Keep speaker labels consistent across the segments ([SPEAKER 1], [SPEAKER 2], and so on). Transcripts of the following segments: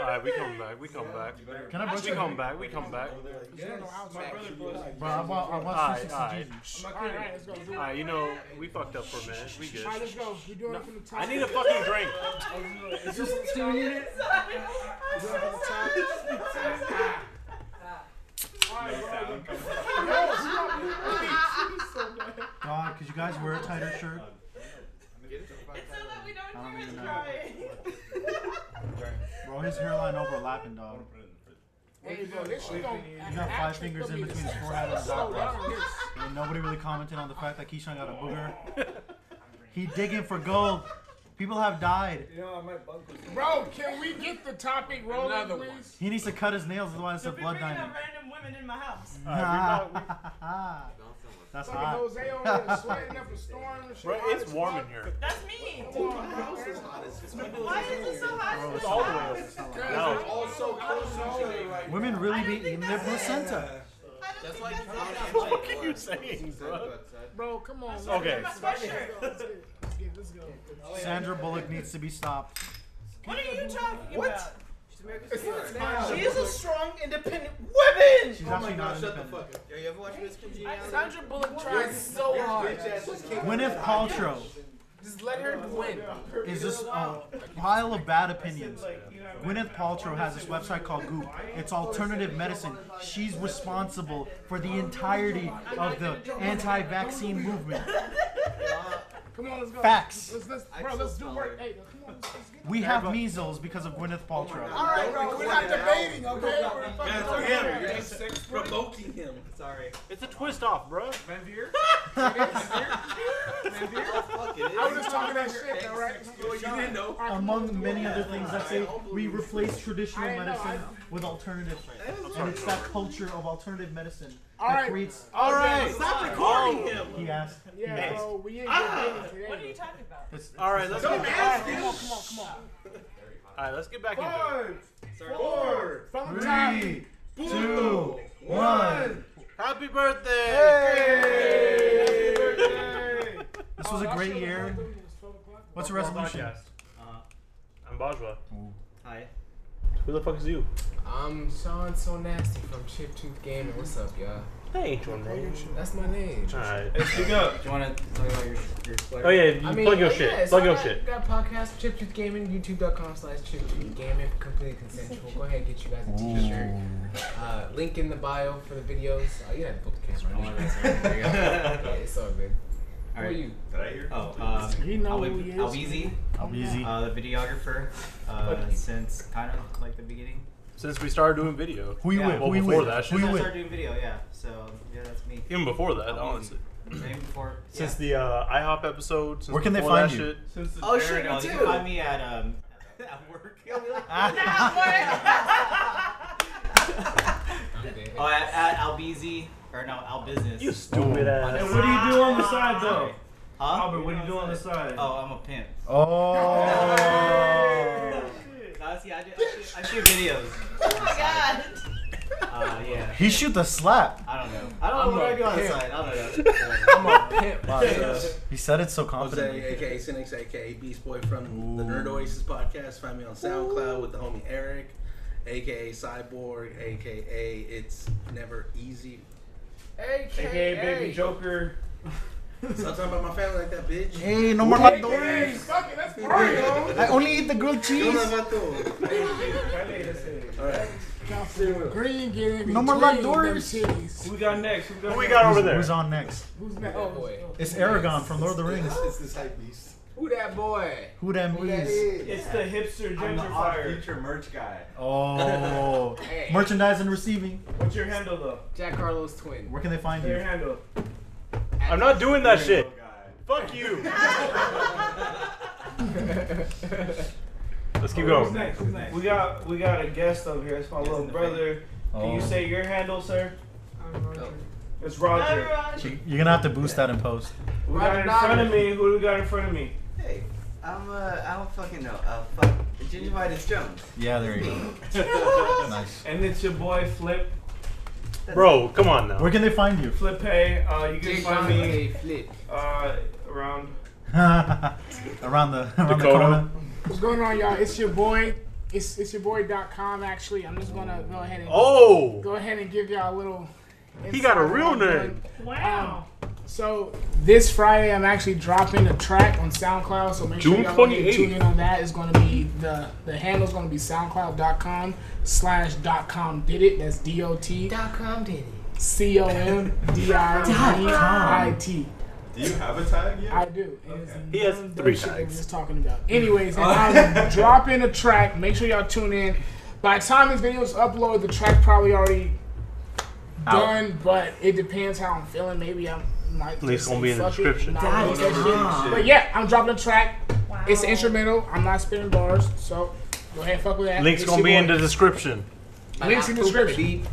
[SPEAKER 1] back. We come back. We come back.
[SPEAKER 2] Can I
[SPEAKER 1] We come back. We come back.
[SPEAKER 2] Bro, I want, I want
[SPEAKER 1] Alright,
[SPEAKER 2] 360
[SPEAKER 1] alright.
[SPEAKER 2] Jesus.
[SPEAKER 3] All right, let's go.
[SPEAKER 1] All
[SPEAKER 3] All
[SPEAKER 1] right, you know we fucked up for a minute. We good.
[SPEAKER 3] right, let's go. We're doing it from the top.
[SPEAKER 1] I need a fucking drink.
[SPEAKER 3] Is this the top? Is
[SPEAKER 4] I'm sorry. I'm
[SPEAKER 3] this the top?
[SPEAKER 2] God, could you guys wear a tighter shirt?
[SPEAKER 4] It's so that we
[SPEAKER 2] I
[SPEAKER 4] don't
[SPEAKER 2] don't
[SPEAKER 4] hear
[SPEAKER 2] even
[SPEAKER 4] it
[SPEAKER 2] know.
[SPEAKER 4] crying.
[SPEAKER 2] Bro, his hairline overlapping, dog.
[SPEAKER 3] There you go. This shit don't.
[SPEAKER 2] He got five fingers in between his forehead and his
[SPEAKER 3] Slow
[SPEAKER 2] eyebrows.
[SPEAKER 3] down. This.
[SPEAKER 2] And nobody really commented on the fact that Keyshawn got a booger. He digging for gold. People have died.
[SPEAKER 3] Bro, can we get the topic rolling,
[SPEAKER 5] Another
[SPEAKER 3] please?
[SPEAKER 5] one.
[SPEAKER 2] He needs to cut his nails, otherwise it's a
[SPEAKER 4] Don't be
[SPEAKER 2] blood
[SPEAKER 4] bringing up
[SPEAKER 2] diamond.
[SPEAKER 4] random women in my house.
[SPEAKER 1] All right, we about,
[SPEAKER 2] That's
[SPEAKER 3] Fucking
[SPEAKER 2] hot.
[SPEAKER 3] Jose over there sweating up a storm and shit.
[SPEAKER 1] we, bro,
[SPEAKER 3] Hot
[SPEAKER 1] it's
[SPEAKER 3] as
[SPEAKER 1] warm
[SPEAKER 3] fuck.
[SPEAKER 1] in here.
[SPEAKER 4] That's me.
[SPEAKER 3] Come on, bro.
[SPEAKER 4] Why is it so hot?
[SPEAKER 1] It's all the way up. No.
[SPEAKER 3] Guys, all so close to each other right
[SPEAKER 2] Women really
[SPEAKER 4] I don't
[SPEAKER 2] be
[SPEAKER 4] think
[SPEAKER 2] eating their
[SPEAKER 4] that's-
[SPEAKER 2] placenta.
[SPEAKER 4] I don't think that's hot.
[SPEAKER 1] What are you saying, bro?
[SPEAKER 3] Bro, come on.
[SPEAKER 1] Okay.
[SPEAKER 3] man.
[SPEAKER 4] My sweatshirt.
[SPEAKER 3] Let's get let's get this going.
[SPEAKER 2] Sandra Bullock needs to be stopped.
[SPEAKER 4] What are you talking about?
[SPEAKER 6] She is a strong, independent woman.
[SPEAKER 2] She's
[SPEAKER 6] oh my
[SPEAKER 2] actually not
[SPEAKER 6] God, shut the
[SPEAKER 2] independent.
[SPEAKER 6] fuck up. Yo, you ever watch Miss Congeniality?
[SPEAKER 5] Sandra Bullock tried so hard.
[SPEAKER 2] Gwyneth Paltrow
[SPEAKER 5] Just let her win.
[SPEAKER 2] is just a pile of bad opinions. Gwyneth Paltrow has this website called Goop. It's alternative medicine. She's responsible for the entirety of the anti-vaccine movement.
[SPEAKER 3] Come on, let's go.
[SPEAKER 2] Facts.
[SPEAKER 3] Let's, let's, bro, let's do work. Hey, come on, let's, let's get
[SPEAKER 2] We have measles because of Gwyneth Paltrow.
[SPEAKER 3] All right, bro, we're not debating, okay? We're
[SPEAKER 6] Guys, we're
[SPEAKER 3] fucking talking.
[SPEAKER 6] him. You're just provoking him. Sorry.
[SPEAKER 1] It's a twist off, bro.
[SPEAKER 6] Oh, fuck it.
[SPEAKER 3] I was just talking that shit, all right?
[SPEAKER 6] Well, you didn't know.
[SPEAKER 2] Among many other things, I say we replace traditional
[SPEAKER 3] I know,
[SPEAKER 2] medicine with alternative, and it's that culture of alternative medicine
[SPEAKER 3] All
[SPEAKER 2] that
[SPEAKER 3] right.
[SPEAKER 2] creates.
[SPEAKER 1] All right.
[SPEAKER 6] Stop recording him.
[SPEAKER 2] He asked. He
[SPEAKER 3] Yeah,
[SPEAKER 2] asked.
[SPEAKER 3] bro, we ain't debating today.
[SPEAKER 4] What are you talking about?
[SPEAKER 2] It's-
[SPEAKER 1] All right, let's
[SPEAKER 6] Don't
[SPEAKER 1] get back.
[SPEAKER 6] ask
[SPEAKER 3] Come
[SPEAKER 6] him.
[SPEAKER 3] on, come on, come on.
[SPEAKER 1] All right, let's get back into it.
[SPEAKER 3] Five,
[SPEAKER 6] Sorry.
[SPEAKER 3] four, Valentine.
[SPEAKER 2] Three, two, one.
[SPEAKER 1] Happy birthday!
[SPEAKER 3] Hey!
[SPEAKER 2] This was a great year. What's the resolution?
[SPEAKER 1] Uh, I'm Bajwa.
[SPEAKER 6] Hi.
[SPEAKER 1] Who the fuck is you?
[SPEAKER 5] I'm Sean So Nasty from Chip Tooth Gaming. What's up, y'all?
[SPEAKER 1] That ain't your name.
[SPEAKER 5] That's my name.
[SPEAKER 1] All right.
[SPEAKER 6] Do you want to talk about your your player?
[SPEAKER 1] Oh yeah, you
[SPEAKER 5] I mean,
[SPEAKER 1] plug your
[SPEAKER 5] yeah, so
[SPEAKER 1] shit. Plug your
[SPEAKER 5] I got,
[SPEAKER 1] shit.
[SPEAKER 5] Got podcast Chip Tooth Gaming. YouTube.com slash Chip Tooth Gaming. Completely consensual. Go ahead, get you guys a T-shirt. Uh, link in the bio for the videos. Oh, you had to put the camera. on. yeah, it's all good. Who are
[SPEAKER 6] Alright.
[SPEAKER 5] you?
[SPEAKER 6] Oh, uh,
[SPEAKER 3] He know who
[SPEAKER 6] Alwe-
[SPEAKER 3] he is.
[SPEAKER 6] Alweezy,
[SPEAKER 2] I'm easy.
[SPEAKER 6] uh, the videographer, uh, since kind of like the beginning.
[SPEAKER 1] Since we started doing video,
[SPEAKER 2] Who you
[SPEAKER 6] Yeah.
[SPEAKER 2] with?
[SPEAKER 1] Well,
[SPEAKER 2] Who you
[SPEAKER 1] before
[SPEAKER 2] with?
[SPEAKER 1] that,
[SPEAKER 2] Who
[SPEAKER 6] Since
[SPEAKER 2] you
[SPEAKER 6] I
[SPEAKER 2] with?
[SPEAKER 6] started doing video, yeah. So yeah, that's me.
[SPEAKER 1] even before that,
[SPEAKER 6] Alweezy.
[SPEAKER 1] honestly.
[SPEAKER 6] Maybe before. Yeah.
[SPEAKER 1] Since the uh, IHOP episode, since
[SPEAKER 2] Where can they
[SPEAKER 1] before that
[SPEAKER 2] find you?
[SPEAKER 1] shit.
[SPEAKER 6] oh shit, you can find me at um at work.
[SPEAKER 4] Oh
[SPEAKER 5] I'm dead.
[SPEAKER 6] oh, at, at Albeezy or no Albusiness.
[SPEAKER 1] You stupid ass.
[SPEAKER 7] What do you do on the side though?
[SPEAKER 6] Sorry. Huh?
[SPEAKER 7] Albert, what do you do on the side?
[SPEAKER 6] Oh, I'm a pimp.
[SPEAKER 2] Oh.
[SPEAKER 6] Uh, see, I, do, I, shoot, I shoot videos.
[SPEAKER 4] Oh my god.
[SPEAKER 6] Uh, yeah.
[SPEAKER 2] He shoot the slap.
[SPEAKER 6] I don't know. I don't know
[SPEAKER 5] I'm
[SPEAKER 6] what I
[SPEAKER 5] a
[SPEAKER 6] do on the
[SPEAKER 5] pimp.
[SPEAKER 6] side. I don't know.
[SPEAKER 5] I'm a pimp.
[SPEAKER 2] He said it so
[SPEAKER 8] Jose,
[SPEAKER 2] confidently.
[SPEAKER 8] aka Cynics, aka Beast Boy from the Nerd Oasis podcast. Find me on SoundCloud with the homie Eric, aka Cyborg, aka It's Never Easy.
[SPEAKER 5] AKA,
[SPEAKER 7] AKA Baby Joker.
[SPEAKER 8] Stop talking about my family like that, bitch.
[SPEAKER 2] Hey, no more
[SPEAKER 3] Hey,
[SPEAKER 2] McDonald's.
[SPEAKER 3] fuck it, that's party, though.
[SPEAKER 2] I only eat the grilled
[SPEAKER 8] Yo
[SPEAKER 2] cheese.
[SPEAKER 8] las vato. All right.
[SPEAKER 3] Green getting
[SPEAKER 2] No more Londoners.
[SPEAKER 3] Who's
[SPEAKER 7] Who we got next? Who we got
[SPEAKER 1] Who we
[SPEAKER 7] next?
[SPEAKER 1] got over there?
[SPEAKER 2] Who's on next?
[SPEAKER 3] that
[SPEAKER 5] Oh, boy.
[SPEAKER 2] It's Aragon from Lord of the Rings.
[SPEAKER 8] It's this hype beast.
[SPEAKER 5] Who that boy?
[SPEAKER 2] Who them is?
[SPEAKER 7] It's the hipster gentrifier.
[SPEAKER 9] merch guy.
[SPEAKER 2] Oh.
[SPEAKER 5] Hey.
[SPEAKER 2] Merchandise and receiving.
[SPEAKER 7] What's your handle though?
[SPEAKER 5] Jack Carlos twin.
[SPEAKER 2] Where can they find
[SPEAKER 7] Your
[SPEAKER 2] you?
[SPEAKER 7] handle.
[SPEAKER 1] I'm not doing that shit. Fuck you. Let's keep
[SPEAKER 7] Who's
[SPEAKER 1] going.
[SPEAKER 7] next? Who's next? We got we got a guest over here. It's my little brother. Can
[SPEAKER 2] Oh.
[SPEAKER 7] you say your handle, sir? It's Roger.
[SPEAKER 4] Everyone.
[SPEAKER 2] You're gonna have to boost that in post.
[SPEAKER 7] We got in front of me. Who do we got in front of me?
[SPEAKER 9] Hey, I'm uh, I don't fucking know. Uh, fuck, gingivitis Jones.
[SPEAKER 2] Yeah, there you go. Nice.
[SPEAKER 7] And it's your boy Flip
[SPEAKER 1] Bro, come on now.
[SPEAKER 2] Where can they find you?
[SPEAKER 7] Flip Hey. Uh, you can
[SPEAKER 5] Jay
[SPEAKER 7] find me
[SPEAKER 5] Jonathan Flip.
[SPEAKER 7] uh around.
[SPEAKER 2] around the around the
[SPEAKER 1] Dakota.
[SPEAKER 2] corner.
[SPEAKER 3] What's going on, y'all? It's your boy, It's it's your boy.com actually. I'm just gonna go ahead and
[SPEAKER 1] Oh,
[SPEAKER 3] go ahead and give y'all a little.
[SPEAKER 1] he got a
[SPEAKER 3] insight
[SPEAKER 1] real
[SPEAKER 3] on what I'm
[SPEAKER 1] name.
[SPEAKER 3] doing.
[SPEAKER 10] Wow.
[SPEAKER 3] So this Friday, I'm actually dropping a track on SoundCloud. So make
[SPEAKER 1] June
[SPEAKER 3] sure y'all wanna
[SPEAKER 1] 28th.
[SPEAKER 3] tune in on that. It's going to be the the handle's going to be soundcloud.com slash dot com did it. That's D O T
[SPEAKER 11] Dot com did it.
[SPEAKER 3] C O M D I D I T.
[SPEAKER 12] Do you have a tag yet?
[SPEAKER 3] I do. It is
[SPEAKER 1] He has
[SPEAKER 3] none of
[SPEAKER 1] three
[SPEAKER 3] the shit that we're
[SPEAKER 1] tags.
[SPEAKER 3] just talking about. Anyways, and I'm dropping a track. Make sure y'all tune in. By the time this video is uploaded, the track probably already done, but it depends how I'm feeling. Maybe I'm might
[SPEAKER 1] Link's
[SPEAKER 3] just
[SPEAKER 1] gonna
[SPEAKER 3] say,
[SPEAKER 1] be in the
[SPEAKER 3] "Fuck it,"
[SPEAKER 1] description.
[SPEAKER 3] not release that shit.
[SPEAKER 12] Ah.
[SPEAKER 3] But yeah, I'm dropping a track.
[SPEAKER 10] Wow.
[SPEAKER 3] It's instrumental. I'm not spinning bars, so go ahead and fuck with that.
[SPEAKER 1] Link's
[SPEAKER 3] It's
[SPEAKER 1] gonna
[SPEAKER 3] your
[SPEAKER 1] be in
[SPEAKER 3] boy.
[SPEAKER 1] the description.
[SPEAKER 3] Links in the description.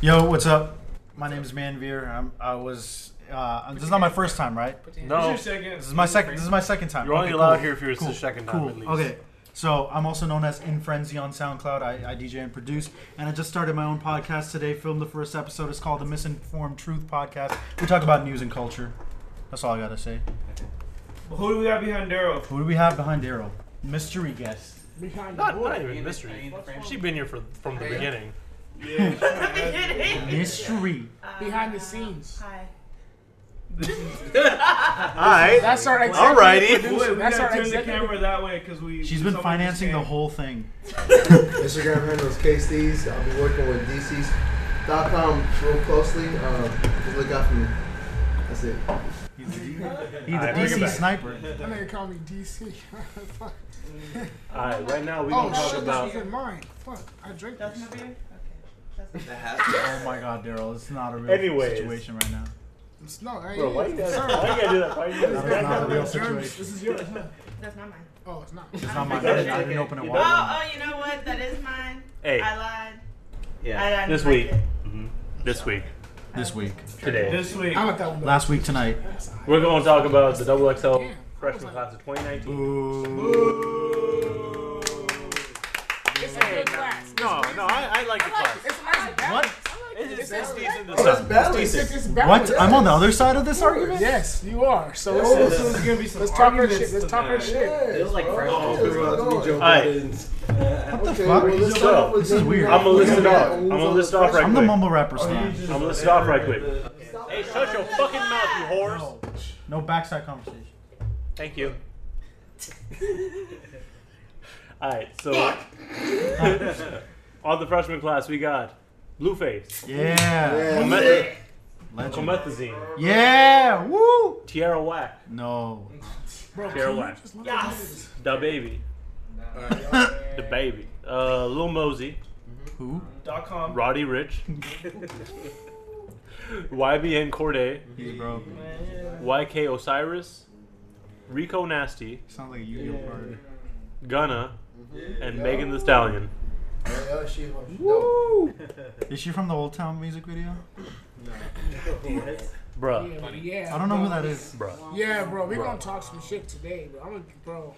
[SPEAKER 2] Yo, what's up? My name is Manveer. I'm, I was. Uh, this is not my first time, right?
[SPEAKER 1] No,
[SPEAKER 2] Oh, This is my second. This is my second time.
[SPEAKER 1] you're only
[SPEAKER 2] Okay,
[SPEAKER 1] allowed
[SPEAKER 2] cool.
[SPEAKER 1] here if you're
[SPEAKER 2] Cool.
[SPEAKER 1] the second time
[SPEAKER 2] Cool.
[SPEAKER 1] at least.
[SPEAKER 2] Okay. So I'm also known as In Frenzy on SoundCloud. I, I DJ and produce, and I just started my own podcast today. Filmed the first episode. It's called the Misinformed Truth Podcast. We talk about news and culture. That's all I gotta say.
[SPEAKER 7] Who do we got behind Daryl?
[SPEAKER 2] Who do we have behind Daryl? Mystery guest.
[SPEAKER 3] Behind
[SPEAKER 1] Not, not
[SPEAKER 8] Are you
[SPEAKER 1] even
[SPEAKER 8] in the- are you
[SPEAKER 1] mystery.
[SPEAKER 8] in the frame?
[SPEAKER 1] She's been here for, from the
[SPEAKER 11] Yeah.
[SPEAKER 1] beginning.
[SPEAKER 2] Mystery.
[SPEAKER 3] the, behind the scenes.
[SPEAKER 10] Hi.
[SPEAKER 1] All right.
[SPEAKER 3] That's our executive
[SPEAKER 1] Alrighty.
[SPEAKER 3] producer.
[SPEAKER 7] Boy, we
[SPEAKER 3] That's our
[SPEAKER 7] gotta turn the
[SPEAKER 3] executive
[SPEAKER 7] camera that way because we.
[SPEAKER 2] She's been
[SPEAKER 7] someone
[SPEAKER 2] financing the
[SPEAKER 7] just
[SPEAKER 2] whole thing.
[SPEAKER 11] Instagram handles KC's.
[SPEAKER 8] I'll be working with DC's dot com real closely. Um, just look out for me. That's it.
[SPEAKER 2] He's the, he's the
[SPEAKER 1] Alright, bring it
[SPEAKER 2] DC
[SPEAKER 1] back.
[SPEAKER 2] sniper.
[SPEAKER 3] That nigga called me DC. Fuck.
[SPEAKER 1] All right. Right now we
[SPEAKER 3] oh
[SPEAKER 1] gonna talk
[SPEAKER 3] shit,
[SPEAKER 1] about
[SPEAKER 3] this was in mine. Fuck, I drank
[SPEAKER 10] That's
[SPEAKER 3] this.
[SPEAKER 10] my beer? Okay.
[SPEAKER 8] That hat.
[SPEAKER 2] Oh my god, Daryl, it's not a real
[SPEAKER 1] Anyways.
[SPEAKER 2] situation right now.
[SPEAKER 3] It's- No, I
[SPEAKER 1] Bro, why you
[SPEAKER 3] ain't.
[SPEAKER 1] gotta,
[SPEAKER 3] Sorry.
[SPEAKER 1] why you gotta do that? Why you gotta do
[SPEAKER 2] That was not a
[SPEAKER 1] that?
[SPEAKER 2] real
[SPEAKER 3] Germs.
[SPEAKER 2] situation.
[SPEAKER 3] This is yours. huh?
[SPEAKER 10] That's not mine.
[SPEAKER 3] Oh, it's not.
[SPEAKER 2] It's not my
[SPEAKER 10] I
[SPEAKER 2] I
[SPEAKER 10] don't
[SPEAKER 2] didn't, I
[SPEAKER 1] think
[SPEAKER 2] didn't
[SPEAKER 1] I-
[SPEAKER 2] open it
[SPEAKER 1] you
[SPEAKER 10] Oh,
[SPEAKER 1] don't-
[SPEAKER 2] wide.
[SPEAKER 10] oh, you know what? That is mine. I
[SPEAKER 1] Hey,
[SPEAKER 10] lied.
[SPEAKER 8] Yeah.
[SPEAKER 10] I, I
[SPEAKER 1] This
[SPEAKER 10] like
[SPEAKER 1] week.
[SPEAKER 10] it.
[SPEAKER 1] this week,
[SPEAKER 2] This week.
[SPEAKER 1] today,
[SPEAKER 7] This week.
[SPEAKER 3] I let that one go.
[SPEAKER 2] Last week tonight.
[SPEAKER 1] we're gonna talk about the double XL
[SPEAKER 3] Damn.
[SPEAKER 1] freshman class of 2019.
[SPEAKER 3] It's a good class.
[SPEAKER 1] No, no, I, I like the class.
[SPEAKER 3] It's a nice balance.
[SPEAKER 2] What?
[SPEAKER 1] It's, it's, it's decent.
[SPEAKER 8] Oh,
[SPEAKER 3] It's, it's, it's
[SPEAKER 2] What?
[SPEAKER 3] balanced.
[SPEAKER 2] I'm on the other side of this argument?
[SPEAKER 3] Yes, you are. So
[SPEAKER 7] Oh,
[SPEAKER 3] let's,
[SPEAKER 7] this is gonna be some
[SPEAKER 3] let's talk our
[SPEAKER 7] arguments
[SPEAKER 3] shit. Let's talk our
[SPEAKER 7] tonight.
[SPEAKER 3] shit.
[SPEAKER 8] It was like fresh.
[SPEAKER 1] Uh,
[SPEAKER 2] What the fuck?
[SPEAKER 1] So,
[SPEAKER 2] This is weird.
[SPEAKER 1] I'm gonna list it off. I'm gonna list it off right
[SPEAKER 2] I'm the
[SPEAKER 1] quick.
[SPEAKER 2] mumble rapper
[SPEAKER 7] Oh, you
[SPEAKER 2] stan.
[SPEAKER 7] just-
[SPEAKER 1] I'm gonna stop right quick.
[SPEAKER 7] The-
[SPEAKER 1] Hey, shut your fucking mouth, you whores.
[SPEAKER 2] No backside conversation.
[SPEAKER 1] Thank you. Alright, so. on the freshman class, we got Blueface,
[SPEAKER 2] Yeah.
[SPEAKER 1] Comet-
[SPEAKER 2] Legend.
[SPEAKER 1] Comethazine,
[SPEAKER 2] Yeah. Woo.
[SPEAKER 1] Tierra Whack,
[SPEAKER 2] No.
[SPEAKER 3] Bro,
[SPEAKER 1] Tierra Whack,
[SPEAKER 10] Yes.
[SPEAKER 1] Da Baby, The Baby, uh, Lil Mosey,
[SPEAKER 2] Who?
[SPEAKER 7] Dot com.
[SPEAKER 1] Roddy Rich, YBN Corday,
[SPEAKER 2] He's broke.
[SPEAKER 1] YK Osiris, Rico Nasty,
[SPEAKER 2] Sounds like a Yu-Gi-Oh card.
[SPEAKER 1] Gunna, and Megan the Stallion.
[SPEAKER 2] Is she from the Old Town music video?
[SPEAKER 1] Bruh.
[SPEAKER 3] But yeah,
[SPEAKER 2] I don't know who that is.
[SPEAKER 1] Bruh.
[SPEAKER 3] Yeah, bro, we gonna talk some shit today, bro. I'm gonna, bro.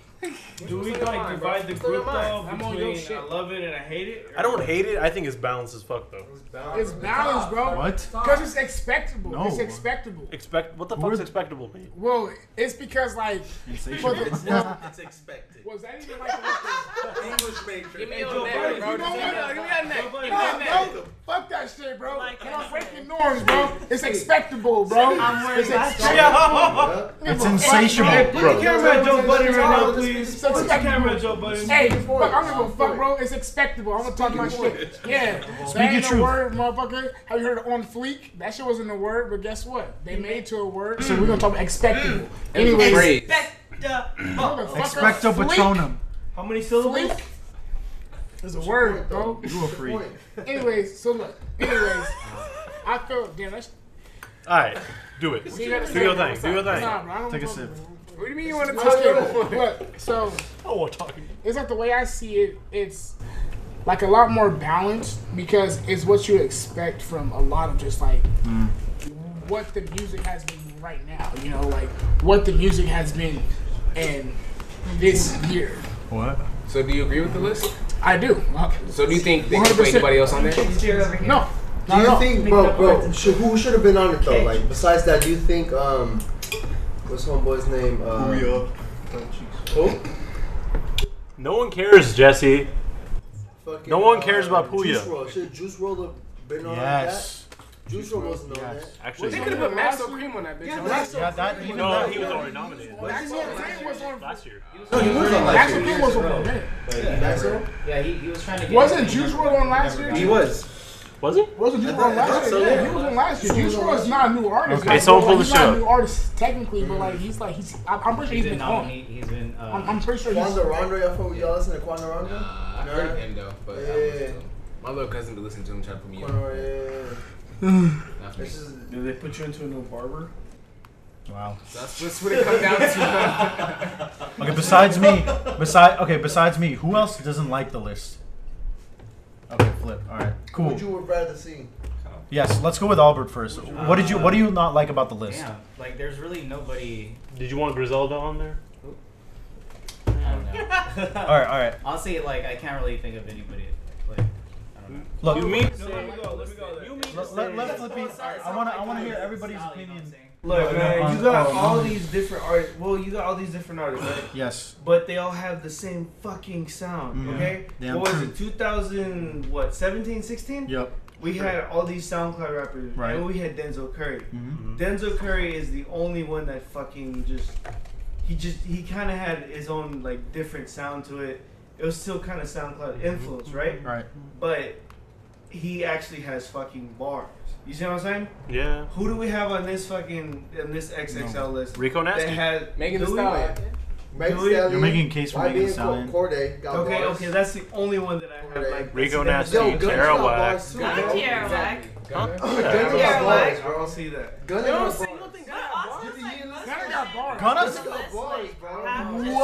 [SPEAKER 7] Do we like divide the group though
[SPEAKER 3] I'm on your
[SPEAKER 7] between I
[SPEAKER 3] shit.
[SPEAKER 7] love it and I hate it?
[SPEAKER 1] I don't hate it. I think it's balanced as fuck though.
[SPEAKER 3] It's balanced, bro.
[SPEAKER 2] What?
[SPEAKER 3] Because it's expectable.
[SPEAKER 2] No.
[SPEAKER 3] It's expectable.
[SPEAKER 1] Expect what the
[SPEAKER 2] Who are
[SPEAKER 1] fuck's
[SPEAKER 2] the-
[SPEAKER 1] expectable mean?
[SPEAKER 3] Well, it's because like, for the,
[SPEAKER 2] Insatiable.
[SPEAKER 3] well,
[SPEAKER 6] It's expected.
[SPEAKER 3] was that even like? the-
[SPEAKER 6] English major.
[SPEAKER 11] Give me
[SPEAKER 7] Joe
[SPEAKER 11] your neck,
[SPEAKER 3] You
[SPEAKER 7] Budden,
[SPEAKER 11] bro.
[SPEAKER 7] you
[SPEAKER 11] Just-
[SPEAKER 3] don't wanna- give me that neck.
[SPEAKER 7] Joe Budden,
[SPEAKER 3] No,
[SPEAKER 7] give me that
[SPEAKER 3] bro. Fuck that shit, bro. And I'm breaking norms, bro. It's expectable, bro.
[SPEAKER 10] I'm wearing
[SPEAKER 3] It's
[SPEAKER 10] my
[SPEAKER 3] expectable.
[SPEAKER 2] It's insatiable.
[SPEAKER 7] Put the camera at Joe Budden right now, please.
[SPEAKER 3] So
[SPEAKER 7] Put the
[SPEAKER 3] it's like-
[SPEAKER 7] camera at Joe Budden.
[SPEAKER 3] Hey, fuck, I don't give a fuck, bro. It's expectable. I'm gonna talk my shit. Yeah.
[SPEAKER 2] Speak your
[SPEAKER 3] that ain't
[SPEAKER 2] truth.
[SPEAKER 3] a word, motherfucker. Have you heard of on fleek? That shit wasn't a word, but guess what? They made it to a word, so we're gonna talk about expectable.
[SPEAKER 2] Mm.
[SPEAKER 3] Anyways,
[SPEAKER 10] Expect the
[SPEAKER 3] motherfucker,
[SPEAKER 2] Expecto
[SPEAKER 3] fleek-
[SPEAKER 2] Patronum.
[SPEAKER 7] How many syllables?
[SPEAKER 3] Fleek is a word, bro.
[SPEAKER 2] You a freak.
[SPEAKER 3] Anyways, so look. Anyways, I feel damn. That's
[SPEAKER 1] Alright, do it. Do your thing. Do your
[SPEAKER 3] nah,
[SPEAKER 1] thing.
[SPEAKER 3] bro. I don't
[SPEAKER 2] Take a
[SPEAKER 3] fuck
[SPEAKER 2] sip.
[SPEAKER 3] with it.
[SPEAKER 11] What do you mean you want to
[SPEAKER 3] Let's
[SPEAKER 11] talk
[SPEAKER 3] get
[SPEAKER 11] about
[SPEAKER 3] it. Look, so
[SPEAKER 1] Oh, we're talking.
[SPEAKER 3] it's like the way I see it. It's like a lot more balanced because it's what you expect from a lot of just like
[SPEAKER 8] Mm.
[SPEAKER 3] what the music has been right now. You know, like what the music has been in this year.
[SPEAKER 2] What?
[SPEAKER 11] So do you agree with the list?
[SPEAKER 3] I do.
[SPEAKER 11] So do you think they should put
[SPEAKER 3] 100%.
[SPEAKER 11] anybody else on there?
[SPEAKER 3] No.
[SPEAKER 8] Do you think, bro, bro, should, who should have been on it though? Like, besides that, do you think, um, what's homeboy's name? Uh, who?
[SPEAKER 1] No one cares, Jesse.
[SPEAKER 8] Fucking,
[SPEAKER 1] No one cares
[SPEAKER 8] uh,
[SPEAKER 1] about Puya.
[SPEAKER 8] Juice Roll. Should Juice Roll have been on
[SPEAKER 2] Yes.
[SPEAKER 8] that? Juice Roll wasn't on that.
[SPEAKER 1] Actually,
[SPEAKER 13] They could have put Maxo Cream on that bitch.
[SPEAKER 8] Yeah,
[SPEAKER 13] I'm like,
[SPEAKER 8] Maxo
[SPEAKER 2] Yeah, that even
[SPEAKER 1] no,
[SPEAKER 2] that.
[SPEAKER 1] he was already nominated. Last year.
[SPEAKER 8] No, he was on
[SPEAKER 14] Max
[SPEAKER 8] last year.
[SPEAKER 14] O'Clean was on one minute.
[SPEAKER 8] Maxo?
[SPEAKER 15] Yeah, he, he was trying to get.
[SPEAKER 14] Wasn't Juice WRLD on last year?
[SPEAKER 16] He was.
[SPEAKER 1] Was he?
[SPEAKER 14] Wasn't Juice
[SPEAKER 8] I
[SPEAKER 14] WRLD
[SPEAKER 8] thought-
[SPEAKER 14] on
[SPEAKER 8] I
[SPEAKER 14] last
[SPEAKER 8] thought
[SPEAKER 14] year?
[SPEAKER 8] so,
[SPEAKER 14] yeah,
[SPEAKER 8] yeah.
[SPEAKER 14] he was on last year.
[SPEAKER 8] Someone
[SPEAKER 14] Juice
[SPEAKER 8] on
[SPEAKER 14] WRLD
[SPEAKER 8] last
[SPEAKER 14] is not a new artist.
[SPEAKER 1] Okay,
[SPEAKER 14] Like,
[SPEAKER 1] someone
[SPEAKER 14] well,
[SPEAKER 1] pull
[SPEAKER 14] he's
[SPEAKER 1] the
[SPEAKER 14] not
[SPEAKER 1] show.
[SPEAKER 14] a new artist technically, but like he's like he's. I- I'm pretty sure
[SPEAKER 15] He's been
[SPEAKER 14] he's been
[SPEAKER 15] nominated.
[SPEAKER 14] on.
[SPEAKER 15] He's been. Uh,
[SPEAKER 14] I'm, I'm pretty sure he's.
[SPEAKER 8] Quando Rondo, y'all fo- y'all listen to Quando Rondo?
[SPEAKER 13] Nah, I
[SPEAKER 8] No?
[SPEAKER 13] heard him though, but I
[SPEAKER 8] Yeah.
[SPEAKER 13] wasn't listening. My little cousin be listening to him trying to put me
[SPEAKER 8] Quando
[SPEAKER 13] on.
[SPEAKER 8] Rondo,
[SPEAKER 13] Not
[SPEAKER 8] yeah.
[SPEAKER 13] for me.
[SPEAKER 8] This is
[SPEAKER 7] Did they put you into a new barber?
[SPEAKER 2] Wow.
[SPEAKER 13] That's that's what it comes down to.
[SPEAKER 2] Okay, besides me, beside okay, besides me, who else doesn't like the list? Okay, flip. All right,
[SPEAKER 8] who
[SPEAKER 2] cool.
[SPEAKER 8] you would rather see.
[SPEAKER 2] Yes, let's go with Albert first. What did you What do you not like about the list?
[SPEAKER 15] damn, like there's really nobody.
[SPEAKER 1] Did you want Griselda on there?
[SPEAKER 15] I don't know.
[SPEAKER 2] All right, all right.
[SPEAKER 15] I'll say like I can't really think of anybody. Like I don't know.
[SPEAKER 2] Look,
[SPEAKER 1] You mean?
[SPEAKER 7] No, let me go. Let me go there.
[SPEAKER 2] let, let, let Flippy. I want to I want to hear everybody's
[SPEAKER 15] Solid, you know what I'm
[SPEAKER 2] opinion.
[SPEAKER 15] saying?
[SPEAKER 7] Look,
[SPEAKER 2] No,
[SPEAKER 7] man,
[SPEAKER 2] no,
[SPEAKER 7] you got
[SPEAKER 2] um,
[SPEAKER 7] all
[SPEAKER 2] um,
[SPEAKER 7] these different artists. Well, you got all these different artists, right?
[SPEAKER 2] Yes.
[SPEAKER 7] But they all have the same fucking sound,
[SPEAKER 2] Mhm.
[SPEAKER 7] okay?
[SPEAKER 2] Damn
[SPEAKER 7] what was
[SPEAKER 2] true.
[SPEAKER 7] it, 2000, what, 17, 16?
[SPEAKER 2] Yep.
[SPEAKER 7] We had all these SoundCloud rappers,
[SPEAKER 2] Right.
[SPEAKER 7] and we had Denzel Curry.
[SPEAKER 2] Mm-hmm.
[SPEAKER 7] Denzel Curry is the only one that fucking just he just he kind of had his own like different sound to it. It was still kind of
[SPEAKER 1] Mm-hmm.
[SPEAKER 7] SoundCloud influence, right?
[SPEAKER 2] All right.
[SPEAKER 7] But he actually has fucking bars. You see what I'm saying?
[SPEAKER 1] Yeah.
[SPEAKER 7] Who do we have on this fucking on this XXL list?
[SPEAKER 1] Rico
[SPEAKER 7] That
[SPEAKER 1] Nasty.
[SPEAKER 7] had
[SPEAKER 13] Megan
[SPEAKER 7] do
[SPEAKER 13] Thee
[SPEAKER 7] we-
[SPEAKER 13] Stallion.
[SPEAKER 8] Megan
[SPEAKER 7] You're
[SPEAKER 8] Stallion,
[SPEAKER 2] making a case for
[SPEAKER 8] YB
[SPEAKER 2] Megan
[SPEAKER 8] and Cor-
[SPEAKER 2] Stallion.
[SPEAKER 8] Cordae
[SPEAKER 13] Oh,
[SPEAKER 8] got
[SPEAKER 7] Okay,
[SPEAKER 8] bars.
[SPEAKER 7] okay, that's the only one that I have. Like
[SPEAKER 1] Rico
[SPEAKER 7] that's-
[SPEAKER 1] Nasty,
[SPEAKER 8] Yo, Gunna
[SPEAKER 1] Tara
[SPEAKER 8] got
[SPEAKER 1] Wack.
[SPEAKER 8] bars too,
[SPEAKER 4] Not
[SPEAKER 8] bro.
[SPEAKER 4] Tierra Whack.
[SPEAKER 8] Gunna
[SPEAKER 4] Yeah,
[SPEAKER 8] got bars,
[SPEAKER 4] like-
[SPEAKER 7] I
[SPEAKER 8] bro.
[SPEAKER 7] don't see that.
[SPEAKER 8] Gunna
[SPEAKER 13] They don't
[SPEAKER 8] got
[SPEAKER 13] say
[SPEAKER 8] bars.
[SPEAKER 13] nothing.
[SPEAKER 4] Gunna
[SPEAKER 14] got bars.
[SPEAKER 2] Gunna's-
[SPEAKER 8] Gunna got bars, bro.
[SPEAKER 2] What?
[SPEAKER 4] Gunna.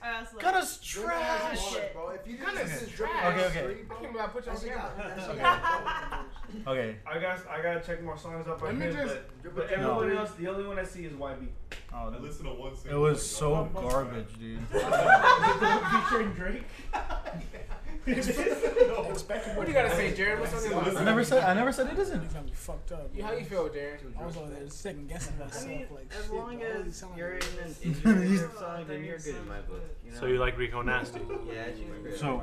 [SPEAKER 2] Gunna's
[SPEAKER 8] Gunna has
[SPEAKER 2] trash.
[SPEAKER 8] bars, bro. If you didn't
[SPEAKER 13] Gunna's
[SPEAKER 8] listen to
[SPEAKER 13] trash.
[SPEAKER 8] Drake,
[SPEAKER 2] Okay, okay.
[SPEAKER 13] I can't believe I put you on
[SPEAKER 8] That shit
[SPEAKER 13] camera.
[SPEAKER 8] got- that shit got bars.
[SPEAKER 2] Okay.
[SPEAKER 7] I got I gotta check more songs up
[SPEAKER 13] Let
[SPEAKER 7] on
[SPEAKER 13] me
[SPEAKER 7] here,
[SPEAKER 13] just-
[SPEAKER 7] but, but everyone else, the only one I see is YB.
[SPEAKER 2] Oh,
[SPEAKER 17] I listened to one
[SPEAKER 2] it
[SPEAKER 17] single.
[SPEAKER 2] was so garbage, dude.
[SPEAKER 7] Featuring Drake.
[SPEAKER 13] What do you gotta say, Jared? What's on your
[SPEAKER 2] I
[SPEAKER 13] mind?
[SPEAKER 2] never said I never said it isn't.
[SPEAKER 14] Got me fucked up.
[SPEAKER 13] You- How you feel, Jared?
[SPEAKER 14] I was over there second guessing myself. like,
[SPEAKER 15] As
[SPEAKER 14] shit,
[SPEAKER 15] long
[SPEAKER 14] why does it
[SPEAKER 15] as
[SPEAKER 14] sound like
[SPEAKER 15] you're in
[SPEAKER 14] that?
[SPEAKER 15] an inferior song, then you're good in my book. You know?
[SPEAKER 1] So you like Rico Nasty?
[SPEAKER 15] Yeah, I think you're good.
[SPEAKER 2] So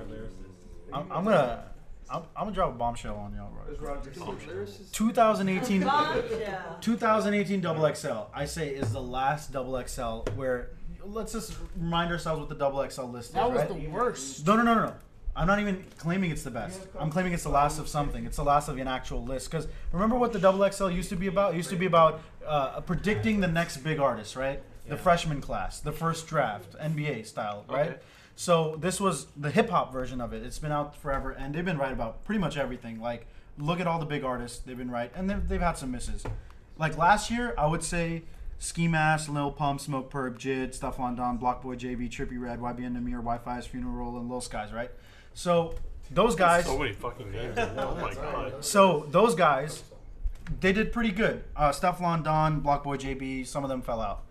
[SPEAKER 2] I'm, I'm gonna I'm, I'm gonna drop a bombshell on y'all,
[SPEAKER 7] It's
[SPEAKER 2] bro.
[SPEAKER 7] Roger.
[SPEAKER 8] Some
[SPEAKER 1] Oh,
[SPEAKER 8] lyricists-
[SPEAKER 2] 2018
[SPEAKER 4] Bombshell.
[SPEAKER 2] 2018 double XL, I say, is the last double XL where let's just remind ourselves what the double XL list is.
[SPEAKER 14] That was
[SPEAKER 2] right?
[SPEAKER 14] the worst.
[SPEAKER 2] No, no, no, no, no. I'm not even claiming it's the best. I'm claiming it's the last of something. It's the last of an actual list. Because remember what the double XL used to be about? It used to be about uh, predicting the next big artist, right? The freshman class, the first draft, NBA style, right?
[SPEAKER 1] Okay.
[SPEAKER 2] So this was the hip hop version of it. It's been out forever, and they've been right about pretty much everything. Like, look at all the big artists. They've been right, and they've, they've had some misses. Like last year, I would say Ski Mask, Lil Pump, Smoke Perp, Jid, Stuff on Don, Block Boy JB, Trippy Red, YBN Namir, Wi Fi's Funeral, and Lil Skies, right? So those guys.
[SPEAKER 1] So many fucking names. Oh my god.
[SPEAKER 2] So those guys, they did pretty good. Uh, Stefflon Don, Blockboy JB, some of them fell out.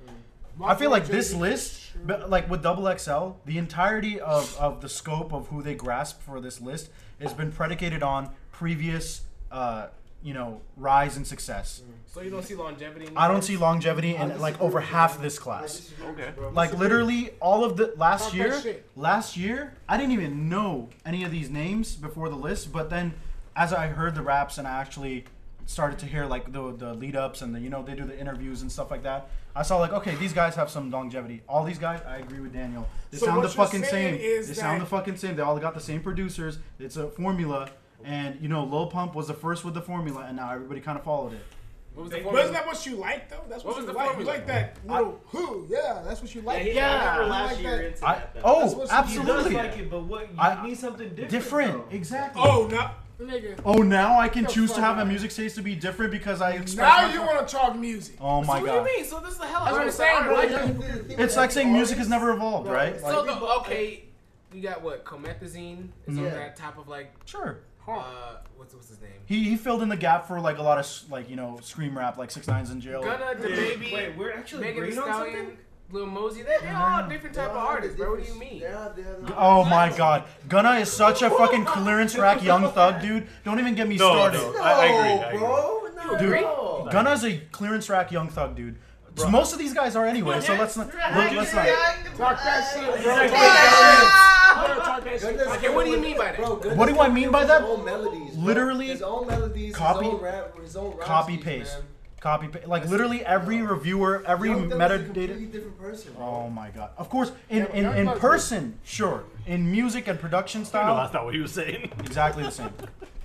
[SPEAKER 2] I feel like this list, but like with Double XL, the entirety of, of the scope of who they grasp for this list has been predicated on previous, uh, you know, rise and success.
[SPEAKER 13] So you don't see longevity? In
[SPEAKER 2] I don't
[SPEAKER 13] this?
[SPEAKER 2] see longevity in like over half this
[SPEAKER 8] I
[SPEAKER 2] class.
[SPEAKER 8] disagree with you,
[SPEAKER 1] Okay.
[SPEAKER 8] bro.
[SPEAKER 2] Like literally all of the last
[SPEAKER 14] Talk that
[SPEAKER 2] year,
[SPEAKER 14] shit.
[SPEAKER 2] last year I didn't even know any of these names before the list, but then as I heard the raps and I actually started to hear like the the lead ups and the you know they do the interviews and stuff like that. I saw like okay these guys have some longevity. All these guys, I agree with Daniel. They
[SPEAKER 14] So
[SPEAKER 2] sound the
[SPEAKER 14] what you're
[SPEAKER 2] fucking same.
[SPEAKER 14] saying
[SPEAKER 2] They
[SPEAKER 14] is
[SPEAKER 2] sound the
[SPEAKER 14] that-
[SPEAKER 2] fucking same. They all got the same producers. It's a formula, and you know Lil Pump was the first with the formula, and now everybody kind of followed it.
[SPEAKER 13] What was the
[SPEAKER 14] Wasn't
[SPEAKER 13] formula?
[SPEAKER 14] that what you like though? That's what,
[SPEAKER 13] What was
[SPEAKER 14] you
[SPEAKER 13] the
[SPEAKER 14] like. You
[SPEAKER 13] formula?
[SPEAKER 14] like that little who? Yeah, that's what you
[SPEAKER 15] yeah,
[SPEAKER 14] like.
[SPEAKER 15] he's I remember last
[SPEAKER 14] you
[SPEAKER 15] year
[SPEAKER 14] like that.
[SPEAKER 15] into
[SPEAKER 2] I,
[SPEAKER 15] that. though.
[SPEAKER 2] oh,
[SPEAKER 14] what's-
[SPEAKER 7] He does
[SPEAKER 2] absolutely.
[SPEAKER 7] like it, but what you
[SPEAKER 2] I-
[SPEAKER 7] need something different.
[SPEAKER 2] different,
[SPEAKER 7] though.
[SPEAKER 2] exactly.
[SPEAKER 14] Oh no, nigga.
[SPEAKER 2] Oh, now I can
[SPEAKER 14] The
[SPEAKER 2] choose to
[SPEAKER 14] fuck
[SPEAKER 2] have my
[SPEAKER 14] up.
[SPEAKER 2] music taste to be different because I express
[SPEAKER 14] Now
[SPEAKER 2] myself-
[SPEAKER 14] you want to talk music?
[SPEAKER 2] Oh my
[SPEAKER 13] so what
[SPEAKER 2] god!
[SPEAKER 13] do you mean? So this is the hell
[SPEAKER 14] That's
[SPEAKER 13] I
[SPEAKER 14] what I'm
[SPEAKER 13] was
[SPEAKER 14] saying, bro.
[SPEAKER 13] Like,
[SPEAKER 14] Like,
[SPEAKER 8] Y'all didn't think
[SPEAKER 2] It's
[SPEAKER 8] that
[SPEAKER 2] like saying music has
[SPEAKER 8] artists-
[SPEAKER 2] never evolved, right?
[SPEAKER 13] so
[SPEAKER 2] Like,
[SPEAKER 13] the, okay, you got what? Comethazine is
[SPEAKER 8] Yeah.
[SPEAKER 13] on that top of like
[SPEAKER 2] sure.
[SPEAKER 13] uh, what's what's his name?
[SPEAKER 2] He he filled in the gap for like a lot of s- like you know scream rap like six nines in
[SPEAKER 14] Oh.
[SPEAKER 2] jail.
[SPEAKER 13] Gunna, the baby,
[SPEAKER 7] Wait, we're actually
[SPEAKER 13] Megan Thee
[SPEAKER 7] agreeing on something.
[SPEAKER 13] Stallion, Lil Mosey. They they all different type of
[SPEAKER 8] Y'all had
[SPEAKER 13] artists, bro. What do you
[SPEAKER 8] different-
[SPEAKER 13] mean?
[SPEAKER 8] y'all had- they had-
[SPEAKER 2] Oh my god, Gunna is such a fucking clearance rack young thug dude. Don't even get me
[SPEAKER 1] No,
[SPEAKER 2] started.
[SPEAKER 1] no.
[SPEAKER 8] No,
[SPEAKER 1] I- I agree, I agree.
[SPEAKER 8] bro. No,
[SPEAKER 2] Dude,
[SPEAKER 8] no.
[SPEAKER 2] Gunna's a clearance rack young thug dude. So most of these guys are anyway, so let's not let, let's not.
[SPEAKER 4] Talk
[SPEAKER 14] that shit,
[SPEAKER 4] bro.
[SPEAKER 14] bro.
[SPEAKER 4] Ah!
[SPEAKER 13] Okay, what do you mean by that?
[SPEAKER 2] What do I mean by that?
[SPEAKER 8] His own melodies. bro.
[SPEAKER 2] Literally
[SPEAKER 8] His own melodies.
[SPEAKER 2] copy-
[SPEAKER 8] His own rap. His own rhyme
[SPEAKER 2] Copy
[SPEAKER 8] schemes,
[SPEAKER 2] paste.
[SPEAKER 8] man.
[SPEAKER 2] Copy paste. Like literally every reviewer, every
[SPEAKER 8] Young Thug is a completely
[SPEAKER 2] metadata.
[SPEAKER 8] different person. bro.
[SPEAKER 2] Oh my god. Of course, in,
[SPEAKER 8] Yeah,
[SPEAKER 2] in,
[SPEAKER 8] Young
[SPEAKER 2] in
[SPEAKER 8] Thug's-
[SPEAKER 2] person, sure. In music and production style.
[SPEAKER 1] that's not what he was saying.
[SPEAKER 2] Exactly the same.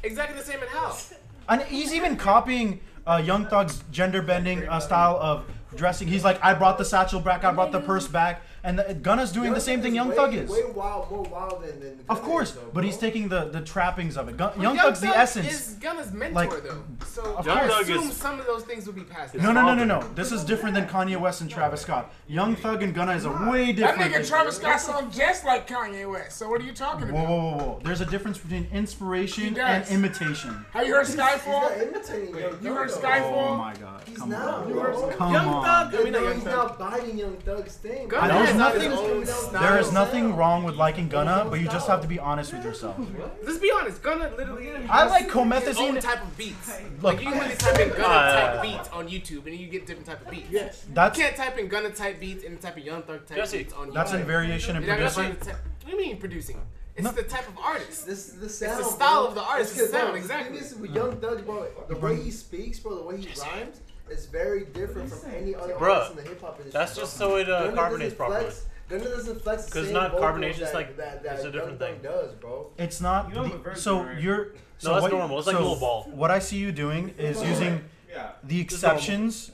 [SPEAKER 13] Exactly the same in house.
[SPEAKER 2] And he's even copying uh, Young Thug's gender bending uh, style of dressing. He's like, I brought the satchel back, I brought the purse back, and the, Gunna's doing
[SPEAKER 8] Young
[SPEAKER 2] the same
[SPEAKER 8] Thug
[SPEAKER 2] thing
[SPEAKER 8] is
[SPEAKER 2] Young
[SPEAKER 8] way-
[SPEAKER 2] Thug is.
[SPEAKER 8] Way wild, more wild than. than
[SPEAKER 2] Of course, but he's taking the, the trappings of it. Gun,
[SPEAKER 13] But
[SPEAKER 2] Young, Thug's the
[SPEAKER 13] Thug
[SPEAKER 2] essence.
[SPEAKER 13] Is Gunna's mentor
[SPEAKER 2] Like,
[SPEAKER 13] though, so
[SPEAKER 2] of
[SPEAKER 13] I
[SPEAKER 2] course.
[SPEAKER 13] assume
[SPEAKER 2] Thug is-
[SPEAKER 13] some of those things would be passed.
[SPEAKER 2] No, no, no, no, no. This is different than Kanye West and Travis Scott. Young Thug and Gunna is a way
[SPEAKER 13] That
[SPEAKER 2] different.
[SPEAKER 13] nigga Travis Scott sound just like Kanye West. So what are you talking
[SPEAKER 2] Whoa, whoa,
[SPEAKER 13] about?
[SPEAKER 2] whoa, whoa! There's a difference between inspiration
[SPEAKER 13] He
[SPEAKER 2] and
[SPEAKER 13] does.
[SPEAKER 2] imitation.
[SPEAKER 13] Have you heard
[SPEAKER 8] not
[SPEAKER 13] Skyfall?
[SPEAKER 8] imitating Young
[SPEAKER 13] You heard
[SPEAKER 8] Thug, though.
[SPEAKER 13] Skyfall?
[SPEAKER 2] Oh my God!
[SPEAKER 8] He's
[SPEAKER 2] Come
[SPEAKER 8] not.
[SPEAKER 2] on!
[SPEAKER 8] bro.
[SPEAKER 2] Come
[SPEAKER 8] Young
[SPEAKER 2] on!
[SPEAKER 8] Thug. I mean,
[SPEAKER 13] Young
[SPEAKER 8] he's
[SPEAKER 13] Thug.
[SPEAKER 8] not biting Young Thug's thing.
[SPEAKER 13] Gunna
[SPEAKER 8] bro.
[SPEAKER 2] There's
[SPEAKER 13] has
[SPEAKER 2] nothing-
[SPEAKER 13] his own
[SPEAKER 2] There is
[SPEAKER 13] style.
[SPEAKER 2] nothing wrong with liking Gunna, but you just have to be honest with yourself.
[SPEAKER 13] Let's be honest, Gunna literally.
[SPEAKER 2] I
[SPEAKER 13] has
[SPEAKER 2] like
[SPEAKER 13] his own
[SPEAKER 2] Comethazine.
[SPEAKER 13] type of beats.
[SPEAKER 2] Look,
[SPEAKER 13] like you really type in Gunna
[SPEAKER 1] Uh,
[SPEAKER 13] type beats on YouTube, and you get different type of beats. Yes.
[SPEAKER 2] That's-
[SPEAKER 13] you can't type in Gunna type beats and type of Young Thug type
[SPEAKER 1] Jesse,
[SPEAKER 13] beats on
[SPEAKER 2] That's
[SPEAKER 13] YouTube.
[SPEAKER 2] in variation and
[SPEAKER 13] You're not gonna
[SPEAKER 2] producing.
[SPEAKER 13] find the type- What do you mean producing? It's
[SPEAKER 2] No.
[SPEAKER 13] the type of artist.
[SPEAKER 8] This the sound.
[SPEAKER 13] the style
[SPEAKER 8] bro.
[SPEAKER 13] of the artist,
[SPEAKER 8] It's 'cause,
[SPEAKER 13] the sound,
[SPEAKER 8] bro,
[SPEAKER 13] exactly.
[SPEAKER 8] thing is, with Young Thug, bro, the way he speaks, bro, the way he rhymes, is very different from any other
[SPEAKER 1] Bruh,
[SPEAKER 8] artist in the hip hop industry.
[SPEAKER 1] that's
[SPEAKER 8] bro.
[SPEAKER 1] just so it, uh,
[SPEAKER 8] Gunna doesn't
[SPEAKER 1] carbonates properly.
[SPEAKER 8] flex- Gunna doesn't flex the
[SPEAKER 1] 'Cause
[SPEAKER 8] same
[SPEAKER 1] not
[SPEAKER 8] vocals
[SPEAKER 1] carbonation's
[SPEAKER 8] that,
[SPEAKER 1] like-
[SPEAKER 8] that, that
[SPEAKER 1] it's a different
[SPEAKER 8] Young
[SPEAKER 1] thing.
[SPEAKER 8] Thug does, bro.
[SPEAKER 2] It's not.
[SPEAKER 7] You know
[SPEAKER 2] the-
[SPEAKER 7] a virgin,
[SPEAKER 2] so
[SPEAKER 7] right?
[SPEAKER 2] you're. So
[SPEAKER 1] that's
[SPEAKER 2] what,
[SPEAKER 1] normal. It's like a
[SPEAKER 2] so
[SPEAKER 1] little ball.
[SPEAKER 2] What I see you doing is using
[SPEAKER 7] Yeah.
[SPEAKER 2] the
[SPEAKER 1] It's normal.
[SPEAKER 2] exceptions.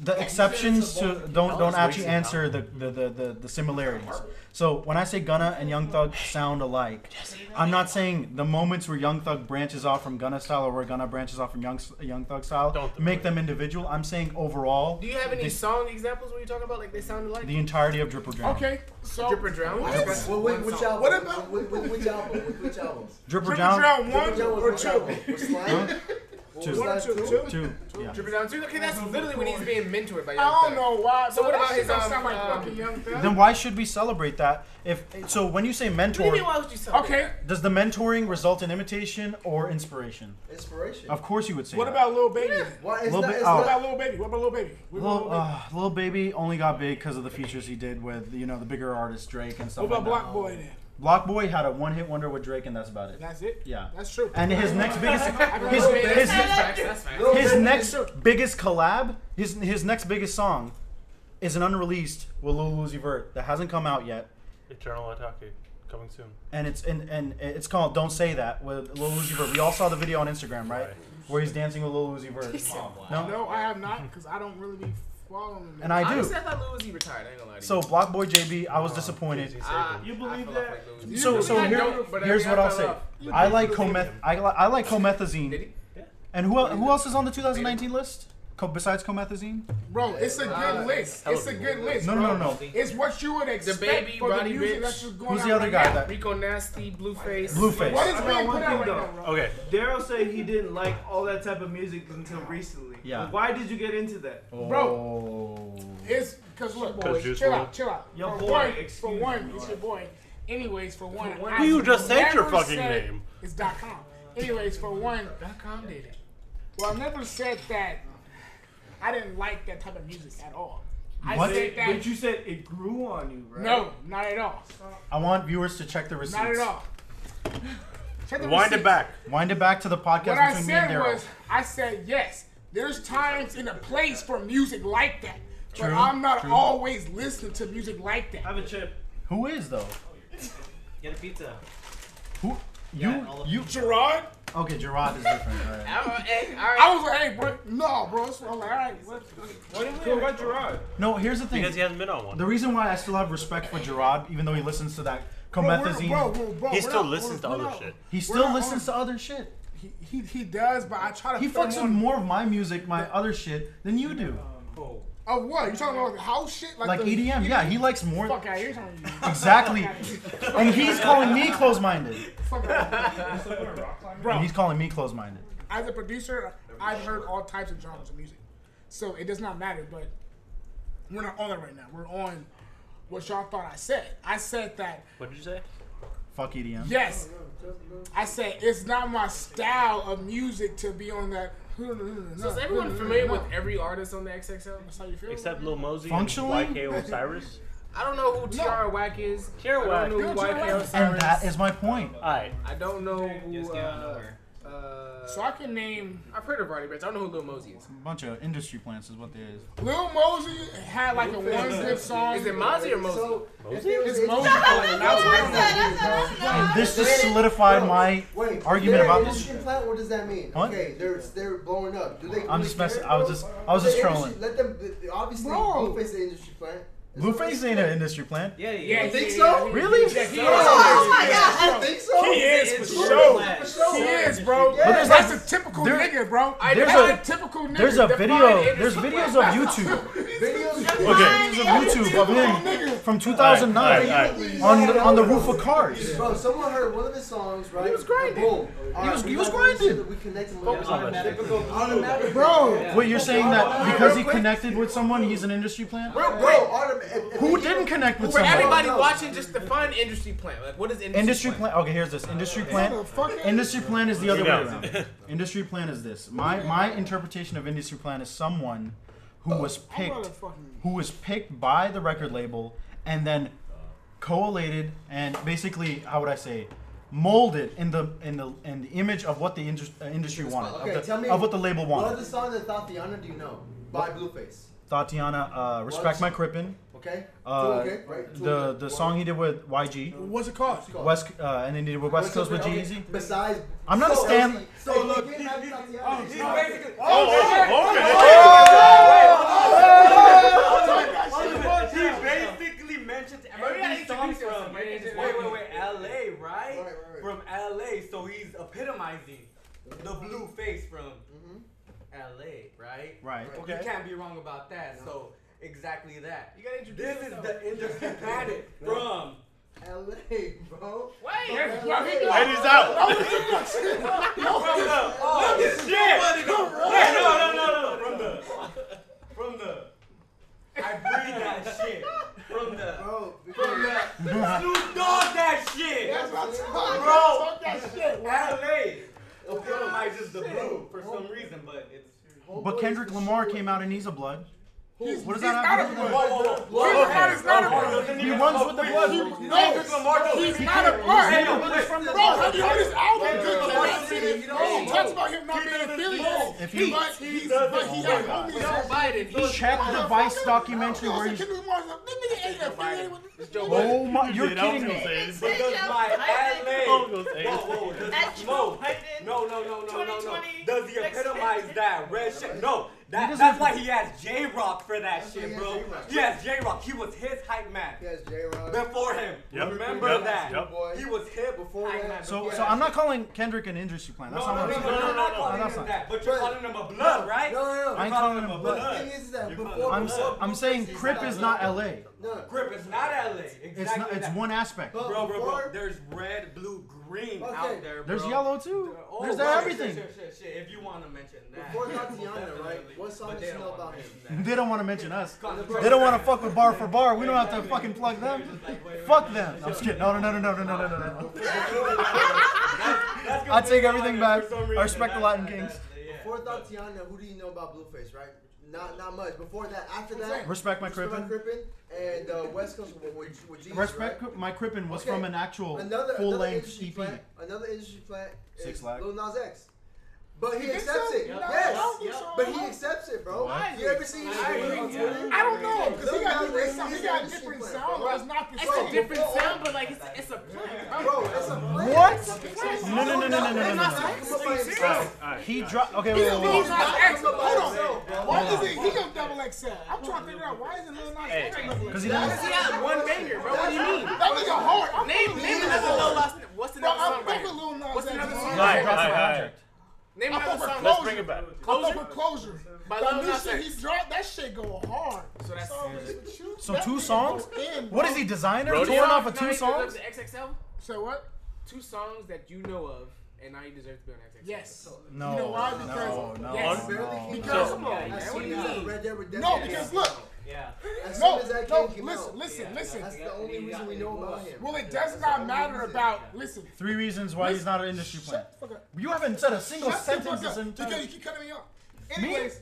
[SPEAKER 2] The exceptions to don't don't
[SPEAKER 1] Alex
[SPEAKER 2] actually
[SPEAKER 1] Lacy,
[SPEAKER 2] answer the the, the, the the similarities. So when I say Gunna and Young Thug sound alike, I'm not saying the moments where Young Thug branches off from Gunna style or where Gunna branches off from Young Young Thug style
[SPEAKER 1] Don't
[SPEAKER 2] make them individual. I'm saying overall
[SPEAKER 13] Do you have any
[SPEAKER 2] This-
[SPEAKER 13] song examples where you're talking about like they sounded like?
[SPEAKER 2] the entirety of Dripper Jam.
[SPEAKER 13] Okay, so Dripper Drown.
[SPEAKER 8] Well, wait, which album?
[SPEAKER 13] What about
[SPEAKER 8] Which, which, which album? Which, which albums?
[SPEAKER 2] Dripper
[SPEAKER 13] Dripper
[SPEAKER 2] Jam
[SPEAKER 13] Drown one or two?
[SPEAKER 8] Or Slime?
[SPEAKER 2] Two.
[SPEAKER 8] What was Slime
[SPEAKER 13] Two.
[SPEAKER 8] two?
[SPEAKER 2] two. Yeah.
[SPEAKER 13] Dripper Down two. Okay, that's literally when he's being mentored by. Young
[SPEAKER 3] I don't
[SPEAKER 13] Thug.
[SPEAKER 3] know why.
[SPEAKER 13] So
[SPEAKER 3] bro, that
[SPEAKER 13] what about
[SPEAKER 3] shit
[SPEAKER 13] his,
[SPEAKER 3] don't
[SPEAKER 13] um,
[SPEAKER 3] sound like
[SPEAKER 13] um,
[SPEAKER 3] fucking Young Thug.
[SPEAKER 2] Then why should we celebrate that? If so, when you say
[SPEAKER 13] What do you mean?
[SPEAKER 2] mentor,
[SPEAKER 13] Why would you celebrate?
[SPEAKER 3] Okay.
[SPEAKER 13] that?
[SPEAKER 2] does the mentoring result in imitation or inspiration?
[SPEAKER 8] Inspiration.
[SPEAKER 2] Of course, you would say.
[SPEAKER 3] What
[SPEAKER 2] that.
[SPEAKER 3] about Lil Baby?
[SPEAKER 8] Why it's
[SPEAKER 2] Little
[SPEAKER 8] not?
[SPEAKER 2] bit-
[SPEAKER 8] It's
[SPEAKER 2] oh.
[SPEAKER 3] What
[SPEAKER 8] not
[SPEAKER 3] about Lil Baby? What about Lil Baby? What about Lil
[SPEAKER 2] Little,
[SPEAKER 3] Baby?
[SPEAKER 2] uh, Lil Baby only got big because of the features he did with you know the bigger artists Drake and
[SPEAKER 3] What
[SPEAKER 2] stuff.
[SPEAKER 3] about
[SPEAKER 2] like
[SPEAKER 3] Block Boy then?
[SPEAKER 2] that. Block Boy had a one hit wonder with Drake and that's about it.
[SPEAKER 3] That's it.
[SPEAKER 2] Yeah.
[SPEAKER 3] That's true.
[SPEAKER 2] And his next biggest his
[SPEAKER 13] Lil Baby.
[SPEAKER 2] his,
[SPEAKER 13] That's facts, that's facts.
[SPEAKER 8] Lil
[SPEAKER 2] his
[SPEAKER 8] Baby.
[SPEAKER 2] next biggest collab his his next biggest song is an unreleased with Lil Uzi Vert that hasn't come out yet
[SPEAKER 1] Eternal Atake coming soon.
[SPEAKER 2] and it's and, and it's called Don't Say That with Lil Uzi Vert. We all saw the video on Instagram, right?
[SPEAKER 1] Right.
[SPEAKER 2] Where he's dancing with Lil Uzi Vert. No.
[SPEAKER 3] No, I have not because I don't really be following. him.
[SPEAKER 2] And I do.
[SPEAKER 13] Honestly, I thought Lil Uzi retired. I ain't gonna lie to you.
[SPEAKER 2] So Block Boy JB, I was
[SPEAKER 1] Uh,
[SPEAKER 2] disappointed.
[SPEAKER 1] Jay-Z saved
[SPEAKER 13] Ah,
[SPEAKER 1] him.
[SPEAKER 7] You
[SPEAKER 13] I
[SPEAKER 7] believe
[SPEAKER 13] fell off
[SPEAKER 7] that?
[SPEAKER 13] like Lil Uzi.
[SPEAKER 3] You
[SPEAKER 2] So,
[SPEAKER 3] believe
[SPEAKER 2] so
[SPEAKER 13] I
[SPEAKER 3] that?
[SPEAKER 2] here,
[SPEAKER 13] don't, but I
[SPEAKER 2] here's
[SPEAKER 13] mean,
[SPEAKER 2] what
[SPEAKER 13] I
[SPEAKER 2] I'll
[SPEAKER 13] fell
[SPEAKER 2] say.
[SPEAKER 13] off. But
[SPEAKER 2] I
[SPEAKER 13] they
[SPEAKER 2] like
[SPEAKER 13] believe
[SPEAKER 2] cometh.
[SPEAKER 13] him.
[SPEAKER 2] I, li- I like comethazine.
[SPEAKER 13] Did he?
[SPEAKER 2] And who el- who
[SPEAKER 13] Really?
[SPEAKER 2] else is on the 2019
[SPEAKER 13] Really?
[SPEAKER 2] list? Co- besides comethazine?
[SPEAKER 3] Bro, it's a good
[SPEAKER 13] Uh,
[SPEAKER 3] list.
[SPEAKER 1] hell
[SPEAKER 3] It's a
[SPEAKER 1] of a
[SPEAKER 3] good list.
[SPEAKER 2] No,
[SPEAKER 3] bro.
[SPEAKER 2] no, no, no.
[SPEAKER 3] It's what you would expect
[SPEAKER 13] Baby,
[SPEAKER 3] for
[SPEAKER 13] Roddy
[SPEAKER 3] the music
[SPEAKER 13] Ricch.
[SPEAKER 3] that's just going
[SPEAKER 2] Who's
[SPEAKER 3] out
[SPEAKER 2] the other
[SPEAKER 3] right
[SPEAKER 2] guy
[SPEAKER 3] now.
[SPEAKER 2] that?
[SPEAKER 13] Rico Nasty, Blueface.
[SPEAKER 2] Blueface.
[SPEAKER 3] What is
[SPEAKER 7] I
[SPEAKER 3] being put
[SPEAKER 7] got one
[SPEAKER 3] out right
[SPEAKER 7] thing,
[SPEAKER 3] now,
[SPEAKER 7] though.
[SPEAKER 3] bro?
[SPEAKER 1] Ah. Okay.
[SPEAKER 7] Daryl said he didn't like all that type of music until recently.
[SPEAKER 2] Yeah.
[SPEAKER 7] Why did you get into that?
[SPEAKER 2] Oh. Bro.
[SPEAKER 3] It's because look, boy,
[SPEAKER 1] Juice
[SPEAKER 3] chill
[SPEAKER 1] WRLD.
[SPEAKER 3] out, chill out.
[SPEAKER 7] Your
[SPEAKER 3] for
[SPEAKER 7] boy,
[SPEAKER 3] one, for
[SPEAKER 7] excuse
[SPEAKER 3] one,
[SPEAKER 7] me,
[SPEAKER 3] it's
[SPEAKER 7] boy.
[SPEAKER 3] your boy. Anyways, for one,
[SPEAKER 13] one.
[SPEAKER 3] I
[SPEAKER 1] You just said your
[SPEAKER 3] never
[SPEAKER 1] fucking
[SPEAKER 3] said-
[SPEAKER 1] name.
[SPEAKER 3] It's dot com. Anyways, for one, dot com did it. Well, I never said that. I didn't like that type of music at all. I
[SPEAKER 2] What?
[SPEAKER 3] said that.
[SPEAKER 7] But you said it grew on you, right?
[SPEAKER 3] no, not at all.
[SPEAKER 2] I want viewers to check the receipts.
[SPEAKER 3] Not at all. Check the
[SPEAKER 1] Wind
[SPEAKER 3] receipts.
[SPEAKER 1] it back.
[SPEAKER 2] Wind it back to the podcast
[SPEAKER 3] What I
[SPEAKER 2] between me and
[SPEAKER 3] said
[SPEAKER 2] Daryl.
[SPEAKER 3] was, I said yes. There's times and a place for music like that, but
[SPEAKER 2] True,
[SPEAKER 3] I'm not
[SPEAKER 2] true.
[SPEAKER 3] always listening to music like that.
[SPEAKER 7] Have a chip.
[SPEAKER 2] Who is though?
[SPEAKER 6] Get a pizza.
[SPEAKER 2] Who? You?
[SPEAKER 6] Yeah, all of
[SPEAKER 2] you?
[SPEAKER 3] Gerard,
[SPEAKER 2] Okay, Gerard is different. All right.
[SPEAKER 13] I'm a- hey, all right.
[SPEAKER 3] I was like, hey, bro, no, bro. So I'm like, all right, what,
[SPEAKER 7] What do you mean? about Gerard?
[SPEAKER 2] No, here's the thing.
[SPEAKER 1] Because he hasn't been on one.
[SPEAKER 2] The reason why I still have respect for Gerard, even though he listens to that comethazine,
[SPEAKER 3] Bro, we're- bro, bro, bro,
[SPEAKER 1] He
[SPEAKER 3] we're
[SPEAKER 1] still
[SPEAKER 3] not-
[SPEAKER 1] listens to
[SPEAKER 3] we're
[SPEAKER 1] other
[SPEAKER 3] not-
[SPEAKER 1] shit.
[SPEAKER 2] he
[SPEAKER 3] we're
[SPEAKER 2] still
[SPEAKER 3] not
[SPEAKER 2] listens
[SPEAKER 3] on-
[SPEAKER 2] to other shit.
[SPEAKER 3] He, he he does, but I try to.
[SPEAKER 2] He
[SPEAKER 3] put him
[SPEAKER 2] fucks with
[SPEAKER 3] on-
[SPEAKER 2] more of my music, my other shit, than you do.
[SPEAKER 3] Of what? You talking about house shit?
[SPEAKER 2] Like E
[SPEAKER 3] the-
[SPEAKER 2] EDM, yeah, he likes more.
[SPEAKER 3] Fuck out here, talking about
[SPEAKER 2] Exactly.
[SPEAKER 3] Fuck outta
[SPEAKER 2] And he's calling me close minded.
[SPEAKER 3] Fuck outta here.
[SPEAKER 2] And he's calling me close minded.
[SPEAKER 3] As a producer, I've heard all types of genres of music, so it does not matter. But we're not on that right now. We're on what y'all thought I said. I said that
[SPEAKER 1] What did you say?
[SPEAKER 2] Fuck E EDM.
[SPEAKER 3] yes. I said it's not my style of music to be on that.
[SPEAKER 13] So is everyone familiar with every artist on the XXL?
[SPEAKER 3] That's how you feel?
[SPEAKER 1] Except Lil Mosey
[SPEAKER 2] Functionally?
[SPEAKER 1] and YK Osiris.
[SPEAKER 6] I don't know who Tiara Whack is.
[SPEAKER 1] Tiara
[SPEAKER 6] I don't
[SPEAKER 1] Whack.
[SPEAKER 6] know who
[SPEAKER 1] Tiara
[SPEAKER 6] YK
[SPEAKER 1] Whack.
[SPEAKER 6] Osiris.
[SPEAKER 2] And that is my point.
[SPEAKER 1] Alright.
[SPEAKER 6] I don't know who.
[SPEAKER 3] Just get out of
[SPEAKER 6] Uh,
[SPEAKER 3] nowhere.
[SPEAKER 6] uh, so I can name. I've heard of Roddy Rich. I don't know who Lil Mosey is.
[SPEAKER 2] bunch of industry plants is what there is.
[SPEAKER 6] Lil Mosey had like a one good song. Is it Mosey or Mosey?
[SPEAKER 8] So, if
[SPEAKER 6] Mosey?
[SPEAKER 8] there was
[SPEAKER 6] It's
[SPEAKER 8] any-
[SPEAKER 6] Mosey. Like,
[SPEAKER 8] No,
[SPEAKER 6] Mosey.
[SPEAKER 2] And this
[SPEAKER 8] Wait,
[SPEAKER 2] just solidified
[SPEAKER 8] no,
[SPEAKER 2] my
[SPEAKER 8] wait,
[SPEAKER 2] argument
[SPEAKER 8] they're
[SPEAKER 2] about
[SPEAKER 8] an
[SPEAKER 2] this.
[SPEAKER 8] industry plant. What does that mean?
[SPEAKER 2] What?
[SPEAKER 8] Okay, they're they're blowing up. Do they?
[SPEAKER 2] I'm
[SPEAKER 8] really
[SPEAKER 2] just messing-
[SPEAKER 8] care,
[SPEAKER 2] I was
[SPEAKER 8] bro?
[SPEAKER 2] just- I was
[SPEAKER 8] The
[SPEAKER 2] just
[SPEAKER 8] industry-
[SPEAKER 2] trolling.
[SPEAKER 8] Let them. Obviously,
[SPEAKER 6] Bro.
[SPEAKER 8] Blueface is an industry plant. That's what
[SPEAKER 2] Blueface
[SPEAKER 8] they-
[SPEAKER 2] ain't an industry plant.
[SPEAKER 3] Yeah,
[SPEAKER 6] Yeah,
[SPEAKER 3] yeah.
[SPEAKER 6] he-
[SPEAKER 8] think
[SPEAKER 6] yeah,
[SPEAKER 8] so?
[SPEAKER 6] he-
[SPEAKER 2] Really?
[SPEAKER 6] yeah, he is.
[SPEAKER 8] Oh my
[SPEAKER 6] Yeah.
[SPEAKER 8] god! I think so.
[SPEAKER 6] He is for
[SPEAKER 8] Blueface
[SPEAKER 6] sure.
[SPEAKER 8] is for sure.
[SPEAKER 6] He is, bro.
[SPEAKER 8] Yeah. But
[SPEAKER 2] there's
[SPEAKER 6] that's
[SPEAKER 2] like-
[SPEAKER 6] a typical
[SPEAKER 2] there-
[SPEAKER 6] nigga, bro.
[SPEAKER 2] there's
[SPEAKER 6] that's
[SPEAKER 2] a-
[SPEAKER 6] typical nigga.
[SPEAKER 2] There's a
[SPEAKER 6] Define
[SPEAKER 2] video.
[SPEAKER 6] industry.
[SPEAKER 2] There's videos of YouTube.
[SPEAKER 8] Videos.
[SPEAKER 2] Okay. Videos of YouTube of him from 2009
[SPEAKER 1] Alright, alright.
[SPEAKER 2] on the, on the roof of cars.
[SPEAKER 8] Bro, someone heard one of his songs, right? He
[SPEAKER 6] was grinding.
[SPEAKER 8] Boom. Alright,
[SPEAKER 2] was-
[SPEAKER 8] we
[SPEAKER 2] he was
[SPEAKER 8] got one
[SPEAKER 2] grinding.
[SPEAKER 8] shit that We connected with
[SPEAKER 1] Focus on that shit.
[SPEAKER 8] automatically. Automatically.
[SPEAKER 6] Bro,
[SPEAKER 2] Wait, you're saying that because he connected with someone, he's an industry plant?
[SPEAKER 6] real
[SPEAKER 8] Bro,
[SPEAKER 6] quick.
[SPEAKER 8] autom-
[SPEAKER 2] Who didn't connect with
[SPEAKER 6] For
[SPEAKER 2] someone?
[SPEAKER 6] everybody watching, just define industry plant. Like, what is industry,
[SPEAKER 2] Industry plant. Okay, here's this. Industry plant.
[SPEAKER 6] Motherfucker.
[SPEAKER 2] Industry plan is the other way
[SPEAKER 1] Yeah.
[SPEAKER 2] around. Industry plan is this. My my interpretation of industry plan is someone who was picked,
[SPEAKER 6] motherfucking-
[SPEAKER 2] who was picked by the record label, and then collated and basically, how would I say, molded in the in the in the image of what the indus- uh, industry wanted,
[SPEAKER 8] Okay,
[SPEAKER 2] of, the,
[SPEAKER 8] tell me
[SPEAKER 2] of what the label
[SPEAKER 8] What other
[SPEAKER 2] wanted.
[SPEAKER 8] song that Tatiana do you know? By Blueface.
[SPEAKER 2] Tatiana, uh, respect
[SPEAKER 8] is-
[SPEAKER 2] my Crippin.
[SPEAKER 8] Okay?
[SPEAKER 2] Uh,
[SPEAKER 8] Two, okay, right? Two,
[SPEAKER 2] the
[SPEAKER 8] okay.
[SPEAKER 2] the
[SPEAKER 8] One.
[SPEAKER 2] song he did with YG,
[SPEAKER 6] What's it called?
[SPEAKER 8] What's it called?
[SPEAKER 2] West, uh, and then he did with West Coast with G Easy.
[SPEAKER 8] Besides,
[SPEAKER 2] I'm not a
[SPEAKER 8] so,
[SPEAKER 2] stan-
[SPEAKER 8] So, so look, oh,
[SPEAKER 3] Oh, basically mentioned every song from wait, wait, wait, L.A. Right?
[SPEAKER 8] Right, right, right.
[SPEAKER 3] From L.A. So he's epitomizing the blue face from L.A. Right?
[SPEAKER 2] Right.
[SPEAKER 3] You can't be wrong about that. So exactly that. You gotta introduce this is the industry planet from.
[SPEAKER 8] LA, bro.
[SPEAKER 6] Wait,
[SPEAKER 8] Okay.
[SPEAKER 6] bro, he
[SPEAKER 8] Yeah.
[SPEAKER 6] got-
[SPEAKER 1] Ladies out.
[SPEAKER 3] From the oh, shit! Wait, no, no, no, no. From the from the I breathe that shit. From the
[SPEAKER 8] Bro,
[SPEAKER 3] from the Snoop Dogg that shit.
[SPEAKER 8] That's what I'm talking
[SPEAKER 3] Bro.
[SPEAKER 6] Fuck that shit.
[SPEAKER 3] LA epitomizes the blue for some reason, but it's.
[SPEAKER 2] But Kendrick Lamar came out and he's a blood.
[SPEAKER 6] He's,
[SPEAKER 2] What does
[SPEAKER 6] he's
[SPEAKER 2] that
[SPEAKER 6] not a
[SPEAKER 2] have to do with
[SPEAKER 6] blood.
[SPEAKER 3] Whoa, whoa, whoa.
[SPEAKER 6] Kendrick Lamar is not a blood.
[SPEAKER 2] He runs with the blood.
[SPEAKER 6] He-
[SPEAKER 3] Kendrick Lamar
[SPEAKER 6] No,
[SPEAKER 3] don't-
[SPEAKER 6] he's not a blood.
[SPEAKER 3] Hey, yo, listen.
[SPEAKER 6] Bro, have you heard his album?
[SPEAKER 3] Kendrick
[SPEAKER 6] Good Kid,
[SPEAKER 3] Lamar
[SPEAKER 6] Mad
[SPEAKER 3] doesn't
[SPEAKER 6] City.
[SPEAKER 3] even
[SPEAKER 6] Bro,
[SPEAKER 3] know.
[SPEAKER 6] talks about him not
[SPEAKER 3] He
[SPEAKER 6] being
[SPEAKER 3] doesn't
[SPEAKER 6] affiliated.
[SPEAKER 3] know.
[SPEAKER 2] If
[SPEAKER 6] He,
[SPEAKER 2] he-
[SPEAKER 6] but he's,
[SPEAKER 3] doesn't
[SPEAKER 6] but he
[SPEAKER 3] know.
[SPEAKER 6] got homies. Joe Biden.
[SPEAKER 2] Check the Vice documentary where he's.
[SPEAKER 6] It's Joe Biden.
[SPEAKER 2] Oh my! You're kidding me.
[SPEAKER 3] But does my LA?
[SPEAKER 1] I was gonna say
[SPEAKER 3] Whoa,
[SPEAKER 1] it.
[SPEAKER 3] whoa, does
[SPEAKER 18] At Joe
[SPEAKER 3] it- no,
[SPEAKER 18] Biden,
[SPEAKER 3] no, no, no, no, no, no.
[SPEAKER 18] 2020,
[SPEAKER 3] Does he
[SPEAKER 18] next
[SPEAKER 3] epitomize
[SPEAKER 18] president.
[SPEAKER 3] that red shit? No, that,
[SPEAKER 2] doesn't-
[SPEAKER 3] that's why he asked J Rock for that
[SPEAKER 8] That's why he
[SPEAKER 3] shit,
[SPEAKER 8] has
[SPEAKER 3] bro.
[SPEAKER 8] J-Rock.
[SPEAKER 3] He has J Rock. He was his hype man
[SPEAKER 8] Yes, J-Rock.
[SPEAKER 3] before him.
[SPEAKER 1] Yep.
[SPEAKER 3] Remember
[SPEAKER 1] Yep.
[SPEAKER 3] that.
[SPEAKER 1] Yep.
[SPEAKER 3] He was hip
[SPEAKER 8] Before
[SPEAKER 3] hype
[SPEAKER 8] that.
[SPEAKER 3] man.
[SPEAKER 2] So,
[SPEAKER 3] before
[SPEAKER 2] so
[SPEAKER 3] that.
[SPEAKER 2] I'm not calling Kendrick an industry plant.
[SPEAKER 3] No,
[SPEAKER 2] That's
[SPEAKER 3] no,
[SPEAKER 2] not
[SPEAKER 3] no,
[SPEAKER 2] what
[SPEAKER 3] no,
[SPEAKER 2] I'm
[SPEAKER 3] no,
[SPEAKER 2] saying.
[SPEAKER 3] no,
[SPEAKER 1] no,
[SPEAKER 3] no,
[SPEAKER 1] no,
[SPEAKER 3] calling
[SPEAKER 2] that's
[SPEAKER 3] him
[SPEAKER 2] not-
[SPEAKER 3] that. But you're
[SPEAKER 8] But-
[SPEAKER 3] calling him a blood, right?
[SPEAKER 8] No, no, no.
[SPEAKER 2] I ain't
[SPEAKER 3] You're
[SPEAKER 2] calling him a
[SPEAKER 8] the
[SPEAKER 2] blood.
[SPEAKER 8] thing is that
[SPEAKER 3] You're
[SPEAKER 8] before,
[SPEAKER 3] calling
[SPEAKER 2] I'm,
[SPEAKER 3] so-
[SPEAKER 2] s- I'm saying Crip is not L.A.
[SPEAKER 8] no, no.
[SPEAKER 3] Grip is not LA. Exactly.
[SPEAKER 2] It's not. It's
[SPEAKER 3] that.
[SPEAKER 2] one aspect.
[SPEAKER 8] But
[SPEAKER 3] Bro, bro, bro.
[SPEAKER 8] before-
[SPEAKER 3] There's red, blue, green
[SPEAKER 8] Okay.
[SPEAKER 3] out there, bro.
[SPEAKER 2] There's yellow too.
[SPEAKER 3] Oh,
[SPEAKER 2] There's
[SPEAKER 3] right,
[SPEAKER 2] everything.
[SPEAKER 3] Shit, shit, shit, shit. If you want to mention that.
[SPEAKER 8] Before
[SPEAKER 3] Well,
[SPEAKER 8] Tatiana,
[SPEAKER 3] definitely.
[SPEAKER 8] right? What song
[SPEAKER 3] But
[SPEAKER 8] did
[SPEAKER 3] they
[SPEAKER 8] she
[SPEAKER 3] don't
[SPEAKER 8] know
[SPEAKER 3] wanna
[SPEAKER 8] about
[SPEAKER 3] mention
[SPEAKER 2] They don't want to mention us.
[SPEAKER 3] that.
[SPEAKER 2] They don't want to fuck with bar for bar. We don't have to fucking plug them. Fuck them. I'm just kidding. No, no, no, no, no, no, no, no, no.
[SPEAKER 3] That's gonna
[SPEAKER 2] I
[SPEAKER 3] be
[SPEAKER 2] take
[SPEAKER 3] fine
[SPEAKER 2] everything
[SPEAKER 3] if
[SPEAKER 2] back.
[SPEAKER 3] for some
[SPEAKER 2] I
[SPEAKER 3] reason
[SPEAKER 2] respect the
[SPEAKER 3] that's-
[SPEAKER 2] Latin Kings.
[SPEAKER 3] that's- yeah.
[SPEAKER 8] Before Tatiana, who do you know about Blueface, right? Not not much. Before that, after that,
[SPEAKER 2] Respect my
[SPEAKER 8] Respect
[SPEAKER 2] Crippin.
[SPEAKER 8] Crippin and uh, West Coast with, with, with Jesus,
[SPEAKER 2] Respect
[SPEAKER 8] right?
[SPEAKER 2] my Crippin was
[SPEAKER 8] Okay.
[SPEAKER 2] from an actual E
[SPEAKER 8] Another
[SPEAKER 2] full
[SPEAKER 8] another
[SPEAKER 2] length
[SPEAKER 8] industry
[SPEAKER 2] EP.
[SPEAKER 8] plant. Another industry plant. is
[SPEAKER 2] Six Flags.
[SPEAKER 8] Lil Nas X. But he
[SPEAKER 6] think
[SPEAKER 8] accepts
[SPEAKER 6] so?
[SPEAKER 8] it.
[SPEAKER 6] No,
[SPEAKER 8] Yes.
[SPEAKER 6] I don't think so.
[SPEAKER 8] But he accepts it, bro.
[SPEAKER 6] Why?
[SPEAKER 8] You ever see his shit on Twitter?
[SPEAKER 6] I don't know because he got
[SPEAKER 8] Lil
[SPEAKER 6] different
[SPEAKER 8] Nas X
[SPEAKER 6] sound. He
[SPEAKER 8] is
[SPEAKER 6] got
[SPEAKER 8] an
[SPEAKER 6] different
[SPEAKER 8] industry
[SPEAKER 6] sound.
[SPEAKER 8] plant.
[SPEAKER 6] It's not the
[SPEAKER 8] Bro,
[SPEAKER 6] same.
[SPEAKER 8] before-
[SPEAKER 13] but like it's, it's a plan.
[SPEAKER 8] Bro, that's a plant.
[SPEAKER 2] What?
[SPEAKER 8] That's a
[SPEAKER 2] No, no, no, no, no, no, no, no.
[SPEAKER 8] plant. Come up by himself.
[SPEAKER 1] Alright, alright.
[SPEAKER 2] He dropped. Okay,
[SPEAKER 6] He's
[SPEAKER 2] wait,
[SPEAKER 6] a Lil
[SPEAKER 2] wait,
[SPEAKER 6] Nas
[SPEAKER 2] wait.
[SPEAKER 6] X.
[SPEAKER 8] Come up by
[SPEAKER 6] Hold on.
[SPEAKER 8] himself, bro.
[SPEAKER 6] Why is it? He got double XL. I'm trying to figure out why is it Lil Nas X?
[SPEAKER 2] Because he doesn't.
[SPEAKER 13] Yeah, one banger, bro. What do you mean?
[SPEAKER 6] That nigga hard. I'm
[SPEAKER 13] Name,
[SPEAKER 6] fucking
[SPEAKER 13] name
[SPEAKER 6] Lil
[SPEAKER 13] another
[SPEAKER 6] Nas
[SPEAKER 13] Lil
[SPEAKER 6] X.
[SPEAKER 13] Nas. What's
[SPEAKER 6] Bro,
[SPEAKER 13] another
[SPEAKER 6] I'm
[SPEAKER 13] song by
[SPEAKER 6] fucking
[SPEAKER 13] him?
[SPEAKER 6] Lil Nas X.
[SPEAKER 13] What's another
[SPEAKER 6] bro.
[SPEAKER 13] song by
[SPEAKER 1] Alright, alright, alright.
[SPEAKER 13] Name
[SPEAKER 6] I fuck
[SPEAKER 13] another
[SPEAKER 6] with
[SPEAKER 13] song.
[SPEAKER 1] Let's bring it back.
[SPEAKER 6] I fuck
[SPEAKER 13] Closure.
[SPEAKER 6] with Closure.
[SPEAKER 13] By
[SPEAKER 6] The
[SPEAKER 13] Lil
[SPEAKER 6] new
[SPEAKER 13] Nas
[SPEAKER 6] shit he
[SPEAKER 13] X.
[SPEAKER 6] dropped, that shit go hard.
[SPEAKER 13] So that's-
[SPEAKER 2] So two songs? What is he designer?
[SPEAKER 1] Rodeo?
[SPEAKER 2] Torn off of
[SPEAKER 13] No,
[SPEAKER 2] two
[SPEAKER 13] he
[SPEAKER 2] songs?
[SPEAKER 13] deserves the XXL?
[SPEAKER 6] So what?
[SPEAKER 13] Two songs that you know of, and now you deserve to be on XXL.
[SPEAKER 6] Yes.
[SPEAKER 2] No,
[SPEAKER 6] You know why?
[SPEAKER 2] no,
[SPEAKER 6] Because-
[SPEAKER 2] no,
[SPEAKER 6] Yes.
[SPEAKER 8] Barely came
[SPEAKER 2] no.
[SPEAKER 6] Because-
[SPEAKER 8] out.
[SPEAKER 13] Come on,
[SPEAKER 8] As
[SPEAKER 13] man. What do
[SPEAKER 8] soon
[SPEAKER 13] you
[SPEAKER 8] as
[SPEAKER 13] mean?
[SPEAKER 8] Red Dead Redemption
[SPEAKER 6] No,
[SPEAKER 8] came
[SPEAKER 6] because
[SPEAKER 8] out.
[SPEAKER 6] look,
[SPEAKER 3] Yeah.
[SPEAKER 8] As
[SPEAKER 6] no,
[SPEAKER 8] soon as that
[SPEAKER 6] no.
[SPEAKER 8] game came out.
[SPEAKER 6] Listen, listen, listen.
[SPEAKER 8] That's the only reason we know about him.
[SPEAKER 6] Well, it does not matter about. Listen.
[SPEAKER 2] Three reasons why he's not an industry
[SPEAKER 6] Shut
[SPEAKER 2] plant.
[SPEAKER 6] the fuck up.
[SPEAKER 2] You haven't said a single
[SPEAKER 6] Shut the
[SPEAKER 2] sentence
[SPEAKER 6] fuck
[SPEAKER 2] this
[SPEAKER 6] up. Because
[SPEAKER 2] entire.
[SPEAKER 6] you keep cutting me off. Anyways,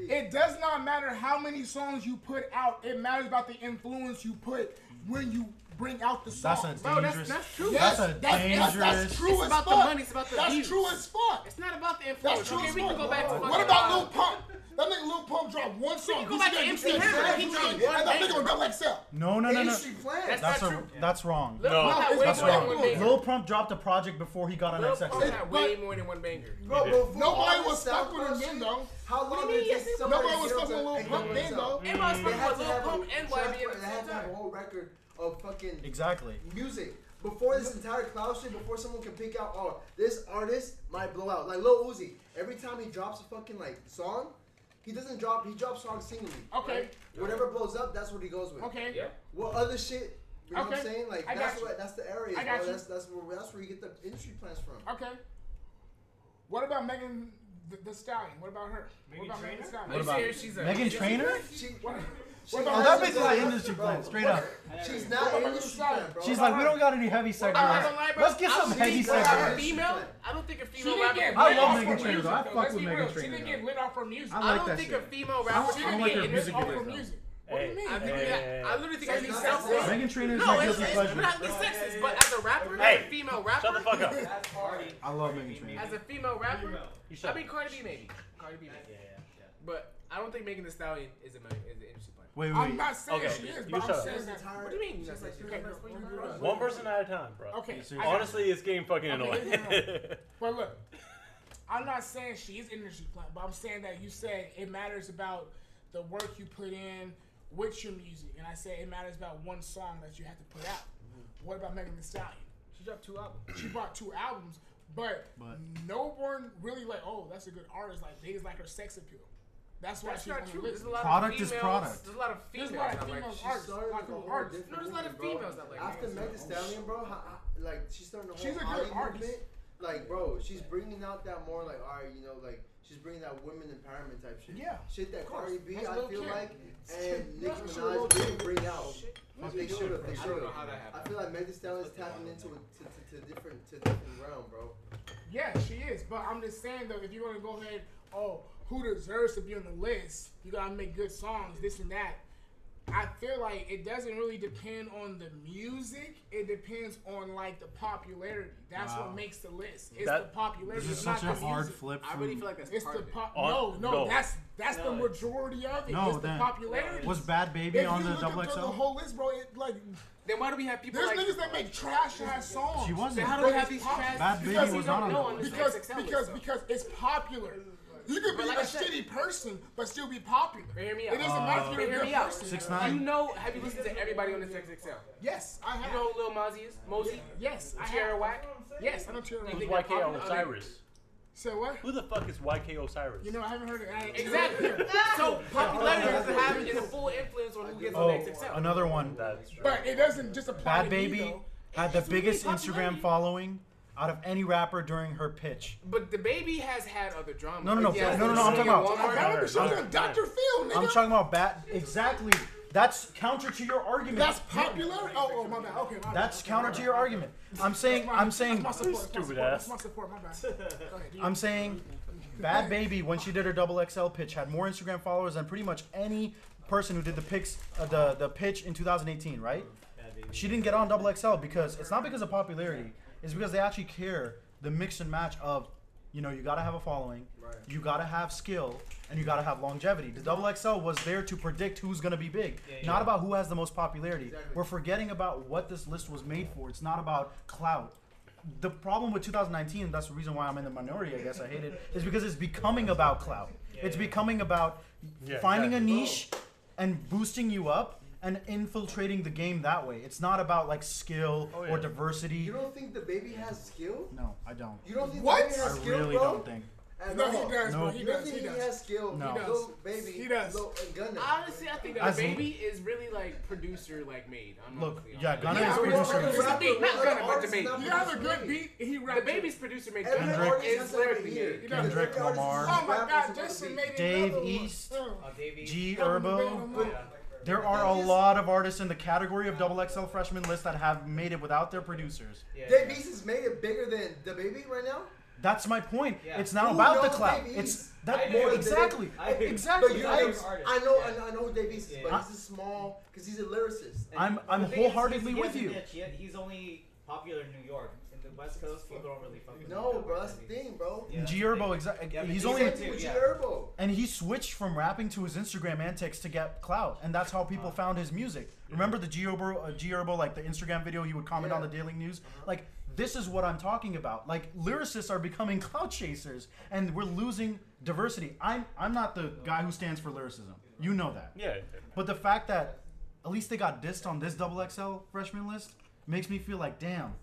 [SPEAKER 3] It does not matter how many songs you put out. It matters about the influence you put when you bring out the song.
[SPEAKER 2] That's a
[SPEAKER 3] Bro, that's-
[SPEAKER 2] dangerous-
[SPEAKER 3] that's true.
[SPEAKER 2] that's a
[SPEAKER 3] that's-
[SPEAKER 2] dangerous-
[SPEAKER 3] That's true
[SPEAKER 2] It's
[SPEAKER 3] as
[SPEAKER 2] about the
[SPEAKER 3] fuck.
[SPEAKER 2] money, it's about the
[SPEAKER 3] That's
[SPEAKER 2] views.
[SPEAKER 3] true as fuck.
[SPEAKER 13] It's not about the influence.
[SPEAKER 3] That's true
[SPEAKER 13] okay,
[SPEAKER 3] as
[SPEAKER 13] we can
[SPEAKER 3] fuck.
[SPEAKER 13] go back to
[SPEAKER 3] What
[SPEAKER 13] fucking
[SPEAKER 3] about
[SPEAKER 13] Bob.
[SPEAKER 3] Lil Pump? That nigga Lil Pump dropped one song.
[SPEAKER 13] go back to
[SPEAKER 3] Gucci
[SPEAKER 13] MC
[SPEAKER 3] Gang,
[SPEAKER 13] Hammer.
[SPEAKER 3] Gucci
[SPEAKER 13] He
[SPEAKER 3] Gang,
[SPEAKER 13] dropped
[SPEAKER 3] and
[SPEAKER 13] one
[SPEAKER 3] that
[SPEAKER 13] banger,
[SPEAKER 3] nigga on
[SPEAKER 13] bro.
[SPEAKER 3] double XL.
[SPEAKER 2] No, no, no, no.
[SPEAKER 3] Industry plan.
[SPEAKER 2] That's,
[SPEAKER 3] That's
[SPEAKER 2] a,
[SPEAKER 3] not true.
[SPEAKER 2] that's wrong.
[SPEAKER 3] Lil No. Pump had way
[SPEAKER 2] that's
[SPEAKER 3] more than
[SPEAKER 2] wrong.
[SPEAKER 3] one banger.
[SPEAKER 2] Lil Pump dropped a project before he got on
[SPEAKER 13] Lil
[SPEAKER 2] XXL.
[SPEAKER 13] Pump had way more than one banger.
[SPEAKER 2] He
[SPEAKER 8] Bro,
[SPEAKER 2] did.
[SPEAKER 3] Nobody was fucking with him then, though.
[SPEAKER 8] How
[SPEAKER 3] What
[SPEAKER 8] long
[SPEAKER 3] do you mean,
[SPEAKER 8] did it
[SPEAKER 3] yes,
[SPEAKER 8] take somebody
[SPEAKER 3] nobody was
[SPEAKER 8] to
[SPEAKER 3] fucking with
[SPEAKER 8] build
[SPEAKER 3] Lil
[SPEAKER 8] up and
[SPEAKER 3] Pump
[SPEAKER 8] build
[SPEAKER 3] then,
[SPEAKER 8] himself?
[SPEAKER 13] though. Everybody was
[SPEAKER 8] They
[SPEAKER 13] fucking
[SPEAKER 8] had
[SPEAKER 13] with
[SPEAKER 8] to
[SPEAKER 13] Lil
[SPEAKER 8] have a
[SPEAKER 13] Pump and
[SPEAKER 8] track
[SPEAKER 13] YBN at
[SPEAKER 8] record. They
[SPEAKER 13] the
[SPEAKER 8] had
[SPEAKER 13] same
[SPEAKER 8] to have a
[SPEAKER 13] time.
[SPEAKER 8] whole record of fucking
[SPEAKER 2] Exactly.
[SPEAKER 8] music. Before this entire cloud shit, before someone can pick out, oh, this artist might blow out. Like Lil Uzi, every time he drops a fucking like song, he doesn't drop. He drops songs singly.
[SPEAKER 3] Okay.
[SPEAKER 8] right? Whatever blows up, that's what he goes with.
[SPEAKER 3] Okay. Yeah.
[SPEAKER 8] What other shit? You know what I'm
[SPEAKER 3] Okay.
[SPEAKER 8] saying? Like
[SPEAKER 3] I got
[SPEAKER 8] that's
[SPEAKER 3] you.
[SPEAKER 8] what that's the area.
[SPEAKER 3] I got
[SPEAKER 8] bro.
[SPEAKER 3] you.
[SPEAKER 8] That's that's where that's where you get the industry plans from.
[SPEAKER 3] Okay. What about Megan the, the Stallion? What about her? what about Megan Thee Stallion?
[SPEAKER 2] What Are you about- serious? She's a- Megan Trainor?
[SPEAKER 8] She,
[SPEAKER 3] what,
[SPEAKER 8] she
[SPEAKER 3] what
[SPEAKER 2] Oh,
[SPEAKER 3] about
[SPEAKER 2] that
[SPEAKER 3] her?
[SPEAKER 2] bitch is an industry plan, straight up.
[SPEAKER 8] She's not
[SPEAKER 3] What
[SPEAKER 8] an
[SPEAKER 3] about Megan
[SPEAKER 8] industry
[SPEAKER 3] Thee
[SPEAKER 8] plan, bro.
[SPEAKER 2] She's like, we don't got any heavy
[SPEAKER 13] I'm
[SPEAKER 2] segments.
[SPEAKER 13] not gonna lie, bro.
[SPEAKER 2] Let's get
[SPEAKER 13] I
[SPEAKER 2] some
[SPEAKER 13] don't
[SPEAKER 2] heavy
[SPEAKER 13] think her
[SPEAKER 2] segments.
[SPEAKER 13] female. I don't think a female
[SPEAKER 3] didn't
[SPEAKER 13] rapper.
[SPEAKER 3] get
[SPEAKER 2] I
[SPEAKER 3] lit
[SPEAKER 2] love
[SPEAKER 3] off
[SPEAKER 2] Megan
[SPEAKER 3] for
[SPEAKER 2] Trainor,
[SPEAKER 3] music,
[SPEAKER 2] though. I
[SPEAKER 3] though.
[SPEAKER 2] fuck
[SPEAKER 3] Let's
[SPEAKER 2] with
[SPEAKER 3] be
[SPEAKER 2] Megan
[SPEAKER 3] real. She
[SPEAKER 2] Trainor,
[SPEAKER 3] didn't
[SPEAKER 2] though.
[SPEAKER 3] get lit off her music.
[SPEAKER 2] I like
[SPEAKER 13] I don't
[SPEAKER 2] that
[SPEAKER 13] think
[SPEAKER 2] shit.
[SPEAKER 13] a female
[SPEAKER 2] I
[SPEAKER 13] rapper
[SPEAKER 2] don't-
[SPEAKER 13] should
[SPEAKER 2] I don't
[SPEAKER 13] get
[SPEAKER 2] like her
[SPEAKER 13] lit
[SPEAKER 2] music
[SPEAKER 13] off
[SPEAKER 2] videos,
[SPEAKER 13] her
[SPEAKER 2] though.
[SPEAKER 13] music.
[SPEAKER 2] Hey,
[SPEAKER 13] What do you mean? I
[SPEAKER 2] hey,
[SPEAKER 13] think
[SPEAKER 2] hey,
[SPEAKER 13] that. I
[SPEAKER 2] hey.
[SPEAKER 13] literally think
[SPEAKER 8] That's
[SPEAKER 13] she's
[SPEAKER 8] not-
[SPEAKER 13] selfish.
[SPEAKER 2] Megan Trainor is
[SPEAKER 13] No,
[SPEAKER 2] my
[SPEAKER 13] it's-
[SPEAKER 2] guilty
[SPEAKER 13] it's
[SPEAKER 2] pleasure.
[SPEAKER 13] Not the sexist, but as a rapper, as a
[SPEAKER 1] Hey,
[SPEAKER 13] female rapper.
[SPEAKER 1] shut the fuck up.
[SPEAKER 2] I love Megan Trainor.
[SPEAKER 13] As a female rapper,
[SPEAKER 1] You shut
[SPEAKER 13] I mean
[SPEAKER 1] up.
[SPEAKER 13] Cardi B maybe. Cardi B maybe. But I don't think Megan Thee Stallion is a is an industry player.
[SPEAKER 2] Wait, wait.
[SPEAKER 3] I'm not saying
[SPEAKER 1] Okay,
[SPEAKER 3] she is,
[SPEAKER 1] you
[SPEAKER 3] but
[SPEAKER 1] shut
[SPEAKER 3] I'm
[SPEAKER 1] up.
[SPEAKER 3] saying
[SPEAKER 8] She's
[SPEAKER 3] that.
[SPEAKER 8] tired.
[SPEAKER 13] What do you mean?
[SPEAKER 8] She's like,
[SPEAKER 13] Okay, bro, bro, bro, bro.
[SPEAKER 1] One person at a time, bro.
[SPEAKER 3] Okay, I got
[SPEAKER 1] Honestly, it's getting fucking annoying.
[SPEAKER 3] But look, I'm not saying she is industry plant, but I'm saying that you said it matters about the work you put in with your music, and I said it matters about one song that you have to put out. What about Megan Thee Stallion?
[SPEAKER 6] She dropped two albums.
[SPEAKER 3] She brought two albums, but,
[SPEAKER 2] But-
[SPEAKER 3] no one really like, oh, that's a good artist. Like they just like her sex appeal. That's why
[SPEAKER 13] That's
[SPEAKER 3] she's on
[SPEAKER 13] not
[SPEAKER 3] the
[SPEAKER 13] true.
[SPEAKER 3] list.
[SPEAKER 13] There's a lot
[SPEAKER 2] Product
[SPEAKER 13] of
[SPEAKER 2] is
[SPEAKER 13] females.
[SPEAKER 2] product.
[SPEAKER 13] There's a lot of
[SPEAKER 3] There's a
[SPEAKER 13] females.
[SPEAKER 3] lot of
[SPEAKER 13] that like
[SPEAKER 3] females
[SPEAKER 13] she's-
[SPEAKER 3] artists,
[SPEAKER 8] started
[SPEAKER 3] like
[SPEAKER 8] a
[SPEAKER 3] her
[SPEAKER 8] whole
[SPEAKER 3] artists.
[SPEAKER 8] different
[SPEAKER 13] No, there's a lot of
[SPEAKER 8] movement, bro.
[SPEAKER 13] females that like
[SPEAKER 8] After
[SPEAKER 13] Megan
[SPEAKER 8] Megan Thee Stallion, bro, how, how, like she's starting a whole
[SPEAKER 3] She's a good
[SPEAKER 8] Ollie
[SPEAKER 3] artist.
[SPEAKER 8] movement. Like, bro, she's bringing out that more like, all right, you know, like she's bringing that women empowerment type shit.
[SPEAKER 3] Yeah,
[SPEAKER 8] shit that
[SPEAKER 3] of course.
[SPEAKER 8] Cardi B,
[SPEAKER 3] That's
[SPEAKER 8] I
[SPEAKER 3] Lil'
[SPEAKER 8] feel
[SPEAKER 3] Kim.
[SPEAKER 8] like, and Nicki
[SPEAKER 3] that's Lil'
[SPEAKER 8] Minaj didn't bring out.
[SPEAKER 3] What
[SPEAKER 8] They
[SPEAKER 3] you doing,
[SPEAKER 8] should have. They
[SPEAKER 6] bro? I
[SPEAKER 8] should
[SPEAKER 6] don't
[SPEAKER 8] have.
[SPEAKER 6] know how that happened.
[SPEAKER 8] I feel like Megan Thee Stallion is tapping into a, to, to, to different to different realm, bro.
[SPEAKER 3] Yeah, she is. But I'm just saying though, if you're gonna go ahead, oh, who deserves to be on the list? You gotta make good songs, this and that. I feel like it doesn't really depend on the music. It depends on like the popularity. That's
[SPEAKER 2] Wow.
[SPEAKER 3] what makes the list. It's
[SPEAKER 1] That-
[SPEAKER 3] the popularity.
[SPEAKER 2] This is
[SPEAKER 3] it's not
[SPEAKER 2] such a
[SPEAKER 3] the
[SPEAKER 2] hard
[SPEAKER 3] music.
[SPEAKER 2] flip.
[SPEAKER 13] I really
[SPEAKER 2] from-
[SPEAKER 13] feel like that's
[SPEAKER 3] It's
[SPEAKER 13] part
[SPEAKER 3] the
[SPEAKER 13] of it.
[SPEAKER 3] pop.
[SPEAKER 1] On-
[SPEAKER 3] No, no,
[SPEAKER 1] no.
[SPEAKER 3] that's that's the
[SPEAKER 19] No.
[SPEAKER 3] majority of it.
[SPEAKER 2] No,
[SPEAKER 3] it's the
[SPEAKER 2] that-
[SPEAKER 3] popularity.
[SPEAKER 2] Was Bad Baby
[SPEAKER 3] if
[SPEAKER 2] on
[SPEAKER 3] you
[SPEAKER 2] the
[SPEAKER 3] look
[SPEAKER 2] double
[SPEAKER 3] up the
[SPEAKER 2] XL?
[SPEAKER 3] whole list, bro, it like
[SPEAKER 13] Then why do we have people
[SPEAKER 3] there's
[SPEAKER 13] like?
[SPEAKER 3] niggas that make trash ass songs.
[SPEAKER 2] She wasn't.
[SPEAKER 13] Then how do we have these trash?
[SPEAKER 2] Bad
[SPEAKER 3] Because
[SPEAKER 2] Baby
[SPEAKER 3] we
[SPEAKER 2] was
[SPEAKER 3] don't
[SPEAKER 2] not on
[SPEAKER 13] know
[SPEAKER 2] that
[SPEAKER 13] on
[SPEAKER 2] list.
[SPEAKER 13] this-
[SPEAKER 3] because
[SPEAKER 13] XXL
[SPEAKER 3] because
[SPEAKER 13] list, though.
[SPEAKER 3] because it's popular. You could be
[SPEAKER 13] But like
[SPEAKER 3] a
[SPEAKER 13] I said-
[SPEAKER 3] shitty person but still be popular.
[SPEAKER 13] But hear me
[SPEAKER 3] It
[SPEAKER 13] out.
[SPEAKER 3] doesn't matter if
[SPEAKER 13] But
[SPEAKER 3] you're a
[SPEAKER 13] hear
[SPEAKER 3] good
[SPEAKER 13] me out.
[SPEAKER 3] person.
[SPEAKER 2] 6ix9ine?
[SPEAKER 13] You know, have you listened to everybody on this XXL?
[SPEAKER 3] Yes, I
[SPEAKER 13] You
[SPEAKER 3] have.
[SPEAKER 13] know who Lil Mozzie is? Mosey?
[SPEAKER 3] yes, I
[SPEAKER 13] Tierra
[SPEAKER 3] have.
[SPEAKER 13] Whack?
[SPEAKER 3] Yes, I don't cheer
[SPEAKER 13] You
[SPEAKER 1] Who's
[SPEAKER 13] think
[SPEAKER 3] around.
[SPEAKER 13] they're
[SPEAKER 1] YK
[SPEAKER 13] popular?
[SPEAKER 1] Osiris?
[SPEAKER 3] So what?
[SPEAKER 1] Who the fuck is YK Osiris?
[SPEAKER 3] You know, I haven't heard it. I ain't-
[SPEAKER 13] Exactly. so popularity doesn't have in a full influence on who gets on the
[SPEAKER 2] Oh,
[SPEAKER 13] XXL.
[SPEAKER 2] another one.
[SPEAKER 1] That's true.
[SPEAKER 3] But it doesn't just apply
[SPEAKER 2] Bad
[SPEAKER 3] to me,
[SPEAKER 2] Baby
[SPEAKER 3] though.
[SPEAKER 2] had the
[SPEAKER 13] It's really
[SPEAKER 2] biggest
[SPEAKER 13] popularity.
[SPEAKER 2] Instagram following out of any rapper during her pitch.
[SPEAKER 13] But the baby has had other drama.
[SPEAKER 2] No, no, no,
[SPEAKER 13] Like, yeah,
[SPEAKER 2] no, no, no, I'm
[SPEAKER 13] she
[SPEAKER 2] talking about-
[SPEAKER 13] at Walmart.
[SPEAKER 3] That would be she was
[SPEAKER 1] Alright,
[SPEAKER 3] on Dr. Phil, nigga.
[SPEAKER 2] I'm talking about Bad. Exactly. That's counter to your argument.
[SPEAKER 3] That's popular. Oh, oh, my bad. Okay, my bad.
[SPEAKER 2] That's
[SPEAKER 3] Okay,
[SPEAKER 2] counter
[SPEAKER 3] my
[SPEAKER 2] to
[SPEAKER 3] bad.
[SPEAKER 2] your argument. I'm saying.
[SPEAKER 3] That's my-
[SPEAKER 2] I'm saying.
[SPEAKER 3] That's my support. That's my
[SPEAKER 1] Stupid
[SPEAKER 3] support.
[SPEAKER 1] ass.
[SPEAKER 3] That's my support. My bad. Go ahead.
[SPEAKER 2] I'm saying Bad Baby, when she did her double XL pitch, had more Instagram followers than pretty much any person who did the picks, uh, the the pitch in 2018, right? She didn't get on double XL because it's not because of popularity. It's because they actually care the mix and match of, you know, you gotta have a following, you gotta have skill, and you gotta have longevity. The double XL was there to predict who's gonna be big, not about who has the most popularity. We're forgetting about what this list was made for. It's not about clout the problem with 2019 that's the reason why i'm in the minority i guess i hate it is because it's becoming about clout it's becoming about
[SPEAKER 1] Yeah,
[SPEAKER 2] finding
[SPEAKER 1] exactly.
[SPEAKER 2] a niche and boosting you up and infiltrating the game that way it's not about like skill
[SPEAKER 1] Oh,
[SPEAKER 2] or
[SPEAKER 1] yeah.
[SPEAKER 2] diversity
[SPEAKER 8] You don't think the baby has skill?
[SPEAKER 2] no i don't
[SPEAKER 8] You don't think
[SPEAKER 3] What?
[SPEAKER 8] the baby
[SPEAKER 2] i
[SPEAKER 8] has skill,
[SPEAKER 2] really
[SPEAKER 8] bro?
[SPEAKER 2] don't think
[SPEAKER 8] At
[SPEAKER 3] No,
[SPEAKER 8] all.
[SPEAKER 3] he does,
[SPEAKER 2] No.
[SPEAKER 3] bro.
[SPEAKER 8] You
[SPEAKER 3] He
[SPEAKER 8] don't
[SPEAKER 3] does.
[SPEAKER 8] think
[SPEAKER 3] He
[SPEAKER 8] he
[SPEAKER 3] does.
[SPEAKER 8] has skill?
[SPEAKER 2] No. He
[SPEAKER 8] He
[SPEAKER 2] does.
[SPEAKER 8] baby.
[SPEAKER 3] He does.
[SPEAKER 8] Lil- and Gunna.
[SPEAKER 13] Honestly, I think that
[SPEAKER 2] As-
[SPEAKER 13] the baby is really like producer like made. I'm
[SPEAKER 2] look
[SPEAKER 13] honestly
[SPEAKER 2] yeah
[SPEAKER 13] honest.
[SPEAKER 2] ghana
[SPEAKER 3] Yeah,
[SPEAKER 2] is
[SPEAKER 3] I mean,
[SPEAKER 2] producer
[SPEAKER 13] It's a beat, not Gunna, but the
[SPEAKER 8] Artists
[SPEAKER 13] baby.
[SPEAKER 8] not
[SPEAKER 3] You have a
[SPEAKER 8] producers
[SPEAKER 3] good
[SPEAKER 8] made.
[SPEAKER 3] beat. He
[SPEAKER 13] The
[SPEAKER 3] rapped.
[SPEAKER 13] baby's producer made.
[SPEAKER 8] Every
[SPEAKER 2] Kendrick.
[SPEAKER 8] artist
[SPEAKER 13] Is
[SPEAKER 8] has to have a
[SPEAKER 13] lyrically
[SPEAKER 8] beat.
[SPEAKER 13] made.
[SPEAKER 3] does.
[SPEAKER 8] Every
[SPEAKER 2] Kendrick
[SPEAKER 8] artist
[SPEAKER 2] Lamar.
[SPEAKER 8] is-
[SPEAKER 3] Oh my
[SPEAKER 8] rappers
[SPEAKER 3] God,
[SPEAKER 8] have a
[SPEAKER 3] Justin
[SPEAKER 8] beat.
[SPEAKER 3] made
[SPEAKER 2] Dave
[SPEAKER 3] another one.
[SPEAKER 2] East.
[SPEAKER 3] Oh.
[SPEAKER 6] Oh, Davey.
[SPEAKER 2] g
[SPEAKER 3] But-
[SPEAKER 2] herbo there are a lot of artists in the category of double xl freshman list that have made it without their producers
[SPEAKER 6] Yeah,
[SPEAKER 8] Dave
[SPEAKER 6] yeah.
[SPEAKER 8] East has made it bigger than the baby right now.
[SPEAKER 2] That's my point.
[SPEAKER 8] Yeah.
[SPEAKER 2] It's not
[SPEAKER 8] Who
[SPEAKER 2] about the
[SPEAKER 8] knows
[SPEAKER 2] clout.
[SPEAKER 8] Dave
[SPEAKER 2] It's
[SPEAKER 8] East?
[SPEAKER 2] that more exactly, exactly.
[SPEAKER 8] But you
[SPEAKER 2] I-
[SPEAKER 8] know, I know, I know, I know who Dave East is, but
[SPEAKER 2] Yeah.
[SPEAKER 8] he's a small because he's a lyricist.
[SPEAKER 2] I'm- I'm
[SPEAKER 6] The thing is,
[SPEAKER 2] wholeheartedly
[SPEAKER 6] he's- he has
[SPEAKER 2] with
[SPEAKER 6] a
[SPEAKER 2] you.
[SPEAKER 6] niche. He- He's only popular in New York. In the West Coast, people don't really fuck with him
[SPEAKER 8] No,
[SPEAKER 6] that
[SPEAKER 8] bro,
[SPEAKER 6] much.
[SPEAKER 8] that's the thing, bro.
[SPEAKER 2] Gierbo, exactly.
[SPEAKER 6] Yeah, but
[SPEAKER 2] he's
[SPEAKER 6] he's
[SPEAKER 2] only
[SPEAKER 6] into it, yeah.
[SPEAKER 8] Gierbo.
[SPEAKER 2] and he switched from rapping to his Instagram antics to get clout, and that's how people found his music. Remember the Gierbo, uh, Gierbo, like the Instagram video he would comment on the Daily News. Like this is what I'm talking about. Like lyricists are becoming clout chasers, and we're losing diversity. I'm I'm not the guy who stands for lyricism. You know that.
[SPEAKER 1] Yeah.
[SPEAKER 2] But the fact that at least they got dissed on this double XL freshman list makes me feel like, damn,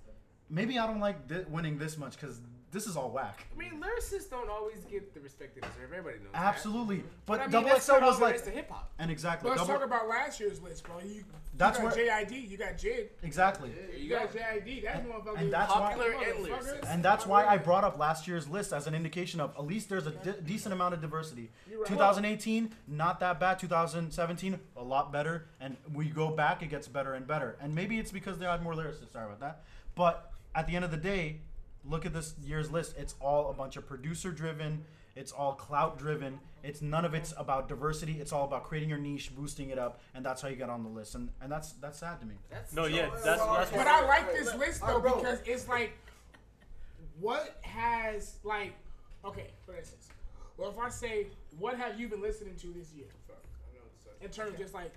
[SPEAKER 2] maybe I don't like thi- winning this much because this is all whack.
[SPEAKER 13] I mean, lyricists don't always get the respect they deserve. Everybody knows.
[SPEAKER 2] Absolutely. But,
[SPEAKER 13] I mean,
[SPEAKER 2] double
[SPEAKER 13] that's
[SPEAKER 2] XL
[SPEAKER 13] not all
[SPEAKER 2] was
[SPEAKER 13] there
[SPEAKER 2] like
[SPEAKER 13] is to hip hop.
[SPEAKER 2] And exactly.
[SPEAKER 13] But
[SPEAKER 3] Let's
[SPEAKER 2] double,
[SPEAKER 3] talk about last year's list, bro. You,
[SPEAKER 2] That's
[SPEAKER 3] you got
[SPEAKER 2] where-
[SPEAKER 3] JID, you got Jid.
[SPEAKER 2] exactly.
[SPEAKER 3] You got JID. That motherfucker
[SPEAKER 2] and
[SPEAKER 3] is
[SPEAKER 2] that's why-
[SPEAKER 3] popular
[SPEAKER 2] Popular
[SPEAKER 3] and lyricist.
[SPEAKER 2] And that's why I brought up last year's list as an indication of at least there's a de- decent amount of diversity.
[SPEAKER 3] You're right.
[SPEAKER 2] 2018, not that bad. 2017, a lot better. And we go back, it gets better and better. And maybe it's because they had more lyricists. Sorry about that. But at the end of the day, look at this year's list. It's all a bunch of producer driven. It's all clout driven. It's none of it's about diversity. It's all about creating your niche, boosting it up, and that's how you get on the list. And and that's that's sad to me.
[SPEAKER 1] No, yeah, that's that's
[SPEAKER 3] But
[SPEAKER 1] what
[SPEAKER 3] I like this list though
[SPEAKER 2] Alright, bro.
[SPEAKER 3] because it's like, what has like, okay, for instance, well, if I say, what have you been listening to this year? In terms of just like,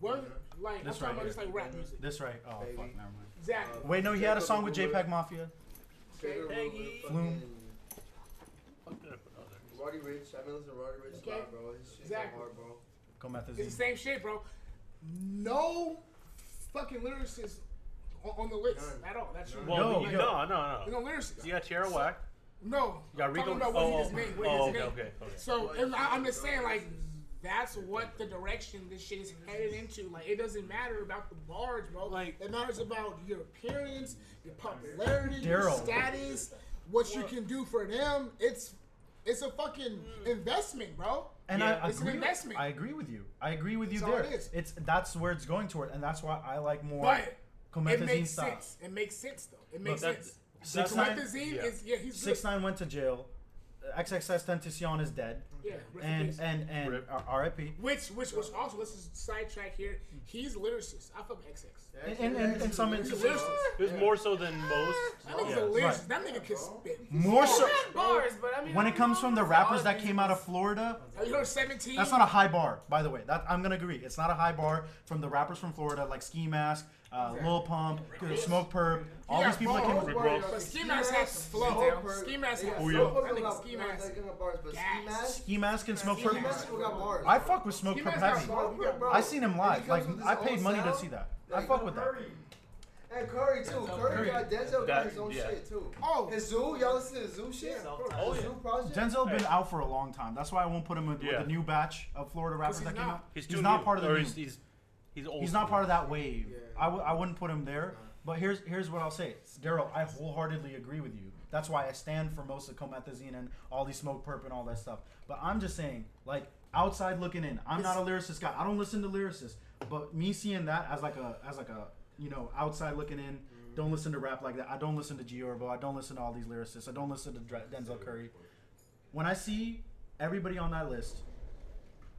[SPEAKER 3] what, like,
[SPEAKER 2] This right
[SPEAKER 3] I'm talking about
[SPEAKER 2] here.
[SPEAKER 3] just like rap music.
[SPEAKER 2] This right. Oh fuck, never mind.
[SPEAKER 3] Exactly.
[SPEAKER 2] Wait, no, he had a song with JPEG Mafia. Flume.
[SPEAKER 8] Roddy Rich, I've been listening to Roddy Rich a lot, bro. His shit's
[SPEAKER 3] Exactly.
[SPEAKER 8] so hard, bro.
[SPEAKER 2] Comethazine.
[SPEAKER 3] It's the same shit, bro. No fucking lyricists on, on the list at all. That's true.
[SPEAKER 1] Well, you- no, no, no.
[SPEAKER 3] There's no lyricists.
[SPEAKER 1] You got Tierra Whack.
[SPEAKER 3] No.
[SPEAKER 1] You got
[SPEAKER 3] I'm
[SPEAKER 1] Rico-
[SPEAKER 3] Talking about what
[SPEAKER 1] oh,
[SPEAKER 3] he just named. What he
[SPEAKER 1] oh,
[SPEAKER 3] just
[SPEAKER 1] okay,
[SPEAKER 3] named.
[SPEAKER 1] okay, okay.
[SPEAKER 3] So and I, I'm just saying, like, that's what the direction this shit is headed into. Like, it doesn't matter about the bars, bro. Like, it matters about your appearance, your popularity, your
[SPEAKER 2] Daryl.
[SPEAKER 3] status, what you can do for them. It's it's a fucking
[SPEAKER 1] Mm.
[SPEAKER 3] investment, bro.
[SPEAKER 2] And I
[SPEAKER 3] it's
[SPEAKER 2] agree,
[SPEAKER 3] an investment.
[SPEAKER 2] I agree with you. I agree with you
[SPEAKER 3] That's all
[SPEAKER 2] there.
[SPEAKER 3] it is.
[SPEAKER 2] It's that's where it's going toward, and that's why I like more
[SPEAKER 3] But it
[SPEAKER 2] Comethazine
[SPEAKER 3] makes
[SPEAKER 2] style.
[SPEAKER 3] sense. It makes sense though. It makes
[SPEAKER 2] Look,
[SPEAKER 3] sense.
[SPEAKER 2] Six nine,
[SPEAKER 3] Comethazine is yeah he's
[SPEAKER 2] six
[SPEAKER 3] good.
[SPEAKER 2] nine went to jail. Uh, XXS Tentacion is dead.
[SPEAKER 3] Yeah, rest in
[SPEAKER 2] and,
[SPEAKER 3] peace.
[SPEAKER 2] and and uh, RIP.
[SPEAKER 3] Which which which also let's just sidetrack here. He's a lyricist. I fuck with XX.
[SPEAKER 2] In- in- in- in some
[SPEAKER 3] He's a
[SPEAKER 2] instances.
[SPEAKER 3] lyricist.
[SPEAKER 1] It's more so than most.
[SPEAKER 3] That nigga's
[SPEAKER 1] Yeah.
[SPEAKER 3] a lyricist. That nigga can spit.
[SPEAKER 2] Oh, More so
[SPEAKER 3] bars, but I mean,
[SPEAKER 2] when it comes from the rappers that came out of Florida.
[SPEAKER 3] you know, seventeen.
[SPEAKER 2] That's not a high bar, by the way. That I'm gonna agree. It's not a high bar from the rappers from Florida like Ski Mask, uh, Lil Pump, Smoke Perp, all
[SPEAKER 3] Yeah,
[SPEAKER 2] these people that
[SPEAKER 3] bro,
[SPEAKER 2] came.
[SPEAKER 3] bro, but Ski Mask has to flow.
[SPEAKER 8] Smoke
[SPEAKER 3] Ski Mask
[SPEAKER 8] Perp,
[SPEAKER 3] has
[SPEAKER 2] Who
[SPEAKER 3] to
[SPEAKER 2] you?
[SPEAKER 3] flow. That
[SPEAKER 8] Put
[SPEAKER 3] nigga
[SPEAKER 8] up
[SPEAKER 3] Ski
[SPEAKER 8] bars,
[SPEAKER 3] Mask.
[SPEAKER 8] like, up bars, but Ski Mask-
[SPEAKER 2] Ski Mask and Smoke
[SPEAKER 8] Ski
[SPEAKER 2] Perp.
[SPEAKER 8] Mask still got bars.
[SPEAKER 2] I fuck with Smoke
[SPEAKER 8] Ski
[SPEAKER 2] Perp
[SPEAKER 8] Mask got bars, we got
[SPEAKER 2] heavy.
[SPEAKER 8] bars.
[SPEAKER 2] I seen him live.
[SPEAKER 8] And he
[SPEAKER 2] Like
[SPEAKER 8] comes with his
[SPEAKER 2] I paid
[SPEAKER 8] own
[SPEAKER 2] money to
[SPEAKER 8] sound.
[SPEAKER 2] see that. I fuck with that.
[SPEAKER 8] And Curry too. Curry got Denzel got
[SPEAKER 2] That-
[SPEAKER 8] his own
[SPEAKER 2] yeah.
[SPEAKER 8] shit too. Oh, his zoo. Y'all listen to the zoo shit? Oh, yeah. Zoo project.
[SPEAKER 2] Denzel been out for a long time. That's why I won't put him with, with
[SPEAKER 1] Yeah.
[SPEAKER 2] the new batch of Florida rappers
[SPEAKER 1] he's
[SPEAKER 2] that came
[SPEAKER 1] not-
[SPEAKER 2] out.
[SPEAKER 1] he's
[SPEAKER 2] He's,
[SPEAKER 1] too
[SPEAKER 2] not
[SPEAKER 1] new,
[SPEAKER 2] part of the
[SPEAKER 1] or
[SPEAKER 2] new.
[SPEAKER 1] he's- he's- he's old
[SPEAKER 2] not
[SPEAKER 1] school.
[SPEAKER 2] part of that wave. I w- I wouldn't put him there. But here's here's what I'll say, Daryl. I wholeheartedly agree with you. That's why I stand for most of Comethazine and all these smoke perp and all that stuff. But I'm just saying, like outside looking in, I'm not a lyricist guy. I don't listen to lyricists. But me seeing that as like a as like a you know outside looking in. Don't listen to rap like that. I don't listen to Giorbo. I don't listen to all these lyricists. I don't listen to Dre- Denzel Curry when I see everybody on that list,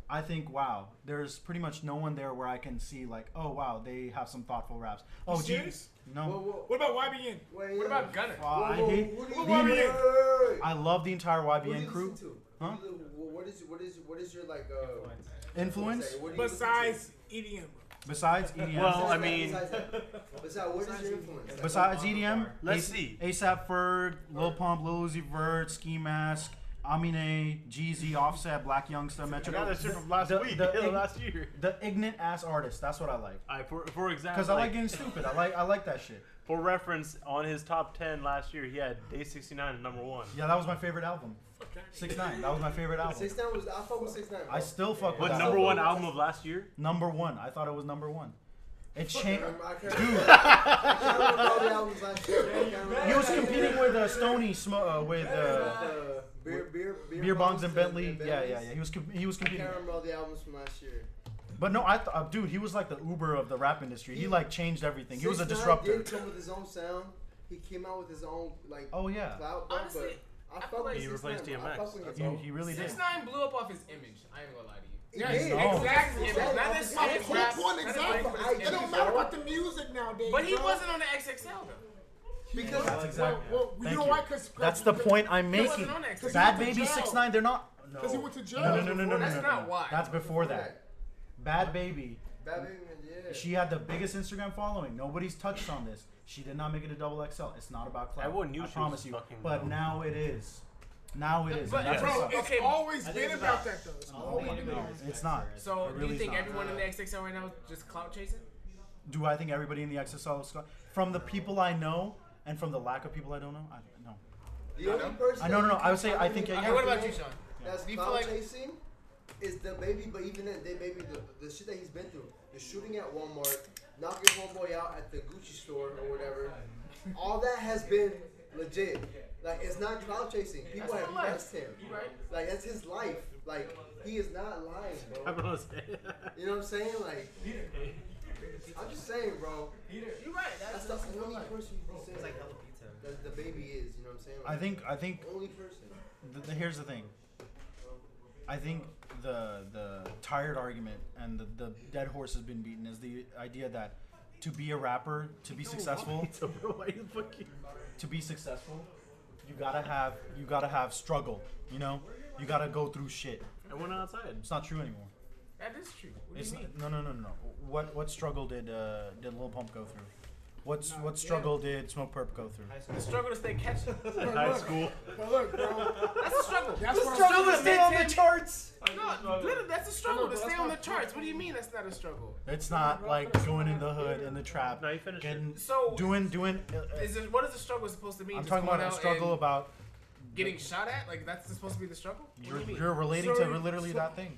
[SPEAKER 2] I think, wow, there's pretty much no one there where I can see like, oh wow, they have some thoughtful raps.
[SPEAKER 3] You
[SPEAKER 2] Oh, gee,
[SPEAKER 3] serious?
[SPEAKER 2] no.
[SPEAKER 3] What about YBN? What about Gunner?
[SPEAKER 2] Wow, I hate
[SPEAKER 8] Who do
[SPEAKER 2] the-
[SPEAKER 8] you listen
[SPEAKER 2] I love the entire YBN
[SPEAKER 8] to?
[SPEAKER 2] crew. Huh?
[SPEAKER 8] Who do you- What is what is what is your like uh,
[SPEAKER 2] Influence?
[SPEAKER 8] What do you listen to?
[SPEAKER 3] Besides E EDM,
[SPEAKER 2] Besides E EDM.
[SPEAKER 1] Well, I mean,
[SPEAKER 8] Besides, that. Besides, what is your influence? Like,
[SPEAKER 2] besides EDM,
[SPEAKER 1] Let's
[SPEAKER 2] A-
[SPEAKER 1] see.
[SPEAKER 2] ASAP Ferg, Lil Pump, Lil Uzi Vert, Ski Mask, Amine, Jeezy, Offset, Black Youngsta, Metro.
[SPEAKER 1] got that shit from last week, yeah, last year.
[SPEAKER 2] The ignorant ass artist. That's what I like.
[SPEAKER 1] All right, for for example,
[SPEAKER 2] Because I like getting stupid. I like I like that shit.
[SPEAKER 1] For reference, on his top ten last year, he had Day 69 at number one.
[SPEAKER 2] Yeah, that was my favorite album. Six nine. That was my favorite album.
[SPEAKER 8] Six nine was I fuck with six nine.
[SPEAKER 2] I still fuck with
[SPEAKER 1] But
[SPEAKER 2] that
[SPEAKER 1] number
[SPEAKER 2] album.
[SPEAKER 1] one album of last year?
[SPEAKER 2] Number one. I thought it was number one. It
[SPEAKER 8] Fuck,
[SPEAKER 2] changed.
[SPEAKER 8] I can't
[SPEAKER 2] Dude.
[SPEAKER 8] remember. I can't remember all the albums last year. I can't remember.
[SPEAKER 2] He was competing with uh, Stony Smo- uh, with uh,
[SPEAKER 8] Uh, beer, beer, beer,
[SPEAKER 2] Beer Bongs and Bentley.
[SPEAKER 8] and
[SPEAKER 2] Yeah, yeah,
[SPEAKER 8] Bentleys.
[SPEAKER 2] yeah. He was com- he was
[SPEAKER 8] I can't
[SPEAKER 2] competing.
[SPEAKER 8] remember all the albums from last year.
[SPEAKER 2] But no, I th- uh, dude, he was like the Uber of the rap industry. He like changed everything. He was a
[SPEAKER 8] 6ix9ine
[SPEAKER 2] disruptor.
[SPEAKER 8] Did come with his own sound. He came out with his own like.
[SPEAKER 2] Oh, yeah.
[SPEAKER 8] Clout, though,
[SPEAKER 6] Honestly,
[SPEAKER 8] I fuck with
[SPEAKER 1] He
[SPEAKER 8] Six
[SPEAKER 1] replaced
[SPEAKER 8] Nine, bro. I
[SPEAKER 1] DMX.
[SPEAKER 8] fuck with
[SPEAKER 1] That's
[SPEAKER 8] him.
[SPEAKER 1] all. He really
[SPEAKER 13] Six
[SPEAKER 1] did.
[SPEAKER 13] nine blew up off his image. I ain't gonna lie to you.
[SPEAKER 8] Yeah, He did. no.
[SPEAKER 2] Oh.
[SPEAKER 13] exactly.
[SPEAKER 8] Exactly.
[SPEAKER 13] Now this
[SPEAKER 8] That's
[SPEAKER 13] shit
[SPEAKER 8] the
[SPEAKER 13] is
[SPEAKER 8] whole
[SPEAKER 13] rap.
[SPEAKER 8] point,
[SPEAKER 13] That is
[SPEAKER 8] exactly.
[SPEAKER 13] rap for his
[SPEAKER 8] I-
[SPEAKER 13] image,
[SPEAKER 8] it don't
[SPEAKER 13] bro.
[SPEAKER 8] matter
[SPEAKER 3] about the music nowadays.
[SPEAKER 13] But he
[SPEAKER 3] bro.
[SPEAKER 13] wasn't on the XXL though.
[SPEAKER 8] Because
[SPEAKER 2] That's exactly.
[SPEAKER 3] Well, you
[SPEAKER 2] Thank
[SPEAKER 3] know
[SPEAKER 2] you.
[SPEAKER 3] why? Because
[SPEAKER 2] That's the point I'm
[SPEAKER 3] he wasn't
[SPEAKER 2] making.
[SPEAKER 3] on that 'cause he
[SPEAKER 2] Bad
[SPEAKER 3] went to
[SPEAKER 2] Baby
[SPEAKER 3] jail.
[SPEAKER 2] Six Nine. They're not. No.
[SPEAKER 3] 'Cause he went to jail.
[SPEAKER 2] No, no, no, no, no, no.
[SPEAKER 3] That's
[SPEAKER 2] no,
[SPEAKER 3] not
[SPEAKER 2] no.
[SPEAKER 3] why.
[SPEAKER 2] That's before that. Bad Baby.
[SPEAKER 8] Bad Baby, yeah.
[SPEAKER 2] She had the biggest Instagram following. Nobody's touched on this. She did not make it a double XL. It's not about clout.
[SPEAKER 1] Everyone knew she
[SPEAKER 2] I
[SPEAKER 1] was
[SPEAKER 2] promise you.
[SPEAKER 1] fucking
[SPEAKER 2] But
[SPEAKER 1] dumb.
[SPEAKER 2] now it is. Now it is.
[SPEAKER 13] But
[SPEAKER 2] and that's
[SPEAKER 13] bro,
[SPEAKER 2] what
[SPEAKER 13] it's
[SPEAKER 2] sucks.
[SPEAKER 13] always
[SPEAKER 3] I think
[SPEAKER 13] been
[SPEAKER 3] it's
[SPEAKER 13] about
[SPEAKER 3] about-
[SPEAKER 13] that though. It's
[SPEAKER 2] No,
[SPEAKER 13] always
[SPEAKER 2] no,
[SPEAKER 13] been about
[SPEAKER 2] it's
[SPEAKER 13] that.
[SPEAKER 2] not.
[SPEAKER 13] So
[SPEAKER 2] It
[SPEAKER 13] do
[SPEAKER 2] really
[SPEAKER 13] you
[SPEAKER 2] is
[SPEAKER 13] think
[SPEAKER 2] not.
[SPEAKER 13] everyone in the XXL right now is just clout chasing?
[SPEAKER 2] Do I think everybody in the XSL is clout? From the people I know and from the lack of people I don't know? I don't know.
[SPEAKER 8] The only person.
[SPEAKER 2] I- no, no,
[SPEAKER 8] that
[SPEAKER 2] no, I would
[SPEAKER 8] can
[SPEAKER 2] say I think-
[SPEAKER 8] compliment
[SPEAKER 2] Okay, what about
[SPEAKER 8] Kanye
[SPEAKER 2] you, Sean?
[SPEAKER 8] That's
[SPEAKER 2] Do you
[SPEAKER 8] clout
[SPEAKER 2] feel like-
[SPEAKER 8] chasing is the baby, but even then, they maybe the, the shit that he's been through, the shooting at Walmart, knocking homeboy out at the Gucci store or whatever, all that has been legit. Like it's not clout chasing. People
[SPEAKER 13] That's
[SPEAKER 8] have
[SPEAKER 13] not life.
[SPEAKER 8] blessed him.
[SPEAKER 13] You right.
[SPEAKER 8] Like that's his life. Like he is not lying, bro.
[SPEAKER 1] I'm not saying.
[SPEAKER 8] You know what I'm saying? Like I'm just saying, bro.
[SPEAKER 13] You're right.
[SPEAKER 8] That's, the only person you can say like that the baby is. You know what I'm saying?
[SPEAKER 2] I think I think
[SPEAKER 8] only person.
[SPEAKER 2] th- th- here's the thing. I think the the tired argument and the, the dead horse has been beaten is the idea that to be a rapper, to be successful, to be successful, you gotta have you gotta have struggle. You know, you gotta go through shit.
[SPEAKER 1] And we're not outside.
[SPEAKER 2] It's not true anymore.
[SPEAKER 13] That is true. What do
[SPEAKER 2] It's
[SPEAKER 13] you mean?
[SPEAKER 2] not, no, no, no, no. What what struggle did uh, did Lil Pump go through? What's what struggle did Smoke Perp go through?
[SPEAKER 13] The struggle to stay catchy.
[SPEAKER 2] High school.
[SPEAKER 13] But look, bro, that's a struggle. That's
[SPEAKER 2] The
[SPEAKER 13] what I'm
[SPEAKER 2] struggle to
[SPEAKER 13] saying.
[SPEAKER 2] stay on the
[SPEAKER 13] Ten-
[SPEAKER 2] charts.
[SPEAKER 13] No, literally, that's a
[SPEAKER 3] No,
[SPEAKER 13] struggle to
[SPEAKER 3] but
[SPEAKER 13] stay
[SPEAKER 3] that's
[SPEAKER 13] on the
[SPEAKER 3] not-
[SPEAKER 13] charts. What do you mean that's not a struggle?
[SPEAKER 2] It's not like going in the hood in the trap. No, you finished getting,
[SPEAKER 13] So-
[SPEAKER 2] doing doing. Uh, uh,
[SPEAKER 13] Is it, what is the struggle supposed to mean?
[SPEAKER 2] I'm
[SPEAKER 13] Just
[SPEAKER 2] talking
[SPEAKER 13] going
[SPEAKER 2] about a
[SPEAKER 13] out
[SPEAKER 2] struggle
[SPEAKER 13] and
[SPEAKER 2] about
[SPEAKER 13] getting shot at. Like that's supposed to be the struggle. What do
[SPEAKER 2] you're,
[SPEAKER 13] you mean?
[SPEAKER 2] you're relating
[SPEAKER 3] So
[SPEAKER 2] to
[SPEAKER 3] you-
[SPEAKER 2] literally
[SPEAKER 3] so-
[SPEAKER 2] that thing.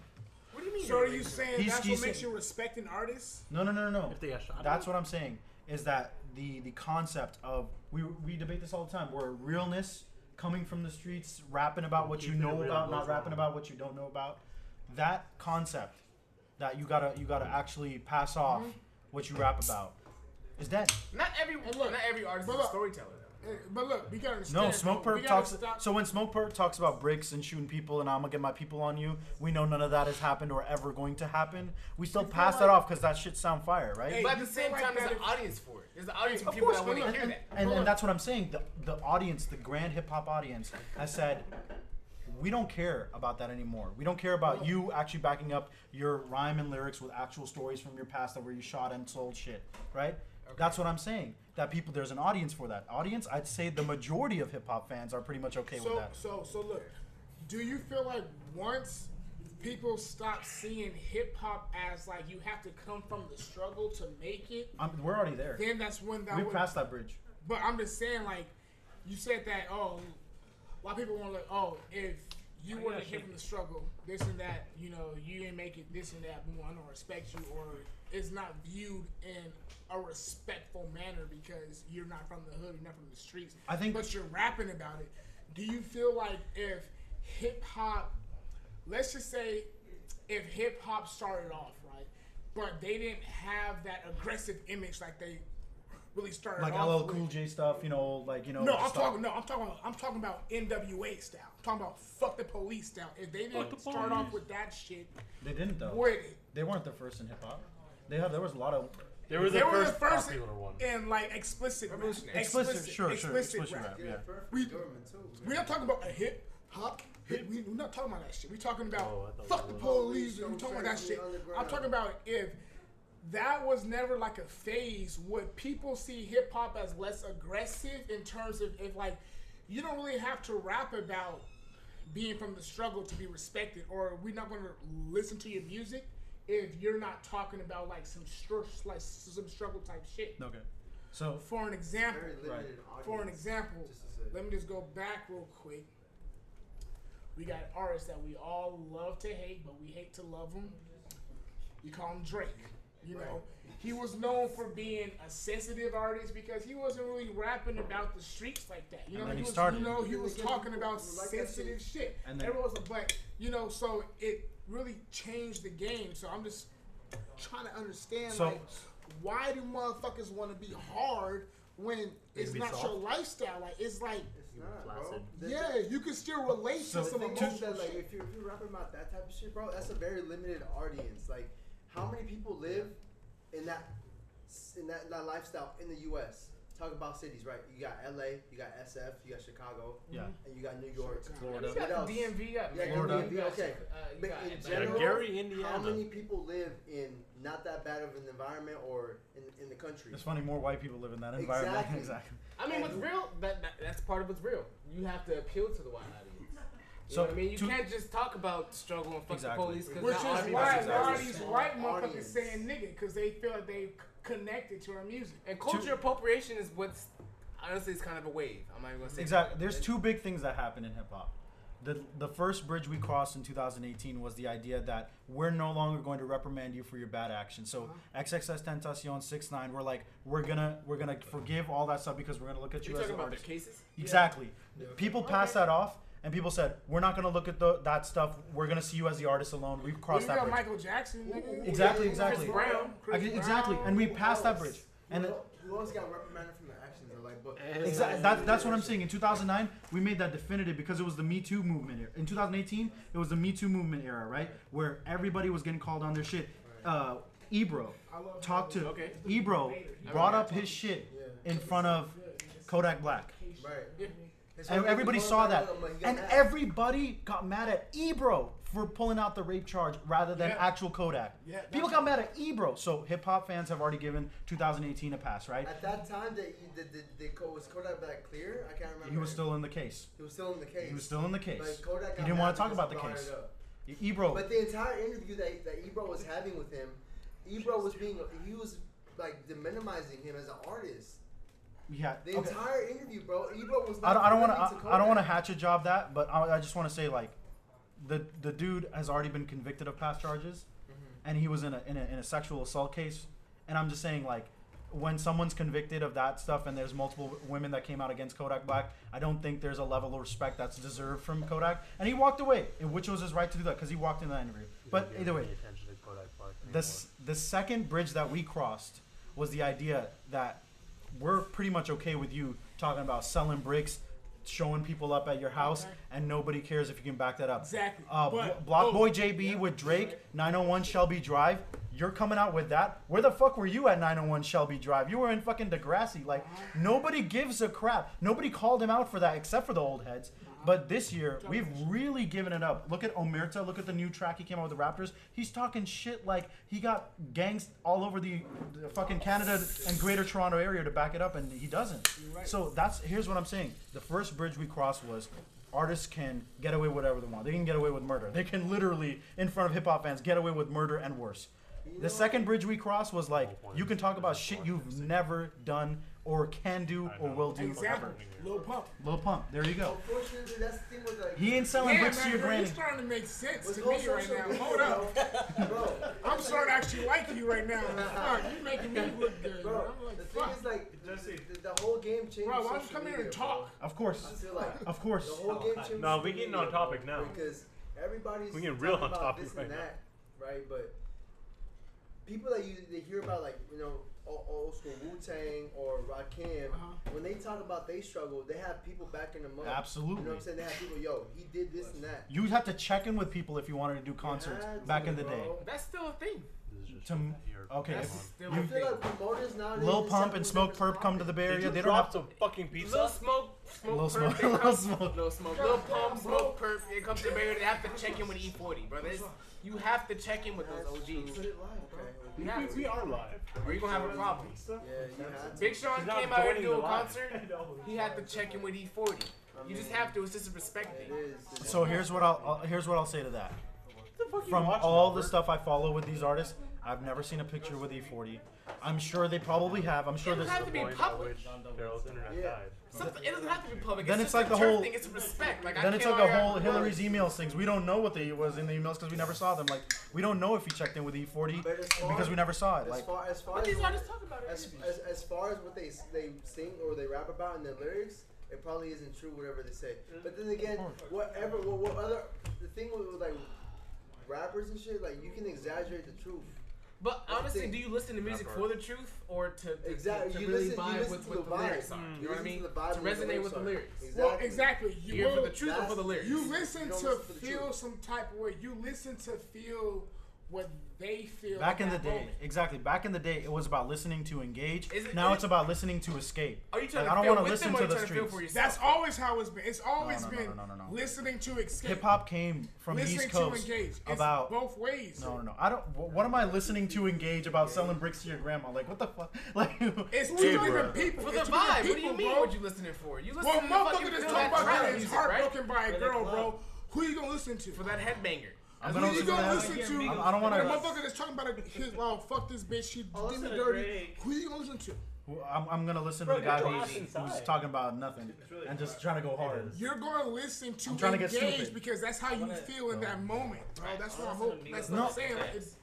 [SPEAKER 13] What do you mean?
[SPEAKER 3] So are
[SPEAKER 13] you're
[SPEAKER 3] you
[SPEAKER 13] racist?
[SPEAKER 3] saying
[SPEAKER 2] He's-
[SPEAKER 3] that's
[SPEAKER 2] he's
[SPEAKER 3] what makes
[SPEAKER 2] saying-
[SPEAKER 3] you respect an artist?
[SPEAKER 2] No, no, no, no, no.
[SPEAKER 1] If they got shot
[SPEAKER 2] That's
[SPEAKER 1] at?
[SPEAKER 2] what I'm saying. Is that the the concept of we we debate this all the time, where realness coming from the streets, rapping about what you
[SPEAKER 1] Keeping it
[SPEAKER 2] know
[SPEAKER 1] real
[SPEAKER 2] about,
[SPEAKER 1] goes
[SPEAKER 2] not rapping
[SPEAKER 1] on.
[SPEAKER 2] about what you don't know about. That concept that you gotta you gotta actually pass
[SPEAKER 3] Mm-hmm.
[SPEAKER 2] off what you rap about is dead.
[SPEAKER 13] Not every not every artist is a
[SPEAKER 3] look-
[SPEAKER 13] storyteller.
[SPEAKER 3] Eh, But look, we gotta understand.
[SPEAKER 2] No, Smoke
[SPEAKER 3] bro, we
[SPEAKER 2] Perp
[SPEAKER 3] gotta
[SPEAKER 2] talks.
[SPEAKER 3] stop-
[SPEAKER 2] So when Smoke Perp talks about bricks and shooting people and I'm gonna get my people on you, we know none of that has happened or ever going to happen. We still
[SPEAKER 3] feel
[SPEAKER 2] pass that
[SPEAKER 3] like-
[SPEAKER 2] off because that shit sound fire, right?
[SPEAKER 13] but at
[SPEAKER 3] you
[SPEAKER 13] the
[SPEAKER 3] feel
[SPEAKER 13] same
[SPEAKER 3] like
[SPEAKER 13] time, there's
[SPEAKER 3] that
[SPEAKER 13] an
[SPEAKER 3] if-
[SPEAKER 13] audience for it. There's an audience for
[SPEAKER 2] Of
[SPEAKER 13] people
[SPEAKER 2] course,
[SPEAKER 13] that want to
[SPEAKER 2] and,
[SPEAKER 13] hear
[SPEAKER 2] and,
[SPEAKER 13] that.
[SPEAKER 2] and, and that's what I'm saying. The, the audience, the grand hip hop audience, has said, we don't care about that anymore. We don't care about you actually backing up your rhyme and lyrics with actual stories from your past that where you shot and sold shit, right? That's what I'm saying. That people, there's an audience for that. Audience, I'd say the majority of hip hop fans are pretty much okay with
[SPEAKER 3] So
[SPEAKER 2] that.
[SPEAKER 3] so so look, do you feel like once people stop seeing hip hop as like you have to come from the struggle to make it,
[SPEAKER 2] I'm, we're already there.
[SPEAKER 3] then that's when that
[SPEAKER 2] We
[SPEAKER 3] would-
[SPEAKER 2] passed that bridge.
[SPEAKER 3] But I'm just saying, like, you said that, oh, a lot of people want to, like, oh, if you
[SPEAKER 13] I
[SPEAKER 3] were to
[SPEAKER 13] got you.
[SPEAKER 3] hit from the struggle, this and that, you know, you didn't make it, this and that, we want to respect you, or it's not viewed in a respectful manner because you're not from the hood, you're not from the streets.
[SPEAKER 2] I think-
[SPEAKER 3] But you're rapping about it. Do you feel like if hip hop, let's just say, if hip hop started off, right? But they didn't have that aggressive image like they really started
[SPEAKER 2] Like
[SPEAKER 3] off
[SPEAKER 2] LL
[SPEAKER 3] with.
[SPEAKER 2] Cool J stuff, you know, like you know.
[SPEAKER 3] No,
[SPEAKER 2] just
[SPEAKER 3] I'm
[SPEAKER 2] talk-
[SPEAKER 3] talking. No, I'm talking. I'm talking about NWA style. I'm talking about fuck the police style. If they
[SPEAKER 2] Fuck
[SPEAKER 3] didn't
[SPEAKER 2] the
[SPEAKER 3] start off
[SPEAKER 2] police.
[SPEAKER 3] with that shit,
[SPEAKER 2] They didn't though.
[SPEAKER 3] would
[SPEAKER 2] They weren't the first in hip hop. They had there was a lot of.
[SPEAKER 1] They were
[SPEAKER 3] they
[SPEAKER 1] the
[SPEAKER 3] were the
[SPEAKER 1] first
[SPEAKER 3] first
[SPEAKER 1] popular one.
[SPEAKER 3] in like explicit, rap.
[SPEAKER 2] Explicit, sure, sure, explicit
[SPEAKER 3] rap.
[SPEAKER 2] rap, yeah. Yeah,
[SPEAKER 3] We we're not talking about a hip hop. Hip, we, we're not talking about that shit. We're talking about fuck the police. We're talking about that shit. I'm talking about if that was never like a phase. Would people see hip hop as less aggressive in terms of if like you don't really have to rap about being from the struggle to be respected, or we're not going to listen to your music if you're not talking about like some str- like some struggle type shit.
[SPEAKER 2] Okay. So
[SPEAKER 3] For an example,
[SPEAKER 8] Very limited Right.
[SPEAKER 3] for an
[SPEAKER 8] audience,
[SPEAKER 3] example,
[SPEAKER 8] just to say.
[SPEAKER 3] let me just go back real quick. We got artists that we all love to hate, but we hate to love them. You call him Drake. You know, he was known for being a sensitive artist because he wasn't really rapping about the streets like that. You
[SPEAKER 2] And
[SPEAKER 3] know,
[SPEAKER 2] then he
[SPEAKER 3] was,
[SPEAKER 2] started.
[SPEAKER 3] You know, he
[SPEAKER 8] Then
[SPEAKER 3] was
[SPEAKER 8] again,
[SPEAKER 3] talking
[SPEAKER 8] people
[SPEAKER 3] about
[SPEAKER 8] like that
[SPEAKER 3] sensitive
[SPEAKER 8] shit.
[SPEAKER 3] shit.
[SPEAKER 2] And
[SPEAKER 3] And
[SPEAKER 2] then-
[SPEAKER 3] everyone was like, you know, so it really changed the game. So I'm just trying to understand,
[SPEAKER 2] So-
[SPEAKER 3] like, why do motherfuckers want to be hard when it's
[SPEAKER 2] be
[SPEAKER 3] not
[SPEAKER 2] soft?
[SPEAKER 3] your lifestyle? Like, it's like
[SPEAKER 1] you
[SPEAKER 8] Nah,
[SPEAKER 1] were
[SPEAKER 8] bro.
[SPEAKER 1] flaccid.
[SPEAKER 8] The-
[SPEAKER 14] Yeah, you can still relate
[SPEAKER 8] So
[SPEAKER 14] to some
[SPEAKER 8] the
[SPEAKER 14] of
[SPEAKER 8] thing is that like if you're, if you're rapping about that type of shit, bro, that's a very limited audience. Like, how many people live in that in that, that lifestyle in the U.S. Talk about cities, right? You got L.A., you got SF, you got Chicago,
[SPEAKER 1] Yeah.
[SPEAKER 8] and you got New York,
[SPEAKER 1] Florida.
[SPEAKER 8] What
[SPEAKER 1] You got the
[SPEAKER 8] else?
[SPEAKER 13] DMV, you got
[SPEAKER 8] yeah,
[SPEAKER 1] Florida.
[SPEAKER 8] DMV,
[SPEAKER 1] You got
[SPEAKER 8] okay.
[SPEAKER 1] Chica- uh, you
[SPEAKER 8] but
[SPEAKER 1] got
[SPEAKER 8] in
[SPEAKER 1] Atlanta.
[SPEAKER 8] general,
[SPEAKER 1] Gary,
[SPEAKER 8] how
[SPEAKER 1] Indiana.
[SPEAKER 8] many people live in not that bad of an environment or in, in the country?
[SPEAKER 2] It's funny, more white people live in that environment.
[SPEAKER 8] Exactly.
[SPEAKER 2] exactly.
[SPEAKER 13] I mean, what's real? That, that that's part of what's real. You have to appeal to the wide audience. You
[SPEAKER 2] So
[SPEAKER 13] know what I mean, you
[SPEAKER 2] to-
[SPEAKER 13] can't just talk about struggle and fuck
[SPEAKER 2] Exactly.
[SPEAKER 13] the police because
[SPEAKER 14] Which
[SPEAKER 13] not
[SPEAKER 14] is
[SPEAKER 13] everybody
[SPEAKER 14] why a
[SPEAKER 13] does.
[SPEAKER 14] lot
[SPEAKER 3] of these white
[SPEAKER 13] Audience.
[SPEAKER 3] motherfuckers saying nigga because they feel like they c- connected to our music.
[SPEAKER 13] And culture appropriation is what's honestly it's kind of a wave. I'm not even gonna say
[SPEAKER 2] Exactly.
[SPEAKER 13] that.
[SPEAKER 2] There's
[SPEAKER 13] It's-
[SPEAKER 2] two big things that happen in hip hop. The, the first bridge we crossed in 2018 was the idea that we're no longer going to reprimand you for your bad action. So XXS Tentacion 6 9 we're like we're gonna we're gonna forgive all that stuff because we're gonna look at you,
[SPEAKER 13] You
[SPEAKER 2] as
[SPEAKER 13] talking
[SPEAKER 2] an
[SPEAKER 13] about their
[SPEAKER 2] artist.
[SPEAKER 13] cases?
[SPEAKER 2] Exactly.
[SPEAKER 13] Yeah. Yeah.
[SPEAKER 2] People pass that off, and people said we're not gonna look at the, that stuff. We're gonna see you as the artist alone. We've crossed
[SPEAKER 3] you
[SPEAKER 2] that
[SPEAKER 3] got
[SPEAKER 2] bridge.
[SPEAKER 3] Michael Jackson, nigga.
[SPEAKER 2] Exactly,
[SPEAKER 3] Chris
[SPEAKER 2] exactly.
[SPEAKER 3] Brown, Chris
[SPEAKER 2] I can- exactly,
[SPEAKER 3] Brown.
[SPEAKER 2] and we passed that bridge. And
[SPEAKER 8] And
[SPEAKER 2] the-
[SPEAKER 8] who always got reprimanded from their actions? They're like, but
[SPEAKER 2] Exactly. That, that's what I'm saying. In 2009, we made that definitive because it was the Me Too movement. era. In 2018, it was the Me Too movement era, right? Where everybody was getting called on their shit. Uh, Ebro talked to
[SPEAKER 13] Okay.
[SPEAKER 2] Ebro brought up his shit in front of Kodak Black.
[SPEAKER 8] Right.
[SPEAKER 2] And everybody saw that, and everybody got mad at Ebro for pulling out the rape charge rather than
[SPEAKER 8] Yeah.
[SPEAKER 2] actual Kodak.
[SPEAKER 8] Yeah,
[SPEAKER 2] People got mad at Ebro, so hip hop fans have already given 2018 a pass, right?
[SPEAKER 8] At that time, that you did, did, did Ko- was Kodak that clear? I can't remember.
[SPEAKER 2] He was still in the case.
[SPEAKER 8] He was still in the case.
[SPEAKER 2] He was still in the case.
[SPEAKER 8] Like Kodak
[SPEAKER 2] He
[SPEAKER 8] got
[SPEAKER 2] didn't
[SPEAKER 8] mad
[SPEAKER 2] wanna talk
[SPEAKER 8] because
[SPEAKER 2] about the
[SPEAKER 8] he brought
[SPEAKER 2] case.
[SPEAKER 8] it up.
[SPEAKER 2] E- Ebro.
[SPEAKER 8] But the entire interview that that Ebro was having with him, Ebro was being he was like minimizing him as an artist.
[SPEAKER 2] Yeah.
[SPEAKER 8] The
[SPEAKER 2] okay.
[SPEAKER 8] entire interview, bro. Ebro was.
[SPEAKER 2] I don't, I don't want
[SPEAKER 8] friendly
[SPEAKER 2] to. I, I don't want to
[SPEAKER 8] Kodak.
[SPEAKER 2] hatchet job that, but I, I just want to say like, the the dude has already been convicted of past charges, and he was in a, in a in a sexual assault case, and I'm just saying like, when someone's convicted of that stuff, and there's multiple w- women that came out against Kodak Black, I don't think there's a level of respect that's deserved from Kodak, and he walked away, and which was his right to do that because he walked in that interview. But either way, the, s- the second bridge that we crossed was the idea that we're pretty much okay with you talking about selling bricks, showing people up at your house, and nobody cares if you can back that up.
[SPEAKER 3] Exactly.
[SPEAKER 2] Uh,
[SPEAKER 3] But-
[SPEAKER 2] Blo- Block
[SPEAKER 3] oh,
[SPEAKER 2] Boy JB with Drake, 901 Shelby Drive. You're coming out with that. Where the fuck were you at 901 Shelby Drive? You were in fucking Degrassi. Like,
[SPEAKER 3] Uh-huh.
[SPEAKER 2] nobody gives a crap. Nobody called him out for that except for the old heads.
[SPEAKER 3] Uh-huh.
[SPEAKER 2] But this year, we've really given it up. Look at Omerta. Look at the new track he came out with the Raptors. He's talking shit like he got gangs all over the, the fucking Canada and Greater Toronto area to back it up, and he doesn't. So that's here's what I'm saying. The first bridge we crossed was artists can get away with whatever they want. They can get away with murder. They can literally, in front of hip hop fans, get away with murder and worse. The second bridge we crossed was like, you can talk about shit you've never done or can do or will do.
[SPEAKER 3] Exactly. Lil Pump.
[SPEAKER 2] Little pump. There you go.
[SPEAKER 8] Unfortunately, that's the thing with like.
[SPEAKER 2] He ain't selling
[SPEAKER 3] yeah,
[SPEAKER 2] bricks to
[SPEAKER 3] man,
[SPEAKER 2] your
[SPEAKER 3] girl,
[SPEAKER 2] granny.
[SPEAKER 3] You're starting to make sense
[SPEAKER 8] With
[SPEAKER 3] to
[SPEAKER 8] whole
[SPEAKER 3] me right
[SPEAKER 8] social
[SPEAKER 3] now.
[SPEAKER 8] media,
[SPEAKER 3] Hold up.
[SPEAKER 8] bro.
[SPEAKER 3] I'm starting to actually like you right now. Fuck, you making me look good.
[SPEAKER 8] Bro,
[SPEAKER 3] I'm like,
[SPEAKER 8] the thing
[SPEAKER 3] fuck.
[SPEAKER 8] is like the, the whole game changed.
[SPEAKER 3] Bro, why don't you
[SPEAKER 8] social
[SPEAKER 3] come here and
[SPEAKER 8] media,
[SPEAKER 3] talk?
[SPEAKER 8] bro.
[SPEAKER 2] Of course.
[SPEAKER 8] I feel like
[SPEAKER 2] Of course.
[SPEAKER 8] The whole game changed.
[SPEAKER 1] No,
[SPEAKER 8] social
[SPEAKER 1] we getting
[SPEAKER 8] media,
[SPEAKER 1] on topic
[SPEAKER 8] bro,
[SPEAKER 1] now.
[SPEAKER 8] because everybody's
[SPEAKER 1] We getting real
[SPEAKER 8] talking
[SPEAKER 1] on
[SPEAKER 8] about
[SPEAKER 1] topic
[SPEAKER 8] this
[SPEAKER 1] right
[SPEAKER 8] and
[SPEAKER 1] now.
[SPEAKER 8] that, right? But people that you they hear about like you know old, old school Wu Tang or Rakim,
[SPEAKER 3] Uh-huh.
[SPEAKER 8] when they talk about they struggle, they have people backing them up. You know
[SPEAKER 2] Absolutely.
[SPEAKER 8] what I'm saying? They have people, yo, he did this and that.
[SPEAKER 2] You'd have to check in with people if you wanted to do concerts
[SPEAKER 8] had
[SPEAKER 2] back
[SPEAKER 8] to,
[SPEAKER 2] in the
[SPEAKER 8] bro.
[SPEAKER 2] day.
[SPEAKER 13] That's still a thing.
[SPEAKER 2] To, m- okay.
[SPEAKER 8] I feel like promoters nowadays.
[SPEAKER 2] Lil
[SPEAKER 8] they
[SPEAKER 2] Pump
[SPEAKER 8] sell
[SPEAKER 2] and Smoke Perp come to the Bay
[SPEAKER 1] Did
[SPEAKER 2] Area.
[SPEAKER 1] you
[SPEAKER 2] They don't
[SPEAKER 1] drop
[SPEAKER 2] have to.
[SPEAKER 1] some fucking pizza?
[SPEAKER 13] Little smoke, smoke,
[SPEAKER 2] Little
[SPEAKER 13] perp,
[SPEAKER 2] Smoke,
[SPEAKER 13] they
[SPEAKER 2] Little
[SPEAKER 13] come-
[SPEAKER 2] Smoke.
[SPEAKER 13] little smoke, little pump, smoke, perp. It comes to the barrier. They have to check in with E40, bro. There's- You have to check in with those OGs. You have to.
[SPEAKER 1] We are live.
[SPEAKER 13] Or you gonna have a problem.
[SPEAKER 8] Yeah, you had to.
[SPEAKER 13] Big Sean
[SPEAKER 1] He's not
[SPEAKER 13] came out here to
[SPEAKER 1] joining the
[SPEAKER 13] do a
[SPEAKER 1] line.
[SPEAKER 13] concert. He had to check in with E40. You just have to. It's just a respect thing.
[SPEAKER 2] So here's what I'll, I'll here's what I'll say to that. From all the stuff I follow with these artists, I've never seen a picture with E40. I'm sure they probably have. I'm sure
[SPEAKER 13] It doesn't
[SPEAKER 2] there's.
[SPEAKER 13] have to be public.
[SPEAKER 1] Carol's internet died.
[SPEAKER 13] Something, it doesn't have to be public.
[SPEAKER 2] Then it's
[SPEAKER 13] it's, just
[SPEAKER 2] like
[SPEAKER 13] a
[SPEAKER 2] the
[SPEAKER 13] turf
[SPEAKER 2] whole-
[SPEAKER 13] Thing. It's a respect. Like
[SPEAKER 2] Then
[SPEAKER 13] I
[SPEAKER 2] it's
[SPEAKER 13] came
[SPEAKER 2] like a
[SPEAKER 13] out here-
[SPEAKER 2] whole Hillary's emails things. We don't know what they was in the emails because we never saw them. Like we don't know if he checked in with E40 because we never saw it.
[SPEAKER 8] As
[SPEAKER 2] Like
[SPEAKER 8] far as far
[SPEAKER 13] But
[SPEAKER 8] as
[SPEAKER 13] these
[SPEAKER 8] what-
[SPEAKER 13] artists talk about it.
[SPEAKER 8] as, as, as far as what they they sing or they rap about in their lyrics, it probably isn't true whatever they say.
[SPEAKER 13] Mm.
[SPEAKER 8] But then again, whatever what, what other the thing with, with like rappers and shit, like you can exaggerate the truth.
[SPEAKER 13] But
[SPEAKER 8] That's the
[SPEAKER 13] honestly,
[SPEAKER 8] thing.
[SPEAKER 13] do you listen to music
[SPEAKER 8] Rapper.
[SPEAKER 13] for the truth or to, to,
[SPEAKER 8] Exactly.
[SPEAKER 13] to,
[SPEAKER 8] You
[SPEAKER 13] really
[SPEAKER 8] listen- you
[SPEAKER 13] vibe
[SPEAKER 8] listen
[SPEAKER 13] with
[SPEAKER 8] to
[SPEAKER 13] what
[SPEAKER 8] the
[SPEAKER 13] the lyrics
[SPEAKER 8] vibe.
[SPEAKER 13] are?
[SPEAKER 8] You
[SPEAKER 13] Mm, You know what I
[SPEAKER 8] listen
[SPEAKER 13] mean?
[SPEAKER 8] to
[SPEAKER 13] To
[SPEAKER 8] the vibe and what the
[SPEAKER 13] resonate
[SPEAKER 8] lyrics
[SPEAKER 13] with the
[SPEAKER 8] are.
[SPEAKER 13] lyrics.
[SPEAKER 8] Exactly.
[SPEAKER 13] Well,
[SPEAKER 3] Exactly. You
[SPEAKER 13] Here for
[SPEAKER 3] will-
[SPEAKER 13] the truth or for the lyrics.
[SPEAKER 3] You listen
[SPEAKER 8] You don't
[SPEAKER 3] to
[SPEAKER 8] listen for the
[SPEAKER 3] feel
[SPEAKER 8] truth.
[SPEAKER 3] some type of way. You listen to feel what they feel.
[SPEAKER 2] Back in the
[SPEAKER 3] that
[SPEAKER 2] day,
[SPEAKER 3] moment.
[SPEAKER 2] exactly. Back in the day, it was about listening to engage.
[SPEAKER 3] Is it-
[SPEAKER 2] now
[SPEAKER 3] is-
[SPEAKER 2] it's about listening to escape.
[SPEAKER 3] Are you trying
[SPEAKER 2] like,
[SPEAKER 3] to
[SPEAKER 2] I don't
[SPEAKER 3] feel
[SPEAKER 2] want to
[SPEAKER 3] with
[SPEAKER 2] listen
[SPEAKER 3] them or
[SPEAKER 2] to
[SPEAKER 3] you
[SPEAKER 2] the
[SPEAKER 3] trying to feel
[SPEAKER 2] streets.
[SPEAKER 3] for yourself? That's always how it's been. It's always
[SPEAKER 2] no, no,
[SPEAKER 3] been
[SPEAKER 2] no, no, no, no.
[SPEAKER 3] listening to escape.
[SPEAKER 2] Hip hop came from the
[SPEAKER 3] Listening
[SPEAKER 2] East
[SPEAKER 3] to
[SPEAKER 2] Coast.
[SPEAKER 3] engage. It's
[SPEAKER 2] About
[SPEAKER 3] both ways.
[SPEAKER 2] No, no, no. I don't. wh- What am I listening to engage about selling bricks to your grandma? Like what the fuck? Like
[SPEAKER 3] It's two
[SPEAKER 2] Hey,
[SPEAKER 3] different
[SPEAKER 2] bro.
[SPEAKER 3] people.
[SPEAKER 13] For the
[SPEAKER 3] It's
[SPEAKER 13] vibe,
[SPEAKER 3] two different
[SPEAKER 13] what do you
[SPEAKER 3] people,
[SPEAKER 13] mean?
[SPEAKER 3] bro.
[SPEAKER 13] What you listening for? You
[SPEAKER 3] well,
[SPEAKER 13] listening to fucking
[SPEAKER 3] motherfucker that's
[SPEAKER 13] feel
[SPEAKER 3] talking
[SPEAKER 13] that
[SPEAKER 3] about
[SPEAKER 13] trap
[SPEAKER 3] getting his
[SPEAKER 13] music,
[SPEAKER 3] heart
[SPEAKER 13] right?
[SPEAKER 3] broken by
[SPEAKER 13] For
[SPEAKER 3] a
[SPEAKER 13] the
[SPEAKER 3] girl,
[SPEAKER 13] club.
[SPEAKER 3] bro. Who you gonna listen to? For
[SPEAKER 13] that headbanger.
[SPEAKER 2] I'm
[SPEAKER 3] Who
[SPEAKER 2] gonna
[SPEAKER 3] you
[SPEAKER 2] listen to
[SPEAKER 3] gonna
[SPEAKER 2] that.
[SPEAKER 3] listen to?
[SPEAKER 2] I'm- I don't wanna-
[SPEAKER 3] When a motherfucker that's talking about a, his, well, fuck this bitch, she did me dirty. Who you gonna listen to?
[SPEAKER 2] Wh- I'm, I'm gonna listen
[SPEAKER 3] Bro,
[SPEAKER 2] to the guy
[SPEAKER 3] get your
[SPEAKER 2] who's,
[SPEAKER 3] ass
[SPEAKER 2] who's
[SPEAKER 3] inside.
[SPEAKER 2] talking about nothing and just trying to go hard.
[SPEAKER 3] You're gonna listen to
[SPEAKER 2] I'm trying to get
[SPEAKER 3] engage
[SPEAKER 2] stupid.
[SPEAKER 3] because that's how you feel in that moment, bro. That's what I'm hoping. That's what
[SPEAKER 2] No.
[SPEAKER 3] I'm saying. Like, it's,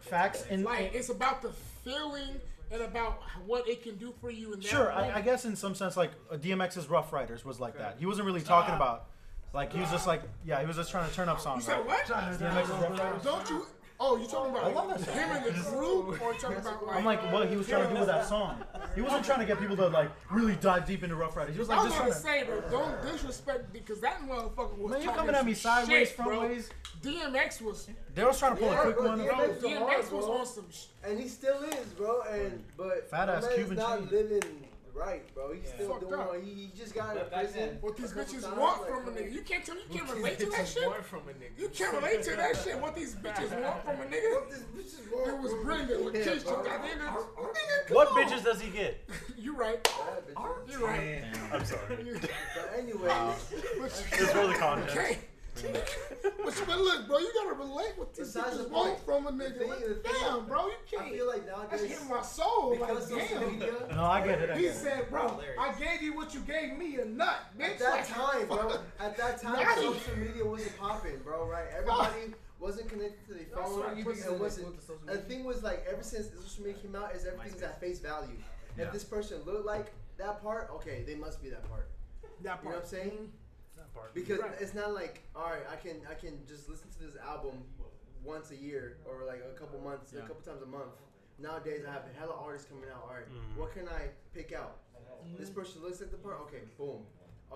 [SPEAKER 2] Facts and
[SPEAKER 3] like it's about the feeling and about what it can do for you. In that
[SPEAKER 2] Sure,
[SPEAKER 3] moment.
[SPEAKER 2] I, I guess in some sense, like uh, DMX's Rough Riders was like that. He wasn't really talking about, like he was just like, yeah, he was just trying to turn up songs.
[SPEAKER 3] You
[SPEAKER 2] right?
[SPEAKER 3] said what?
[SPEAKER 2] DMX's Rough Riders.
[SPEAKER 3] Don't you? Oh, you talking
[SPEAKER 2] I love
[SPEAKER 3] about
[SPEAKER 2] that song.
[SPEAKER 3] him and the group, or you talking about like?
[SPEAKER 2] I'm like, what he was trying to do with that song. He wasn't trying to get people to like really dive deep into Rough Riders. He was like
[SPEAKER 3] I was
[SPEAKER 2] just
[SPEAKER 3] gonna
[SPEAKER 2] trying to.
[SPEAKER 3] say, bro, don't disrespect because that motherfucker was.
[SPEAKER 2] Man, you
[SPEAKER 3] talking
[SPEAKER 2] coming at me
[SPEAKER 3] some
[SPEAKER 2] sideways,
[SPEAKER 3] shit,
[SPEAKER 2] front
[SPEAKER 3] bro.
[SPEAKER 2] ways.
[SPEAKER 3] DMX was.
[SPEAKER 2] They was trying to pull a
[SPEAKER 8] Yeah,
[SPEAKER 2] quick
[SPEAKER 8] bro,
[SPEAKER 2] one.
[SPEAKER 8] DMX was
[SPEAKER 3] DMX
[SPEAKER 8] hard,
[SPEAKER 3] was
[SPEAKER 8] bro.
[SPEAKER 3] on some sh-
[SPEAKER 8] And he still is, bro. And but
[SPEAKER 2] Fat
[SPEAKER 8] my
[SPEAKER 2] ass
[SPEAKER 8] man's
[SPEAKER 2] Cuban
[SPEAKER 8] not
[SPEAKER 2] cheese.
[SPEAKER 8] living right, bro. He's
[SPEAKER 2] Yeah.
[SPEAKER 8] still
[SPEAKER 2] Fucked
[SPEAKER 8] doing.
[SPEAKER 2] up.
[SPEAKER 8] What he, he just got out of
[SPEAKER 2] But back
[SPEAKER 8] prison.
[SPEAKER 2] then-
[SPEAKER 3] What these
[SPEAKER 8] a couple
[SPEAKER 3] bitches
[SPEAKER 8] times,
[SPEAKER 3] want
[SPEAKER 8] like,
[SPEAKER 3] from a
[SPEAKER 8] bro.
[SPEAKER 3] nigga? You can't tell me you can't
[SPEAKER 13] What these
[SPEAKER 3] relate to that
[SPEAKER 13] bitches
[SPEAKER 3] shit.
[SPEAKER 13] want from a nigga?
[SPEAKER 3] You can't relate to that shit. What these bitches want from a nigga? It was Brenda. Lakeisha,
[SPEAKER 8] bro.
[SPEAKER 3] Diana. Nigga, come
[SPEAKER 1] What
[SPEAKER 3] on.
[SPEAKER 1] bitches does he get?
[SPEAKER 3] You right. You right.
[SPEAKER 1] I'm sorry.
[SPEAKER 8] But anyway,
[SPEAKER 1] It's for the content.
[SPEAKER 3] Okay. but, you- but look, bro, you gotta relate with these
[SPEAKER 8] Besides the
[SPEAKER 3] bitches want
[SPEAKER 8] point,
[SPEAKER 3] from a
[SPEAKER 8] the
[SPEAKER 3] nigga.
[SPEAKER 8] thing- the
[SPEAKER 3] Like,
[SPEAKER 8] thing-
[SPEAKER 3] damn, bro, you can't.
[SPEAKER 8] I feel like
[SPEAKER 3] That's
[SPEAKER 8] nowadays
[SPEAKER 3] hitting my soul. Like,
[SPEAKER 8] because social
[SPEAKER 3] damn.
[SPEAKER 8] media.
[SPEAKER 2] No, I get it. I
[SPEAKER 3] He
[SPEAKER 2] get it.
[SPEAKER 3] said, bro, I gave you what you gave me, a nut, bitch.
[SPEAKER 8] At that
[SPEAKER 3] Like,
[SPEAKER 8] time, bro.
[SPEAKER 3] fuck.
[SPEAKER 8] At that time,
[SPEAKER 3] Naughty.
[SPEAKER 8] social media wasn't popping, bro. Right? Everybody wasn't connected to their
[SPEAKER 13] That's
[SPEAKER 8] phone.
[SPEAKER 13] right. You think
[SPEAKER 8] And
[SPEAKER 13] they
[SPEAKER 8] wasn't.
[SPEAKER 13] looked at social
[SPEAKER 8] The
[SPEAKER 13] media?
[SPEAKER 8] thing was like, ever since social media came out, is everything's at face value.
[SPEAKER 2] Yeah.
[SPEAKER 8] If this person looked like that part, okay, they must be that part.
[SPEAKER 3] That
[SPEAKER 8] You know what
[SPEAKER 3] part.
[SPEAKER 8] I'm saying? Because it's not like, all right, I can I can just listen to this album once a year or like a couple months,
[SPEAKER 2] Yeah.
[SPEAKER 8] a couple times a month. Nowadays, I have hella artists coming out. All right, what can I pick out? This
[SPEAKER 3] Mm-hmm.
[SPEAKER 8] person looks like the part. Okay, boom. Uh,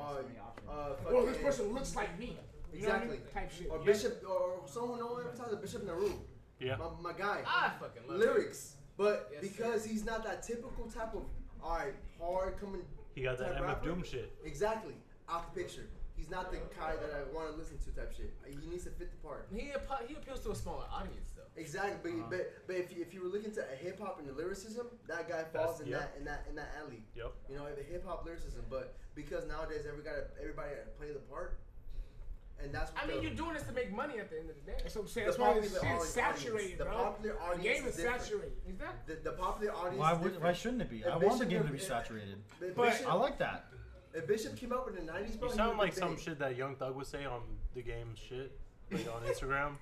[SPEAKER 8] uh,
[SPEAKER 3] Or this
[SPEAKER 8] fucking-
[SPEAKER 3] person looks like me. You know what I mean?
[SPEAKER 8] Exactly.
[SPEAKER 3] Type shit.
[SPEAKER 8] Or
[SPEAKER 3] Yeah.
[SPEAKER 8] Bishop, or someone no one emphasized Bishop Naru.
[SPEAKER 1] Yeah.
[SPEAKER 8] My, my guy.
[SPEAKER 13] I fucking love
[SPEAKER 8] Lyrics, but
[SPEAKER 13] Yes,
[SPEAKER 8] because he's not that typical type of all right hard coming.
[SPEAKER 1] He got that
[SPEAKER 8] type
[SPEAKER 1] MF
[SPEAKER 8] rapper.
[SPEAKER 1] Doom shit.
[SPEAKER 8] Exactly, out the picture. He's not the guy that I want to listen to type shit. He needs to fit the part.
[SPEAKER 13] He appa- he appeals to a smaller audience though.
[SPEAKER 8] Exactly, but, but but if you, if you were looking to a hip hop and the lyricism, that guy falls
[SPEAKER 1] That's-
[SPEAKER 8] in
[SPEAKER 1] yep.
[SPEAKER 8] that in that in that alley.
[SPEAKER 1] Yep.
[SPEAKER 8] You know, the hip hop lyricism, but because nowadays every gotta everybody gotta play the part, and that's.
[SPEAKER 13] I
[SPEAKER 8] what
[SPEAKER 13] mean,
[SPEAKER 8] the-
[SPEAKER 13] you're doing this to make money at the end of the day.
[SPEAKER 3] That's what I'm saying.
[SPEAKER 8] The
[SPEAKER 3] That's why
[SPEAKER 8] popular
[SPEAKER 3] this shit's
[SPEAKER 8] audience-
[SPEAKER 3] saturated,
[SPEAKER 8] the
[SPEAKER 3] bro.
[SPEAKER 8] popular audience
[SPEAKER 3] the game
[SPEAKER 8] is
[SPEAKER 3] is
[SPEAKER 8] different.
[SPEAKER 3] saturated.
[SPEAKER 13] Exactly.
[SPEAKER 8] The, the popular audience.
[SPEAKER 2] Why
[SPEAKER 8] is
[SPEAKER 2] would?
[SPEAKER 8] different.
[SPEAKER 2] Why shouldn't it be?
[SPEAKER 8] If
[SPEAKER 2] I want the
[SPEAKER 8] Bishop
[SPEAKER 2] game to
[SPEAKER 8] would-
[SPEAKER 2] be saturated.
[SPEAKER 8] if
[SPEAKER 3] But-
[SPEAKER 8] Bishop-
[SPEAKER 2] I like that.
[SPEAKER 8] If Bishop came out with the '90s, bro,
[SPEAKER 1] You
[SPEAKER 8] he
[SPEAKER 1] sound
[SPEAKER 8] would've
[SPEAKER 1] like
[SPEAKER 8] been
[SPEAKER 1] some
[SPEAKER 8] big.
[SPEAKER 1] shit that Young Thug would say on the game shit, like on Instagram.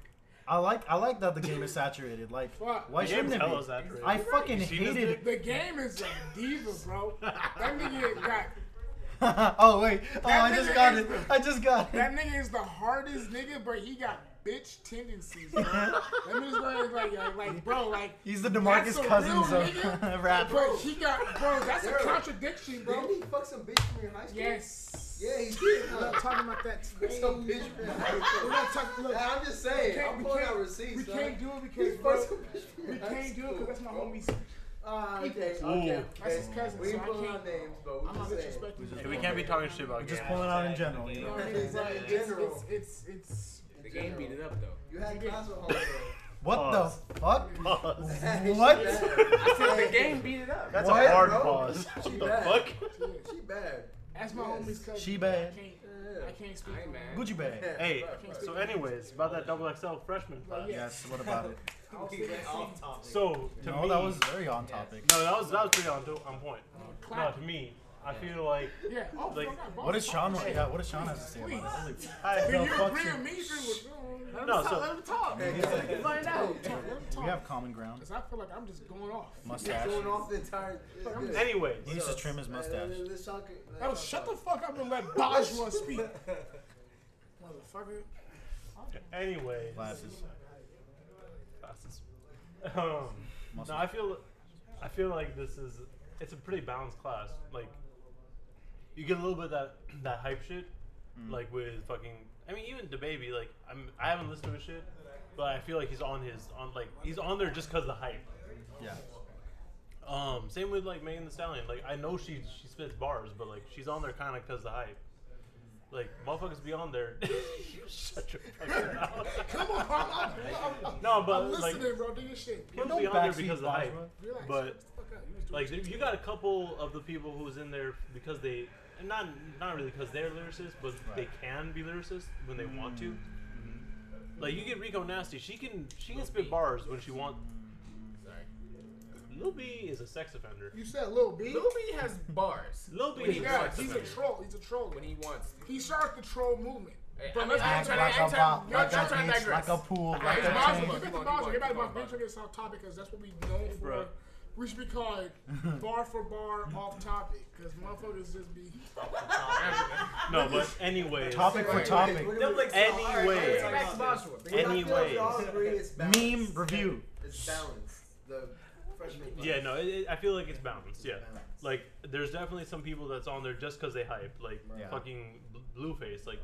[SPEAKER 2] I like I like that the game is saturated. Like
[SPEAKER 3] Fuck.
[SPEAKER 2] why
[SPEAKER 1] The
[SPEAKER 2] shouldn't
[SPEAKER 1] game's
[SPEAKER 2] it
[SPEAKER 1] hella
[SPEAKER 2] be?
[SPEAKER 1] saturated.
[SPEAKER 2] I
[SPEAKER 1] Right.
[SPEAKER 2] fucking
[SPEAKER 1] You seen this
[SPEAKER 2] hated.
[SPEAKER 3] The game is a diva, bro. That nigga got.
[SPEAKER 2] oh wait, oh
[SPEAKER 3] That
[SPEAKER 2] I just
[SPEAKER 3] nigga
[SPEAKER 2] got
[SPEAKER 3] is
[SPEAKER 2] it.
[SPEAKER 3] the-
[SPEAKER 2] I just got it.
[SPEAKER 3] That nigga is the hardest nigga, but he got bitch tendencies. Bro. Let me just go ahead and like, like, like, bro, like.
[SPEAKER 2] He's the DeMarcus
[SPEAKER 3] that's a
[SPEAKER 2] Cousins
[SPEAKER 3] real
[SPEAKER 2] of
[SPEAKER 3] nigga,
[SPEAKER 2] rap.
[SPEAKER 3] But he got, bro, that's a
[SPEAKER 8] Bro.
[SPEAKER 3] contradiction, bro.
[SPEAKER 8] Didn't he fuck some bitch from your high school?
[SPEAKER 3] Yes.
[SPEAKER 8] Yeah, he did.
[SPEAKER 3] We're not talking about that
[SPEAKER 8] Fuck
[SPEAKER 3] today.
[SPEAKER 8] some bitch from your high school.
[SPEAKER 3] We're not talking. Look,
[SPEAKER 8] Hey, I'm just
[SPEAKER 3] we
[SPEAKER 8] saying.
[SPEAKER 3] can't-
[SPEAKER 8] I'm
[SPEAKER 3] we
[SPEAKER 8] pulling
[SPEAKER 3] can't-
[SPEAKER 8] out receipts.
[SPEAKER 3] We
[SPEAKER 8] son.
[SPEAKER 3] can't do it
[SPEAKER 8] He
[SPEAKER 3] because
[SPEAKER 8] fucked
[SPEAKER 3] bro,
[SPEAKER 8] some bitch from
[SPEAKER 3] we
[SPEAKER 8] your high
[SPEAKER 3] can't do it
[SPEAKER 8] school,
[SPEAKER 3] because that's my
[SPEAKER 8] bro.
[SPEAKER 3] homie's.
[SPEAKER 8] Ah, okay,
[SPEAKER 3] Ooh.
[SPEAKER 8] okay.
[SPEAKER 3] That's his cousin,
[SPEAKER 8] We
[SPEAKER 3] so
[SPEAKER 8] ain't
[SPEAKER 3] I
[SPEAKER 8] pulling out
[SPEAKER 3] can't-
[SPEAKER 8] names, but
[SPEAKER 3] I'm
[SPEAKER 8] we're
[SPEAKER 3] not
[SPEAKER 8] just saying.
[SPEAKER 3] disrespecting. him.
[SPEAKER 1] We can't be talking shit about
[SPEAKER 2] Just
[SPEAKER 1] games.
[SPEAKER 2] pulling out in general. You
[SPEAKER 3] You know
[SPEAKER 2] know?
[SPEAKER 3] what I mean?
[SPEAKER 8] It's like in
[SPEAKER 3] It's-
[SPEAKER 8] general.
[SPEAKER 3] It's it's it's.
[SPEAKER 13] The game beat it up though.
[SPEAKER 8] You had class with homie,
[SPEAKER 2] What the fuck?
[SPEAKER 8] bro.
[SPEAKER 2] What?
[SPEAKER 8] She bad.
[SPEAKER 13] I said the game beat it up.
[SPEAKER 1] That's
[SPEAKER 2] What,
[SPEAKER 1] a hard
[SPEAKER 8] bro?
[SPEAKER 1] pause.
[SPEAKER 8] She
[SPEAKER 1] What the
[SPEAKER 8] bad.
[SPEAKER 1] fuck?
[SPEAKER 3] yeah.
[SPEAKER 8] She bad.
[SPEAKER 3] That's my
[SPEAKER 8] Yes.
[SPEAKER 3] homie's cousin.
[SPEAKER 2] She
[SPEAKER 3] bro.
[SPEAKER 2] bad.
[SPEAKER 3] I can't.
[SPEAKER 8] Yeah.
[SPEAKER 3] I can't speak.
[SPEAKER 13] I ain't
[SPEAKER 3] for him.
[SPEAKER 13] mad.
[SPEAKER 2] Gucci bag.
[SPEAKER 1] Hey,
[SPEAKER 8] Right,
[SPEAKER 1] so anyways, about that double XL freshman
[SPEAKER 3] Well,
[SPEAKER 1] class.
[SPEAKER 3] yeah.
[SPEAKER 2] Yes. What about it?
[SPEAKER 13] We went off topic.
[SPEAKER 1] So to
[SPEAKER 2] No,
[SPEAKER 1] me,
[SPEAKER 2] that was very on topic.
[SPEAKER 1] no, that was that was pretty on on point. No,
[SPEAKER 3] Clap.
[SPEAKER 1] to me, I feel like
[SPEAKER 3] Yeah. Oh,
[SPEAKER 1] Like,
[SPEAKER 3] fuck, I
[SPEAKER 2] What does
[SPEAKER 3] both-
[SPEAKER 2] Sean?
[SPEAKER 3] Shit.
[SPEAKER 2] Yeah, what does Sean have to say about it?
[SPEAKER 1] I,
[SPEAKER 3] Do
[SPEAKER 2] No,
[SPEAKER 3] you
[SPEAKER 2] fuck
[SPEAKER 3] agree
[SPEAKER 2] you.
[SPEAKER 3] with me? Agree with you? Let him
[SPEAKER 1] No,
[SPEAKER 3] talk.
[SPEAKER 1] so-
[SPEAKER 3] Let him talk. Let him find out. Let him
[SPEAKER 2] We
[SPEAKER 3] talk.
[SPEAKER 2] have common ground.
[SPEAKER 3] Cause I feel like I'm just going off.
[SPEAKER 8] He's
[SPEAKER 2] Mustache.
[SPEAKER 8] going off the entire.
[SPEAKER 1] anyways,
[SPEAKER 2] He used to trim his mustache.
[SPEAKER 3] Oh, shut the fuck up and let Bajwa speak. Motherfucker.
[SPEAKER 1] anyways,
[SPEAKER 2] Glasses.
[SPEAKER 1] classes. Um, no, I feel, I feel like this is, it's a pretty balanced class. Like, you get a little bit of that that hype shit, like with fucking. I mean, even the baby. Like, I'm I haven't listened to his shit, but I feel like he's on his on like he's on there just because the hype.
[SPEAKER 2] Yeah.
[SPEAKER 1] Um, same with like Megan the Stallion. Like, I know she she spits bars, but like she's on there kind of because the hype. Like motherfuckers be on there. you shut your fucking mouth.
[SPEAKER 3] Come on, I'm, I'm, I'm,
[SPEAKER 1] No, but,
[SPEAKER 3] I'm listening,
[SPEAKER 1] like,
[SPEAKER 3] bro. Do your shit.
[SPEAKER 1] People be on there because of the hype.
[SPEAKER 3] Relax.
[SPEAKER 1] But
[SPEAKER 3] Fuck up. You was doing
[SPEAKER 1] like
[SPEAKER 3] shit.
[SPEAKER 1] you got a couple of the people who's in there because they and not not really because they're lyricists, but they can be lyricists when they want to.
[SPEAKER 2] Mm-hmm.
[SPEAKER 1] Like you get Rico Nasty, she can she can spit bars when she wants. Sorry. Lil B is a sex offender.
[SPEAKER 3] You said Lil B.
[SPEAKER 13] Lil B has bars.
[SPEAKER 1] Lil B
[SPEAKER 13] When
[SPEAKER 1] is a
[SPEAKER 13] he
[SPEAKER 1] sex
[SPEAKER 13] wants to.
[SPEAKER 1] offender.
[SPEAKER 3] He's a troll. He's a troll.
[SPEAKER 13] When he wants.
[SPEAKER 3] He started the troll movement.
[SPEAKER 13] Hey,
[SPEAKER 3] Bro,
[SPEAKER 13] I
[SPEAKER 3] let's
[SPEAKER 13] mean,
[SPEAKER 3] not
[SPEAKER 13] I-
[SPEAKER 3] try
[SPEAKER 13] like
[SPEAKER 3] to
[SPEAKER 13] a
[SPEAKER 3] every time-
[SPEAKER 13] bop,
[SPEAKER 3] y'all-
[SPEAKER 13] like
[SPEAKER 3] y'all
[SPEAKER 13] a
[SPEAKER 3] trying to
[SPEAKER 13] beast,
[SPEAKER 3] digress.
[SPEAKER 13] like a pool,
[SPEAKER 3] Hey,
[SPEAKER 13] like a
[SPEAKER 3] it's Bowser.
[SPEAKER 13] tank.
[SPEAKER 3] Get back to
[SPEAKER 13] Keep on,
[SPEAKER 3] Bowser.
[SPEAKER 13] keep
[SPEAKER 3] Get back
[SPEAKER 13] on,
[SPEAKER 3] to Bowser.
[SPEAKER 13] keep on,
[SPEAKER 3] Bitch, we're getting off topic because that's what we known for.
[SPEAKER 13] Bruh.
[SPEAKER 3] We should be called bar for bar off topic because motherfuckers just be.
[SPEAKER 1] No, but anyways.
[SPEAKER 2] Topic for topic.
[SPEAKER 1] Anyways.
[SPEAKER 8] Anyways.
[SPEAKER 2] Meme review.
[SPEAKER 8] It's balanced. The freshman. class.
[SPEAKER 1] Yeah, no, it, it, I feel like it's balanced. Yeah, like there's definitely some people that's on there just because they hype, like
[SPEAKER 2] Yeah.
[SPEAKER 1] fucking Bl- Blueface. Like,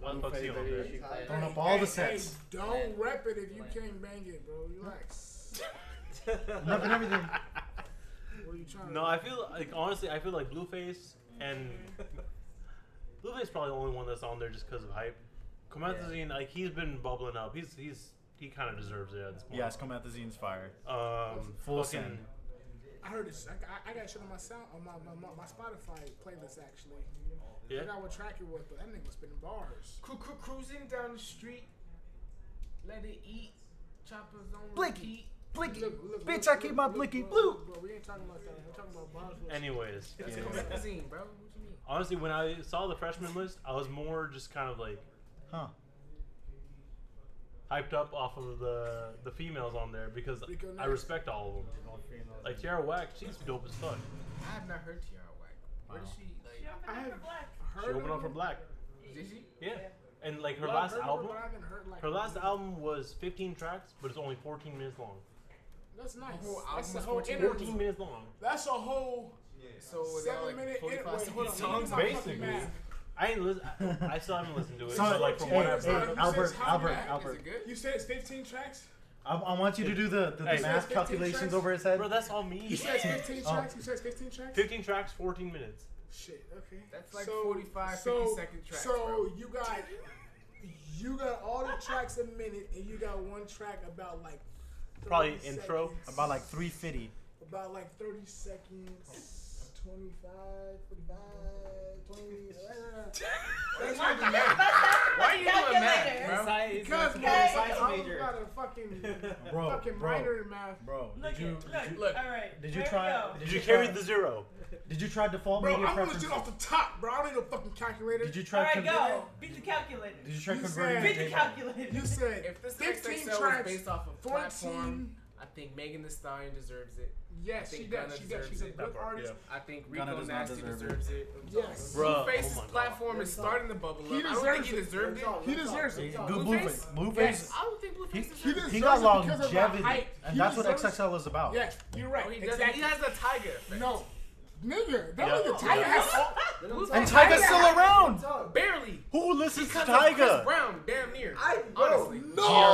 [SPEAKER 1] why the fuck's
[SPEAKER 2] Blueface,
[SPEAKER 1] he on
[SPEAKER 2] baby,
[SPEAKER 1] there?
[SPEAKER 2] she playing. Throwing up all the
[SPEAKER 3] Hey,
[SPEAKER 2] sets.
[SPEAKER 3] hey, Don't rep it if you can't bang it, bro. Relax.
[SPEAKER 2] Nothing, everything.
[SPEAKER 3] What are you trying to
[SPEAKER 1] No, I feel like honestly, I feel like Blueface and Blueface probably the only one that's on there just because of hype. Comethazine, like he's been bubbling up. He's he's he kind of deserves it at this point.
[SPEAKER 2] Yes, come at the zine's fire.
[SPEAKER 1] Um,
[SPEAKER 2] Full
[SPEAKER 1] fucking-
[SPEAKER 2] send.
[SPEAKER 3] I heard this. I, got- I got shit on my sound on my my, my, my Spotify playlist actually. I
[SPEAKER 1] Yeah.
[SPEAKER 3] forgot what track it was, but that nigga was spinning bars.
[SPEAKER 13] Cru- cru- cruising down the street, let it eat, choppers on
[SPEAKER 2] Blicky.
[SPEAKER 13] repeat.
[SPEAKER 2] Blicky.
[SPEAKER 3] Look, look,
[SPEAKER 2] Bitch, I
[SPEAKER 3] look,
[SPEAKER 2] keep
[SPEAKER 3] look,
[SPEAKER 2] my
[SPEAKER 3] look,
[SPEAKER 2] blicky
[SPEAKER 3] look,
[SPEAKER 2] blue.
[SPEAKER 3] look, Bro, we ain't talking about that. We're talking about bars. for-
[SPEAKER 1] Anyways,
[SPEAKER 13] It's
[SPEAKER 1] yeah.
[SPEAKER 13] a magazine, bro. What you mean?
[SPEAKER 1] honestly, when I saw the freshman list, I was more just kind of like,
[SPEAKER 2] Huh.
[SPEAKER 1] hyped up off of the the females on there because
[SPEAKER 3] Rico
[SPEAKER 1] I
[SPEAKER 3] Nasty.
[SPEAKER 1] respect all of them. Like Tiara Whack, she's dope as fuck.
[SPEAKER 13] I have not heard Tiara Whack. Where does she like?
[SPEAKER 3] I have
[SPEAKER 1] She
[SPEAKER 3] heard.
[SPEAKER 1] opened up for Black.
[SPEAKER 13] Did she?
[SPEAKER 1] Yeah. And like her
[SPEAKER 3] Well,
[SPEAKER 1] last
[SPEAKER 3] I've heard of her,
[SPEAKER 1] album,
[SPEAKER 3] but I haven't heard, like,
[SPEAKER 1] her
[SPEAKER 3] her
[SPEAKER 1] last
[SPEAKER 3] music.
[SPEAKER 1] album was 15 tracks, but it's only 14 minutes long.
[SPEAKER 3] That's nice.
[SPEAKER 13] whole
[SPEAKER 3] That's
[SPEAKER 13] album
[SPEAKER 3] a
[SPEAKER 13] is
[SPEAKER 3] whole
[SPEAKER 13] 14
[SPEAKER 1] 14
[SPEAKER 3] interlude.
[SPEAKER 1] minutes long.
[SPEAKER 3] That's a whole
[SPEAKER 13] So was that
[SPEAKER 3] seven
[SPEAKER 13] like
[SPEAKER 3] minute
[SPEAKER 13] 45
[SPEAKER 3] interlude. Wait, hold on.
[SPEAKER 13] songs?
[SPEAKER 3] let me do my fucking
[SPEAKER 1] Basically,
[SPEAKER 3] math.
[SPEAKER 1] I ain't listen. I still haven't listened to it.
[SPEAKER 2] So,
[SPEAKER 1] but, like from
[SPEAKER 2] hey,
[SPEAKER 1] what
[SPEAKER 2] hey,
[SPEAKER 1] I've heard.
[SPEAKER 3] You said
[SPEAKER 2] Albert,
[SPEAKER 3] it's how
[SPEAKER 2] Albert,
[SPEAKER 3] many
[SPEAKER 2] Albert.
[SPEAKER 3] You said it's 15 tracks.
[SPEAKER 2] I, I want you to do the, the, the
[SPEAKER 1] Hey.
[SPEAKER 2] math calculations over his head.
[SPEAKER 1] Bro, that's all me.
[SPEAKER 3] You said it's 15
[SPEAKER 2] Oh.
[SPEAKER 3] tracks. You said it's 15 tracks.
[SPEAKER 1] 15 tracks, 14 minutes.
[SPEAKER 3] Shit. Okay.
[SPEAKER 13] That's like 45, 50 second tracks,
[SPEAKER 3] So
[SPEAKER 13] bro.
[SPEAKER 3] you got you got all the tracks a minute, and you got one track about like 30
[SPEAKER 1] Probably intro.
[SPEAKER 3] seconds.
[SPEAKER 2] About like 350.
[SPEAKER 3] about like 30 seconds. 25, 45, 20. That's not the
[SPEAKER 13] Why are you doing math, bro?
[SPEAKER 3] Because
[SPEAKER 6] Okay.
[SPEAKER 3] man,
[SPEAKER 6] Science
[SPEAKER 3] I'm
[SPEAKER 6] major.
[SPEAKER 3] got a fucking
[SPEAKER 2] Bro,
[SPEAKER 3] fucking
[SPEAKER 2] bro.
[SPEAKER 3] minor in math.
[SPEAKER 2] Bro,
[SPEAKER 4] Look,
[SPEAKER 2] did you,
[SPEAKER 4] at-
[SPEAKER 2] did
[SPEAKER 4] look,
[SPEAKER 2] you,
[SPEAKER 4] look. All right.
[SPEAKER 2] did you
[SPEAKER 4] here we
[SPEAKER 2] try?
[SPEAKER 4] go.
[SPEAKER 1] Did you carry
[SPEAKER 2] try-
[SPEAKER 1] the zero?
[SPEAKER 2] Did you try default
[SPEAKER 3] Bro,
[SPEAKER 2] media
[SPEAKER 3] I'm gonna
[SPEAKER 2] preferences?
[SPEAKER 3] shit off the top, bro. I don't need no fucking calculator.
[SPEAKER 2] Did you
[SPEAKER 4] All
[SPEAKER 2] try
[SPEAKER 4] right,
[SPEAKER 2] converting?
[SPEAKER 4] go. Beat the calculator.
[SPEAKER 2] Did you try
[SPEAKER 3] You
[SPEAKER 2] converting?
[SPEAKER 3] said-
[SPEAKER 2] to
[SPEAKER 4] Beat the
[SPEAKER 2] JPEG?
[SPEAKER 4] calculator.
[SPEAKER 3] You said
[SPEAKER 13] If this
[SPEAKER 3] 15
[SPEAKER 13] XXL was
[SPEAKER 3] tracks,
[SPEAKER 13] based off of
[SPEAKER 3] 14.
[SPEAKER 13] platform, I think Megan Thee Stallion deserves it.
[SPEAKER 3] Yes,
[SPEAKER 13] I
[SPEAKER 3] she
[SPEAKER 13] think
[SPEAKER 3] does.
[SPEAKER 13] Gunna
[SPEAKER 3] She does.
[SPEAKER 13] deserves
[SPEAKER 3] She's a
[SPEAKER 13] it.
[SPEAKER 3] good
[SPEAKER 1] That part,
[SPEAKER 3] artist.
[SPEAKER 13] I think
[SPEAKER 2] Gunna
[SPEAKER 13] Rico
[SPEAKER 2] does not
[SPEAKER 13] Nasty
[SPEAKER 2] deserve it.
[SPEAKER 13] deserves it.
[SPEAKER 3] Yes.
[SPEAKER 1] Bruh,
[SPEAKER 13] Blueface's
[SPEAKER 1] oh my God.
[SPEAKER 13] platform is starting to bubble up.
[SPEAKER 3] He
[SPEAKER 13] I don't think
[SPEAKER 3] deserves
[SPEAKER 13] he
[SPEAKER 3] it.
[SPEAKER 13] deserved it.
[SPEAKER 3] He deserves it.
[SPEAKER 2] Good Blueface. Blueface.
[SPEAKER 13] I don't think Blueface
[SPEAKER 2] He,
[SPEAKER 13] deserves it.
[SPEAKER 2] he
[SPEAKER 3] deserves
[SPEAKER 2] got
[SPEAKER 3] it because of the
[SPEAKER 2] longevity,
[SPEAKER 3] hype.
[SPEAKER 2] and
[SPEAKER 3] He
[SPEAKER 2] that's what
[SPEAKER 3] deserves-
[SPEAKER 2] XXL is about.
[SPEAKER 3] Yes, you're right.
[SPEAKER 13] No, Oh, he, doesn't.
[SPEAKER 3] exactly.
[SPEAKER 13] he has a tiger effect.
[SPEAKER 3] No, nigga, that
[SPEAKER 2] Yeah.
[SPEAKER 3] nigga Tiger has all.
[SPEAKER 8] They don't
[SPEAKER 2] And
[SPEAKER 8] talk.
[SPEAKER 2] Tyga's still around.
[SPEAKER 13] Barely.
[SPEAKER 2] Who listens to
[SPEAKER 13] Because of Chris
[SPEAKER 2] Tyga?
[SPEAKER 13] Brown, damn near.
[SPEAKER 8] I bro.
[SPEAKER 13] Honestly.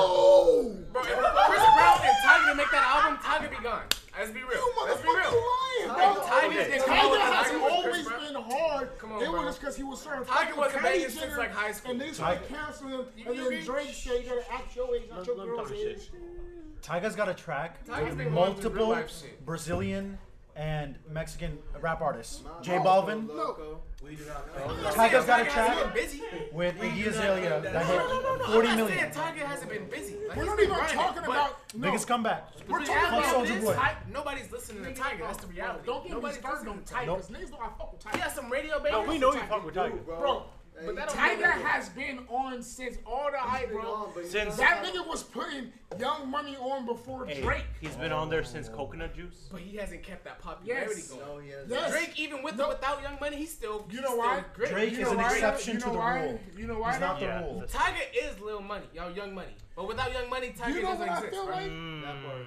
[SPEAKER 3] No,
[SPEAKER 13] Bro, if Chris Brown and Tiger to make that album, Tiger be gone. Let's be real. Let's be real.
[SPEAKER 3] you lying,
[SPEAKER 13] Bro,
[SPEAKER 3] bro.
[SPEAKER 13] Tiger
[SPEAKER 3] Oh Tiger
[SPEAKER 13] didn't come out with
[SPEAKER 3] has
[SPEAKER 13] Tiger with Chris
[SPEAKER 3] always
[SPEAKER 13] Brown.
[SPEAKER 3] been hard.
[SPEAKER 13] Come on,
[SPEAKER 3] it
[SPEAKER 13] bro.
[SPEAKER 3] was just because he was serving.
[SPEAKER 13] Tiger
[SPEAKER 3] fucking
[SPEAKER 13] wasn't
[SPEAKER 3] Kylie
[SPEAKER 13] banging since,
[SPEAKER 3] Jenner,
[SPEAKER 13] like, high school.
[SPEAKER 3] And they started canceling him.
[SPEAKER 13] You-
[SPEAKER 3] And
[SPEAKER 13] you
[SPEAKER 3] then
[SPEAKER 13] bitch.
[SPEAKER 3] Drake said, "You gotta act your age, not
[SPEAKER 1] Let-
[SPEAKER 3] your
[SPEAKER 1] let him talk
[SPEAKER 3] girl's
[SPEAKER 1] his
[SPEAKER 3] age."
[SPEAKER 2] Tyga's got a track
[SPEAKER 13] Tyga's
[SPEAKER 2] with
[SPEAKER 13] been going through real
[SPEAKER 2] multiple
[SPEAKER 13] life shit.
[SPEAKER 2] Brazilian and Mexican rap artists. J
[SPEAKER 8] Loco,
[SPEAKER 2] Balvin
[SPEAKER 8] Loco.
[SPEAKER 16] We do not know.
[SPEAKER 2] Tiger's got a
[SPEAKER 13] Tiger
[SPEAKER 2] track.
[SPEAKER 13] hasn't been busy.
[SPEAKER 2] with Iggy Azalea that
[SPEAKER 13] No, no, no,
[SPEAKER 2] hit 40
[SPEAKER 13] no. I'm not
[SPEAKER 2] million.
[SPEAKER 13] saying Tiger hasn't been busy. Like,
[SPEAKER 3] We're
[SPEAKER 13] he's
[SPEAKER 3] not
[SPEAKER 13] been
[SPEAKER 3] even
[SPEAKER 13] grinding,
[SPEAKER 3] talking
[SPEAKER 13] but
[SPEAKER 3] about. No,
[SPEAKER 2] Biggest comeback.
[SPEAKER 13] We're
[SPEAKER 3] talking
[SPEAKER 13] talking
[SPEAKER 3] about
[SPEAKER 13] about
[SPEAKER 2] Soulja
[SPEAKER 13] this.
[SPEAKER 2] Boy.
[SPEAKER 13] Ty- nobody's listening to Tiger. That's the reality.
[SPEAKER 3] Don't get me
[SPEAKER 13] Nobody's
[SPEAKER 3] started on
[SPEAKER 13] listening to Tiger.
[SPEAKER 3] Tiger. 'cause Niggas know I fuck with Tiger.
[SPEAKER 13] He has some radio baby.
[SPEAKER 1] No, we know you fuck with Tiger.
[SPEAKER 3] Bro,
[SPEAKER 8] Hey,
[SPEAKER 13] but that don't mean
[SPEAKER 3] Tiger
[SPEAKER 13] nothing.
[SPEAKER 3] has been on since all the hype,
[SPEAKER 8] been
[SPEAKER 3] bro.
[SPEAKER 8] on, but he's
[SPEAKER 1] Since-
[SPEAKER 8] not-
[SPEAKER 3] That nigga was putting Young Money on before
[SPEAKER 1] Hey,
[SPEAKER 3] Drake.
[SPEAKER 1] He's been on there since Coconut Juice.
[SPEAKER 13] But he hasn't kept that popularity
[SPEAKER 3] Yes.
[SPEAKER 13] going.
[SPEAKER 8] No, he has.
[SPEAKER 3] Yes.
[SPEAKER 13] Drake, even with or without Young Money, he's still
[SPEAKER 3] You
[SPEAKER 13] he's
[SPEAKER 3] know
[SPEAKER 13] still
[SPEAKER 3] why?
[SPEAKER 13] Great.
[SPEAKER 2] Drake
[SPEAKER 3] You
[SPEAKER 2] is
[SPEAKER 3] know
[SPEAKER 2] an
[SPEAKER 3] why?
[SPEAKER 2] exception
[SPEAKER 3] You
[SPEAKER 2] to
[SPEAKER 3] know
[SPEAKER 2] the
[SPEAKER 3] why?
[SPEAKER 2] rule.
[SPEAKER 3] You know why?
[SPEAKER 2] He's not the
[SPEAKER 1] Yeah.
[SPEAKER 2] rule.
[SPEAKER 13] Tiger is Lil Money, y'all. Young Money, but without Young Money, Tiger
[SPEAKER 3] You know
[SPEAKER 13] doesn't
[SPEAKER 3] what I
[SPEAKER 13] exist.
[SPEAKER 3] feel
[SPEAKER 1] Mm.
[SPEAKER 13] bro.
[SPEAKER 3] like?
[SPEAKER 8] That part.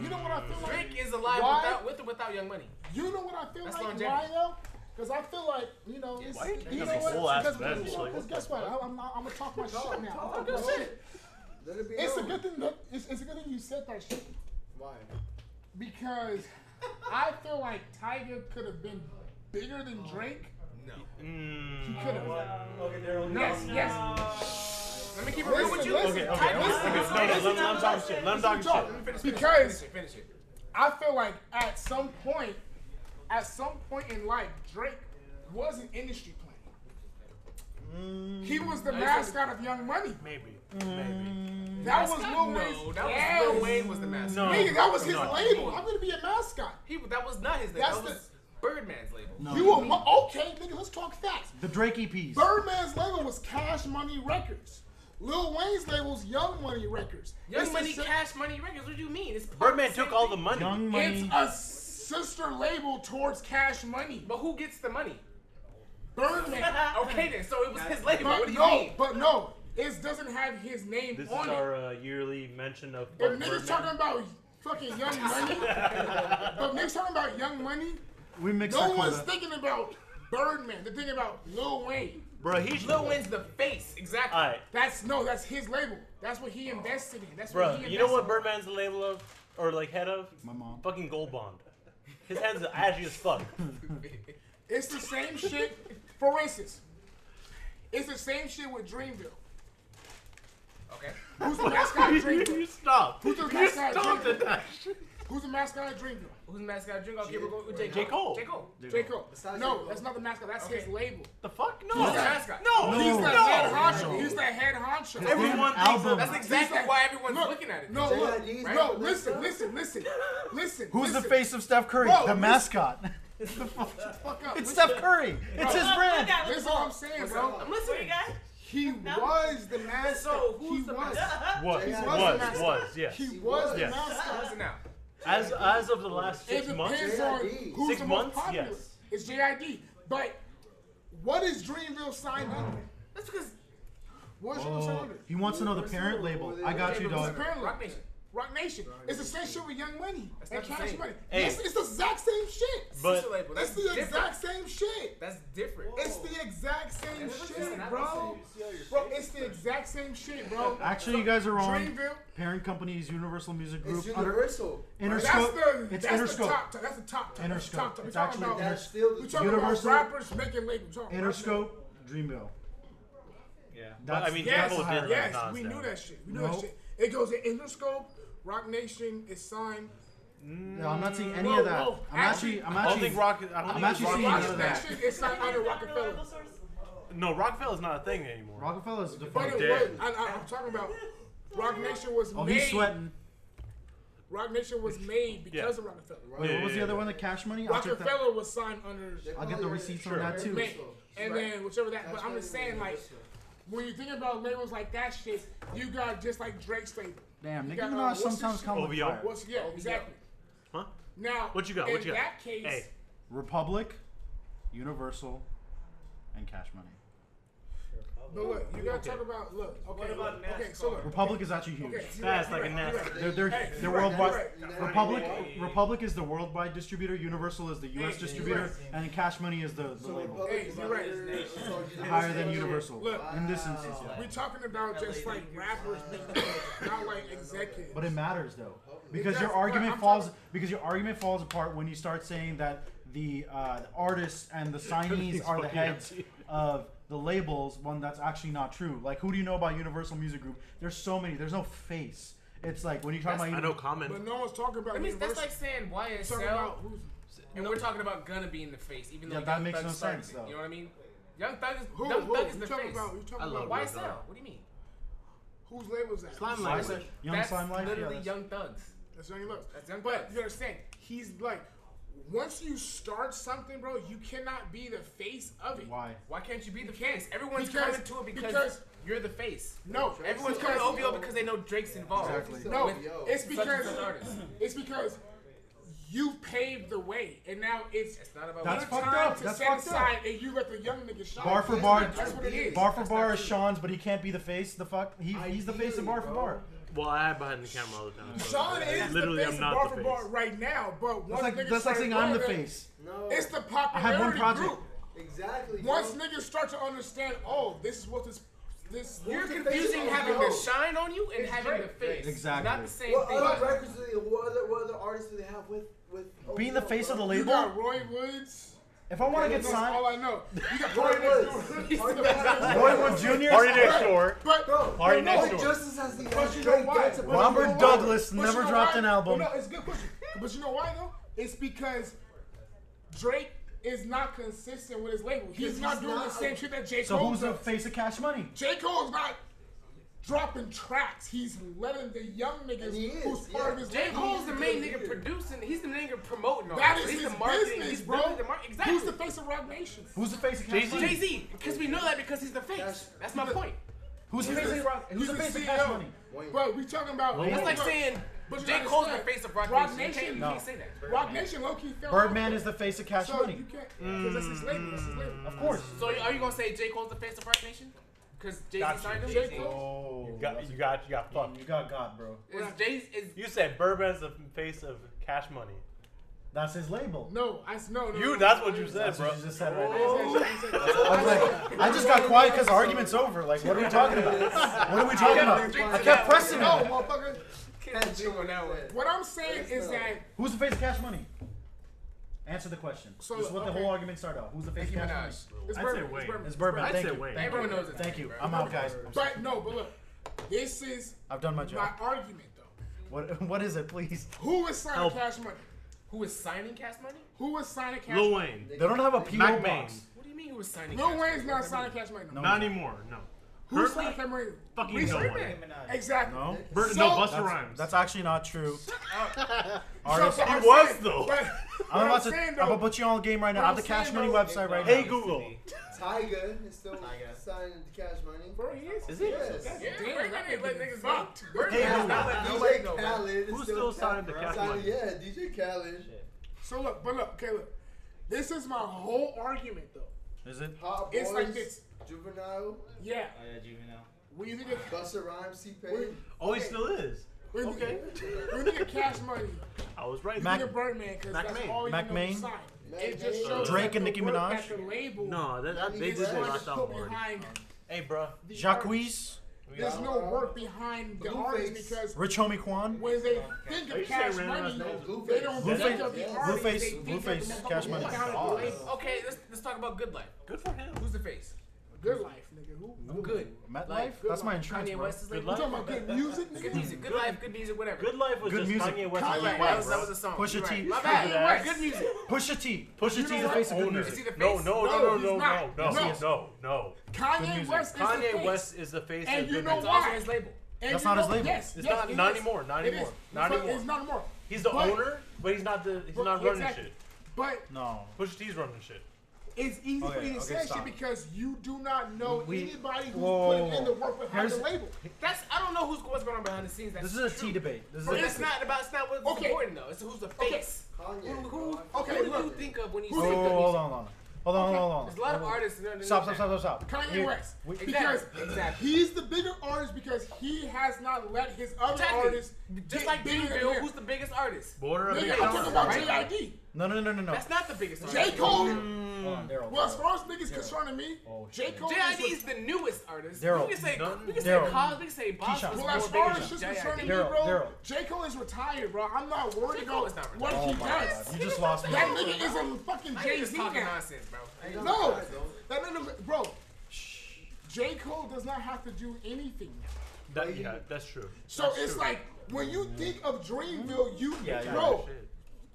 [SPEAKER 3] You know what I feel like?
[SPEAKER 13] Drake is alive
[SPEAKER 3] Why?
[SPEAKER 13] without, with or without Young Money.
[SPEAKER 3] You know what I feel
[SPEAKER 13] That's
[SPEAKER 3] like? Why
[SPEAKER 13] longevity.
[SPEAKER 3] though? Because I feel like you know. It's,
[SPEAKER 1] Why you taking
[SPEAKER 3] you
[SPEAKER 1] up
[SPEAKER 3] know
[SPEAKER 1] a
[SPEAKER 3] what?
[SPEAKER 1] whole ass
[SPEAKER 3] Because-
[SPEAKER 1] bench,
[SPEAKER 3] because-
[SPEAKER 1] like,
[SPEAKER 3] because
[SPEAKER 1] what
[SPEAKER 3] guess what? I- I'm, I'm gonna talk my shit now. I'm
[SPEAKER 8] talk
[SPEAKER 3] gonna
[SPEAKER 8] about
[SPEAKER 3] shit.
[SPEAKER 8] Let it be
[SPEAKER 3] It's a
[SPEAKER 8] known.
[SPEAKER 3] good thing that it's, it's a good thing you said that shit
[SPEAKER 8] Why?
[SPEAKER 3] because I feel like Tiger could have been bigger than Drake.
[SPEAKER 13] No.
[SPEAKER 3] He
[SPEAKER 1] Oh,
[SPEAKER 3] could have.
[SPEAKER 15] Look at their own.
[SPEAKER 3] Yes, yes.
[SPEAKER 13] Let me keep it
[SPEAKER 3] Listen,
[SPEAKER 13] real with you.
[SPEAKER 3] listen, Okay, okay, Tiger- okay, okay, listen, no, no, listen, let- let him talk shit, let him talk shit. Because-
[SPEAKER 13] finish it.
[SPEAKER 3] I feel like at some point, at some point in life, Drake was an industry plan. He was the
[SPEAKER 13] No, he's
[SPEAKER 3] mascot of Young Money.
[SPEAKER 1] Maybe.
[SPEAKER 3] Maybe. That was
[SPEAKER 13] Mascot?
[SPEAKER 3] Lil
[SPEAKER 13] No,
[SPEAKER 3] Wayne's.
[SPEAKER 13] that was
[SPEAKER 3] yes.
[SPEAKER 13] Lil Wayne was the mascot. No.
[SPEAKER 3] Nigga, that was his
[SPEAKER 13] No.
[SPEAKER 3] label. I'm gonna be a mascot.
[SPEAKER 13] He, that was not his name.
[SPEAKER 3] That's
[SPEAKER 13] that
[SPEAKER 3] the-
[SPEAKER 13] was Birdman's label.
[SPEAKER 3] You a mo- okay, nigga? Let's talk facts.
[SPEAKER 2] The Drake E EPs.
[SPEAKER 3] Birdman's label was Cash Money Records. Lil Wayne's label was Young Money Records.
[SPEAKER 13] Young
[SPEAKER 3] It's the
[SPEAKER 13] Money,
[SPEAKER 3] same-
[SPEAKER 13] Cash Money Records. What do you mean? It's
[SPEAKER 1] Birdman took all the money.
[SPEAKER 3] It's a sister label towards Cash Money.
[SPEAKER 13] But who gets the money?
[SPEAKER 3] Birdman.
[SPEAKER 13] Okay then, so it was his label.
[SPEAKER 3] But
[SPEAKER 13] What do you
[SPEAKER 3] no,
[SPEAKER 13] mean?
[SPEAKER 3] But no, it doesn't have his name
[SPEAKER 1] This is
[SPEAKER 3] on it.
[SPEAKER 1] our uh, yearly mention of.
[SPEAKER 3] If
[SPEAKER 1] Mark
[SPEAKER 3] niggas
[SPEAKER 1] Birdman.
[SPEAKER 3] talking about fucking Young Money, but niggas talking about Young Money,
[SPEAKER 2] We mixed
[SPEAKER 3] no
[SPEAKER 2] our
[SPEAKER 3] one's
[SPEAKER 2] quota.
[SPEAKER 3] thinking about Birdman. They're thinking about Lil Wayne.
[SPEAKER 1] Bro, he's-
[SPEAKER 13] Lil Wayne's the face. Exactly.
[SPEAKER 1] Alright.
[SPEAKER 3] That's no, that's his label. That's what he invested in. That's what he
[SPEAKER 1] Bro,
[SPEAKER 3] invested
[SPEAKER 1] you know what
[SPEAKER 3] in.
[SPEAKER 1] Birdman's the label of, or like head of?
[SPEAKER 2] My mom.
[SPEAKER 1] Fucking Gold Bond. His hands are ashy as fuck.
[SPEAKER 3] It's the same shit. For instance, it's the same shit with Dreamville.
[SPEAKER 13] Okay.
[SPEAKER 3] Who's the mascot of Dreamville?
[SPEAKER 1] You stop.
[SPEAKER 3] Who's the
[SPEAKER 13] You
[SPEAKER 3] mascot of
[SPEAKER 13] stopped at
[SPEAKER 3] Dreamville?
[SPEAKER 13] that
[SPEAKER 3] Who's the mascot of Dreamville?
[SPEAKER 13] Who's the mascot of Dreamville? Okay, we're going with J.
[SPEAKER 3] J.
[SPEAKER 13] Cole.
[SPEAKER 3] Cole.
[SPEAKER 13] J. Cole.
[SPEAKER 3] J. Cole.
[SPEAKER 13] Besides J.
[SPEAKER 3] No,
[SPEAKER 13] Cole.
[SPEAKER 3] that's not the mascot. That's his label.
[SPEAKER 1] The fuck?
[SPEAKER 13] No.
[SPEAKER 3] He's the
[SPEAKER 13] Mascot.
[SPEAKER 3] mascot.
[SPEAKER 13] No.
[SPEAKER 3] He's the
[SPEAKER 13] No.
[SPEAKER 3] head
[SPEAKER 13] No.
[SPEAKER 3] honcho. He's the head honcho.
[SPEAKER 13] Everyone Damn thinks album. that's exactly
[SPEAKER 3] He's the-
[SPEAKER 13] why everyone's
[SPEAKER 3] look,
[SPEAKER 13] looking at it.
[SPEAKER 3] No,
[SPEAKER 13] J.I.D.
[SPEAKER 3] look,
[SPEAKER 13] is
[SPEAKER 3] no,
[SPEAKER 13] not the
[SPEAKER 3] listen, listen, listen, listen.
[SPEAKER 2] Who's the
[SPEAKER 3] listen.
[SPEAKER 2] face of Steph Curry?
[SPEAKER 3] Bro,
[SPEAKER 2] the
[SPEAKER 3] listen.
[SPEAKER 2] mascot.
[SPEAKER 3] It's the fuck, fuck up.
[SPEAKER 2] It's
[SPEAKER 3] Listen.
[SPEAKER 2] Steph Curry. It's his brand.
[SPEAKER 3] This is what I'm saying, bro.
[SPEAKER 13] I'm listening, guy.
[SPEAKER 3] He was the mascot.
[SPEAKER 13] So who's
[SPEAKER 3] he
[SPEAKER 13] the
[SPEAKER 3] was.
[SPEAKER 13] mascot?
[SPEAKER 1] Was,
[SPEAKER 3] He
[SPEAKER 1] was,
[SPEAKER 3] was the
[SPEAKER 1] was,
[SPEAKER 3] mascot.
[SPEAKER 1] yes.
[SPEAKER 3] He was the
[SPEAKER 1] Yes.
[SPEAKER 3] mascot.
[SPEAKER 13] Listen now.
[SPEAKER 1] As as of the last
[SPEAKER 3] It
[SPEAKER 1] six months,
[SPEAKER 3] depends on who's
[SPEAKER 1] six
[SPEAKER 3] the most
[SPEAKER 1] months,
[SPEAKER 3] popular.
[SPEAKER 1] yes.
[SPEAKER 3] It's JID. But what is Dreamville signed under?
[SPEAKER 13] That's because
[SPEAKER 3] What is Dreamville signed
[SPEAKER 2] Oh,
[SPEAKER 3] under?
[SPEAKER 2] he wants to know the parent label. I got you,
[SPEAKER 3] It's
[SPEAKER 2] dog.
[SPEAKER 3] apparently-
[SPEAKER 13] Rock Nation.
[SPEAKER 3] Rock Nation. It's the same shit with Young Money.
[SPEAKER 13] That's
[SPEAKER 3] and
[SPEAKER 13] not the
[SPEAKER 3] Cash
[SPEAKER 13] same.
[SPEAKER 3] Money.
[SPEAKER 1] Hey.
[SPEAKER 3] Yes, it's the exact same shit.
[SPEAKER 1] But-
[SPEAKER 13] Sister label.
[SPEAKER 3] It's
[SPEAKER 13] That's
[SPEAKER 3] the
[SPEAKER 13] different.
[SPEAKER 3] exact same shit.
[SPEAKER 13] That's different.
[SPEAKER 3] It's the exact same
[SPEAKER 13] That's
[SPEAKER 3] shit,
[SPEAKER 13] not
[SPEAKER 3] bro.
[SPEAKER 13] the same.
[SPEAKER 3] Bro, it's the exact same shit, bro.
[SPEAKER 2] Actually, you guys are wrong.
[SPEAKER 3] Dreamville.
[SPEAKER 2] Parent company is Universal Music Group.
[SPEAKER 8] It's universal.
[SPEAKER 2] Interscope.
[SPEAKER 3] That's the,
[SPEAKER 2] it's
[SPEAKER 3] that's the
[SPEAKER 2] Interscope.
[SPEAKER 3] top, top. That's the top. top. That's the
[SPEAKER 2] Interscope.
[SPEAKER 3] top top. We're
[SPEAKER 2] It's
[SPEAKER 3] talking
[SPEAKER 2] actually
[SPEAKER 3] about,
[SPEAKER 2] Interscope.
[SPEAKER 3] we're talking
[SPEAKER 2] Universal-
[SPEAKER 3] about rappers making labels. We're talking about
[SPEAKER 2] Interscope, Dreamville.
[SPEAKER 1] Yeah.
[SPEAKER 2] That's-
[SPEAKER 1] I mean,
[SPEAKER 3] Yes,
[SPEAKER 1] J. Cole did
[SPEAKER 3] yes,
[SPEAKER 1] like Nas
[SPEAKER 3] we
[SPEAKER 1] now.
[SPEAKER 3] knew that shit. We knew
[SPEAKER 2] Nope.
[SPEAKER 3] that shit. It goes in Interscope, Rock Nation is signed.
[SPEAKER 2] No, I'm not seeing any
[SPEAKER 3] Whoa,
[SPEAKER 2] of that.
[SPEAKER 3] whoa,
[SPEAKER 2] I'm actually, I'm actually,
[SPEAKER 1] think Rock- I don't
[SPEAKER 2] I'm
[SPEAKER 1] think
[SPEAKER 2] actually
[SPEAKER 1] Rock
[SPEAKER 2] seeing
[SPEAKER 1] is
[SPEAKER 2] none
[SPEAKER 1] on
[SPEAKER 2] of
[SPEAKER 3] Rock
[SPEAKER 2] that.
[SPEAKER 3] Nation is signed under Rockefeller.
[SPEAKER 1] No, Rockefeller's not a thing anymore.
[SPEAKER 2] Rockefeller's the
[SPEAKER 3] But
[SPEAKER 2] fuck.
[SPEAKER 3] it was, I, I, I'm talking about Rock Nation was
[SPEAKER 2] Oh,
[SPEAKER 3] made.
[SPEAKER 2] he's sweating.
[SPEAKER 3] Rock Nation was made because
[SPEAKER 1] Yeah.
[SPEAKER 3] of Rockefeller.
[SPEAKER 2] Wait,
[SPEAKER 1] Yeah,
[SPEAKER 2] what was
[SPEAKER 1] yeah,
[SPEAKER 2] the other
[SPEAKER 1] yeah.
[SPEAKER 2] one? The Cash Money. I'll check that.
[SPEAKER 3] Rockefeller was signed under.
[SPEAKER 2] I'll get the receipts on that too.
[SPEAKER 3] Made. And
[SPEAKER 13] Right.
[SPEAKER 3] then whichever that, but I'm just saying like, when you think about labels like that shit, you got just like Drake's label.
[SPEAKER 2] Damn,
[SPEAKER 3] You
[SPEAKER 2] Nicki
[SPEAKER 3] got, uh,
[SPEAKER 2] Minaj
[SPEAKER 3] what's this
[SPEAKER 2] sometimes
[SPEAKER 3] shit?
[SPEAKER 2] come with
[SPEAKER 1] OVO.
[SPEAKER 2] fire.
[SPEAKER 3] What's yeah exactly.
[SPEAKER 1] Oh, Huh?
[SPEAKER 3] Now
[SPEAKER 1] What you got? What
[SPEAKER 3] in
[SPEAKER 1] you got?
[SPEAKER 3] that case,
[SPEAKER 1] Hey.
[SPEAKER 2] Republic, Universal, and Cash Money.
[SPEAKER 3] But look, you gotta talk about look. Okay,
[SPEAKER 15] What about
[SPEAKER 3] look, okay, so look.
[SPEAKER 2] Republic is actually huge.
[SPEAKER 3] Okay, you're
[SPEAKER 1] That's
[SPEAKER 3] right,
[SPEAKER 1] like
[SPEAKER 3] you're
[SPEAKER 1] a
[SPEAKER 3] right,
[SPEAKER 1] nasty-
[SPEAKER 3] you're right.
[SPEAKER 2] They're, they're,
[SPEAKER 3] Hey,
[SPEAKER 2] they're
[SPEAKER 3] you're right,
[SPEAKER 2] worldwide.
[SPEAKER 3] you're right.
[SPEAKER 2] Republic
[SPEAKER 3] Hey,
[SPEAKER 2] Republic is the worldwide distributor. Universal is the U.S.
[SPEAKER 3] Hey,
[SPEAKER 2] distributor,
[SPEAKER 3] right.
[SPEAKER 2] and then Cash Money is the, the label.
[SPEAKER 3] you're right.
[SPEAKER 2] Higher than Universal
[SPEAKER 3] Look,
[SPEAKER 2] in this instance.
[SPEAKER 3] we're talking about just like rappers, not like executives.
[SPEAKER 2] But it matters though, because
[SPEAKER 3] does,
[SPEAKER 2] your
[SPEAKER 3] but
[SPEAKER 2] argument
[SPEAKER 3] I'm
[SPEAKER 2] falls because your argument falls apart when you start saying that the, uh, the artists and the signees
[SPEAKER 1] Everything's
[SPEAKER 2] are the
[SPEAKER 1] fucking
[SPEAKER 2] heads
[SPEAKER 1] empty.
[SPEAKER 2] of the labels. One that's actually not true. Like who do you know about Universal Music Group? There's so many. There's no face. It's like when you talk about
[SPEAKER 1] I
[SPEAKER 2] Uni-
[SPEAKER 1] know comment.
[SPEAKER 3] But no one's talking about.
[SPEAKER 13] That means that's
[SPEAKER 3] Universal.
[SPEAKER 13] like saying
[SPEAKER 3] Talking
[SPEAKER 13] YSL,
[SPEAKER 3] about who's-
[SPEAKER 13] and we're talking about Gunna being the face, even though
[SPEAKER 2] Yeah, that
[SPEAKER 13] Young
[SPEAKER 2] makes
[SPEAKER 13] Thug
[SPEAKER 2] no
[SPEAKER 13] started
[SPEAKER 2] sense,
[SPEAKER 13] it,
[SPEAKER 2] though.
[SPEAKER 13] You know what I mean? Young Thug is,
[SPEAKER 3] Who-
[SPEAKER 13] Young
[SPEAKER 3] who?
[SPEAKER 13] Thug is
[SPEAKER 3] You
[SPEAKER 13] the
[SPEAKER 3] talking
[SPEAKER 13] face.
[SPEAKER 3] about- you talking
[SPEAKER 1] I love
[SPEAKER 13] YSL.
[SPEAKER 1] Young Thug.
[SPEAKER 13] What do you mean?
[SPEAKER 3] whose label is that?
[SPEAKER 1] Slime
[SPEAKER 2] Slime
[SPEAKER 1] Life.
[SPEAKER 2] Life. Young
[SPEAKER 13] that's
[SPEAKER 2] Slime Life.
[SPEAKER 13] literally
[SPEAKER 2] yeah, that's-
[SPEAKER 13] Young Thugs.
[SPEAKER 3] That's Young Lux.
[SPEAKER 13] That's Young
[SPEAKER 3] But
[SPEAKER 13] Thug.
[SPEAKER 3] you understand? He's like, once you start something, bro, you cannot be the face of it.
[SPEAKER 2] why?
[SPEAKER 13] Why can't you be the face? Everyone's
[SPEAKER 3] Because-
[SPEAKER 13] coming to it because,
[SPEAKER 3] because-
[SPEAKER 13] you're the face.
[SPEAKER 3] No,
[SPEAKER 13] Everyone's
[SPEAKER 3] because-
[SPEAKER 13] coming to OVO because they know Drake's involved.
[SPEAKER 2] Exactly.
[SPEAKER 3] No,
[SPEAKER 13] With
[SPEAKER 3] it's
[SPEAKER 13] such and
[SPEAKER 3] because
[SPEAKER 13] such artists.
[SPEAKER 3] it's because you paved the way, and now it's
[SPEAKER 13] It's not about
[SPEAKER 2] That's
[SPEAKER 3] your
[SPEAKER 2] fucked
[SPEAKER 3] time
[SPEAKER 2] up.
[SPEAKER 3] to
[SPEAKER 2] That's
[SPEAKER 3] set
[SPEAKER 2] fucked up.
[SPEAKER 3] aside, and you let the young nigga shine.
[SPEAKER 2] Bar for
[SPEAKER 3] That's
[SPEAKER 2] bar,
[SPEAKER 3] not- That's what it is.
[SPEAKER 2] bar for
[SPEAKER 13] That's
[SPEAKER 2] bar
[SPEAKER 13] not
[SPEAKER 2] is
[SPEAKER 13] true.
[SPEAKER 2] Sean's, but he can't be the face. The fuck, he, he's the face of bar for bar.
[SPEAKER 1] Well, I hide behind the camera all the time. so-
[SPEAKER 3] Sean is
[SPEAKER 1] literally,
[SPEAKER 3] the face
[SPEAKER 1] I'm
[SPEAKER 3] bar
[SPEAKER 1] not
[SPEAKER 3] for
[SPEAKER 1] the face.
[SPEAKER 3] bar right now, but once
[SPEAKER 2] That's like-
[SPEAKER 3] niggas
[SPEAKER 2] that's like
[SPEAKER 3] start
[SPEAKER 2] saying I'm the
[SPEAKER 3] growing,
[SPEAKER 2] face.
[SPEAKER 8] No.
[SPEAKER 3] It's the
[SPEAKER 2] I had one
[SPEAKER 3] popularity
[SPEAKER 2] project.
[SPEAKER 3] group.
[SPEAKER 8] Exactly.
[SPEAKER 3] Once niggas start to understand, oh, this is what this this.
[SPEAKER 13] You're
[SPEAKER 3] this is
[SPEAKER 13] confusing
[SPEAKER 3] what
[SPEAKER 13] having
[SPEAKER 3] we
[SPEAKER 13] the
[SPEAKER 3] know.
[SPEAKER 13] shine on you and
[SPEAKER 3] It's
[SPEAKER 13] having
[SPEAKER 3] great. uh,
[SPEAKER 13] the face.
[SPEAKER 2] Exactly.
[SPEAKER 13] Not the same
[SPEAKER 8] What
[SPEAKER 13] thing.
[SPEAKER 8] other records do they? What other, what other artists do they have with with?
[SPEAKER 2] Being the
[SPEAKER 8] Overkill,
[SPEAKER 2] face of the
[SPEAKER 8] bro?
[SPEAKER 2] label.
[SPEAKER 3] got Roy Woods.
[SPEAKER 2] If I want to
[SPEAKER 3] Okay,
[SPEAKER 2] get
[SPEAKER 3] that's
[SPEAKER 2] signed,
[SPEAKER 3] all I know. You got
[SPEAKER 8] Roy
[SPEAKER 3] Woods.
[SPEAKER 8] Woods. Roy
[SPEAKER 2] Roy Woods Jr.
[SPEAKER 1] Party next door.
[SPEAKER 3] But
[SPEAKER 8] Bro,
[SPEAKER 1] Party
[SPEAKER 8] no,
[SPEAKER 1] next
[SPEAKER 8] Boy
[SPEAKER 1] door.
[SPEAKER 8] Justice has the
[SPEAKER 3] But you
[SPEAKER 8] ass
[SPEAKER 3] know
[SPEAKER 8] straight
[SPEAKER 3] why?
[SPEAKER 8] guts
[SPEAKER 3] But
[SPEAKER 8] of
[SPEAKER 3] you know
[SPEAKER 2] Robert
[SPEAKER 3] why?
[SPEAKER 2] Douglas
[SPEAKER 3] But you
[SPEAKER 2] never
[SPEAKER 3] know
[SPEAKER 2] dropped
[SPEAKER 3] why?
[SPEAKER 2] an album.
[SPEAKER 3] Well, no, it's a good question. But you know why though? It's because Drake is not consistent with his label. He's
[SPEAKER 8] Because
[SPEAKER 3] not
[SPEAKER 8] he's
[SPEAKER 3] doing the
[SPEAKER 8] not.
[SPEAKER 3] same shit that J.
[SPEAKER 2] so
[SPEAKER 3] Cole
[SPEAKER 2] who's the
[SPEAKER 3] does.
[SPEAKER 2] face of Cash Money?
[SPEAKER 3] J. Cole's not dropping tracks. He's letting the young niggas
[SPEAKER 8] And he is,
[SPEAKER 3] who's part of
[SPEAKER 8] yeah.
[SPEAKER 3] his
[SPEAKER 13] J.
[SPEAKER 3] label.
[SPEAKER 13] Cole's the main nigga producing. He's the nigga promoting all
[SPEAKER 3] That
[SPEAKER 13] this.
[SPEAKER 3] is
[SPEAKER 13] He's
[SPEAKER 3] his
[SPEAKER 13] the marketing.
[SPEAKER 3] business,
[SPEAKER 13] he's
[SPEAKER 3] bro.
[SPEAKER 13] really the mar- Exactly.
[SPEAKER 3] Who's the face of Rock Nation?
[SPEAKER 2] Who's the face of Cash Money?
[SPEAKER 13] Jay Z. Because we know that because he's the face. That's, my point.
[SPEAKER 2] Who's the
[SPEAKER 3] He's
[SPEAKER 2] face
[SPEAKER 3] the-
[SPEAKER 2] of Rock? Who's the
[SPEAKER 3] he's the E
[SPEAKER 2] face of
[SPEAKER 3] CEO.
[SPEAKER 2] Cash Money?
[SPEAKER 3] Bro, we talking about.
[SPEAKER 2] Wait,
[SPEAKER 13] That's
[SPEAKER 2] wait,
[SPEAKER 13] like
[SPEAKER 3] But-
[SPEAKER 13] saying
[SPEAKER 3] but you
[SPEAKER 13] J.
[SPEAKER 3] gotta
[SPEAKER 13] Cole's the
[SPEAKER 3] understand,
[SPEAKER 13] face of Rock, Nation. You can't, you
[SPEAKER 3] Rock
[SPEAKER 13] can't say
[SPEAKER 3] Nation.
[SPEAKER 13] that.
[SPEAKER 3] Rock Nation low key fell
[SPEAKER 2] Birdman
[SPEAKER 3] off.
[SPEAKER 2] is the face of Cash
[SPEAKER 3] so
[SPEAKER 2] Money.
[SPEAKER 3] You can't, because that's his label. That's his label.
[SPEAKER 2] Of course.
[SPEAKER 13] So are you gonna say J. Cole's the face of Rock Nation? Because Jay Z
[SPEAKER 1] Got
[SPEAKER 13] signed him.
[SPEAKER 1] you.
[SPEAKER 13] Is
[SPEAKER 2] Oh,
[SPEAKER 1] You got, you got, you got fucked.
[SPEAKER 2] you got God, bro.
[SPEAKER 13] Jay is
[SPEAKER 1] You said Burban's the face of cash money.
[SPEAKER 2] That's his label.
[SPEAKER 3] No, I s- no no.
[SPEAKER 1] You,
[SPEAKER 3] no,
[SPEAKER 1] that's
[SPEAKER 3] no,
[SPEAKER 1] what
[SPEAKER 3] I
[SPEAKER 1] you
[SPEAKER 3] didn't-
[SPEAKER 1] said,
[SPEAKER 2] That's
[SPEAKER 1] bro.
[SPEAKER 2] what you just said
[SPEAKER 3] I
[SPEAKER 2] right now.
[SPEAKER 3] didn't say- I didn't say-
[SPEAKER 2] I was like, I just got quiet because the argument's over. Like, what are we talking about? What are we talking about? I kept pressing
[SPEAKER 3] No,
[SPEAKER 2] him.
[SPEAKER 3] motherfucker.
[SPEAKER 13] Can't do on that one.
[SPEAKER 3] What I'm saying is that
[SPEAKER 2] Who's the face of Cash Money? Answer the question.
[SPEAKER 3] So,
[SPEAKER 2] this is what
[SPEAKER 3] okay.
[SPEAKER 2] the whole argument started out. Who's the face of
[SPEAKER 13] Nicki
[SPEAKER 2] Cash
[SPEAKER 13] Minaj.
[SPEAKER 2] Money?
[SPEAKER 3] it's
[SPEAKER 1] I'd
[SPEAKER 3] Birdman.
[SPEAKER 1] say
[SPEAKER 3] it's
[SPEAKER 1] Wayne.
[SPEAKER 3] Birdman,
[SPEAKER 2] It's Birdman.
[SPEAKER 1] I'd
[SPEAKER 2] Thank
[SPEAKER 1] say
[SPEAKER 2] you.
[SPEAKER 1] Wayne.
[SPEAKER 2] Thank
[SPEAKER 13] Everyone
[SPEAKER 2] you.
[SPEAKER 13] knows it's
[SPEAKER 2] Thank
[SPEAKER 13] Wayne,
[SPEAKER 2] you.
[SPEAKER 13] bro.
[SPEAKER 2] I'm out, guys.
[SPEAKER 3] But no, but look, this is
[SPEAKER 2] I've done my job.
[SPEAKER 3] my argument though.
[SPEAKER 2] What What is it, please?
[SPEAKER 3] Who is signing
[SPEAKER 1] Help.
[SPEAKER 3] cash money?
[SPEAKER 13] Who is signing Cash Money?
[SPEAKER 3] Who is signing cash?
[SPEAKER 1] Lil
[SPEAKER 3] money?
[SPEAKER 1] Wayne.
[SPEAKER 2] They don't have a PO
[SPEAKER 1] Mac
[SPEAKER 2] box.
[SPEAKER 13] What do you mean who is signing?
[SPEAKER 3] Lil
[SPEAKER 13] Cash
[SPEAKER 3] Wayne's
[SPEAKER 13] Money?
[SPEAKER 3] not signing cash money. No.
[SPEAKER 1] Not anymore. No.
[SPEAKER 3] Who's
[SPEAKER 1] Currently,
[SPEAKER 3] signing cash money?
[SPEAKER 1] fucking
[SPEAKER 3] Reese
[SPEAKER 1] no one.
[SPEAKER 3] Witherspoon.
[SPEAKER 6] Nicki Minaj.
[SPEAKER 3] Exactly.
[SPEAKER 2] No,
[SPEAKER 1] Bur-
[SPEAKER 3] So-
[SPEAKER 1] no, Buster
[SPEAKER 2] that's,
[SPEAKER 1] Rhymes.
[SPEAKER 2] that's actually not true. Uh,
[SPEAKER 3] So,
[SPEAKER 2] Artist,
[SPEAKER 3] but
[SPEAKER 1] He
[SPEAKER 3] I'm
[SPEAKER 1] was,
[SPEAKER 3] saying-
[SPEAKER 1] though.
[SPEAKER 3] But,
[SPEAKER 2] I'm
[SPEAKER 3] I'm
[SPEAKER 2] about to.
[SPEAKER 3] saying
[SPEAKER 2] I'm gonna
[SPEAKER 3] though,
[SPEAKER 2] put you on game right now.
[SPEAKER 3] what
[SPEAKER 2] I have the
[SPEAKER 3] I'm
[SPEAKER 2] Cash
[SPEAKER 3] saying,
[SPEAKER 2] Money
[SPEAKER 3] though-
[SPEAKER 2] website right
[SPEAKER 1] hey
[SPEAKER 2] now.
[SPEAKER 1] Google.
[SPEAKER 8] Tiger is still
[SPEAKER 6] Tyga.
[SPEAKER 8] signing the cash money.
[SPEAKER 3] bro, he is.
[SPEAKER 1] Is it?
[SPEAKER 8] Yes.
[SPEAKER 13] Yeah,
[SPEAKER 3] Damn,
[SPEAKER 13] we're
[SPEAKER 3] that
[SPEAKER 13] gonna
[SPEAKER 3] nigga
[SPEAKER 13] let
[SPEAKER 3] is
[SPEAKER 13] niggas
[SPEAKER 3] fucked.
[SPEAKER 13] vote. We're
[SPEAKER 1] Hey,
[SPEAKER 13] gonna
[SPEAKER 1] who-
[SPEAKER 13] let nobody
[SPEAKER 8] DJ
[SPEAKER 13] know.
[SPEAKER 8] Khaled is
[SPEAKER 1] Who
[SPEAKER 8] still
[SPEAKER 1] still signed the cash
[SPEAKER 8] signing-
[SPEAKER 1] money?
[SPEAKER 8] Yeah, DJ Khaled.
[SPEAKER 3] So look, but look, okay, look. This is my whole argument though.
[SPEAKER 2] Is it?
[SPEAKER 8] Hot
[SPEAKER 3] It's like
[SPEAKER 8] Boys,
[SPEAKER 3] this.
[SPEAKER 8] Juvenile,
[SPEAKER 3] Yeah.
[SPEAKER 6] Oh yeah, juvenile.
[SPEAKER 3] When you think of
[SPEAKER 8] Busta Rhymes,
[SPEAKER 3] Wait.
[SPEAKER 8] C-Pain.
[SPEAKER 1] Oh, he still is.
[SPEAKER 3] when you
[SPEAKER 1] Okay.
[SPEAKER 3] think, when you think of cash money,
[SPEAKER 1] I was right.
[SPEAKER 2] Mac-
[SPEAKER 3] think of Birdman because
[SPEAKER 1] Mac
[SPEAKER 3] that's
[SPEAKER 1] Main.
[SPEAKER 3] all you
[SPEAKER 2] Mac
[SPEAKER 3] know
[SPEAKER 2] Main.
[SPEAKER 3] who signed.
[SPEAKER 8] Mac
[SPEAKER 3] It just
[SPEAKER 8] Main.
[SPEAKER 3] shows
[SPEAKER 2] Drake
[SPEAKER 3] that
[SPEAKER 2] and
[SPEAKER 3] the
[SPEAKER 2] Nicki
[SPEAKER 3] work
[SPEAKER 2] Minaj?
[SPEAKER 3] at the label.
[SPEAKER 1] no, that, that they
[SPEAKER 8] He's
[SPEAKER 1] just
[SPEAKER 8] trying
[SPEAKER 1] lost
[SPEAKER 3] put
[SPEAKER 1] out already.
[SPEAKER 3] behind.
[SPEAKER 1] Hey, bro.
[SPEAKER 3] the artist.
[SPEAKER 2] Jacquees,
[SPEAKER 3] There's no
[SPEAKER 8] Yeah.
[SPEAKER 3] work behind the
[SPEAKER 8] Blueface.
[SPEAKER 3] artist because
[SPEAKER 2] Rich Homie Quan.
[SPEAKER 3] when they think
[SPEAKER 1] Are you
[SPEAKER 3] of cash
[SPEAKER 1] saying random
[SPEAKER 3] money,
[SPEAKER 1] ass names?
[SPEAKER 3] they don't Oh think
[SPEAKER 2] Blueface-
[SPEAKER 3] of the
[SPEAKER 8] Blueface-
[SPEAKER 3] artist. they
[SPEAKER 2] Blueface-
[SPEAKER 3] think
[SPEAKER 2] Blueface,
[SPEAKER 3] of the
[SPEAKER 2] Cash
[SPEAKER 3] motherfucker
[SPEAKER 2] Money.
[SPEAKER 3] down at the
[SPEAKER 2] Sauce.
[SPEAKER 3] label.
[SPEAKER 13] Okay, let's let's talk about Good Life.
[SPEAKER 1] Good for him.
[SPEAKER 13] Who's the face?
[SPEAKER 3] Good life, nigga. Who?
[SPEAKER 13] I'm good.
[SPEAKER 2] MetLife.
[SPEAKER 13] Like,
[SPEAKER 2] That's my
[SPEAKER 13] Kanye
[SPEAKER 2] insurance, bro.
[SPEAKER 13] West is
[SPEAKER 1] Good
[SPEAKER 13] like,
[SPEAKER 3] You talking about good music, nigga?
[SPEAKER 13] Good music, good life, good music, whatever.
[SPEAKER 1] Good life was
[SPEAKER 2] Good
[SPEAKER 1] just
[SPEAKER 2] music.
[SPEAKER 1] Kanye West.
[SPEAKER 3] Kanye
[SPEAKER 13] Right,
[SPEAKER 3] West,
[SPEAKER 13] that, was, that was a song.
[SPEAKER 2] Push
[SPEAKER 13] You're
[SPEAKER 2] a
[SPEAKER 13] right.
[SPEAKER 2] T.
[SPEAKER 13] My
[SPEAKER 2] Good
[SPEAKER 13] bad. You're right.
[SPEAKER 3] West.
[SPEAKER 13] Good music.
[SPEAKER 2] Pusha T. Pusha T is the
[SPEAKER 3] what?
[SPEAKER 2] face of good
[SPEAKER 1] Owner.
[SPEAKER 2] music.
[SPEAKER 13] he the
[SPEAKER 1] No,
[SPEAKER 13] face?
[SPEAKER 1] no,
[SPEAKER 3] No,
[SPEAKER 1] no,
[SPEAKER 3] he's
[SPEAKER 1] no, no,
[SPEAKER 3] not.
[SPEAKER 1] no,
[SPEAKER 3] No.
[SPEAKER 1] no, no, no.
[SPEAKER 3] Kanye
[SPEAKER 2] music.
[SPEAKER 3] West is the
[SPEAKER 1] Kanye
[SPEAKER 3] face.
[SPEAKER 1] West is the face
[SPEAKER 3] And
[SPEAKER 1] of
[SPEAKER 3] you
[SPEAKER 1] good
[SPEAKER 3] know
[SPEAKER 1] music.
[SPEAKER 13] That's
[SPEAKER 3] Why?
[SPEAKER 13] on his label.
[SPEAKER 3] And
[SPEAKER 2] That's
[SPEAKER 3] you
[SPEAKER 2] not his
[SPEAKER 3] know-
[SPEAKER 2] label.
[SPEAKER 3] Yes,
[SPEAKER 1] It's
[SPEAKER 3] yes,
[SPEAKER 1] not-
[SPEAKER 3] it
[SPEAKER 1] not
[SPEAKER 3] is.
[SPEAKER 1] anymore, not
[SPEAKER 3] It is.
[SPEAKER 1] anymore,
[SPEAKER 3] It's
[SPEAKER 1] not anymore.
[SPEAKER 3] It's not anymore.
[SPEAKER 1] He's the
[SPEAKER 3] But-
[SPEAKER 1] owner, but he's not the he's
[SPEAKER 3] But-
[SPEAKER 1] not running
[SPEAKER 3] exactly.
[SPEAKER 1] shit.
[SPEAKER 3] But
[SPEAKER 2] No.
[SPEAKER 1] Push T's running shit.
[SPEAKER 3] it's easy for
[SPEAKER 2] Okay,
[SPEAKER 3] you to
[SPEAKER 2] okay,
[SPEAKER 3] say shit
[SPEAKER 2] stop.
[SPEAKER 3] because you do not know
[SPEAKER 2] We-
[SPEAKER 3] anybody who's
[SPEAKER 2] whoa,
[SPEAKER 3] putting
[SPEAKER 2] whoa,
[SPEAKER 3] in the work behind
[SPEAKER 2] Here's-
[SPEAKER 3] the label.
[SPEAKER 13] That's I don't know who's what's going on behind the scenes. That's
[SPEAKER 2] This is a
[SPEAKER 13] true.
[SPEAKER 2] T debate. This is
[SPEAKER 13] But
[SPEAKER 2] a
[SPEAKER 13] it's not about it's not what's
[SPEAKER 3] Okay.
[SPEAKER 13] important though. It's who's the
[SPEAKER 3] Okay.
[SPEAKER 13] face.
[SPEAKER 8] Kanye,
[SPEAKER 13] Who,
[SPEAKER 8] bro.
[SPEAKER 13] who,
[SPEAKER 3] Okay,
[SPEAKER 13] who do
[SPEAKER 3] look.
[SPEAKER 13] you think of when you
[SPEAKER 2] Oh,
[SPEAKER 13] say good
[SPEAKER 2] hold on,
[SPEAKER 13] music?
[SPEAKER 2] hold on, hold on, hold on.
[SPEAKER 13] There's a lot of
[SPEAKER 2] Hold on.
[SPEAKER 13] artists. that don't
[SPEAKER 2] Stop,
[SPEAKER 13] know
[SPEAKER 2] stop,
[SPEAKER 13] that.
[SPEAKER 2] stop, stop, stop.
[SPEAKER 3] Kanye
[SPEAKER 2] You-
[SPEAKER 3] West.
[SPEAKER 2] we-
[SPEAKER 3] Because
[SPEAKER 13] Exactly, exactly.
[SPEAKER 3] he's the bigger artist because he has not let his other
[SPEAKER 13] Exactly.
[SPEAKER 3] artists
[SPEAKER 13] Just
[SPEAKER 3] get
[SPEAKER 13] like
[SPEAKER 3] bigger
[SPEAKER 13] Jimmy
[SPEAKER 3] than
[SPEAKER 13] Bill,
[SPEAKER 3] him.
[SPEAKER 13] who's the biggest artist?
[SPEAKER 1] Border of
[SPEAKER 3] Nigga,
[SPEAKER 1] the
[SPEAKER 3] I'm
[SPEAKER 13] Right.
[SPEAKER 3] talking about
[SPEAKER 13] Right.
[SPEAKER 3] J.I.D.
[SPEAKER 2] No, no, no, no, no.
[SPEAKER 13] That's not the biggest artist.
[SPEAKER 3] J. Cole.
[SPEAKER 2] Hold on, Daryl.
[SPEAKER 3] Well, as
[SPEAKER 2] Daryl.
[SPEAKER 3] far as niggas concerning me,
[SPEAKER 2] Oh,
[SPEAKER 3] J. Cole is
[SPEAKER 13] JID
[SPEAKER 3] the
[SPEAKER 13] is the newest artist.
[SPEAKER 2] Daryl.
[SPEAKER 13] We can say
[SPEAKER 1] None-
[SPEAKER 13] we can say
[SPEAKER 2] Daryl.
[SPEAKER 13] Cos, we can say Boss.
[SPEAKER 2] Keyshawn.
[SPEAKER 13] was
[SPEAKER 3] Well,
[SPEAKER 13] more
[SPEAKER 3] as far
[SPEAKER 13] bigger
[SPEAKER 3] as
[SPEAKER 13] than
[SPEAKER 3] shit's concerning me,
[SPEAKER 13] JID.
[SPEAKER 2] Daryl,
[SPEAKER 3] bro,
[SPEAKER 2] Daryl.
[SPEAKER 3] J. Cole is retired, bro. I'm not worried
[SPEAKER 13] J. Cole
[SPEAKER 3] about
[SPEAKER 13] is not
[SPEAKER 3] what
[SPEAKER 13] retired.
[SPEAKER 3] he
[SPEAKER 2] Oh my
[SPEAKER 3] does.
[SPEAKER 2] God, you just lost me.
[SPEAKER 3] That nigga is a fucking
[SPEAKER 13] Niggas
[SPEAKER 3] Jay Z
[SPEAKER 13] talking
[SPEAKER 3] now.
[SPEAKER 13] nonsense, bro.
[SPEAKER 3] No, that nigga, bro. J. Cole does not have to do anything. now.
[SPEAKER 1] That, yeah, that's true.
[SPEAKER 3] So
[SPEAKER 1] That's
[SPEAKER 3] it's
[SPEAKER 1] true.
[SPEAKER 3] like when you think of Dreamville, you
[SPEAKER 2] Mm-hmm. Yeah, yeah.
[SPEAKER 3] bro.
[SPEAKER 1] Shit.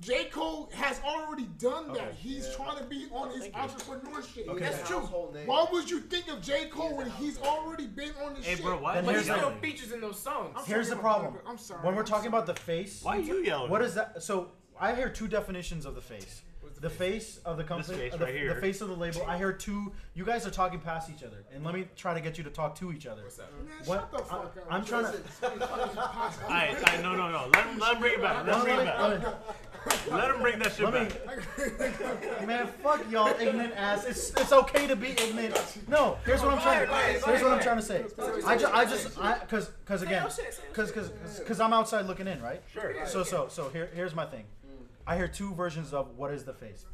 [SPEAKER 3] J. Cole has already done that.
[SPEAKER 2] Okay.
[SPEAKER 3] He's trying to be on his entrepreneurship.
[SPEAKER 2] Okay.
[SPEAKER 3] That's
[SPEAKER 8] His
[SPEAKER 3] true.
[SPEAKER 8] household name.
[SPEAKER 3] Why would you think of J. Cole when he's already been on this
[SPEAKER 1] Hey,
[SPEAKER 3] shit?
[SPEAKER 1] bro, why?
[SPEAKER 2] Then
[SPEAKER 1] why
[SPEAKER 13] But
[SPEAKER 1] you
[SPEAKER 13] there's
[SPEAKER 2] here's
[SPEAKER 13] no
[SPEAKER 1] yelling?
[SPEAKER 13] features in those songs.
[SPEAKER 3] I'm
[SPEAKER 2] Here's the
[SPEAKER 3] sorry,
[SPEAKER 2] problem.
[SPEAKER 3] I'm sorry,
[SPEAKER 2] When we're
[SPEAKER 3] I'm
[SPEAKER 2] talking
[SPEAKER 3] sorry.
[SPEAKER 2] about the face,
[SPEAKER 1] Why are you yelling?
[SPEAKER 2] what is that? So I hear two definitions of the face. The face of the company,
[SPEAKER 1] face
[SPEAKER 2] uh, the,
[SPEAKER 1] right here.
[SPEAKER 2] the face of the label. I hear two. You guys are talking past each other, and let me try to get you to talk to each other. What's
[SPEAKER 13] up?
[SPEAKER 3] Man,
[SPEAKER 2] What?
[SPEAKER 3] shut the fuck up.
[SPEAKER 2] I'm trying to.
[SPEAKER 8] Listen,
[SPEAKER 1] All right, all right, no, no, no. Let him, let him bring it back. Let him
[SPEAKER 2] No,
[SPEAKER 1] bring it
[SPEAKER 2] let me-
[SPEAKER 1] back.
[SPEAKER 2] let me-
[SPEAKER 1] Let him bring that shit
[SPEAKER 2] Let me- Man, fuck y'all, ignorant ass. It's it's okay to be ignorant. No, here's what I'm trying. Here's what I'm trying to say. I just I just I because because again because because because I'm outside looking in, right?
[SPEAKER 1] Sure.
[SPEAKER 2] So so so here here's my thing. I hear two versions of what is the face.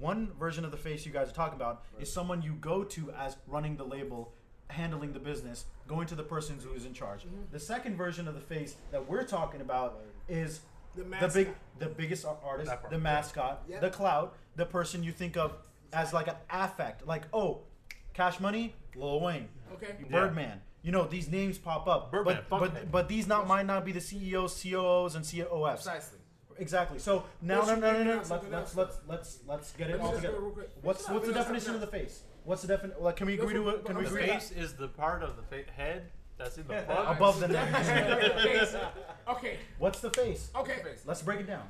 [SPEAKER 2] One version of the face you guys are talking about is someone you go to as running the label, handling the business, going to the person who is in charge. The second version of the face that we're talking about is
[SPEAKER 3] The
[SPEAKER 2] the, big,
[SPEAKER 3] mascot.
[SPEAKER 2] the biggest ar- artist,
[SPEAKER 1] That part.
[SPEAKER 2] the mascot,
[SPEAKER 1] Yeah.
[SPEAKER 2] the clout, the person you think of as like an affect, like oh, Cash Money, Lil Wayne,
[SPEAKER 3] Okay.
[SPEAKER 2] Birdman. You know these names pop up,
[SPEAKER 1] Birdman,
[SPEAKER 2] but
[SPEAKER 1] Funkhead.
[SPEAKER 2] but but these not might not be the E CEOs, COOs, and COFs.
[SPEAKER 13] Precisely.
[SPEAKER 2] Exactly. So now,
[SPEAKER 3] Let's
[SPEAKER 2] no, no, no,
[SPEAKER 3] figure
[SPEAKER 2] no.
[SPEAKER 3] out
[SPEAKER 2] Let's
[SPEAKER 3] something
[SPEAKER 2] let's let's let's let's get it
[SPEAKER 3] Let's
[SPEAKER 2] all
[SPEAKER 3] just go
[SPEAKER 2] together.
[SPEAKER 3] real quick.
[SPEAKER 2] What's
[SPEAKER 3] Let's
[SPEAKER 2] what's the
[SPEAKER 3] figure out
[SPEAKER 2] definition of
[SPEAKER 3] something
[SPEAKER 2] the face? What's the definition? Like, can we agree to it? Can we
[SPEAKER 1] The
[SPEAKER 2] agree?
[SPEAKER 1] face is the part of the fa- head that's in the front.
[SPEAKER 2] Above the neck.
[SPEAKER 3] Okay.
[SPEAKER 2] What's the face?
[SPEAKER 3] Okay.
[SPEAKER 2] Let's break it down.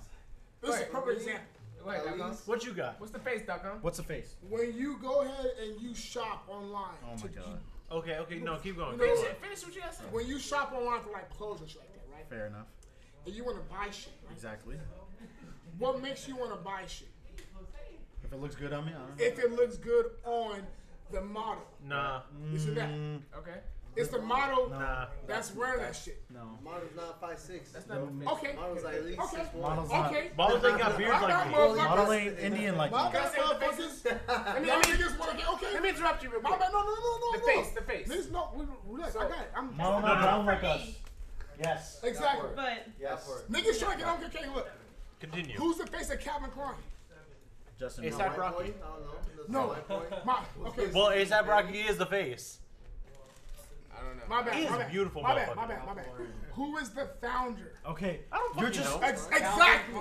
[SPEAKER 3] This is a perfect example.
[SPEAKER 13] Wait, Doc,
[SPEAKER 1] What you got?
[SPEAKER 13] What's the face, Doc?
[SPEAKER 2] What's the face?
[SPEAKER 3] When you go ahead and you shop online.
[SPEAKER 2] Oh my god.
[SPEAKER 1] Okay, okay, no, keep going.
[SPEAKER 3] You
[SPEAKER 1] Keep
[SPEAKER 3] know,
[SPEAKER 1] going.
[SPEAKER 3] finish what you got to say. When you shop online for like clothes and shit like that, right?
[SPEAKER 2] Fair enough.
[SPEAKER 3] And you want to buy shit. Right?
[SPEAKER 2] Exactly.
[SPEAKER 3] What makes you want to buy shit?
[SPEAKER 2] If it looks good on me, I don't know.
[SPEAKER 3] If it looks good on the model.
[SPEAKER 1] Nah.
[SPEAKER 3] This and that.
[SPEAKER 2] Mm,
[SPEAKER 13] Okay.
[SPEAKER 3] It's the model
[SPEAKER 1] Nah.
[SPEAKER 3] that's wearing that shit.
[SPEAKER 2] No.
[SPEAKER 8] Model's not five six. That's
[SPEAKER 13] not
[SPEAKER 3] Okay.
[SPEAKER 8] Model's like at least
[SPEAKER 3] Okay.
[SPEAKER 8] six one.
[SPEAKER 2] Model's not.
[SPEAKER 3] Okay.
[SPEAKER 1] Models ain't got beards
[SPEAKER 3] I
[SPEAKER 1] like
[SPEAKER 3] got
[SPEAKER 1] me.
[SPEAKER 3] motherfuckers-
[SPEAKER 2] Model ain't Indian like
[SPEAKER 3] My
[SPEAKER 2] me.
[SPEAKER 3] bad, motherfuckers. Let me, let me just want to get okay.
[SPEAKER 13] Let me interrupt you real
[SPEAKER 3] My
[SPEAKER 13] quick.
[SPEAKER 3] bad. No, no, no, no,
[SPEAKER 13] The
[SPEAKER 3] no.
[SPEAKER 13] face, the face.
[SPEAKER 3] Niggas, no, we, relax. I got it. I'm
[SPEAKER 2] Model not brown like us. Yes.
[SPEAKER 3] exactly.
[SPEAKER 4] But
[SPEAKER 2] Yes.
[SPEAKER 3] Niggas trying to get on. Okay, look.
[SPEAKER 1] Continue.
[SPEAKER 3] Who's the face of Calvin Klein?
[SPEAKER 2] Justin.
[SPEAKER 1] It's
[SPEAKER 2] Bieber.
[SPEAKER 1] not Rocky.
[SPEAKER 3] No, my okay.
[SPEAKER 1] Well, ASAP Rocky is the face.
[SPEAKER 13] I don't know.
[SPEAKER 3] My bad.
[SPEAKER 1] He is
[SPEAKER 3] my
[SPEAKER 1] a
[SPEAKER 3] bad.
[SPEAKER 1] beautiful
[SPEAKER 3] My bad. My
[SPEAKER 1] motherfucker.
[SPEAKER 3] bad. My bad. Who is the founder?
[SPEAKER 2] Okay.
[SPEAKER 1] I don't
[SPEAKER 2] You're
[SPEAKER 1] fucking
[SPEAKER 2] just-
[SPEAKER 1] know.
[SPEAKER 3] Ex- exactly,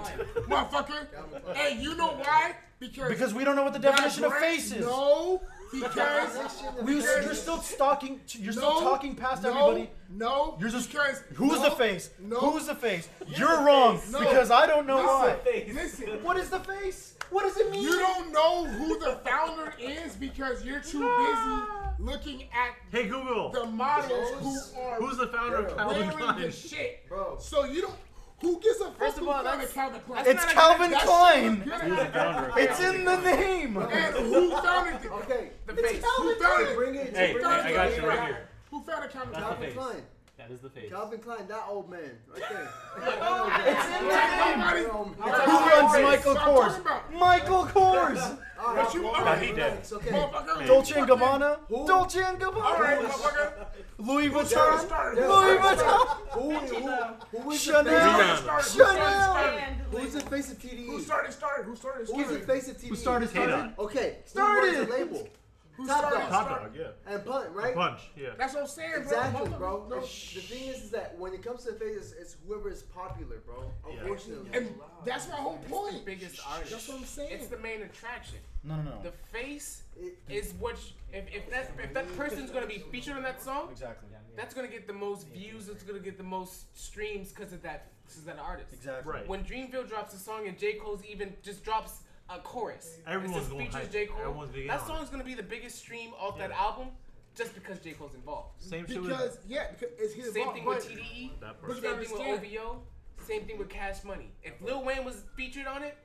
[SPEAKER 3] motherfucker. Hey, you know why? Because
[SPEAKER 2] Because we don't know what the
[SPEAKER 3] that
[SPEAKER 2] definition of
[SPEAKER 3] brand-
[SPEAKER 2] face is.
[SPEAKER 3] No, because
[SPEAKER 2] We, you're still stalking. You're still
[SPEAKER 3] No,
[SPEAKER 2] talking past
[SPEAKER 3] no,
[SPEAKER 2] everybody.
[SPEAKER 3] No,
[SPEAKER 2] You're just
[SPEAKER 3] because
[SPEAKER 2] who's
[SPEAKER 3] no,
[SPEAKER 2] the face?
[SPEAKER 3] No,
[SPEAKER 2] Who's the face? You're wrong
[SPEAKER 3] No.
[SPEAKER 2] because I don't know
[SPEAKER 3] Listen,
[SPEAKER 2] why.
[SPEAKER 3] Listen,
[SPEAKER 2] What is the face? What does it mean?
[SPEAKER 3] you don't know who the founder is because you're too busy looking at
[SPEAKER 1] Hey Google,
[SPEAKER 3] the models who are
[SPEAKER 1] who's the founder of Calvin
[SPEAKER 3] wearing
[SPEAKER 1] Klein?
[SPEAKER 3] the shit.
[SPEAKER 8] Bro.
[SPEAKER 3] So you don't. Who gives a fuck
[SPEAKER 13] First
[SPEAKER 3] who
[SPEAKER 13] of all,
[SPEAKER 3] founded
[SPEAKER 13] that's-
[SPEAKER 3] Calvin Klein?
[SPEAKER 2] it's Calvin
[SPEAKER 3] That shit
[SPEAKER 2] Klein.
[SPEAKER 3] look
[SPEAKER 1] Who's the
[SPEAKER 3] good.
[SPEAKER 1] founder?
[SPEAKER 2] It's in the name.
[SPEAKER 3] And who founded it?
[SPEAKER 8] Okay.
[SPEAKER 13] The face.
[SPEAKER 3] Who founded
[SPEAKER 8] Bring
[SPEAKER 3] it?
[SPEAKER 8] it.
[SPEAKER 1] Hey, hey,
[SPEAKER 8] bring
[SPEAKER 1] I
[SPEAKER 8] it.
[SPEAKER 1] got you right here.
[SPEAKER 3] Who founded Calvin
[SPEAKER 1] That's
[SPEAKER 3] Klein?
[SPEAKER 1] the
[SPEAKER 8] Calvin
[SPEAKER 1] face.
[SPEAKER 8] Klein.
[SPEAKER 1] That is the face.
[SPEAKER 8] Calvin Klein, that old man, right there.
[SPEAKER 2] It's in the name.
[SPEAKER 3] Nobody.
[SPEAKER 2] Who runs Michael
[SPEAKER 3] Stop talking about-
[SPEAKER 2] Kors? Michael Kors.
[SPEAKER 8] All
[SPEAKER 3] But you-
[SPEAKER 8] all
[SPEAKER 1] Nah, he
[SPEAKER 8] relax,
[SPEAKER 1] dead.
[SPEAKER 8] It's okay.
[SPEAKER 3] Motherfucker.
[SPEAKER 2] Dolce and Gabbana.
[SPEAKER 8] Who?
[SPEAKER 2] Dolce and
[SPEAKER 3] Alright,
[SPEAKER 2] Gabbana.
[SPEAKER 3] motherfucker.
[SPEAKER 2] Louis
[SPEAKER 3] Who
[SPEAKER 2] Vuitton.
[SPEAKER 3] started it?
[SPEAKER 2] Louis Vuitton.
[SPEAKER 8] Who, who, who is the
[SPEAKER 2] Chanel.
[SPEAKER 8] face?
[SPEAKER 3] Who started it?
[SPEAKER 2] Chanel.
[SPEAKER 4] and
[SPEAKER 8] Who's the face of TDE?
[SPEAKER 3] Who started started? Who started
[SPEAKER 8] Who's the
[SPEAKER 3] started?
[SPEAKER 8] face of TDE?
[SPEAKER 2] Who started
[SPEAKER 1] Tatum.
[SPEAKER 2] started?
[SPEAKER 8] E? Okay. Who
[SPEAKER 2] Started.
[SPEAKER 8] runs the label?
[SPEAKER 3] Who
[SPEAKER 8] Top
[SPEAKER 3] started
[SPEAKER 8] Dog.
[SPEAKER 1] Top
[SPEAKER 3] started?
[SPEAKER 1] dog, yeah.
[SPEAKER 8] And Punt, right?
[SPEAKER 1] Punch, yeah.
[SPEAKER 3] That's what I'm saying, bro.
[SPEAKER 8] Exactly,
[SPEAKER 3] Motherfucker,
[SPEAKER 8] bro.
[SPEAKER 3] no.
[SPEAKER 8] The thing is, is that when it comes to the face, it's, it's whoever is popular, bro. Unfortunately.
[SPEAKER 3] And that's my whole
[SPEAKER 13] It's the
[SPEAKER 3] point.
[SPEAKER 13] biggest artist.
[SPEAKER 3] That's what I'm saying.
[SPEAKER 13] It's the main attraction.
[SPEAKER 2] No, no, no.
[SPEAKER 13] The face is what you, if, if that if that person's gonna be featured on that song,
[SPEAKER 2] Exactly.
[SPEAKER 13] that's gonna get the most views. It's gonna get the most streams because of that because of that artist.
[SPEAKER 2] Exactly.
[SPEAKER 1] Right.
[SPEAKER 13] When Dreamville drops a song and J Cole's even just drops a chorus, it
[SPEAKER 1] Everyone's
[SPEAKER 13] just
[SPEAKER 1] going
[SPEAKER 13] features
[SPEAKER 1] hype.
[SPEAKER 13] J Cole.
[SPEAKER 1] Everyone's big
[SPEAKER 13] That
[SPEAKER 1] on it.
[SPEAKER 13] song's gonna be the biggest stream off that album, just because J Cole's involved.
[SPEAKER 1] Same shit with
[SPEAKER 3] because yeah, because it's his
[SPEAKER 13] Same
[SPEAKER 3] fault,
[SPEAKER 13] thing
[SPEAKER 3] but
[SPEAKER 13] with E. TDE.
[SPEAKER 1] that
[SPEAKER 3] But
[SPEAKER 1] person.
[SPEAKER 3] you
[SPEAKER 13] Same thing with
[SPEAKER 3] understand.
[SPEAKER 13] OVO. Same thing with Cash Money. If Lil Wayne was featured on it,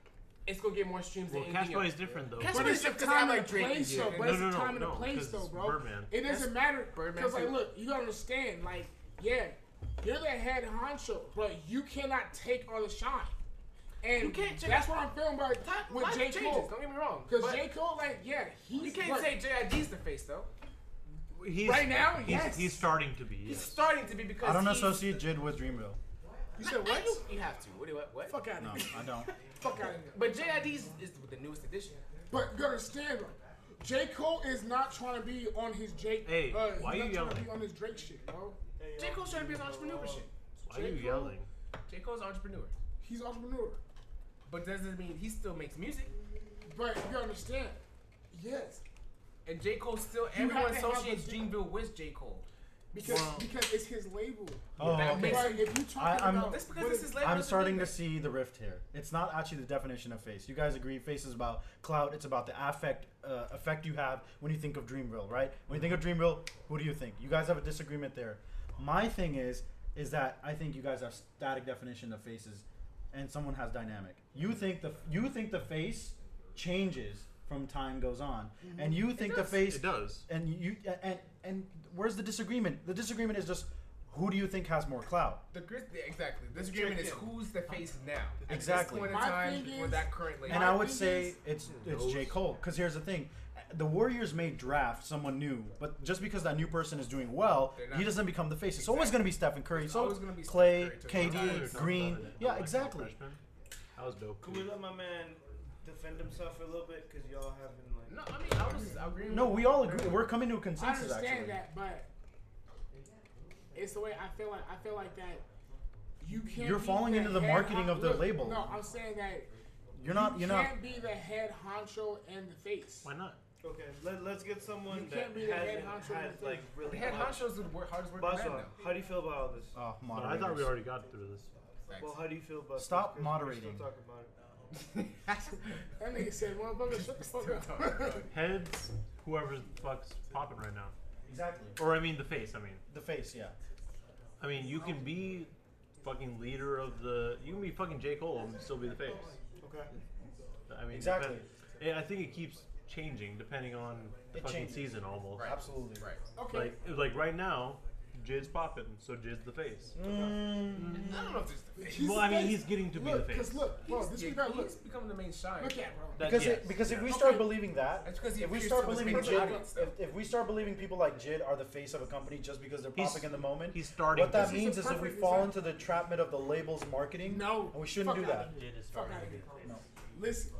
[SPEAKER 13] it's gonna get more streams
[SPEAKER 1] Well,
[SPEAKER 13] than
[SPEAKER 1] Cash
[SPEAKER 13] anything
[SPEAKER 1] Money is
[SPEAKER 13] else.
[SPEAKER 1] different though.
[SPEAKER 13] Cash
[SPEAKER 3] But
[SPEAKER 13] Money
[SPEAKER 3] it's
[SPEAKER 13] is
[SPEAKER 3] a
[SPEAKER 13] different 'cause
[SPEAKER 3] time
[SPEAKER 13] I
[SPEAKER 3] and
[SPEAKER 13] like
[SPEAKER 3] a
[SPEAKER 13] Drake and
[SPEAKER 3] place,
[SPEAKER 13] shit.
[SPEAKER 3] though. But
[SPEAKER 13] No,
[SPEAKER 3] it's
[SPEAKER 1] no,
[SPEAKER 3] a
[SPEAKER 1] no,
[SPEAKER 3] time and a
[SPEAKER 1] no,
[SPEAKER 3] place,
[SPEAKER 1] 'cause
[SPEAKER 3] though,
[SPEAKER 1] it's
[SPEAKER 3] bro.
[SPEAKER 1] Birdman.
[SPEAKER 3] It doesn't matter
[SPEAKER 13] Birdman
[SPEAKER 3] because, like,
[SPEAKER 13] too.
[SPEAKER 3] look, you gotta understand, like, yeah, you're the head honcho, but you cannot take all the shine. And
[SPEAKER 13] You can't take-
[SPEAKER 3] that's what I'm feeling about with J Cole.
[SPEAKER 13] Don't get me wrong.
[SPEAKER 3] Because
[SPEAKER 13] but
[SPEAKER 3] J Cole, like, yeah, he's
[SPEAKER 13] you can't
[SPEAKER 3] like,
[SPEAKER 13] say JID's the face though.
[SPEAKER 1] He's,
[SPEAKER 3] right now.
[SPEAKER 1] he's,
[SPEAKER 3] Yes,
[SPEAKER 1] he's starting to be.
[SPEAKER 13] He's
[SPEAKER 1] Yes.
[SPEAKER 13] starting to be because
[SPEAKER 2] I don't
[SPEAKER 13] he's,
[SPEAKER 2] associate Jid with Dreamville.
[SPEAKER 3] You said what?
[SPEAKER 13] You have to. What? do- What? what?
[SPEAKER 3] Fuck out
[SPEAKER 2] No,
[SPEAKER 3] of here.
[SPEAKER 2] I don't.
[SPEAKER 3] Fuck out of here.
[SPEAKER 13] But JID's is the newest edition.
[SPEAKER 3] But you understand, though, J Cole is not trying to be on his J.
[SPEAKER 1] Hey,
[SPEAKER 3] uh,
[SPEAKER 1] why
[SPEAKER 3] he's
[SPEAKER 1] you
[SPEAKER 3] not trying to
[SPEAKER 1] yelling?
[SPEAKER 3] be on his Drake shit, bro.
[SPEAKER 13] J Cole's trying to be an entrepreneur shit.
[SPEAKER 1] Why are you yelling?
[SPEAKER 13] J Cole's an entrepreneur,
[SPEAKER 3] He's entrepreneur.
[SPEAKER 13] but that doesn't mean he still makes music.
[SPEAKER 3] But you understand? Yes,
[SPEAKER 13] And J Cole still
[SPEAKER 3] You
[SPEAKER 13] everyone
[SPEAKER 3] have to have
[SPEAKER 13] associates
[SPEAKER 3] a-
[SPEAKER 13] Dreamville with J Cole.
[SPEAKER 3] because
[SPEAKER 2] Well-
[SPEAKER 3] because it's his label.
[SPEAKER 2] Oh,
[SPEAKER 13] That
[SPEAKER 2] okay.
[SPEAKER 13] makes-
[SPEAKER 3] Right, if you talking
[SPEAKER 2] I'm-
[SPEAKER 3] about
[SPEAKER 13] That's because
[SPEAKER 3] what
[SPEAKER 13] it's
[SPEAKER 3] is-
[SPEAKER 13] his label.
[SPEAKER 2] I'm
[SPEAKER 13] doesn't
[SPEAKER 2] starting
[SPEAKER 13] mean
[SPEAKER 2] to
[SPEAKER 13] that-
[SPEAKER 2] see the rift here. It's not actually the definition of face. You guys agree face is about clout. It's about the affect uh, effect you have when you think of Dreamville, right? When you think of Dreamville, who do you think? You guys have a disagreement there. My thing is is that I think you guys have static definition of faces and someone has dynamic. You
[SPEAKER 1] Mm-hmm.
[SPEAKER 2] think the you think the face changes from time goes on, and you
[SPEAKER 1] Mm-hmm. It
[SPEAKER 2] think
[SPEAKER 1] does.
[SPEAKER 2] the face
[SPEAKER 1] It does.
[SPEAKER 2] And you and and where's the disagreement? The disagreement is just who do you think has more clout?
[SPEAKER 13] The gris- yeah, exactly. This agreement is who's the face now. At this
[SPEAKER 2] Exactly.
[SPEAKER 13] point in
[SPEAKER 2] My
[SPEAKER 13] time,
[SPEAKER 3] thing
[SPEAKER 13] for
[SPEAKER 3] is-
[SPEAKER 13] that current lady.
[SPEAKER 2] And I would say it's it's J Cole because here's the thing, the Warriors may draft someone new, but just because that new person is doing well,
[SPEAKER 13] They're not-
[SPEAKER 2] he doesn't become the face. It's always going to be Stephen Curry. It's always going to be Clay, KD, Green. Yeah, exactly.
[SPEAKER 1] That was dope.
[SPEAKER 7] Could we let my man defend himself for a little bit? Cause y'all haven't like.
[SPEAKER 13] No, I mean I was agreeing.
[SPEAKER 2] No, we all agree. We're coming to a
[SPEAKER 3] I
[SPEAKER 2] consensus
[SPEAKER 3] understand
[SPEAKER 2] actually.
[SPEAKER 3] that, but it's the way I feel like I feel like that you can't.
[SPEAKER 2] You're
[SPEAKER 3] be
[SPEAKER 2] falling into the
[SPEAKER 3] head
[SPEAKER 2] marketing
[SPEAKER 3] hon-
[SPEAKER 2] of the
[SPEAKER 3] Look,
[SPEAKER 2] label.
[SPEAKER 3] No, I'm saying that
[SPEAKER 2] You're not. You're not.
[SPEAKER 3] can't be the head honcho and the face. Why
[SPEAKER 1] not?
[SPEAKER 7] Okay, let, let's get someone
[SPEAKER 3] You
[SPEAKER 7] that
[SPEAKER 3] can't be the head
[SPEAKER 7] hasn't
[SPEAKER 3] honcho
[SPEAKER 7] had,
[SPEAKER 3] of the
[SPEAKER 7] like
[SPEAKER 3] thing.
[SPEAKER 7] really.
[SPEAKER 3] The head
[SPEAKER 7] much-
[SPEAKER 3] honcho is the wor- hardest working
[SPEAKER 7] Boss
[SPEAKER 3] man
[SPEAKER 7] one,
[SPEAKER 3] now.
[SPEAKER 7] how do you feel about all this?
[SPEAKER 2] Oh,
[SPEAKER 1] But I thought we already got through this.
[SPEAKER 7] Well, how do you feel about
[SPEAKER 2] Stop
[SPEAKER 7] this? 'Cause we're still
[SPEAKER 2] moderating.
[SPEAKER 7] talking about it.
[SPEAKER 3] That nigga said, "Motherfucker, shut the fuck up."
[SPEAKER 1] Heads, whoever's the fuck's popping right now.
[SPEAKER 2] Exactly.
[SPEAKER 1] Or I mean the face. I mean
[SPEAKER 2] the face. Yeah.
[SPEAKER 1] I mean you can be fucking leader of the. You can be fucking J Cole and still be the face.
[SPEAKER 7] Okay.
[SPEAKER 1] I mean
[SPEAKER 2] Exactly.
[SPEAKER 1] depend- eh, I think it keeps changing depending on the
[SPEAKER 2] It
[SPEAKER 1] fucking
[SPEAKER 2] changes.
[SPEAKER 1] season almost.
[SPEAKER 2] Right. Absolutely. Right.
[SPEAKER 3] Okay.
[SPEAKER 1] Like it was like right now, Jid's popping, so Jid's the face.
[SPEAKER 2] Mm.
[SPEAKER 13] I don't know if this is the face.
[SPEAKER 1] Well, I mean he's getting to be the
[SPEAKER 3] Look,
[SPEAKER 1] face.
[SPEAKER 3] cause look, bro, Oh, this
[SPEAKER 13] He's,
[SPEAKER 3] week I
[SPEAKER 13] he's
[SPEAKER 3] look.
[SPEAKER 13] becoming the main shine.
[SPEAKER 3] Look at bro.
[SPEAKER 1] That-
[SPEAKER 2] because
[SPEAKER 1] yes,
[SPEAKER 2] it, because if
[SPEAKER 1] yeah.
[SPEAKER 2] we start believing that,
[SPEAKER 13] That's because he
[SPEAKER 2] if we
[SPEAKER 13] appears
[SPEAKER 2] start
[SPEAKER 13] to have
[SPEAKER 2] believing
[SPEAKER 13] been
[SPEAKER 2] Jid,
[SPEAKER 13] doing
[SPEAKER 2] if, if we start believing people like Jid are the face of a company just because they're
[SPEAKER 1] He's-
[SPEAKER 2] popping in the moment,
[SPEAKER 1] he's starting
[SPEAKER 2] What that
[SPEAKER 1] to-
[SPEAKER 2] means is
[SPEAKER 3] This is a
[SPEAKER 2] that we
[SPEAKER 3] perfect
[SPEAKER 2] fall into
[SPEAKER 3] example.
[SPEAKER 2] the trapment of the labels marketing.
[SPEAKER 3] No,
[SPEAKER 2] and we shouldn't
[SPEAKER 3] fuck
[SPEAKER 2] do
[SPEAKER 3] outta
[SPEAKER 2] that.
[SPEAKER 3] here.
[SPEAKER 1] Jid is
[SPEAKER 3] Fuck
[SPEAKER 1] starting
[SPEAKER 3] out
[SPEAKER 1] to
[SPEAKER 3] of
[SPEAKER 1] be
[SPEAKER 3] here.
[SPEAKER 1] the face.
[SPEAKER 3] Listen,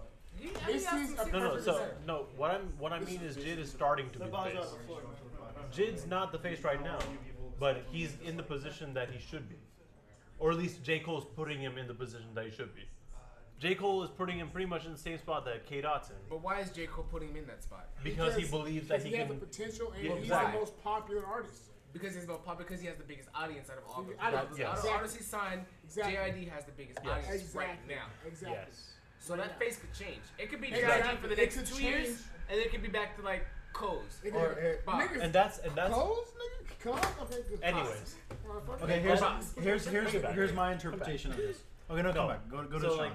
[SPEAKER 3] this
[SPEAKER 13] got
[SPEAKER 3] is
[SPEAKER 13] some
[SPEAKER 3] a
[SPEAKER 13] shit
[SPEAKER 1] No, no.
[SPEAKER 3] perfect
[SPEAKER 1] So
[SPEAKER 3] example.
[SPEAKER 1] no. What I'm what I mean is Jid is starting to be
[SPEAKER 7] The
[SPEAKER 1] the
[SPEAKER 7] ball's off
[SPEAKER 1] face.
[SPEAKER 7] the floor.
[SPEAKER 1] Jid's not the face right now, but he's in the position that he should be, or at least J Cole's putting him in the position that he should be. J Cole is putting him pretty much in the same spot that K Dot's in
[SPEAKER 13] But why is J Cole putting him in that spot?
[SPEAKER 1] because, he believes that
[SPEAKER 3] because
[SPEAKER 1] he,
[SPEAKER 3] has
[SPEAKER 1] can.
[SPEAKER 3] the potential and
[SPEAKER 1] Yeah,
[SPEAKER 3] he's
[SPEAKER 1] exactly.
[SPEAKER 3] the most popular artist.
[SPEAKER 13] Because he's about pop because he has the biggest audience out of all of them.
[SPEAKER 3] Out of-
[SPEAKER 13] Out of-
[SPEAKER 1] yes.
[SPEAKER 13] out of all those he signed,
[SPEAKER 3] Exactly.
[SPEAKER 13] JID has the biggest
[SPEAKER 1] Yes.
[SPEAKER 13] audience right
[SPEAKER 3] Exactly.
[SPEAKER 13] now.
[SPEAKER 3] Exactly.
[SPEAKER 1] Yes.
[SPEAKER 13] So that face could change. It could be JID
[SPEAKER 3] Exactly.
[SPEAKER 13] for the
[SPEAKER 3] It
[SPEAKER 13] next
[SPEAKER 3] could
[SPEAKER 13] two
[SPEAKER 3] change.
[SPEAKER 13] years, and it could be back to like Co's.
[SPEAKER 3] Nigga,
[SPEAKER 2] Or, eh,
[SPEAKER 13] Bob.
[SPEAKER 3] niggas-
[SPEAKER 1] And that's and that's.
[SPEAKER 3] Clothes, nigga? Clothes? Okay, good.
[SPEAKER 1] Anyways.
[SPEAKER 3] Motherfucker.
[SPEAKER 2] Okay, here's
[SPEAKER 13] Box.
[SPEAKER 2] here's here's
[SPEAKER 1] Come back.
[SPEAKER 2] here's my
[SPEAKER 1] Come back.
[SPEAKER 2] interpretation of this. Okay, no, come back. Go go to
[SPEAKER 1] so
[SPEAKER 2] Sean.
[SPEAKER 1] like,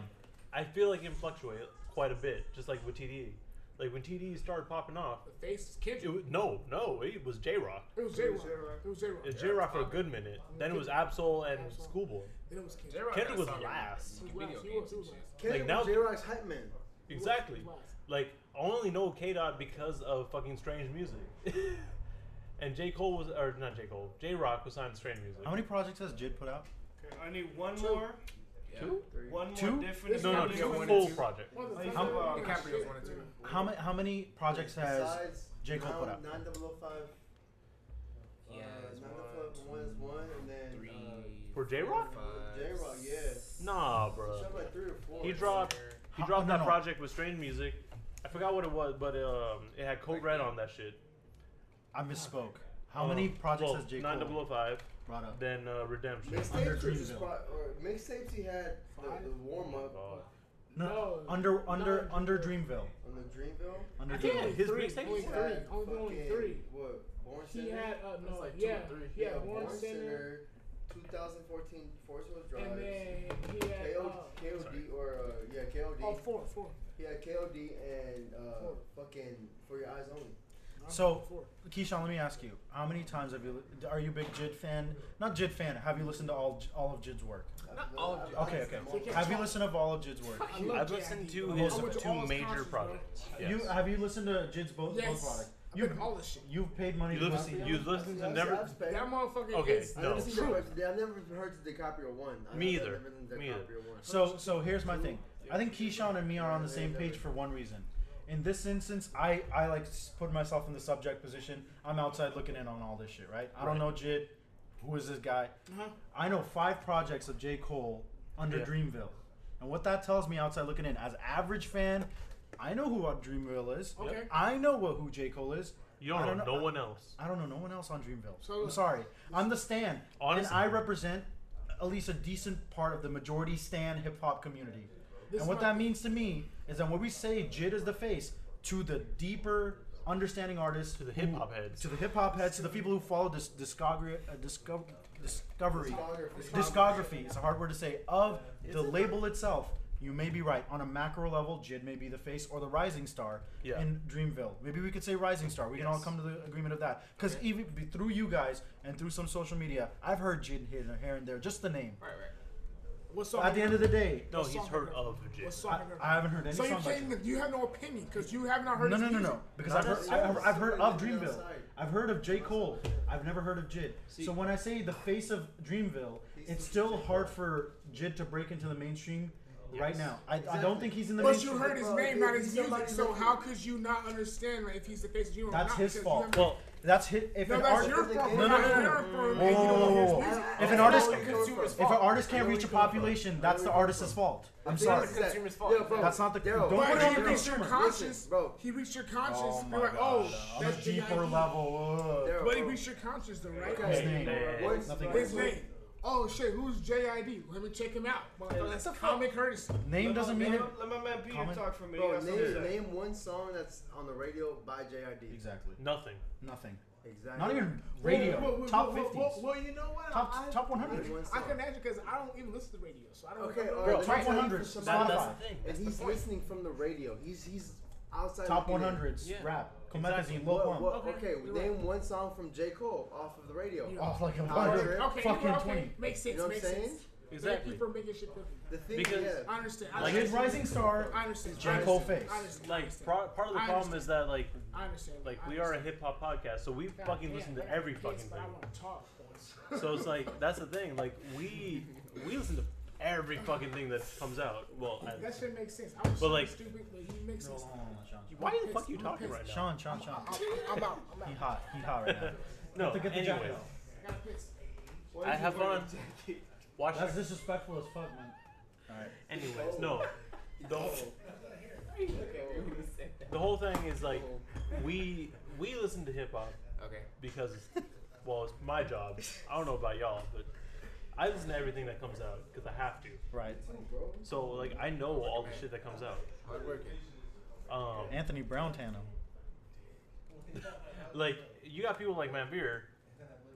[SPEAKER 1] I feel like it fluctuates quite a bit, just like with TDE. Like when TDE started popping off,
[SPEAKER 3] The face is Kendrick.
[SPEAKER 1] it was, no, no, it was J Rock.
[SPEAKER 3] It was J Rock. It was J Rock.
[SPEAKER 1] It was J Rock for a good minute. Then it was Absol and Schoolboy.
[SPEAKER 3] Then it was Kendrick.
[SPEAKER 13] J-Rock
[SPEAKER 1] Kendrick
[SPEAKER 13] got
[SPEAKER 1] was
[SPEAKER 13] started
[SPEAKER 1] last.
[SPEAKER 3] He
[SPEAKER 13] making
[SPEAKER 3] was.
[SPEAKER 13] video
[SPEAKER 3] He was.
[SPEAKER 13] games
[SPEAKER 3] He
[SPEAKER 13] and
[SPEAKER 3] was.
[SPEAKER 13] shit.
[SPEAKER 8] Kendrick
[SPEAKER 1] now-
[SPEAKER 8] was J Rock's hype man.
[SPEAKER 1] Exactly.
[SPEAKER 3] He was.
[SPEAKER 1] Like I only know K Dot because of fucking strange music. and J Cole was, or not J Cole, J Rock was signed to strange music.
[SPEAKER 2] How many projects has Jid put out?
[SPEAKER 7] Okay, I need one more.
[SPEAKER 1] Two?
[SPEAKER 7] One
[SPEAKER 2] Two?
[SPEAKER 7] more different.
[SPEAKER 1] No, no,
[SPEAKER 7] example.
[SPEAKER 1] two
[SPEAKER 13] one and
[SPEAKER 1] full
[SPEAKER 13] two.
[SPEAKER 1] project.
[SPEAKER 3] What
[SPEAKER 7] How
[SPEAKER 3] the
[SPEAKER 7] you
[SPEAKER 3] fuck?
[SPEAKER 7] feel about-
[SPEAKER 3] Nigga,
[SPEAKER 13] DiCaprio's
[SPEAKER 3] shit.
[SPEAKER 13] one and two.
[SPEAKER 2] How many how many projects has
[SPEAKER 8] Besides
[SPEAKER 2] J Cole put
[SPEAKER 8] nine-
[SPEAKER 2] out?
[SPEAKER 8] 9005.
[SPEAKER 13] Yeah,
[SPEAKER 8] uh,
[SPEAKER 13] it's
[SPEAKER 8] 9005 one is one, and then uh,
[SPEAKER 1] For J Rock?
[SPEAKER 8] J Rock, yeah.
[SPEAKER 1] Nah, bro.
[SPEAKER 8] Something like three or four.
[SPEAKER 1] He dropped. He
[SPEAKER 2] How- oh,
[SPEAKER 1] dropped
[SPEAKER 2] no,
[SPEAKER 1] that
[SPEAKER 2] no.
[SPEAKER 1] project with strange music. I forgot what it was, but um, it had Code Red on that shit.
[SPEAKER 2] I misspoke. How
[SPEAKER 1] Uh,
[SPEAKER 2] many projects
[SPEAKER 1] well,
[SPEAKER 2] has J Cole
[SPEAKER 1] 9005,
[SPEAKER 2] brought up?
[SPEAKER 1] then uh, Redemption.
[SPEAKER 2] Under
[SPEAKER 8] Mixtapes, he was
[SPEAKER 2] Dreamville.
[SPEAKER 8] pro- or mixtapes he had the, the warm up
[SPEAKER 1] God.
[SPEAKER 2] No,
[SPEAKER 3] No,
[SPEAKER 2] under
[SPEAKER 3] no,
[SPEAKER 2] under
[SPEAKER 3] no.
[SPEAKER 2] under Dreamville.
[SPEAKER 8] on the Dreamville.
[SPEAKER 2] Under
[SPEAKER 3] think
[SPEAKER 2] Dreamville.
[SPEAKER 3] it
[SPEAKER 1] His
[SPEAKER 3] Three,
[SPEAKER 1] mixtape?
[SPEAKER 3] only
[SPEAKER 8] He
[SPEAKER 3] three,
[SPEAKER 8] had
[SPEAKER 3] only only
[SPEAKER 8] fucking,
[SPEAKER 3] three.
[SPEAKER 8] What? Born Center.
[SPEAKER 3] He had uh, no,
[SPEAKER 1] like two
[SPEAKER 3] yeah,
[SPEAKER 1] or three.
[SPEAKER 3] yeah,
[SPEAKER 8] Yeah,
[SPEAKER 3] Warren Center,
[SPEAKER 8] 2014 Forest Hills Drive.
[SPEAKER 3] and then he had
[SPEAKER 8] KOD,
[SPEAKER 3] uh,
[SPEAKER 8] KOD or uh, yeah, KOD.
[SPEAKER 3] oh four, four.
[SPEAKER 8] He had KOD and uh,
[SPEAKER 3] Four.
[SPEAKER 8] fucking For Your Eyes Only.
[SPEAKER 2] So,
[SPEAKER 3] Four.
[SPEAKER 2] Keyshawn, let me ask you: How many times have you? Are you a big Jid fan? Not Jid fan. Have you listened to all all of Jid's work?
[SPEAKER 8] Not
[SPEAKER 13] all of
[SPEAKER 2] Okay, okay. Have you listened to all of Jid's work?
[SPEAKER 3] I love
[SPEAKER 1] I've
[SPEAKER 3] Jay.
[SPEAKER 1] listened to
[SPEAKER 3] I
[SPEAKER 1] his
[SPEAKER 3] went to
[SPEAKER 1] two
[SPEAKER 3] all his
[SPEAKER 1] major
[SPEAKER 3] concerts, bro.
[SPEAKER 1] projects. Yes.
[SPEAKER 2] You have you listened to Jid's both both
[SPEAKER 3] Yes.
[SPEAKER 2] product?
[SPEAKER 3] I've
[SPEAKER 2] You
[SPEAKER 3] been to all this shit.
[SPEAKER 2] you've paid money
[SPEAKER 1] You
[SPEAKER 2] to
[SPEAKER 1] listen.
[SPEAKER 2] listen.
[SPEAKER 1] You listen to never.
[SPEAKER 3] That motherfucker
[SPEAKER 1] Okay,
[SPEAKER 3] is
[SPEAKER 8] I've
[SPEAKER 1] no.
[SPEAKER 8] never,
[SPEAKER 3] the
[SPEAKER 8] seen
[SPEAKER 3] truth.
[SPEAKER 8] the, I've never heard the DiCaprio one. I've
[SPEAKER 1] Me
[SPEAKER 8] never
[SPEAKER 1] either.
[SPEAKER 8] listened to
[SPEAKER 1] Me either.
[SPEAKER 8] DiCaprio one.
[SPEAKER 2] So so here's my thing. I think Keyshawn and me are on the same page for one reason. In this instance, I I like s- put myself in the subject position. I'm outside looking in on all this shit, right? I don't know Jid. Who is this guy? I know five projects of J. Cole under
[SPEAKER 1] Yeah.
[SPEAKER 2] Dreamville. And what that tells me outside looking in, as average fan, I know who Dreamville is.
[SPEAKER 3] Okay.
[SPEAKER 2] I know what who J. Cole is.
[SPEAKER 1] You don't,
[SPEAKER 2] I
[SPEAKER 1] know, no one else.
[SPEAKER 2] I don't know no one else on Dreamville.
[SPEAKER 3] So-
[SPEAKER 2] I'm sorry. I'm the stan.
[SPEAKER 1] Honestly.
[SPEAKER 2] And I represent at least a decent part of the majority stan hip hop community. and
[SPEAKER 3] This is
[SPEAKER 2] what
[SPEAKER 3] my-
[SPEAKER 2] that means to me is that when we say Jid is the face, to the deeper understanding artists, Mm. to
[SPEAKER 1] the hip-hop heads.
[SPEAKER 2] to the hip hop heads, to the people who follow this discography, uh, disco- discovery,
[SPEAKER 8] Discography.
[SPEAKER 2] discography is a hard word to say of the label itself. You may be right. On a macro level, Jid may be the face or the rising star
[SPEAKER 1] Yeah.
[SPEAKER 2] in Dreamville. Maybe we could say rising star. We can all
[SPEAKER 1] Yes.
[SPEAKER 2] come to the agreement of that. Because even be- through you guys and through some social media, I've heard Jid here, and- here and there, just the name.
[SPEAKER 3] Right, right. What song
[SPEAKER 2] At the end of the day,
[SPEAKER 1] No, he's heard of Jid.
[SPEAKER 3] What song have you
[SPEAKER 2] I haven't heard any
[SPEAKER 3] So you
[SPEAKER 2] song by
[SPEAKER 3] can't even, you have no opinion because you have not
[SPEAKER 2] No,
[SPEAKER 3] heard
[SPEAKER 2] no,
[SPEAKER 3] his
[SPEAKER 2] no, no,
[SPEAKER 3] music.
[SPEAKER 2] no. Because I've heard, I've, I've heard of Dreamville. I've heard of J. Cole. I've never heard of Jid. So when I say the face of Dreamville, it's still hard for Jid to break into the mainstream right now. I, I don't think he's in the
[SPEAKER 3] But
[SPEAKER 2] mainstream.
[SPEAKER 3] you heard his name, not his music. So how could you not understand like, if he's the face of you? or
[SPEAKER 2] That's
[SPEAKER 3] not?
[SPEAKER 2] his
[SPEAKER 3] Because you
[SPEAKER 2] fault.
[SPEAKER 3] haven't-
[SPEAKER 2] Well, that's his. If
[SPEAKER 3] No,
[SPEAKER 2] an
[SPEAKER 3] that's
[SPEAKER 2] art-
[SPEAKER 3] your fault.
[SPEAKER 2] No, no,
[SPEAKER 3] You're
[SPEAKER 2] no,
[SPEAKER 3] an
[SPEAKER 2] no.
[SPEAKER 3] art form,
[SPEAKER 2] Whoa,
[SPEAKER 3] and you don't
[SPEAKER 2] whoa, whoa,
[SPEAKER 3] know
[SPEAKER 2] whoa.
[SPEAKER 3] his music.
[SPEAKER 2] If an
[SPEAKER 3] That's
[SPEAKER 2] artist,
[SPEAKER 3] all the consumer's
[SPEAKER 2] if an
[SPEAKER 3] fault.
[SPEAKER 2] artist can't reach a population, that's the artist's fault. I'm
[SPEAKER 8] thing is
[SPEAKER 2] sorry.
[SPEAKER 8] that-
[SPEAKER 2] That's
[SPEAKER 8] Yeah, bro.
[SPEAKER 2] not the.
[SPEAKER 8] Yo,
[SPEAKER 2] Don't
[SPEAKER 8] but
[SPEAKER 2] put it
[SPEAKER 8] he
[SPEAKER 2] on the
[SPEAKER 8] reached your
[SPEAKER 2] consumer.
[SPEAKER 3] conscious,
[SPEAKER 8] bro.
[SPEAKER 3] He reached your conscience.
[SPEAKER 2] Oh
[SPEAKER 3] and
[SPEAKER 2] my
[SPEAKER 3] you're like,
[SPEAKER 2] God.
[SPEAKER 3] oh,
[SPEAKER 2] On a
[SPEAKER 3] that's the
[SPEAKER 2] deeper
[SPEAKER 3] ID.
[SPEAKER 2] level. ugh.
[SPEAKER 3] But he reached your conscience, though, right?
[SPEAKER 2] Okay. His name. Yeah, What's- nothing
[SPEAKER 3] His
[SPEAKER 2] like-
[SPEAKER 3] name. Oh shit, who's JID? Let me check him out. That's a comic Curtis.
[SPEAKER 2] Name doesn't mean it.
[SPEAKER 7] Let my man Peter
[SPEAKER 2] Comment.
[SPEAKER 7] talk for me.
[SPEAKER 8] Bro,
[SPEAKER 7] That's what I'm
[SPEAKER 8] name,
[SPEAKER 7] saying.
[SPEAKER 8] name one song that's on the radio by JRD.
[SPEAKER 2] Exactly.
[SPEAKER 1] Nothing.
[SPEAKER 2] Nothing.
[SPEAKER 8] Exactly.
[SPEAKER 2] Not even radio.
[SPEAKER 8] Whoa, whoa, whoa,
[SPEAKER 2] top
[SPEAKER 8] whoa,
[SPEAKER 2] 50s.
[SPEAKER 8] whoa, whoa.
[SPEAKER 3] Well, you know what?
[SPEAKER 2] Top-
[SPEAKER 3] I,
[SPEAKER 2] top 100.
[SPEAKER 3] I can imagine because I don't even listen to radio, so I don't.
[SPEAKER 8] Okay,
[SPEAKER 3] I don't
[SPEAKER 8] all
[SPEAKER 3] know.
[SPEAKER 8] right,
[SPEAKER 2] Top
[SPEAKER 8] let me tell you
[SPEAKER 2] 100,
[SPEAKER 8] for somebody-
[SPEAKER 2] Spotify. That's the thing,
[SPEAKER 8] And
[SPEAKER 2] that's
[SPEAKER 8] he's
[SPEAKER 2] the point.
[SPEAKER 8] listening from the radio. He's he's outside.
[SPEAKER 2] Top
[SPEAKER 8] looking in.
[SPEAKER 2] 100s, Yeah. rap, Comethazine, Lil
[SPEAKER 8] What-
[SPEAKER 2] Pump.
[SPEAKER 8] what-
[SPEAKER 2] Okay,
[SPEAKER 8] Okay,
[SPEAKER 2] you're
[SPEAKER 8] name one song from J Cole off of the radio.
[SPEAKER 2] Yeah. Off Oh, like a
[SPEAKER 8] Out
[SPEAKER 2] hundred
[SPEAKER 8] there.
[SPEAKER 3] Okay,
[SPEAKER 2] fucking
[SPEAKER 3] okay,
[SPEAKER 2] 20.
[SPEAKER 3] Makes sense.
[SPEAKER 8] You know what I'm
[SPEAKER 3] makes
[SPEAKER 8] saying?
[SPEAKER 3] sense.
[SPEAKER 1] Exactly.
[SPEAKER 3] Thank you for making shit perfect.
[SPEAKER 8] The thing,
[SPEAKER 1] Because-
[SPEAKER 8] yeah.
[SPEAKER 3] I understand. I
[SPEAKER 1] Like-
[SPEAKER 3] understand.
[SPEAKER 1] His rising
[SPEAKER 2] star
[SPEAKER 3] I understand.
[SPEAKER 1] J.
[SPEAKER 3] I
[SPEAKER 1] Cole
[SPEAKER 3] understand,
[SPEAKER 1] face.
[SPEAKER 3] I understand, I
[SPEAKER 1] Like
[SPEAKER 3] understand.
[SPEAKER 1] part, part of the
[SPEAKER 3] I
[SPEAKER 1] problem is that like
[SPEAKER 3] I understand.
[SPEAKER 1] like
[SPEAKER 3] I
[SPEAKER 1] we are a
[SPEAKER 3] understand.
[SPEAKER 1] hip hop podcast, so we
[SPEAKER 3] God
[SPEAKER 1] fucking
[SPEAKER 3] damn,
[SPEAKER 1] listen
[SPEAKER 3] I
[SPEAKER 1] to
[SPEAKER 3] got
[SPEAKER 1] every
[SPEAKER 3] kids,
[SPEAKER 1] fucking
[SPEAKER 3] but I
[SPEAKER 1] thing.
[SPEAKER 3] want to talk. boys.
[SPEAKER 1] So it's like that's the thing. Like we we listen to every fucking thing that comes out. Well, I,
[SPEAKER 3] that shit makes sense. I was
[SPEAKER 1] But,
[SPEAKER 3] but
[SPEAKER 1] like-
[SPEAKER 3] like, stupid, but he makes sense.
[SPEAKER 1] why the fuck are you
[SPEAKER 3] I'm
[SPEAKER 1] talking
[SPEAKER 3] pissed.
[SPEAKER 1] right now?
[SPEAKER 2] Sean, Sean, Sean.
[SPEAKER 3] I'm out. I'm out.
[SPEAKER 2] He hot. He hot right now.
[SPEAKER 1] No,
[SPEAKER 2] Have to get the jacket
[SPEAKER 1] anyway.
[SPEAKER 2] off.
[SPEAKER 3] I got pissed.
[SPEAKER 1] I have fun. Watch
[SPEAKER 2] That's
[SPEAKER 1] that.
[SPEAKER 2] disrespectful as fuck, man. Alright.
[SPEAKER 1] Anyways, no. The whole, the whole thing is like we we listen to hip hop.
[SPEAKER 13] Okay.
[SPEAKER 1] Because well, it's my job. I don't know about y'all, but I listen to everything that comes out because I have to.
[SPEAKER 2] Right.
[SPEAKER 1] So like I know all the shit that comes out.
[SPEAKER 13] Hard working.
[SPEAKER 1] Um,
[SPEAKER 2] Anthony Brown Tano.
[SPEAKER 1] like you got people like Matt Beer,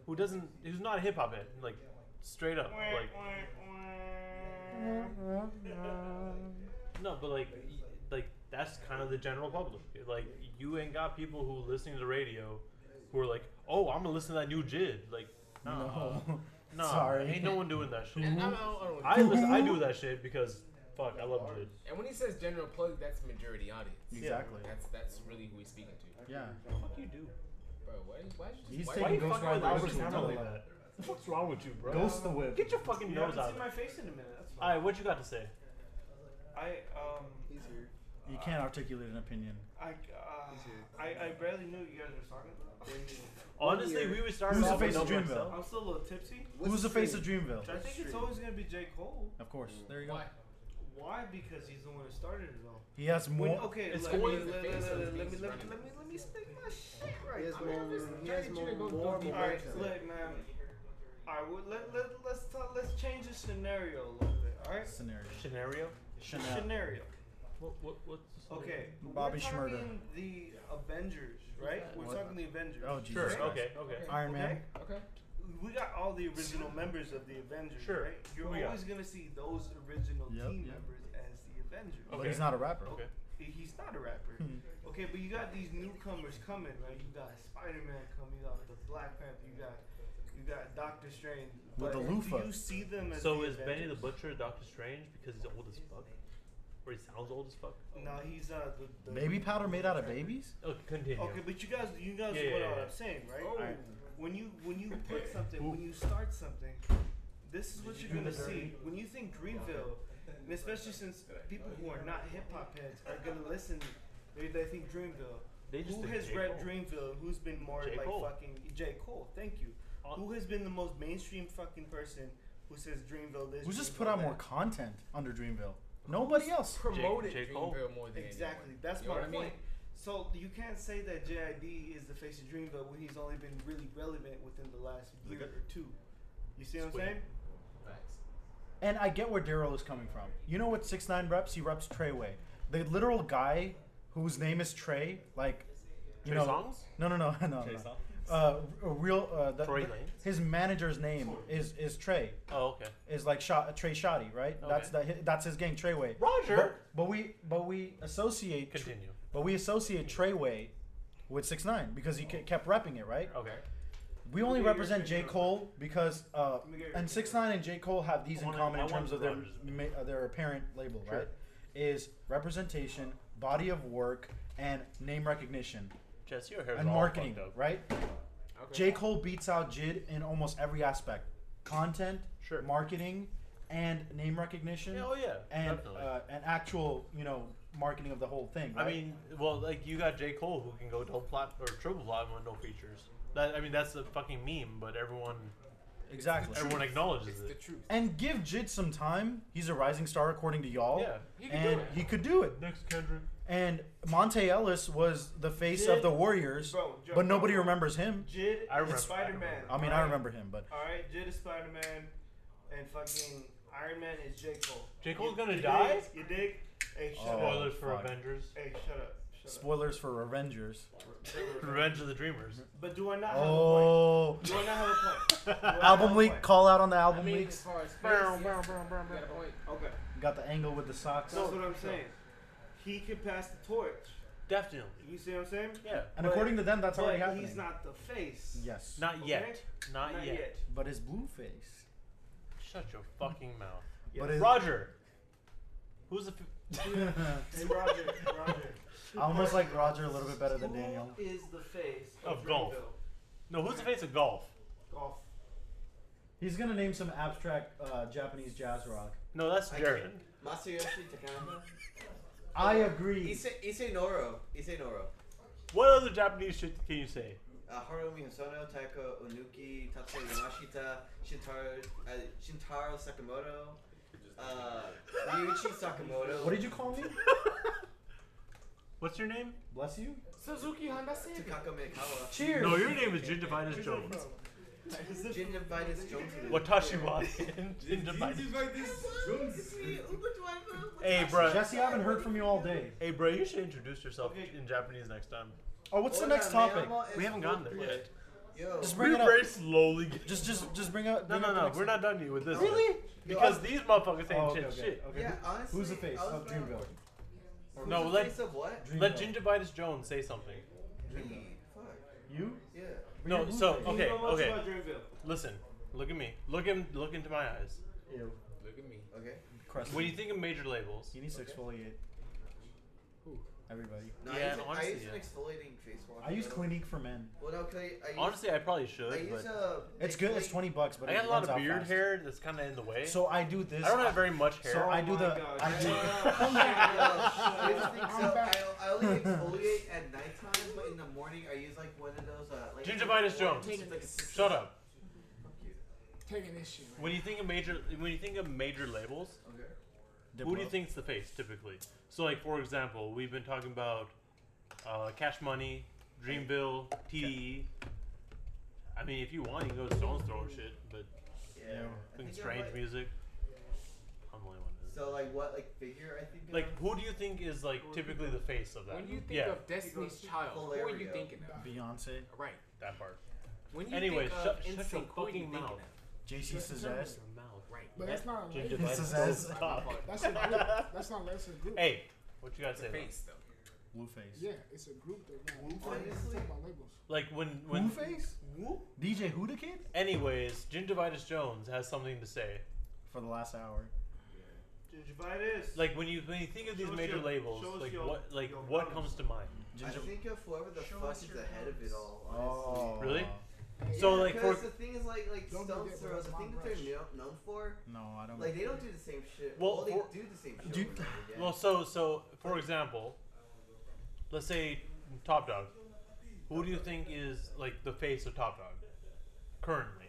[SPEAKER 1] who doesn't, who's not a hip hop head, like straight up, like no, but like, y- like that's kind of the general public. Like you ain't got people who listening to the radio, who are like, oh, I'm gonna listen to that new Jid. Like, nah,
[SPEAKER 2] No.
[SPEAKER 1] nah,
[SPEAKER 2] Sorry.
[SPEAKER 1] ain't no one doing that shit.
[SPEAKER 13] And I'm- I don't- I don't-
[SPEAKER 1] I listen, I do that shit because fuck, I love Jid.
[SPEAKER 13] And when he says general plug, that's majority audience.
[SPEAKER 2] Exactly.
[SPEAKER 13] That's that's really who he's speaking to.
[SPEAKER 2] Yeah.
[SPEAKER 1] Fuck you do.
[SPEAKER 13] Bro, why, why did you
[SPEAKER 2] He's
[SPEAKER 13] why,
[SPEAKER 1] Why you
[SPEAKER 2] Taking Ghost
[SPEAKER 1] fucking with
[SPEAKER 2] Rider
[SPEAKER 1] Albert
[SPEAKER 2] to
[SPEAKER 1] Hammond like
[SPEAKER 2] another
[SPEAKER 1] that? What's wrong with you, bro?
[SPEAKER 2] Ghost the Whip.
[SPEAKER 1] Get your fucking
[SPEAKER 7] You
[SPEAKER 1] nose
[SPEAKER 7] haven't
[SPEAKER 1] out.
[SPEAKER 7] seen my face in a minute. That's
[SPEAKER 1] All
[SPEAKER 7] fine.
[SPEAKER 1] right, what you got to say?
[SPEAKER 7] I um.
[SPEAKER 8] He's here.
[SPEAKER 2] You can't articulate an opinion.
[SPEAKER 7] I uh, I, I barely knew what you guys were talking about.
[SPEAKER 1] Honestly, we would start
[SPEAKER 2] Who's the
[SPEAKER 1] off with
[SPEAKER 2] face
[SPEAKER 1] no
[SPEAKER 2] of Dreamville?
[SPEAKER 1] myself.
[SPEAKER 7] I'm still a little tipsy.
[SPEAKER 8] What's
[SPEAKER 2] Who's the face of Dreamville?
[SPEAKER 7] I think it's always gonna be J Cole.
[SPEAKER 2] Of course. There you go.
[SPEAKER 13] why?
[SPEAKER 7] Why? Because he's the one who started it all.
[SPEAKER 2] He has
[SPEAKER 7] When-
[SPEAKER 2] more.
[SPEAKER 7] okay,
[SPEAKER 1] It's
[SPEAKER 7] let me
[SPEAKER 1] going
[SPEAKER 7] let
[SPEAKER 1] in
[SPEAKER 7] me
[SPEAKER 1] the
[SPEAKER 7] let me
[SPEAKER 1] face
[SPEAKER 7] let
[SPEAKER 1] of
[SPEAKER 7] me let me
[SPEAKER 1] things,
[SPEAKER 7] let
[SPEAKER 1] right?
[SPEAKER 7] me let me speak my shit
[SPEAKER 8] He
[SPEAKER 7] right.
[SPEAKER 8] has
[SPEAKER 7] now.
[SPEAKER 8] more. He has more. more
[SPEAKER 7] All right,
[SPEAKER 8] momentum.
[SPEAKER 7] look, man. All right, well, let let let's talk, let's change the scenario a little bit. All right,
[SPEAKER 2] Scenario.
[SPEAKER 1] Scenario?
[SPEAKER 2] Chanel.
[SPEAKER 7] scenario.
[SPEAKER 1] What, what, what's
[SPEAKER 7] Okay,
[SPEAKER 2] Bobby
[SPEAKER 7] we're
[SPEAKER 2] Shmurda.
[SPEAKER 7] talking the Avengers, right? We're
[SPEAKER 2] What?
[SPEAKER 7] talking the Avengers.
[SPEAKER 2] Oh, Jesus.
[SPEAKER 1] Sure,
[SPEAKER 2] Christ.
[SPEAKER 1] okay, okay.
[SPEAKER 2] Iron Man.
[SPEAKER 7] Okay.
[SPEAKER 13] Okay.
[SPEAKER 7] We got all the original members of the Avengers,
[SPEAKER 1] Sure.
[SPEAKER 7] right? You're
[SPEAKER 1] Who we got?
[SPEAKER 7] always gonna see those original
[SPEAKER 2] Yep,
[SPEAKER 7] team
[SPEAKER 2] yep.
[SPEAKER 7] members as the Avengers.
[SPEAKER 2] But
[SPEAKER 1] Okay.
[SPEAKER 2] he's not a rapper.
[SPEAKER 1] Okay.
[SPEAKER 7] He- He's not a rapper.
[SPEAKER 2] Hmm.
[SPEAKER 7] okay, but you got these newcomers coming, right? You got Spider Man coming, you got the Black Panther, you got you got Doctor Strange.
[SPEAKER 2] With
[SPEAKER 7] But
[SPEAKER 2] the loofah.
[SPEAKER 7] do you see them as
[SPEAKER 1] So
[SPEAKER 7] the
[SPEAKER 1] is Benny the
[SPEAKER 7] Avengers?
[SPEAKER 1] Butcher Doctor Strange because he's old as fuck? Or he sounds old as fuck?
[SPEAKER 7] No, he's uh the, the
[SPEAKER 2] Baby powder made out of babies?
[SPEAKER 1] Oh, continue.
[SPEAKER 7] Okay, but you guys, you guys
[SPEAKER 1] Yeah,
[SPEAKER 7] know what
[SPEAKER 1] yeah, yeah.
[SPEAKER 7] I'm saying, right?
[SPEAKER 1] Oh. Alright.
[SPEAKER 7] When you when you put something, when you start something, this is what you're gonna see. When you think Dreamville, and especially since people who are not hip hop heads are gonna listen, they, they think Dreamville.
[SPEAKER 1] They just
[SPEAKER 7] who
[SPEAKER 1] think
[SPEAKER 7] has
[SPEAKER 1] J.
[SPEAKER 7] read
[SPEAKER 1] Cole.
[SPEAKER 7] Dreamville? and Who's been more
[SPEAKER 1] J.
[SPEAKER 7] like
[SPEAKER 1] Cole. Uh,
[SPEAKER 7] fucking J Cole? Thank you.
[SPEAKER 1] On-
[SPEAKER 7] who has been the most mainstream fucking person who says Dreamville? This
[SPEAKER 2] Who just
[SPEAKER 7] Dreamville
[SPEAKER 2] put out
[SPEAKER 7] that?
[SPEAKER 2] more content under Dreamville? Nobody else.
[SPEAKER 13] Promoted
[SPEAKER 1] J. Cole?
[SPEAKER 13] Dreamville more than
[SPEAKER 7] Exactly.
[SPEAKER 13] anyone.
[SPEAKER 7] That's
[SPEAKER 13] You know
[SPEAKER 7] my
[SPEAKER 13] what I
[SPEAKER 7] point.
[SPEAKER 13] mean?
[SPEAKER 7] So you can't say that JID is the face of Dreamville when he's only been really relevant within the last year or two. You see what I'm
[SPEAKER 1] Sweet.
[SPEAKER 7] saying?
[SPEAKER 13] Facts.
[SPEAKER 2] And I get where Daryl is coming from. You know what six nine reps? He reps Treyway, the literal guy whose name is Trey. Like, you
[SPEAKER 1] Trey
[SPEAKER 2] know,
[SPEAKER 1] Songz?
[SPEAKER 2] no, no, no, no, no.
[SPEAKER 1] Trey Songz?
[SPEAKER 2] uh, a real uh, the,
[SPEAKER 1] Tory
[SPEAKER 2] the-
[SPEAKER 1] Lanez?
[SPEAKER 2] his manager's name is is Trey.
[SPEAKER 1] Oh, okay.
[SPEAKER 2] Is like Sha- Trey Shoddy, right? That's the hi- that's his gang Treyway.
[SPEAKER 1] Roger.
[SPEAKER 2] But, but we but we associate continue. but we associate Treyway with six nine because he ke- kept repping it, right?
[SPEAKER 1] Okay.
[SPEAKER 2] We only represent J Cole because uh, and six nine and J Cole have these
[SPEAKER 1] I
[SPEAKER 2] in
[SPEAKER 1] wanna-
[SPEAKER 2] common
[SPEAKER 1] I
[SPEAKER 2] in terms
[SPEAKER 1] want
[SPEAKER 2] of their
[SPEAKER 1] brothers.
[SPEAKER 2] ma- uh, their parent label,
[SPEAKER 1] Sure.
[SPEAKER 2] right? Is representation, body of work, and name recognition
[SPEAKER 1] Jess, your hair's
[SPEAKER 2] and
[SPEAKER 1] all
[SPEAKER 2] marketing,
[SPEAKER 1] fucked up.
[SPEAKER 2] right? J. Cole beats out Jid in almost every aspect: content, marketing, and name recognition.
[SPEAKER 1] Yeah, oh yeah,
[SPEAKER 2] and
[SPEAKER 1] definitely.
[SPEAKER 2] uh, and actual, you know, marketing of the whole thing.
[SPEAKER 1] I
[SPEAKER 2] right?
[SPEAKER 1] mean, well, like you got J. Cole who can go double plat or triple plat with no features. That I mean, that's a fucking meme, but everyone
[SPEAKER 2] Exactly.
[SPEAKER 1] everyone acknowledges it.
[SPEAKER 2] And give Jid some time. He's a rising star according to y'all.
[SPEAKER 1] Yeah. He can do
[SPEAKER 2] and
[SPEAKER 1] it.
[SPEAKER 2] he could do it.
[SPEAKER 1] Next Kendrick.
[SPEAKER 2] And Monte Ellis was the face of
[SPEAKER 7] Jid-
[SPEAKER 2] the Warriors,
[SPEAKER 7] Bro, Joe,
[SPEAKER 2] but nobody remembers him.
[SPEAKER 7] Jid
[SPEAKER 2] I
[SPEAKER 7] is
[SPEAKER 2] remember-
[SPEAKER 7] Spider Man.
[SPEAKER 2] I mean, I remember him, but
[SPEAKER 7] Alright, Jid is Spider Man, and fucking Iron Man is J. Cole.
[SPEAKER 1] J. Cole's
[SPEAKER 7] You-
[SPEAKER 1] gonna
[SPEAKER 7] you
[SPEAKER 1] die?
[SPEAKER 7] dig? You dig? Hey, shut up.
[SPEAKER 1] Spoilers for
[SPEAKER 2] Oh, fuck.
[SPEAKER 1] Avengers.
[SPEAKER 7] Hey, shut up. Shut up.
[SPEAKER 2] spoilers for Avengers.
[SPEAKER 1] Revenge of the Dreamers.
[SPEAKER 7] But do I not have a
[SPEAKER 2] Oh.
[SPEAKER 7] point? Do I not have a point? Do I not have
[SPEAKER 2] album
[SPEAKER 7] a
[SPEAKER 2] leak.
[SPEAKER 7] point?
[SPEAKER 2] Call out on the album
[SPEAKER 7] I mean,
[SPEAKER 2] leaks.
[SPEAKER 7] as far as
[SPEAKER 3] Bow,
[SPEAKER 7] face,
[SPEAKER 3] bow,
[SPEAKER 7] yes.
[SPEAKER 3] bow, bow, bow, bow.
[SPEAKER 7] Okay.
[SPEAKER 2] Got the angle with the socks.
[SPEAKER 7] That's what I'm saying. He can pass the torch.
[SPEAKER 1] Definitely.
[SPEAKER 7] You see what I'm saying?
[SPEAKER 1] Yeah.
[SPEAKER 2] And according to them, that's
[SPEAKER 7] but
[SPEAKER 2] already
[SPEAKER 7] He's
[SPEAKER 2] happening.
[SPEAKER 7] not the face.
[SPEAKER 2] Yes.
[SPEAKER 1] Not
[SPEAKER 7] Okay?
[SPEAKER 1] yet. Not,
[SPEAKER 7] Not
[SPEAKER 1] yet.
[SPEAKER 7] yet.
[SPEAKER 2] But it's Blueface.
[SPEAKER 1] Shut your fucking mouth.
[SPEAKER 2] But is-
[SPEAKER 1] Roger. Who's the? F-
[SPEAKER 7] Hey, Roger. Roger.
[SPEAKER 2] I almost like Roger a little bit better than Daniel.
[SPEAKER 7] Who is the face of,
[SPEAKER 1] of golf.
[SPEAKER 7] Dreamville?
[SPEAKER 1] No, who's the face of golf?
[SPEAKER 7] Golf.
[SPEAKER 2] He's gonna name some abstract uh, Japanese jazz rock.
[SPEAKER 1] No, that's Jared.
[SPEAKER 6] Masayoshi Takahata.
[SPEAKER 2] I agree.
[SPEAKER 6] Ise, Ise Noro. Ise Noro.
[SPEAKER 1] What other Japanese shit can you say?
[SPEAKER 6] Uh, Haru Miyamoto, Taiko Onuki, Tatsuya Yamashita, Shintaro, uh, Shintaro Sakamoto, uh, Ryuichi Sakamoto.
[SPEAKER 2] What did you call me?
[SPEAKER 1] What's your name?
[SPEAKER 2] Bless you.
[SPEAKER 13] Suzuki Honda Civic.
[SPEAKER 6] Takako Mikawa.
[SPEAKER 2] Cheers.
[SPEAKER 1] No, your name is Gingivitis Jones.
[SPEAKER 6] Gingivitis Jones.
[SPEAKER 1] Watashi wa Gingivitis. Hey, bro.
[SPEAKER 2] Jesse, I haven't heard from you all day.
[SPEAKER 1] Hey, bro, you should introduce yourself in Japanese next time.
[SPEAKER 2] Oh, what's the next topic?
[SPEAKER 1] We haven't gotten there yet.
[SPEAKER 6] Yo.
[SPEAKER 2] Just bring
[SPEAKER 1] We're
[SPEAKER 2] it up.
[SPEAKER 1] very slowly.
[SPEAKER 2] Just, just, just bring up.
[SPEAKER 1] No,
[SPEAKER 2] bring
[SPEAKER 1] no,
[SPEAKER 2] up the
[SPEAKER 1] no.
[SPEAKER 2] next
[SPEAKER 1] We're
[SPEAKER 2] one.
[SPEAKER 1] not done yet with this.
[SPEAKER 2] Really?
[SPEAKER 1] one. Because these motherfuckers ain't
[SPEAKER 2] Oh, okay,
[SPEAKER 1] shit
[SPEAKER 2] okay,
[SPEAKER 1] shit.
[SPEAKER 2] okay.
[SPEAKER 6] Yeah, honestly,
[SPEAKER 2] Who's the face
[SPEAKER 6] I was
[SPEAKER 2] of
[SPEAKER 6] like-
[SPEAKER 2] Dreamville?
[SPEAKER 6] Who's
[SPEAKER 1] No,
[SPEAKER 6] the
[SPEAKER 1] let-
[SPEAKER 6] face of what?
[SPEAKER 1] Let
[SPEAKER 2] Dreamville.
[SPEAKER 1] Gingivitis Jones say something.
[SPEAKER 6] Me. Fuck.
[SPEAKER 2] You?
[SPEAKER 6] Yeah.
[SPEAKER 1] No, so
[SPEAKER 2] Dreamville.
[SPEAKER 1] okay,
[SPEAKER 7] know much
[SPEAKER 1] okay.
[SPEAKER 7] about Dreamville.
[SPEAKER 1] Listen, look at me. Look in, look into my eyes.
[SPEAKER 2] Ew.
[SPEAKER 13] Look at me.
[SPEAKER 6] Okay.
[SPEAKER 2] Crusty.
[SPEAKER 1] When you think of major labels,
[SPEAKER 2] He needs to exfoliate. Everybody.
[SPEAKER 6] No,
[SPEAKER 1] Yeah,
[SPEAKER 6] I use,
[SPEAKER 1] honestly,
[SPEAKER 6] I use
[SPEAKER 1] yeah.
[SPEAKER 6] an exfoliating face wash.
[SPEAKER 2] I use
[SPEAKER 6] though.
[SPEAKER 2] Clinique for men.
[SPEAKER 6] Well, no, 'cause I, I use,
[SPEAKER 1] honestly, I probably should.
[SPEAKER 6] I use
[SPEAKER 1] but
[SPEAKER 6] uh,
[SPEAKER 2] It's good. It's twenty bucks, but
[SPEAKER 1] I
[SPEAKER 2] it
[SPEAKER 1] got a lot
[SPEAKER 2] runs
[SPEAKER 1] of
[SPEAKER 2] out
[SPEAKER 1] beard
[SPEAKER 2] fast.
[SPEAKER 1] hair that's kind of in the way.
[SPEAKER 2] So I do this.
[SPEAKER 1] I don't have very much hair.
[SPEAKER 2] So I do
[SPEAKER 7] my
[SPEAKER 2] the.
[SPEAKER 7] God.
[SPEAKER 2] I do.
[SPEAKER 6] I just think so.
[SPEAKER 3] I'm back.
[SPEAKER 6] I, I only exfoliate at nighttime, but in the morning I use like one of those. Uh, like
[SPEAKER 1] Gingivitis Jones.
[SPEAKER 6] It's like a-
[SPEAKER 1] Shut up.
[SPEAKER 3] Taking this shit.
[SPEAKER 1] When you think of major, when you think of major labels,
[SPEAKER 6] Okay.
[SPEAKER 1] who do you
[SPEAKER 2] Diplo.
[SPEAKER 1] think's the face typically? So, like for example, we've been talking about uh, Cash Money, Dreamville, TDE. I mean, if you want, you can go to Stones Throw or shit, but
[SPEAKER 6] Yeah. I
[SPEAKER 1] fucking
[SPEAKER 6] think
[SPEAKER 1] strange
[SPEAKER 6] I'm right.
[SPEAKER 1] music. I'm the only one. who-
[SPEAKER 6] So like what like figure I think. of?
[SPEAKER 1] Like, who do you think is like typically the face of that?
[SPEAKER 13] When you think
[SPEAKER 1] yeah,
[SPEAKER 13] of Destiny's Child, who are you
[SPEAKER 6] Hilario.
[SPEAKER 13] thinking of?
[SPEAKER 2] Beyonce.
[SPEAKER 13] Right.
[SPEAKER 1] that part.
[SPEAKER 13] When you
[SPEAKER 1] Anyway,
[SPEAKER 13] think
[SPEAKER 1] shut-
[SPEAKER 13] of
[SPEAKER 1] shut your
[SPEAKER 13] NSYNC, who are you
[SPEAKER 1] fucking
[SPEAKER 13] thinking
[SPEAKER 1] mouth.
[SPEAKER 13] of?
[SPEAKER 2] JC Cesaz.
[SPEAKER 1] Your mouth.
[SPEAKER 13] Right.
[SPEAKER 3] But that's not a label.
[SPEAKER 1] Gingivitis
[SPEAKER 2] Says-
[SPEAKER 1] Jones.
[SPEAKER 3] That's a group. That's not that's a group.
[SPEAKER 1] Hey, what you guys
[SPEAKER 13] It's a
[SPEAKER 1] say? though?
[SPEAKER 13] face though.
[SPEAKER 2] Blueface.
[SPEAKER 3] Yeah, it's a group that we
[SPEAKER 6] Honestly?
[SPEAKER 3] about labels.
[SPEAKER 1] Like when when
[SPEAKER 2] Blueface?
[SPEAKER 1] Whoop.
[SPEAKER 2] DJ Hoodakid?
[SPEAKER 1] Anyways, Gingivitis Jones has something to say.
[SPEAKER 2] For the last hour.
[SPEAKER 7] Gingivitis.
[SPEAKER 1] Like when you when you think of these
[SPEAKER 7] Show us
[SPEAKER 1] major
[SPEAKER 7] your-
[SPEAKER 1] labels,
[SPEAKER 7] show us
[SPEAKER 1] like
[SPEAKER 7] your-
[SPEAKER 1] what like
[SPEAKER 7] your
[SPEAKER 1] what
[SPEAKER 7] problems.
[SPEAKER 1] comes to mind?
[SPEAKER 6] I
[SPEAKER 2] Ginger.
[SPEAKER 6] think of whoever the
[SPEAKER 20] Show
[SPEAKER 6] fuck
[SPEAKER 20] us
[SPEAKER 6] is
[SPEAKER 20] your
[SPEAKER 6] the head of it all. Honestly.
[SPEAKER 2] Oh.
[SPEAKER 1] Really?
[SPEAKER 6] Yeah,
[SPEAKER 1] So like for
[SPEAKER 6] because the thing is like like
[SPEAKER 3] Don't
[SPEAKER 6] Stones
[SPEAKER 3] forget
[SPEAKER 6] Throw,
[SPEAKER 3] what
[SPEAKER 6] the
[SPEAKER 3] Mount
[SPEAKER 6] thing that they're
[SPEAKER 3] Rush-
[SPEAKER 6] kno- known for,
[SPEAKER 2] No, I don't.
[SPEAKER 6] like they don't do the same shit.
[SPEAKER 1] Well,
[SPEAKER 6] Well, they
[SPEAKER 1] for-
[SPEAKER 6] do the same shit.
[SPEAKER 2] Do you-
[SPEAKER 6] over and over again.
[SPEAKER 1] well so so for example, let's say Top Dog. Who do you think is like the face of Top Dog currently?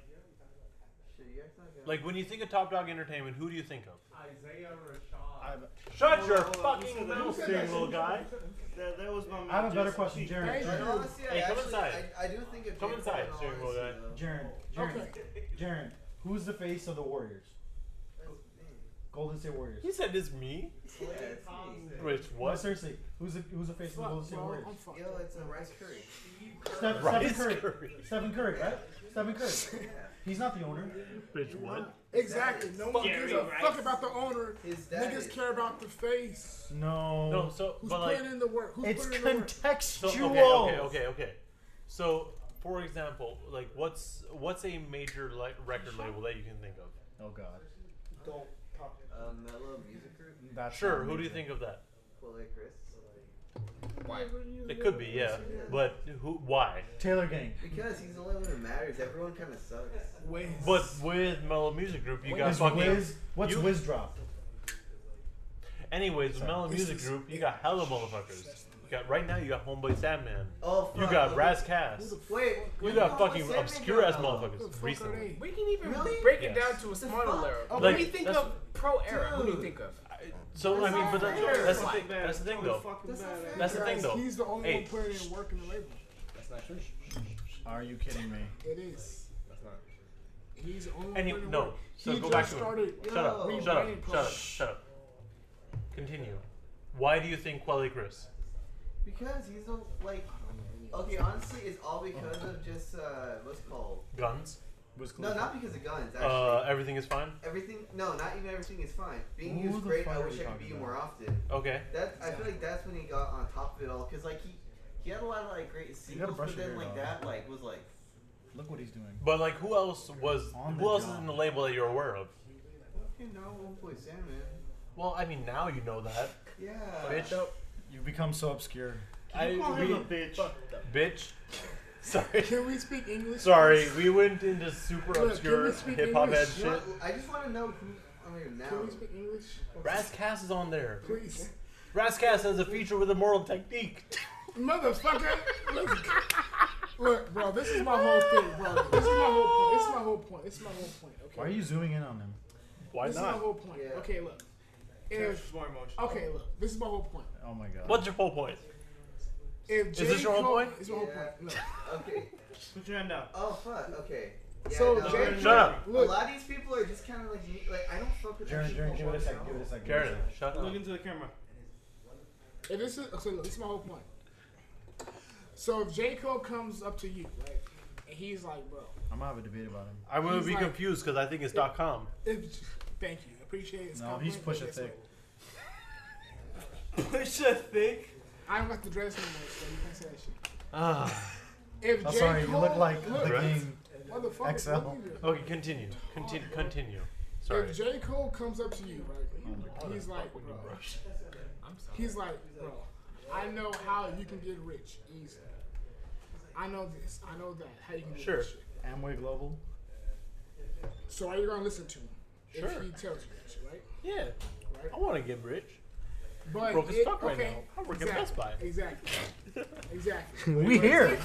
[SPEAKER 6] Shit, you guys not gonna-
[SPEAKER 1] Like when you think of Top Dog Entertainment, who do you think of?
[SPEAKER 7] Isaiah
[SPEAKER 2] I
[SPEAKER 7] Rashad.
[SPEAKER 2] have,
[SPEAKER 1] Shut
[SPEAKER 7] Hold
[SPEAKER 1] your
[SPEAKER 7] on, hold on. You
[SPEAKER 1] fucking
[SPEAKER 7] said that-
[SPEAKER 1] mouth,
[SPEAKER 7] you said
[SPEAKER 1] you
[SPEAKER 7] that
[SPEAKER 1] little
[SPEAKER 7] shit.
[SPEAKER 1] guy.
[SPEAKER 7] That, that was my
[SPEAKER 2] I have a better
[SPEAKER 7] just-
[SPEAKER 2] question, Jared.
[SPEAKER 6] But
[SPEAKER 2] Jared.
[SPEAKER 6] honestly,
[SPEAKER 1] Hey,
[SPEAKER 6] I
[SPEAKER 1] come
[SPEAKER 6] actually,
[SPEAKER 1] inside.
[SPEAKER 6] I, I do think of
[SPEAKER 1] Come
[SPEAKER 6] J. Cole
[SPEAKER 1] inside,
[SPEAKER 6] in all
[SPEAKER 1] Jerry Moore
[SPEAKER 6] honesty,
[SPEAKER 1] guy.
[SPEAKER 6] though.
[SPEAKER 2] Jaren, Jaren,
[SPEAKER 3] Okay.
[SPEAKER 2] Jaren, who's the face of the Warriors?
[SPEAKER 6] That's the thing.
[SPEAKER 2] Golden State Warriors.
[SPEAKER 1] He said it's me.
[SPEAKER 8] Yeah, it's me.
[SPEAKER 1] Rich, what?
[SPEAKER 2] No, seriously, who's the who's the face of the Golden State Warriors?
[SPEAKER 8] Yo, it's a rice curry.
[SPEAKER 2] Steph,
[SPEAKER 1] Rice
[SPEAKER 2] Stephen Curry.
[SPEAKER 1] Curry.
[SPEAKER 2] Stephen Curry, right? Stephen Curry. He's not the owner.
[SPEAKER 1] Bitch, what?
[SPEAKER 3] Exactly. No one gives a
[SPEAKER 1] Gary
[SPEAKER 3] fuck
[SPEAKER 1] Rice.
[SPEAKER 3] about the owner.
[SPEAKER 8] dad
[SPEAKER 3] Niggas
[SPEAKER 8] is-
[SPEAKER 3] care about the face.
[SPEAKER 2] No.
[SPEAKER 1] No, so
[SPEAKER 3] Who's
[SPEAKER 1] but like
[SPEAKER 3] putting in the work? Who's
[SPEAKER 2] it's
[SPEAKER 3] putting in the work?
[SPEAKER 1] so,
[SPEAKER 2] contextual.
[SPEAKER 1] okay, okay, okay, okay. So, for example, like what's what's a major like record label that you can think of?
[SPEAKER 2] Oh God.
[SPEAKER 8] Don't pop. Uh, Mellow Music Group.
[SPEAKER 2] That's
[SPEAKER 1] Sure,
[SPEAKER 2] not
[SPEAKER 1] who do you
[SPEAKER 2] amazing.
[SPEAKER 1] think of that?
[SPEAKER 8] Well, like Chris.
[SPEAKER 1] It could be, yeah. But who? Why?
[SPEAKER 2] Taylor Gang.
[SPEAKER 8] Because he's the only one who matters. Everyone kind of sucks.
[SPEAKER 3] Wait.
[SPEAKER 1] But with Mellow Music Group, you got
[SPEAKER 2] Is
[SPEAKER 1] fucking.
[SPEAKER 2] Wiz, what's
[SPEAKER 1] you-
[SPEAKER 2] Wiz drop?
[SPEAKER 1] Anyways, with Mellow Music Group, you got hella motherfuckers. You got right now, you got Homeboy Sandman.
[SPEAKER 8] Oh,
[SPEAKER 1] You
[SPEAKER 8] fuck.
[SPEAKER 1] got
[SPEAKER 8] Who-
[SPEAKER 1] Brass Cass.
[SPEAKER 8] Wait.
[SPEAKER 1] You
[SPEAKER 8] wait,
[SPEAKER 1] got
[SPEAKER 8] Homeboy
[SPEAKER 1] fucking
[SPEAKER 8] Sandman
[SPEAKER 1] obscure ass
[SPEAKER 8] got
[SPEAKER 1] motherfuckers
[SPEAKER 3] Who the fuck are
[SPEAKER 1] recently.
[SPEAKER 3] they?
[SPEAKER 13] We can even
[SPEAKER 8] Really?
[SPEAKER 13] break
[SPEAKER 1] Yes.
[SPEAKER 13] it down to a smaller level.
[SPEAKER 1] Like,
[SPEAKER 13] when you think
[SPEAKER 1] that's-
[SPEAKER 13] of pro era, who do you
[SPEAKER 8] Dude.
[SPEAKER 13] think of?
[SPEAKER 1] So I
[SPEAKER 8] That's
[SPEAKER 1] mean,
[SPEAKER 8] not
[SPEAKER 1] but that's,
[SPEAKER 8] fair.
[SPEAKER 1] that's the
[SPEAKER 13] Why?
[SPEAKER 1] thing. That's the thing, though.
[SPEAKER 8] That's not fair.
[SPEAKER 1] That's the thing,
[SPEAKER 3] Guys,
[SPEAKER 1] though.
[SPEAKER 3] He's the only
[SPEAKER 1] Hey.
[SPEAKER 3] one putting in work in the label.
[SPEAKER 13] That's not true.
[SPEAKER 2] Are you kidding me?
[SPEAKER 3] It is.
[SPEAKER 13] That's not.
[SPEAKER 3] He's the only
[SPEAKER 1] Any
[SPEAKER 3] one. putting in
[SPEAKER 1] no.
[SPEAKER 3] work.
[SPEAKER 1] So
[SPEAKER 3] he
[SPEAKER 1] go
[SPEAKER 3] just
[SPEAKER 1] back to it.
[SPEAKER 3] started.
[SPEAKER 1] Shut up.
[SPEAKER 3] Yo.
[SPEAKER 1] Shut up.
[SPEAKER 3] rebranding
[SPEAKER 1] Shut up.
[SPEAKER 3] process.
[SPEAKER 1] Shut up. Continue. Why do you think Quelly Chris?
[SPEAKER 8] Because he's the like. Okay, honestly, it's all because of just uh, what's it called?
[SPEAKER 1] Guns.
[SPEAKER 2] Wiz
[SPEAKER 8] No,
[SPEAKER 2] Khalifa.
[SPEAKER 8] not because of guns. Actually,
[SPEAKER 1] Uh, everything is fine.
[SPEAKER 8] everything. No, not even everything is fine. Being
[SPEAKER 2] Who
[SPEAKER 8] he was
[SPEAKER 2] the
[SPEAKER 8] great.
[SPEAKER 2] fuck
[SPEAKER 8] I
[SPEAKER 2] are
[SPEAKER 8] wish
[SPEAKER 2] we
[SPEAKER 8] I could
[SPEAKER 2] talking
[SPEAKER 8] be
[SPEAKER 2] about?
[SPEAKER 8] more often.
[SPEAKER 1] Okay.
[SPEAKER 8] That I feel like that's when he got on top of it all, cause like he he had a lot of like great
[SPEAKER 2] gotta
[SPEAKER 8] singles,
[SPEAKER 2] brush
[SPEAKER 8] but
[SPEAKER 2] your
[SPEAKER 8] then
[SPEAKER 2] hair
[SPEAKER 8] like
[SPEAKER 2] down.
[SPEAKER 8] that like was like
[SPEAKER 2] Look what he's doing.
[SPEAKER 1] But like, who else was?
[SPEAKER 2] On the
[SPEAKER 1] Who else is
[SPEAKER 2] job.
[SPEAKER 1] in the label that you're aware of?
[SPEAKER 8] you know Homeboy Sandman.
[SPEAKER 1] Well, I mean, now you know that,
[SPEAKER 8] Yeah.
[SPEAKER 1] bitch.
[SPEAKER 2] You've become so obscure.
[SPEAKER 1] I,
[SPEAKER 21] call him
[SPEAKER 1] we-
[SPEAKER 21] a bitch?
[SPEAKER 1] bitch. Sorry.
[SPEAKER 3] Can we speak English?
[SPEAKER 1] Sorry,
[SPEAKER 3] please?
[SPEAKER 1] we went into super
[SPEAKER 3] Look, can
[SPEAKER 1] obscure
[SPEAKER 3] we speak
[SPEAKER 1] hip hop head
[SPEAKER 3] English?
[SPEAKER 8] You
[SPEAKER 1] shit.
[SPEAKER 8] know, I just want to know who on here now.
[SPEAKER 3] Can we speak English?
[SPEAKER 1] Rascas is on there.
[SPEAKER 3] Please.
[SPEAKER 1] Rascas has a feature with Immortal Technique.
[SPEAKER 3] Motherfucker. Look, look, bro, this is my whole thing, bro. This is my whole point. This is my whole point. This is my whole point. Okay.
[SPEAKER 2] Why are you zooming in on him?
[SPEAKER 1] Why
[SPEAKER 3] this is my whole point.
[SPEAKER 8] Yeah.
[SPEAKER 3] Okay, look.
[SPEAKER 7] It's
[SPEAKER 3] If,
[SPEAKER 7] more emotional.
[SPEAKER 3] okay, look. This is my whole point.
[SPEAKER 2] Oh my God.
[SPEAKER 1] What's your whole point?
[SPEAKER 3] If
[SPEAKER 1] Is
[SPEAKER 3] J.
[SPEAKER 1] this your whole
[SPEAKER 3] Cole-
[SPEAKER 1] point?
[SPEAKER 3] It's my whole
[SPEAKER 8] Yeah.
[SPEAKER 3] point. Look.
[SPEAKER 8] Okay.
[SPEAKER 7] Put your hand down.
[SPEAKER 8] Oh fuck. Okay. Yeah,
[SPEAKER 3] So,
[SPEAKER 8] no,
[SPEAKER 3] Jay-
[SPEAKER 8] I-
[SPEAKER 1] Shut up.
[SPEAKER 8] A
[SPEAKER 3] Look.
[SPEAKER 8] lot of these people are just kind of like me. Like I don't fuck with.
[SPEAKER 2] Jaren,
[SPEAKER 8] that
[SPEAKER 2] Jaren,
[SPEAKER 8] shit
[SPEAKER 2] give it a
[SPEAKER 8] at
[SPEAKER 2] sec.
[SPEAKER 8] all.
[SPEAKER 2] Give it a sec. give it a
[SPEAKER 1] Karen,
[SPEAKER 2] sec.
[SPEAKER 1] shut up.
[SPEAKER 7] Look into the camera.
[SPEAKER 3] If this is okay, look, this is my whole point. So if J. Cole comes up to you, right, and he's like, bro,
[SPEAKER 2] I'm gonna have a debate about him.
[SPEAKER 1] I'm gonna
[SPEAKER 3] He's
[SPEAKER 1] be
[SPEAKER 3] like-
[SPEAKER 1] confused because I think it's dot .com.
[SPEAKER 3] if, thank you, appreciate it. it's
[SPEAKER 2] No, he's
[SPEAKER 3] compliment,
[SPEAKER 2] push
[SPEAKER 3] but
[SPEAKER 2] a
[SPEAKER 3] guess what?
[SPEAKER 2] thick.
[SPEAKER 7] Push a thick.
[SPEAKER 3] I don't got the dress anymore, so you can't say that shit.
[SPEAKER 1] Ah.
[SPEAKER 3] If
[SPEAKER 2] I'm
[SPEAKER 3] J.
[SPEAKER 2] sorry, you
[SPEAKER 3] Cole,
[SPEAKER 2] look like
[SPEAKER 3] look,
[SPEAKER 2] the game.
[SPEAKER 3] motherfucker,
[SPEAKER 2] XL.
[SPEAKER 3] look at you.
[SPEAKER 1] Okay, continue. Continue. Continue. Sorry.
[SPEAKER 3] If J. Cole comes up to you, right, he's like, bro,
[SPEAKER 13] I'm sorry.
[SPEAKER 3] he's like, bro, I know how you can get rich easy. I know this. I know that. How you can get
[SPEAKER 1] Sure.
[SPEAKER 3] rich.
[SPEAKER 2] Amway Global.
[SPEAKER 3] So are you gonna listen to him if
[SPEAKER 1] Sure.
[SPEAKER 3] he tells you that shit, right?
[SPEAKER 1] Yeah.
[SPEAKER 3] Right.
[SPEAKER 1] I want to get rich.
[SPEAKER 3] But
[SPEAKER 1] Broke as
[SPEAKER 3] it-
[SPEAKER 1] fuck right
[SPEAKER 3] okay,
[SPEAKER 1] now. I work at
[SPEAKER 3] exactly,
[SPEAKER 1] Best Buy.
[SPEAKER 3] Exactly. Exactly.
[SPEAKER 2] We here.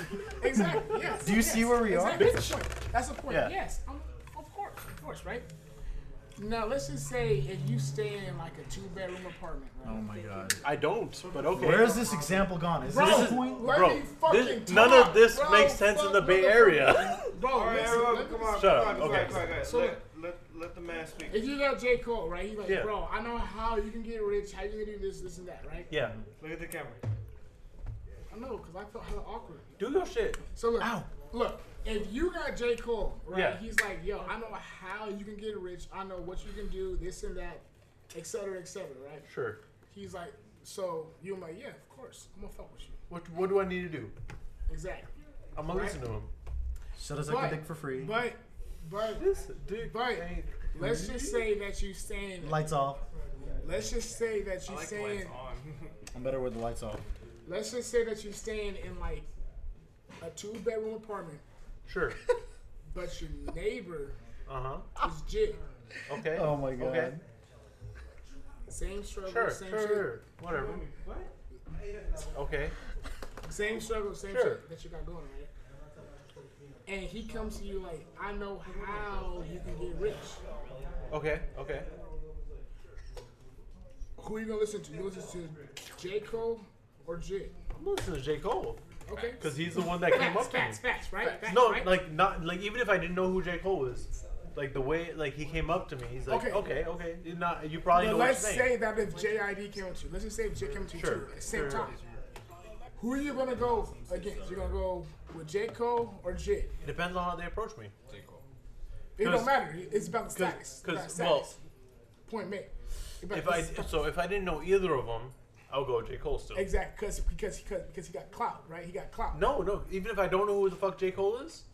[SPEAKER 3] Exactly. Yes.
[SPEAKER 2] Do you
[SPEAKER 3] yes,
[SPEAKER 2] see where we are?
[SPEAKER 3] exactly, That's the point. That's the point.
[SPEAKER 2] Yeah.
[SPEAKER 3] Yes. Um, of course. Of course. Right. Now let's just say if you stay in like a two bedroom apartment, right?
[SPEAKER 2] Oh my God.
[SPEAKER 1] I don't, but okay.
[SPEAKER 2] Where is this example gone? Is
[SPEAKER 3] Bro,
[SPEAKER 2] this
[SPEAKER 1] This is-
[SPEAKER 2] point?
[SPEAKER 3] let
[SPEAKER 1] bro,
[SPEAKER 3] me fucking
[SPEAKER 1] this-
[SPEAKER 3] talk.
[SPEAKER 1] none of this
[SPEAKER 3] Bro,
[SPEAKER 1] makes sense
[SPEAKER 3] fuck,
[SPEAKER 1] in the Bay
[SPEAKER 3] motherfucker.
[SPEAKER 1] Area.
[SPEAKER 3] Bro,
[SPEAKER 7] All right,
[SPEAKER 3] listen,
[SPEAKER 7] all
[SPEAKER 3] let
[SPEAKER 7] right,
[SPEAKER 3] me
[SPEAKER 7] come on,
[SPEAKER 1] Shut
[SPEAKER 7] come
[SPEAKER 1] up,
[SPEAKER 7] on, come
[SPEAKER 1] okay.
[SPEAKER 7] on, come on, guys.
[SPEAKER 3] So-
[SPEAKER 7] Let, let, let the man speak.
[SPEAKER 3] If you got J. Cole, right? He's like,
[SPEAKER 1] Yeah.
[SPEAKER 3] bro, I know how you can get rich, how you can do this, this, and that, right?
[SPEAKER 1] Yeah.
[SPEAKER 7] Look at the camera.
[SPEAKER 3] I know, because I felt hella awkward.
[SPEAKER 1] Do your shit.
[SPEAKER 3] So look,
[SPEAKER 2] Ow.
[SPEAKER 3] look, if you got J. Cole, right?
[SPEAKER 1] Yeah.
[SPEAKER 3] He's like, yo, I know how you can get rich, I know what you can do, this and that, et cetera, et cetera, right?
[SPEAKER 1] Sure.
[SPEAKER 3] He's like, so you're like, yeah, of course, I'm gonna fuck with you.
[SPEAKER 1] What What do I need to do?
[SPEAKER 3] Exactly.
[SPEAKER 1] I'm gonna listen to him.
[SPEAKER 2] Shut us
[SPEAKER 3] But-
[SPEAKER 2] like a dick for free.
[SPEAKER 3] But, but,
[SPEAKER 1] Listen, dude.
[SPEAKER 3] but, let's just say that you stay in.
[SPEAKER 2] Lights off.
[SPEAKER 3] Let's just say that you
[SPEAKER 7] I like the
[SPEAKER 3] stay
[SPEAKER 7] lights
[SPEAKER 3] in.
[SPEAKER 7] on.
[SPEAKER 2] I'm better with the lights off.
[SPEAKER 3] Let's just say that you're staying in like a two bedroom apartment,
[SPEAKER 1] Sure.
[SPEAKER 3] but your neighbor
[SPEAKER 1] Uh
[SPEAKER 3] is Jig.
[SPEAKER 1] huh. Okay.
[SPEAKER 2] Oh my God.
[SPEAKER 1] Okay.
[SPEAKER 3] Same struggle,
[SPEAKER 1] Sure.
[SPEAKER 3] same
[SPEAKER 1] Sure. sure. Whatever. Okay.
[SPEAKER 3] shit. Same struggle, same
[SPEAKER 1] Sure.
[SPEAKER 3] shit that you got going, right? And he comes to you like, I know how you can get rich.
[SPEAKER 1] Okay. Okay.
[SPEAKER 3] Who you gonna listen to? You listen to J. Cole or Jig?
[SPEAKER 1] I'm gonna listen to J Cole
[SPEAKER 3] Okay.
[SPEAKER 1] because he's the one that came
[SPEAKER 3] Facts,
[SPEAKER 1] up to me.
[SPEAKER 3] facts, facts, right? Facts,
[SPEAKER 1] no,
[SPEAKER 3] right?
[SPEAKER 1] like not like even if I didn't know who J Cole was, like the way like he came up to me. He's like,
[SPEAKER 3] Okay.
[SPEAKER 1] okay, okay, You're not you probably
[SPEAKER 3] But
[SPEAKER 1] know
[SPEAKER 3] let's
[SPEAKER 1] what you're
[SPEAKER 3] say
[SPEAKER 1] saying.
[SPEAKER 3] that if JID came to you, let's just say if J came to you
[SPEAKER 1] Sure.
[SPEAKER 3] too, at the same
[SPEAKER 1] Sure.
[SPEAKER 3] time, who are you gonna go against? You're gonna go with J Cole or Jid?
[SPEAKER 1] It depends on how they approach me.
[SPEAKER 3] It don't
[SPEAKER 1] 'Cause-
[SPEAKER 3] matter. It's about the status. It's about
[SPEAKER 1] Because well,
[SPEAKER 3] status. point made. It's about
[SPEAKER 1] if
[SPEAKER 3] the
[SPEAKER 1] I
[SPEAKER 3] sta-
[SPEAKER 1] so if I didn't know either of them, I'll go with J Cole still.
[SPEAKER 3] exactly because because because because he got clout, right? He got clout.
[SPEAKER 1] No, no. Even if I don't know who the fuck J Cole is,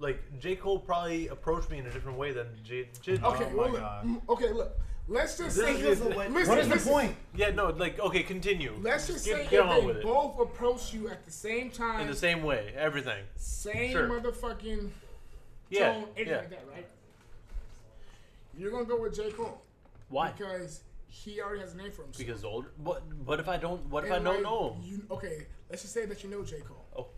[SPEAKER 1] like J Cole probably approached me in a different way than J. J-
[SPEAKER 3] Okay, well, look, mm, okay, look. Let's just say listen, listen,
[SPEAKER 1] Yeah, no, like okay, continue.
[SPEAKER 3] Let's just
[SPEAKER 1] get,
[SPEAKER 3] say
[SPEAKER 1] get on
[SPEAKER 3] if
[SPEAKER 1] with
[SPEAKER 3] they
[SPEAKER 1] it
[SPEAKER 3] both approach you at the same time,
[SPEAKER 1] in the same way, everything.
[SPEAKER 3] same
[SPEAKER 1] Sure.
[SPEAKER 3] motherfucking
[SPEAKER 1] Yeah,
[SPEAKER 3] tone, anything
[SPEAKER 1] yeah.
[SPEAKER 3] like that, right? You're gonna go with J. Cole.
[SPEAKER 1] Why?
[SPEAKER 3] Because he already has a name for himself.
[SPEAKER 1] Because older. What? What if I don't? What if
[SPEAKER 3] And,
[SPEAKER 1] I don't
[SPEAKER 3] like,
[SPEAKER 1] know? him?
[SPEAKER 3] You, okay, let's just say that you know J. Cole.
[SPEAKER 1] Oh.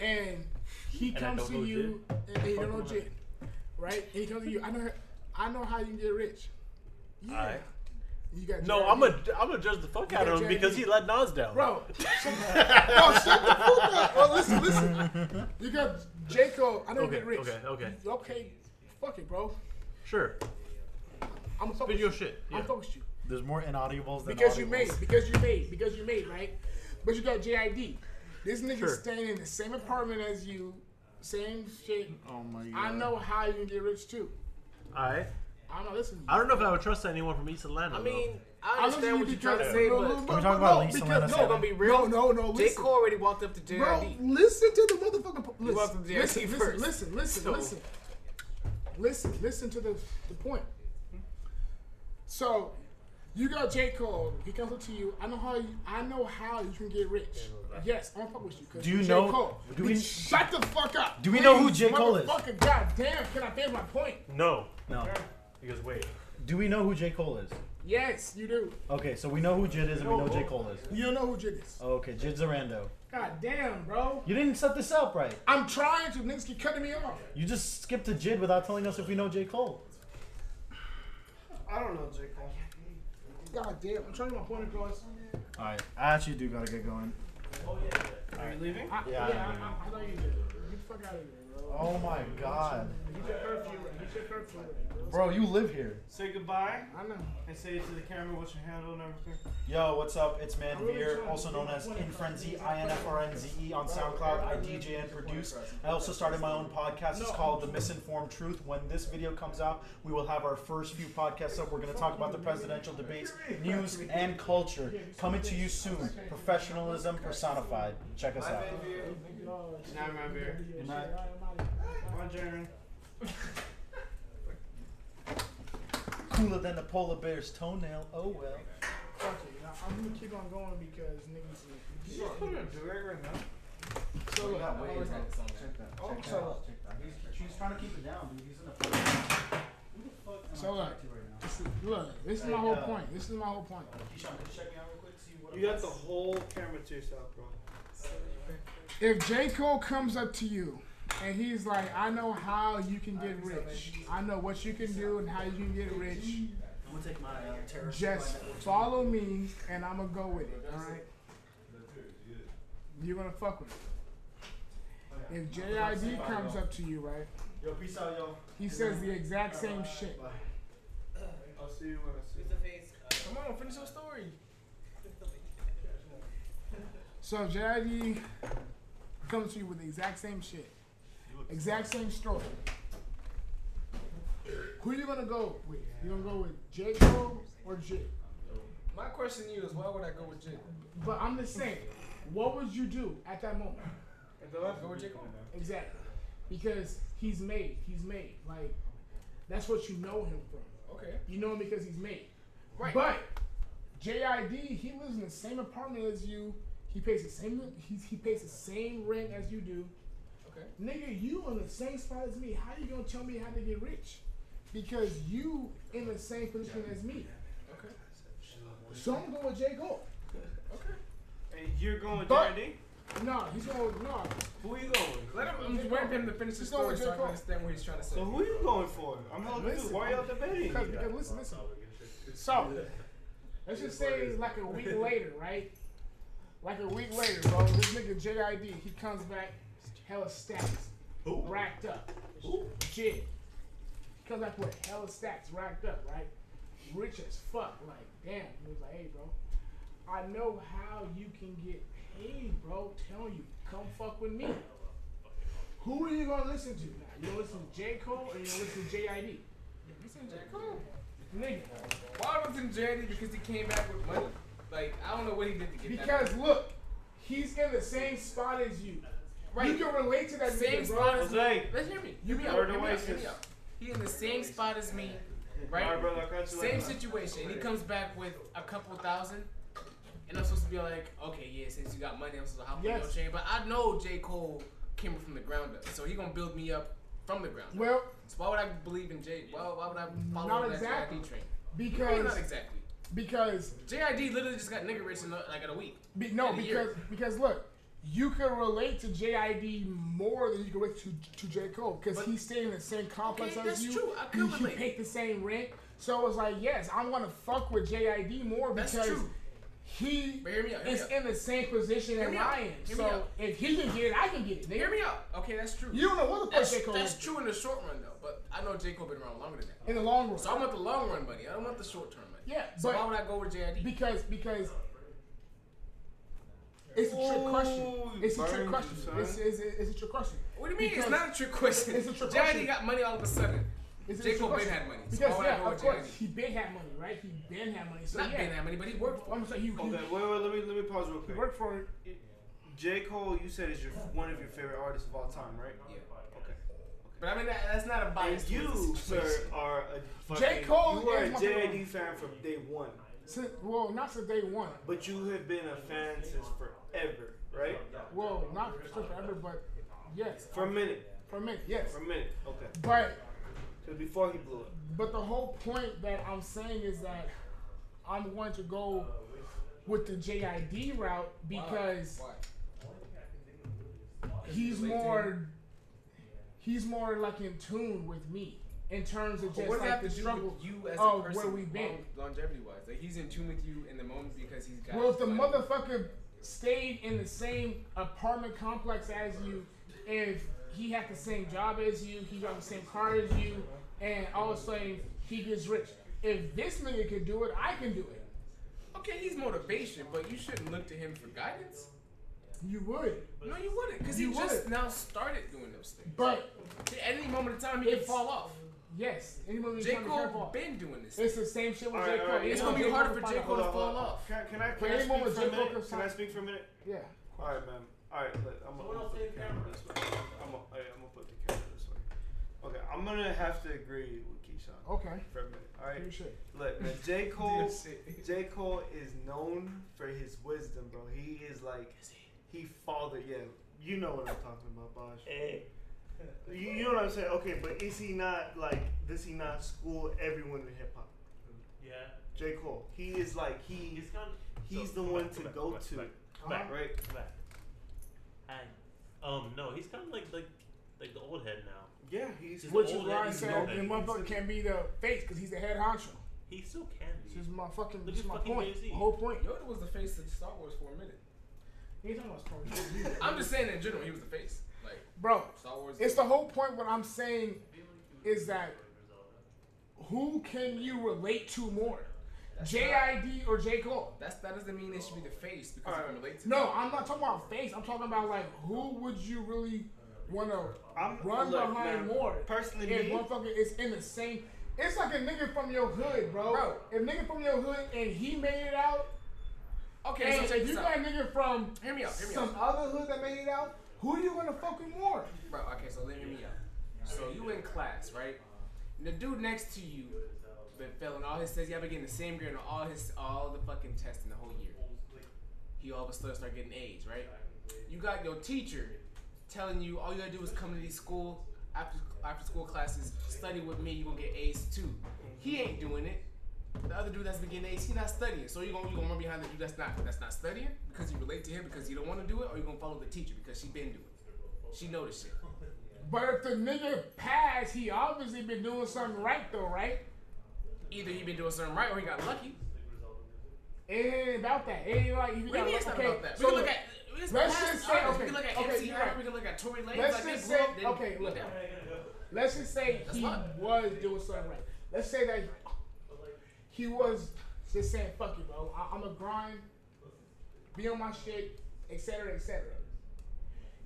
[SPEAKER 3] and he
[SPEAKER 1] And I
[SPEAKER 3] comes
[SPEAKER 1] don't
[SPEAKER 3] to
[SPEAKER 1] know
[SPEAKER 3] you,
[SPEAKER 1] Jid.
[SPEAKER 3] and you don't know
[SPEAKER 1] Fuck him
[SPEAKER 3] Jid, right? And he comes to you. I know, I know how you can get rich. Yeah.
[SPEAKER 1] Alright.
[SPEAKER 3] You got
[SPEAKER 1] No,
[SPEAKER 3] J.I.D.
[SPEAKER 1] I'm gonna I'm gonna judge the fuck
[SPEAKER 3] You
[SPEAKER 1] out
[SPEAKER 3] got
[SPEAKER 1] of him because
[SPEAKER 3] JID.
[SPEAKER 1] he let Nas down.
[SPEAKER 3] Bro, shut, bro, shut the fuck up. Oh, listen, listen. You got J. Cole. I know
[SPEAKER 1] Okay,
[SPEAKER 3] you get rich.
[SPEAKER 1] okay, okay.
[SPEAKER 3] Okay, fuck it, bro.
[SPEAKER 1] Sure.
[SPEAKER 3] I'm gonna
[SPEAKER 1] Spit
[SPEAKER 3] fuck with
[SPEAKER 1] your
[SPEAKER 3] you.
[SPEAKER 1] shit,
[SPEAKER 3] I'm
[SPEAKER 1] yeah.
[SPEAKER 3] fuck with you.
[SPEAKER 2] There's more inaudibles than
[SPEAKER 3] Because
[SPEAKER 2] audibles.
[SPEAKER 3] you made, because you made, because you made, right? But you got JID. This nigga
[SPEAKER 2] Sure.
[SPEAKER 3] staying in the same apartment as you, same shit.
[SPEAKER 2] Oh my god.
[SPEAKER 3] I know how you can get rich too.
[SPEAKER 1] All right.
[SPEAKER 3] I'm not listening.
[SPEAKER 1] I don't know if I would trust anyone from East Atlanta.
[SPEAKER 3] I
[SPEAKER 1] mean,
[SPEAKER 13] I understand what you're trying to say, but
[SPEAKER 1] Can we talk about Lisa Lana
[SPEAKER 13] no,
[SPEAKER 1] Seven?
[SPEAKER 13] gonna be real.
[SPEAKER 3] No, no, no.
[SPEAKER 13] J.
[SPEAKER 3] listen.
[SPEAKER 13] Cole already walked up to JID.
[SPEAKER 3] Bro, listen to the motherfucking. po-
[SPEAKER 13] You
[SPEAKER 3] Listen,
[SPEAKER 13] walked up to JID
[SPEAKER 3] listen, listen,
[SPEAKER 13] first.
[SPEAKER 3] listen, listen,
[SPEAKER 13] So-
[SPEAKER 3] listen, listen, listen to the the point. So, you got J Cole. He comes up to you. I know how you. I know how you can get rich. Yes, I'm gonna fuck with you. 'cause
[SPEAKER 2] Do you
[SPEAKER 3] J.
[SPEAKER 2] know-
[SPEAKER 3] Cole.
[SPEAKER 2] do we-
[SPEAKER 3] shut the fuck up?
[SPEAKER 2] Do we know who
[SPEAKER 3] Please,
[SPEAKER 2] J. Cole is?
[SPEAKER 3] Motherfucking goddamn! Can I finish my point?
[SPEAKER 1] No.
[SPEAKER 2] No.
[SPEAKER 1] Because wait.
[SPEAKER 2] Do we know who J. Cole is?
[SPEAKER 3] Yes, you do.
[SPEAKER 2] Okay, so we know who Jid is and we know
[SPEAKER 3] No.
[SPEAKER 2] J. Cole is.
[SPEAKER 3] You don't know who Jid is.
[SPEAKER 2] Okay, Jid Zarando.
[SPEAKER 3] God damn, bro.
[SPEAKER 2] You didn't set this up right.
[SPEAKER 3] I'm trying to. Niggas keep cutting me off.
[SPEAKER 2] You just skipped to Jid without telling us if we know J. Cole.
[SPEAKER 7] I don't know, J. Cole.
[SPEAKER 3] God damn, I'm trying to get my point across.
[SPEAKER 2] Alright, I actually do gotta get going.
[SPEAKER 7] Are you leaving?
[SPEAKER 3] I, yeah, I, I, I know you did. Get the fuck out of here, bro.
[SPEAKER 2] Oh my god.
[SPEAKER 7] Get your curfew. Get your curfew.
[SPEAKER 2] Bro, you live here.
[SPEAKER 7] Say goodbye.
[SPEAKER 3] I know.
[SPEAKER 7] And say it to the camera. What's your handle and everything?
[SPEAKER 2] Yo, what's up? It's Man Veer, also known as Infrenzy, I-N-F-R-N-Z-E E on SoundCloud. I DJ and produce. I also started my own podcast. It's called The Misinformed Truth. When this video comes out, we will have our first few podcasts up. We're going to talk about the presidential debates, news, and culture. Coming to you soon. Professionalism personified. Check us out.
[SPEAKER 7] Now I'm out here.
[SPEAKER 2] Good night.
[SPEAKER 7] On Jaren.
[SPEAKER 2] Cooler than the polar bear's toenail. Oh, well.
[SPEAKER 3] Fuck it. Now, I'm gonna keep on going because niggas.
[SPEAKER 7] Did you just put it in a durag right now?
[SPEAKER 3] So look,
[SPEAKER 2] Check
[SPEAKER 3] that out.
[SPEAKER 2] She's trying to keep it down, dude. He's in the
[SPEAKER 3] so look, this is, look, this is my whole point. This is my whole point.
[SPEAKER 7] You got the whole camera to yourself, bro.
[SPEAKER 3] If J. Cole comes up to you and he's like, I know how you can get rich. I know what you can do and how you can get rich.
[SPEAKER 8] I'm gonna take my uh, terrorist.
[SPEAKER 3] Just follow me and I'm gonna go with it. All right. You're gonna fuck with it. If JID comes up to you, right?
[SPEAKER 2] Yo, peace out, yo.
[SPEAKER 3] He says the exact same shit.
[SPEAKER 7] I'll see you when I see you.
[SPEAKER 20] Come on, finish your story.
[SPEAKER 3] So JID comes to you with the exact same shit, exact same story. Who you gonna go with? You gonna go with J Cole or J?
[SPEAKER 13] My question to you is, why would I go with Jid?
[SPEAKER 3] But I'm just saying, what would you do at that moment?
[SPEAKER 13] Go with J. Cole.
[SPEAKER 3] Exactly, because he's made. He's made. Like that's what you know him from.
[SPEAKER 13] Okay.
[SPEAKER 3] You know him because he's made.
[SPEAKER 13] Right.
[SPEAKER 3] But JID, he lives in the same apartment as you. He pays the same. He, he pays the same rent as you do.
[SPEAKER 13] Okay.
[SPEAKER 3] Nigga, you in the same spot as me. How you gonna tell me how to get rich? Because you in the same position as me.
[SPEAKER 13] Okay.
[SPEAKER 3] So I'm going with J Cole.
[SPEAKER 7] And you're going with
[SPEAKER 3] But-
[SPEAKER 7] Jaren?
[SPEAKER 3] No, he's going with no.
[SPEAKER 7] Who are you going with?
[SPEAKER 13] Let him. I'm just waiting for him to finish his
[SPEAKER 3] Just go
[SPEAKER 13] story
[SPEAKER 3] with
[SPEAKER 13] so I
[SPEAKER 3] J.
[SPEAKER 13] can
[SPEAKER 3] Cole.
[SPEAKER 13] understand what he's trying to say.
[SPEAKER 7] So who are you going for? I'm hella confused.
[SPEAKER 3] Listen,
[SPEAKER 7] Why y'all debating?
[SPEAKER 3] Because, because listen, listen. So let's just say it's like a week later, right? Like a week later, bro. This nigga JID, he comes back, hella stacked, racked up, jig. comes back with hella stacks racked up, right? Rich as fuck. Like, damn. He was like, hey, bro, I know how you can get paid, bro. Telling you, come fuck with me. Who are you gonna listen to now? You gonna listen to J. Cole or you gonna listen to J.I.D.?
[SPEAKER 13] Listen, J. Cole. Nigga. Why was in J.I.D. because he came back with money? Like, I don't know what he did to get that.
[SPEAKER 3] Because look, he's in the same spot as you. Right. You can relate to that
[SPEAKER 13] same
[SPEAKER 3] nigga, bro.
[SPEAKER 13] spot as me.
[SPEAKER 3] Like,
[SPEAKER 13] Let's hear me.
[SPEAKER 3] you
[SPEAKER 13] Hear me
[SPEAKER 3] can-
[SPEAKER 13] out.
[SPEAKER 3] Word
[SPEAKER 13] Hear me out. Hear
[SPEAKER 3] Oasis.
[SPEAKER 13] me out. He in the same spot as me, right?
[SPEAKER 7] Alright, brother, I'll catch you
[SPEAKER 13] same
[SPEAKER 7] later.
[SPEAKER 13] situation. He comes back with a couple thousand, and I'm supposed to be like, okay, yeah, since you got money, I'm supposed to hop on your
[SPEAKER 3] Yes.
[SPEAKER 13] chain. But I know J. Cole came from the ground up, so he gonna build me up from the ground. up.
[SPEAKER 3] Well-
[SPEAKER 13] so why would I believe in J? Why, why would I follow
[SPEAKER 3] Not
[SPEAKER 13] that
[SPEAKER 3] exactly.
[SPEAKER 13] JID train?
[SPEAKER 3] Because-
[SPEAKER 13] What do you mean not exactly.
[SPEAKER 3] because
[SPEAKER 13] JID literally just got nigga rich in uh, like in a week.
[SPEAKER 3] Be, no,
[SPEAKER 13] In a year.
[SPEAKER 3] because because look, you can relate to JID more than you can relate to to J Cole because he's staying in the same complex
[SPEAKER 13] Okay,
[SPEAKER 3] as
[SPEAKER 13] that's
[SPEAKER 3] you.
[SPEAKER 13] true. I could
[SPEAKER 3] you, you
[SPEAKER 13] relate.
[SPEAKER 3] pay the same rent, so it's like yes, I'm gonna fuck with JID more
[SPEAKER 13] That's
[SPEAKER 3] because
[SPEAKER 13] true.
[SPEAKER 3] he
[SPEAKER 13] But hear me out, hear me
[SPEAKER 3] is
[SPEAKER 13] out.
[SPEAKER 3] in the same position
[SPEAKER 13] Hear
[SPEAKER 3] as
[SPEAKER 13] me out,
[SPEAKER 3] I am.
[SPEAKER 13] hear me
[SPEAKER 3] So
[SPEAKER 13] out.
[SPEAKER 3] if he can get it, I can get it. Nigga.
[SPEAKER 13] Hear me out. Okay, that's true.
[SPEAKER 3] You don't know what the fuck
[SPEAKER 13] that's,
[SPEAKER 3] J. Cole
[SPEAKER 13] That's
[SPEAKER 3] is.
[SPEAKER 13] true in the short run though, but I know J Cole been around longer than that.
[SPEAKER 3] In the long run.
[SPEAKER 13] So I want the long run money. I don't want the short term money.
[SPEAKER 3] Yeah,
[SPEAKER 13] So
[SPEAKER 3] but
[SPEAKER 13] why would I go with JID?
[SPEAKER 3] Because because it's a trick question. It's a trick
[SPEAKER 13] burned,
[SPEAKER 3] question.
[SPEAKER 13] son.
[SPEAKER 3] It's, it's, it's a trick question.
[SPEAKER 13] What do you mean?
[SPEAKER 3] Because-
[SPEAKER 13] it's not a trick question.
[SPEAKER 3] It's a trick
[SPEAKER 13] JID
[SPEAKER 3] question.
[SPEAKER 13] got money all of a sudden.
[SPEAKER 3] It's a
[SPEAKER 13] J
[SPEAKER 3] trick
[SPEAKER 13] Cole been
[SPEAKER 3] question.
[SPEAKER 13] had money. So
[SPEAKER 3] Because
[SPEAKER 13] why would I
[SPEAKER 3] yeah,
[SPEAKER 13] go
[SPEAKER 3] of
[SPEAKER 13] with
[SPEAKER 3] course
[SPEAKER 13] JID?
[SPEAKER 3] he been had money, right? He been had money. So
[SPEAKER 13] Not
[SPEAKER 3] yeah.
[SPEAKER 13] been had money, but he worked for
[SPEAKER 3] I'm saying he, he,
[SPEAKER 7] Okay, wait, wait, let me let me pause real quick.
[SPEAKER 3] Work for it.
[SPEAKER 7] J. Cole, you said is your one of your favorite artists of all time, right? Yeah. Okay.
[SPEAKER 13] But I mean, that, that's not a bias.
[SPEAKER 7] And you, sir, are a fucking,
[SPEAKER 3] J. Cole
[SPEAKER 7] You are a
[SPEAKER 3] is my favorite
[SPEAKER 7] JID fan from day one,
[SPEAKER 3] Since, well, not since day one.
[SPEAKER 7] but you have been a fan since forever, right?
[SPEAKER 3] Well, not for forever, but yes.
[SPEAKER 7] For a minute.
[SPEAKER 3] For a minute, yes.
[SPEAKER 7] For a minute. Okay.
[SPEAKER 3] But
[SPEAKER 7] Because before he blew up.
[SPEAKER 3] But the whole point that I'm saying is that I'm going to go with the JID route because he's more he's more like in tune with me in terms of
[SPEAKER 13] But
[SPEAKER 3] just
[SPEAKER 13] what does that
[SPEAKER 3] like
[SPEAKER 13] have
[SPEAKER 3] the
[SPEAKER 13] to do
[SPEAKER 3] struggle
[SPEAKER 13] with you as a
[SPEAKER 3] of
[SPEAKER 13] person?
[SPEAKER 3] where we've been.
[SPEAKER 13] longevity wise, like he's in tune with you in the moment because he's got.
[SPEAKER 3] Well, if the
[SPEAKER 13] money.
[SPEAKER 3] motherfucker stayed in the same apartment complex as you, if he had the same job as you, he got the same car as you, and all of a sudden he gets rich. If this nigga can do it, I can do it.
[SPEAKER 13] Okay, he's motivation, but you shouldn't look to him for guidance.
[SPEAKER 3] You would.
[SPEAKER 13] No, you wouldn't, because he
[SPEAKER 3] You
[SPEAKER 13] just
[SPEAKER 3] would.
[SPEAKER 13] now started doing those things.
[SPEAKER 3] But
[SPEAKER 13] at any moment in time, he could
[SPEAKER 3] It's-
[SPEAKER 13] fall off.
[SPEAKER 3] Yes, anyone
[SPEAKER 13] J.
[SPEAKER 3] trying to jump
[SPEAKER 13] Cole
[SPEAKER 3] off.
[SPEAKER 13] been doing this.
[SPEAKER 3] It's the same shit with
[SPEAKER 7] All right,
[SPEAKER 3] J.
[SPEAKER 7] all
[SPEAKER 3] Cole.
[SPEAKER 7] right,
[SPEAKER 3] It's
[SPEAKER 7] you know,
[SPEAKER 3] gonna be
[SPEAKER 7] J.
[SPEAKER 3] harder
[SPEAKER 7] Cole
[SPEAKER 3] for
[SPEAKER 7] can
[SPEAKER 3] J.
[SPEAKER 7] find
[SPEAKER 3] Cole
[SPEAKER 7] out.
[SPEAKER 3] to
[SPEAKER 7] Hold
[SPEAKER 3] fall
[SPEAKER 7] on, hold on.
[SPEAKER 3] off.
[SPEAKER 7] Can, I- can I,
[SPEAKER 3] For
[SPEAKER 7] can I
[SPEAKER 3] any
[SPEAKER 7] speak
[SPEAKER 3] moment, J.
[SPEAKER 7] for a
[SPEAKER 3] Cole
[SPEAKER 7] minute?
[SPEAKER 3] can
[SPEAKER 7] Can I
[SPEAKER 3] stop.
[SPEAKER 7] speak for a minute?
[SPEAKER 3] Yeah.
[SPEAKER 7] All right, man. All right, look, I'm gonna put the camera this way. I'm gonna, hey, I'm gonna put the camera this way. Okay, I'm gonna have to agree with Keyshawn.
[SPEAKER 3] Okay.
[SPEAKER 7] For a minute. All right.
[SPEAKER 3] You should.
[SPEAKER 7] Look, man, J. Cole.
[SPEAKER 13] shit.
[SPEAKER 7] J. Cole is known for his wisdom, bro. He is like, he fathered. Yeah, you know what I'm talking about, Bosh. You, you know what I'm saying? Okay, but is he not like? Does he not school everyone in hip hop?
[SPEAKER 1] Yeah.
[SPEAKER 7] J. Cole. He is like he.
[SPEAKER 1] He's kind of-
[SPEAKER 7] He's
[SPEAKER 1] so,
[SPEAKER 7] the
[SPEAKER 1] come
[SPEAKER 7] one
[SPEAKER 1] back,
[SPEAKER 7] to
[SPEAKER 1] come back,
[SPEAKER 7] go
[SPEAKER 1] come back,
[SPEAKER 7] to. Uh-huh.
[SPEAKER 1] come back, come
[SPEAKER 7] right?
[SPEAKER 1] back, come back. Hi. Um, no, he's kind of like like like the old head now.
[SPEAKER 7] Yeah, he's
[SPEAKER 1] He's
[SPEAKER 3] Which is
[SPEAKER 1] old
[SPEAKER 3] why I
[SPEAKER 1] head, he's
[SPEAKER 3] said
[SPEAKER 1] old
[SPEAKER 3] the
[SPEAKER 1] head.
[SPEAKER 3] motherfucker can't be the face because he's the head honcho.
[SPEAKER 1] He still can
[SPEAKER 3] This
[SPEAKER 1] be.
[SPEAKER 3] is my fucking.
[SPEAKER 1] Look
[SPEAKER 3] This is
[SPEAKER 1] at
[SPEAKER 3] my
[SPEAKER 1] fucking
[SPEAKER 3] point.
[SPEAKER 1] Jay-Z.
[SPEAKER 3] My whole point.
[SPEAKER 13] Yoda was the face of Star Wars for a minute.
[SPEAKER 3] He talking about Star Wars.
[SPEAKER 13] I'm just saying in general, he was the face. Like,
[SPEAKER 3] Bro,
[SPEAKER 13] Star Wars.
[SPEAKER 3] it's the whole point. What I'm saying is that who can you relate to more, JID or J Cole?
[SPEAKER 13] That's, that doesn't mean they should be the face because it can relate to
[SPEAKER 3] No,
[SPEAKER 13] them.
[SPEAKER 3] I'm not talking about face. I'm talking about like who would you really want
[SPEAKER 7] I'm-
[SPEAKER 3] to run
[SPEAKER 7] look,
[SPEAKER 3] behind
[SPEAKER 7] man,
[SPEAKER 3] more?
[SPEAKER 7] personally,
[SPEAKER 3] if
[SPEAKER 7] me-
[SPEAKER 3] motherfucker is in the same. It's like a nigga from your hood, bro.
[SPEAKER 13] Bro.
[SPEAKER 3] If nigga from your hood and he made it out,
[SPEAKER 13] Okay,
[SPEAKER 3] and
[SPEAKER 13] so check
[SPEAKER 3] if you
[SPEAKER 13] this
[SPEAKER 3] got a
[SPEAKER 13] out.
[SPEAKER 3] nigga from
[SPEAKER 13] Hear me out, hear me
[SPEAKER 3] some
[SPEAKER 13] out.
[SPEAKER 3] other hood that made it out, who you gonna fuck with more?
[SPEAKER 13] Bro, okay, so let me hear me out. So you in class, right? And the dude next to you been failing all his tests. You have been getting the same grade on all his all the fucking tests in the whole year. He all of a sudden start getting A's, right? You got your teacher telling you all you gotta do is come to these school after after school classes, study with me, you gonna get A's too. He ain't doing it. The other dude that's been getting A's, he not studying. So you gonna you gonna run behind the dude that's not that's not studying because you relate to him because you don't want to do it, or you gonna follow the teacher because she been doing it. She know this shit.
[SPEAKER 3] But if the nigga passed, he obviously been doing something right though, right?
[SPEAKER 13] Either he been doing something right or he got lucky.
[SPEAKER 3] It ain't about that. It ain't like you
[SPEAKER 13] We
[SPEAKER 3] got
[SPEAKER 13] can
[SPEAKER 3] okay.
[SPEAKER 13] it's not about that.
[SPEAKER 3] So
[SPEAKER 13] we can look
[SPEAKER 3] look,
[SPEAKER 13] at it's
[SPEAKER 3] let's
[SPEAKER 13] past
[SPEAKER 3] just say
[SPEAKER 13] artists.
[SPEAKER 3] okay,
[SPEAKER 13] we can look at
[SPEAKER 3] okay,
[SPEAKER 13] MC
[SPEAKER 3] you're
[SPEAKER 13] Hammer,
[SPEAKER 3] right.
[SPEAKER 13] we can look at Tory Lanez.
[SPEAKER 3] Let's
[SPEAKER 13] like, they
[SPEAKER 3] just
[SPEAKER 13] blew
[SPEAKER 3] say-
[SPEAKER 13] up, then
[SPEAKER 3] okay,
[SPEAKER 13] look
[SPEAKER 3] look.
[SPEAKER 13] at-
[SPEAKER 3] Let's just say he was doing something right. Let's say that he was just saying, "Fuck you, bro. I- I'm gonna grind, be on my shit, etc., etc."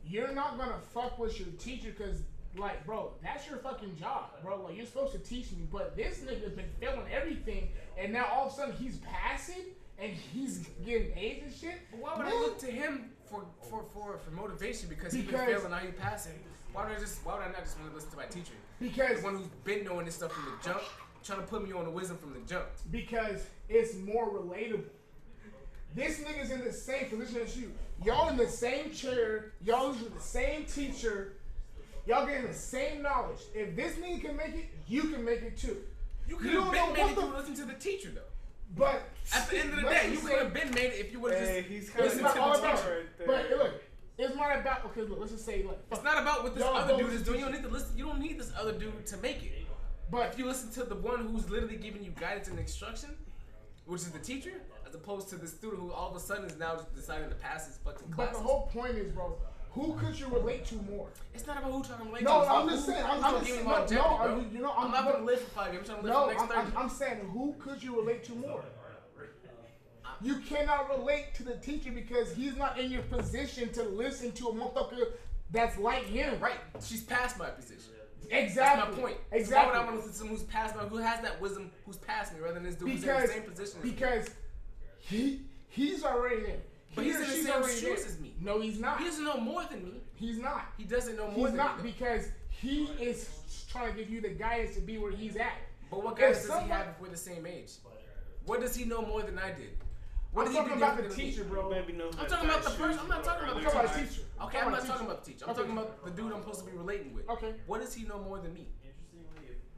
[SPEAKER 3] You're not gonna fuck with your teacher because, like, bro, that's your fucking job, bro. Like, you're supposed to teach me, but this nigga's been failing everything, and now all of a sudden he's passing and he's getting A's and shit.
[SPEAKER 13] But why would I
[SPEAKER 3] Man,
[SPEAKER 13] look to him for for for, for motivation because, he's been
[SPEAKER 3] Because-
[SPEAKER 13] failing, now he's passing? Why would I just why would I not just want to listen to my teacher?
[SPEAKER 3] Because
[SPEAKER 13] the one who's been knowing this stuff from the jump, trying to put me on the wisdom from the jump.
[SPEAKER 3] because it's more relatable. This nigga's in the same position as you. Y'all in the same chair. Y'all with the same teacher. Y'all getting the same knowledge. If this nigga can make it, you can make it too.
[SPEAKER 13] You could
[SPEAKER 3] don't
[SPEAKER 13] have been
[SPEAKER 3] know
[SPEAKER 13] made
[SPEAKER 3] what
[SPEAKER 13] if
[SPEAKER 3] the-
[SPEAKER 13] you listened to the teacher though.
[SPEAKER 3] But
[SPEAKER 13] At the end of the
[SPEAKER 3] let's
[SPEAKER 13] day, you
[SPEAKER 3] just
[SPEAKER 13] could
[SPEAKER 3] say-
[SPEAKER 13] have been made it if you would have
[SPEAKER 3] Hey,
[SPEAKER 13] just
[SPEAKER 3] he's kinda
[SPEAKER 13] listened to the
[SPEAKER 3] all about
[SPEAKER 13] teacher.
[SPEAKER 3] it. But look, it's not about okay. Look, let's just say like
[SPEAKER 13] It's not about what this
[SPEAKER 3] Y'all
[SPEAKER 13] other
[SPEAKER 3] both
[SPEAKER 13] dude is doing. You
[SPEAKER 3] teachers.
[SPEAKER 13] don't need to listen. You don't need this other dude to make it.
[SPEAKER 3] But
[SPEAKER 13] if you listen to the one who's literally giving you guidance and instruction, which is the teacher, as opposed to the student who all of a sudden is now deciding to pass his fucking
[SPEAKER 3] But
[SPEAKER 13] class.
[SPEAKER 3] the whole point is, bro, who could you relate to more?
[SPEAKER 13] It's not about who trying to relate
[SPEAKER 3] no,
[SPEAKER 13] to. It's
[SPEAKER 3] I'm
[SPEAKER 13] about
[SPEAKER 3] just
[SPEAKER 13] who-
[SPEAKER 3] saying.
[SPEAKER 13] who's
[SPEAKER 3] I'm,
[SPEAKER 13] gonna
[SPEAKER 3] I'm
[SPEAKER 13] give
[SPEAKER 3] just
[SPEAKER 13] me
[SPEAKER 3] saying.
[SPEAKER 13] my
[SPEAKER 3] No,
[SPEAKER 13] objective,
[SPEAKER 3] no,
[SPEAKER 13] bro.
[SPEAKER 3] I'm, you know, I'm,
[SPEAKER 13] not
[SPEAKER 3] but-
[SPEAKER 13] gonna live for five years. I'm trying to live
[SPEAKER 3] no,
[SPEAKER 13] for the next
[SPEAKER 3] I'm,
[SPEAKER 13] 30.
[SPEAKER 3] I'm, I'm saying who could you relate to more? You cannot relate to the teacher because he's not in your position to listen to a motherfucker that's like him.
[SPEAKER 13] Right. She's past my position.
[SPEAKER 3] Exactly.
[SPEAKER 13] That's my point.
[SPEAKER 3] Exactly.
[SPEAKER 13] So why would I want to listen to someone who's past my, who has that wisdom, who's past me, rather than this dude who's in
[SPEAKER 3] Because-
[SPEAKER 13] the same position? as me?
[SPEAKER 3] Because he he's already there.
[SPEAKER 13] But
[SPEAKER 3] He
[SPEAKER 13] he's
[SPEAKER 3] or
[SPEAKER 13] in the
[SPEAKER 3] she's
[SPEAKER 13] same
[SPEAKER 3] already
[SPEAKER 13] shoes
[SPEAKER 3] there.
[SPEAKER 13] as me.
[SPEAKER 3] No, he's not.
[SPEAKER 13] He doesn't know more than me.
[SPEAKER 3] He's not.
[SPEAKER 13] He doesn't know more
[SPEAKER 3] He's
[SPEAKER 13] than
[SPEAKER 3] not
[SPEAKER 13] me.
[SPEAKER 3] because he is trying to give you the guidance to be where he's at.
[SPEAKER 13] But what
[SPEAKER 3] If
[SPEAKER 13] guidance does he
[SPEAKER 3] someone-
[SPEAKER 13] have if we're the same age? What does he know more than I did? What
[SPEAKER 3] I'm
[SPEAKER 13] does
[SPEAKER 3] talking
[SPEAKER 13] he do
[SPEAKER 3] about
[SPEAKER 13] different
[SPEAKER 3] the
[SPEAKER 13] than me?
[SPEAKER 3] teacher, bro.
[SPEAKER 13] I'm talking about the first. I'm not talking about
[SPEAKER 3] I'm
[SPEAKER 13] the
[SPEAKER 3] talking about the teacher.
[SPEAKER 13] Okay, I'm not talking about the teacher. I'm
[SPEAKER 3] Okay.
[SPEAKER 13] talking about the dude I'm supposed to be relating with.
[SPEAKER 3] Okay.
[SPEAKER 13] What does he know more than me?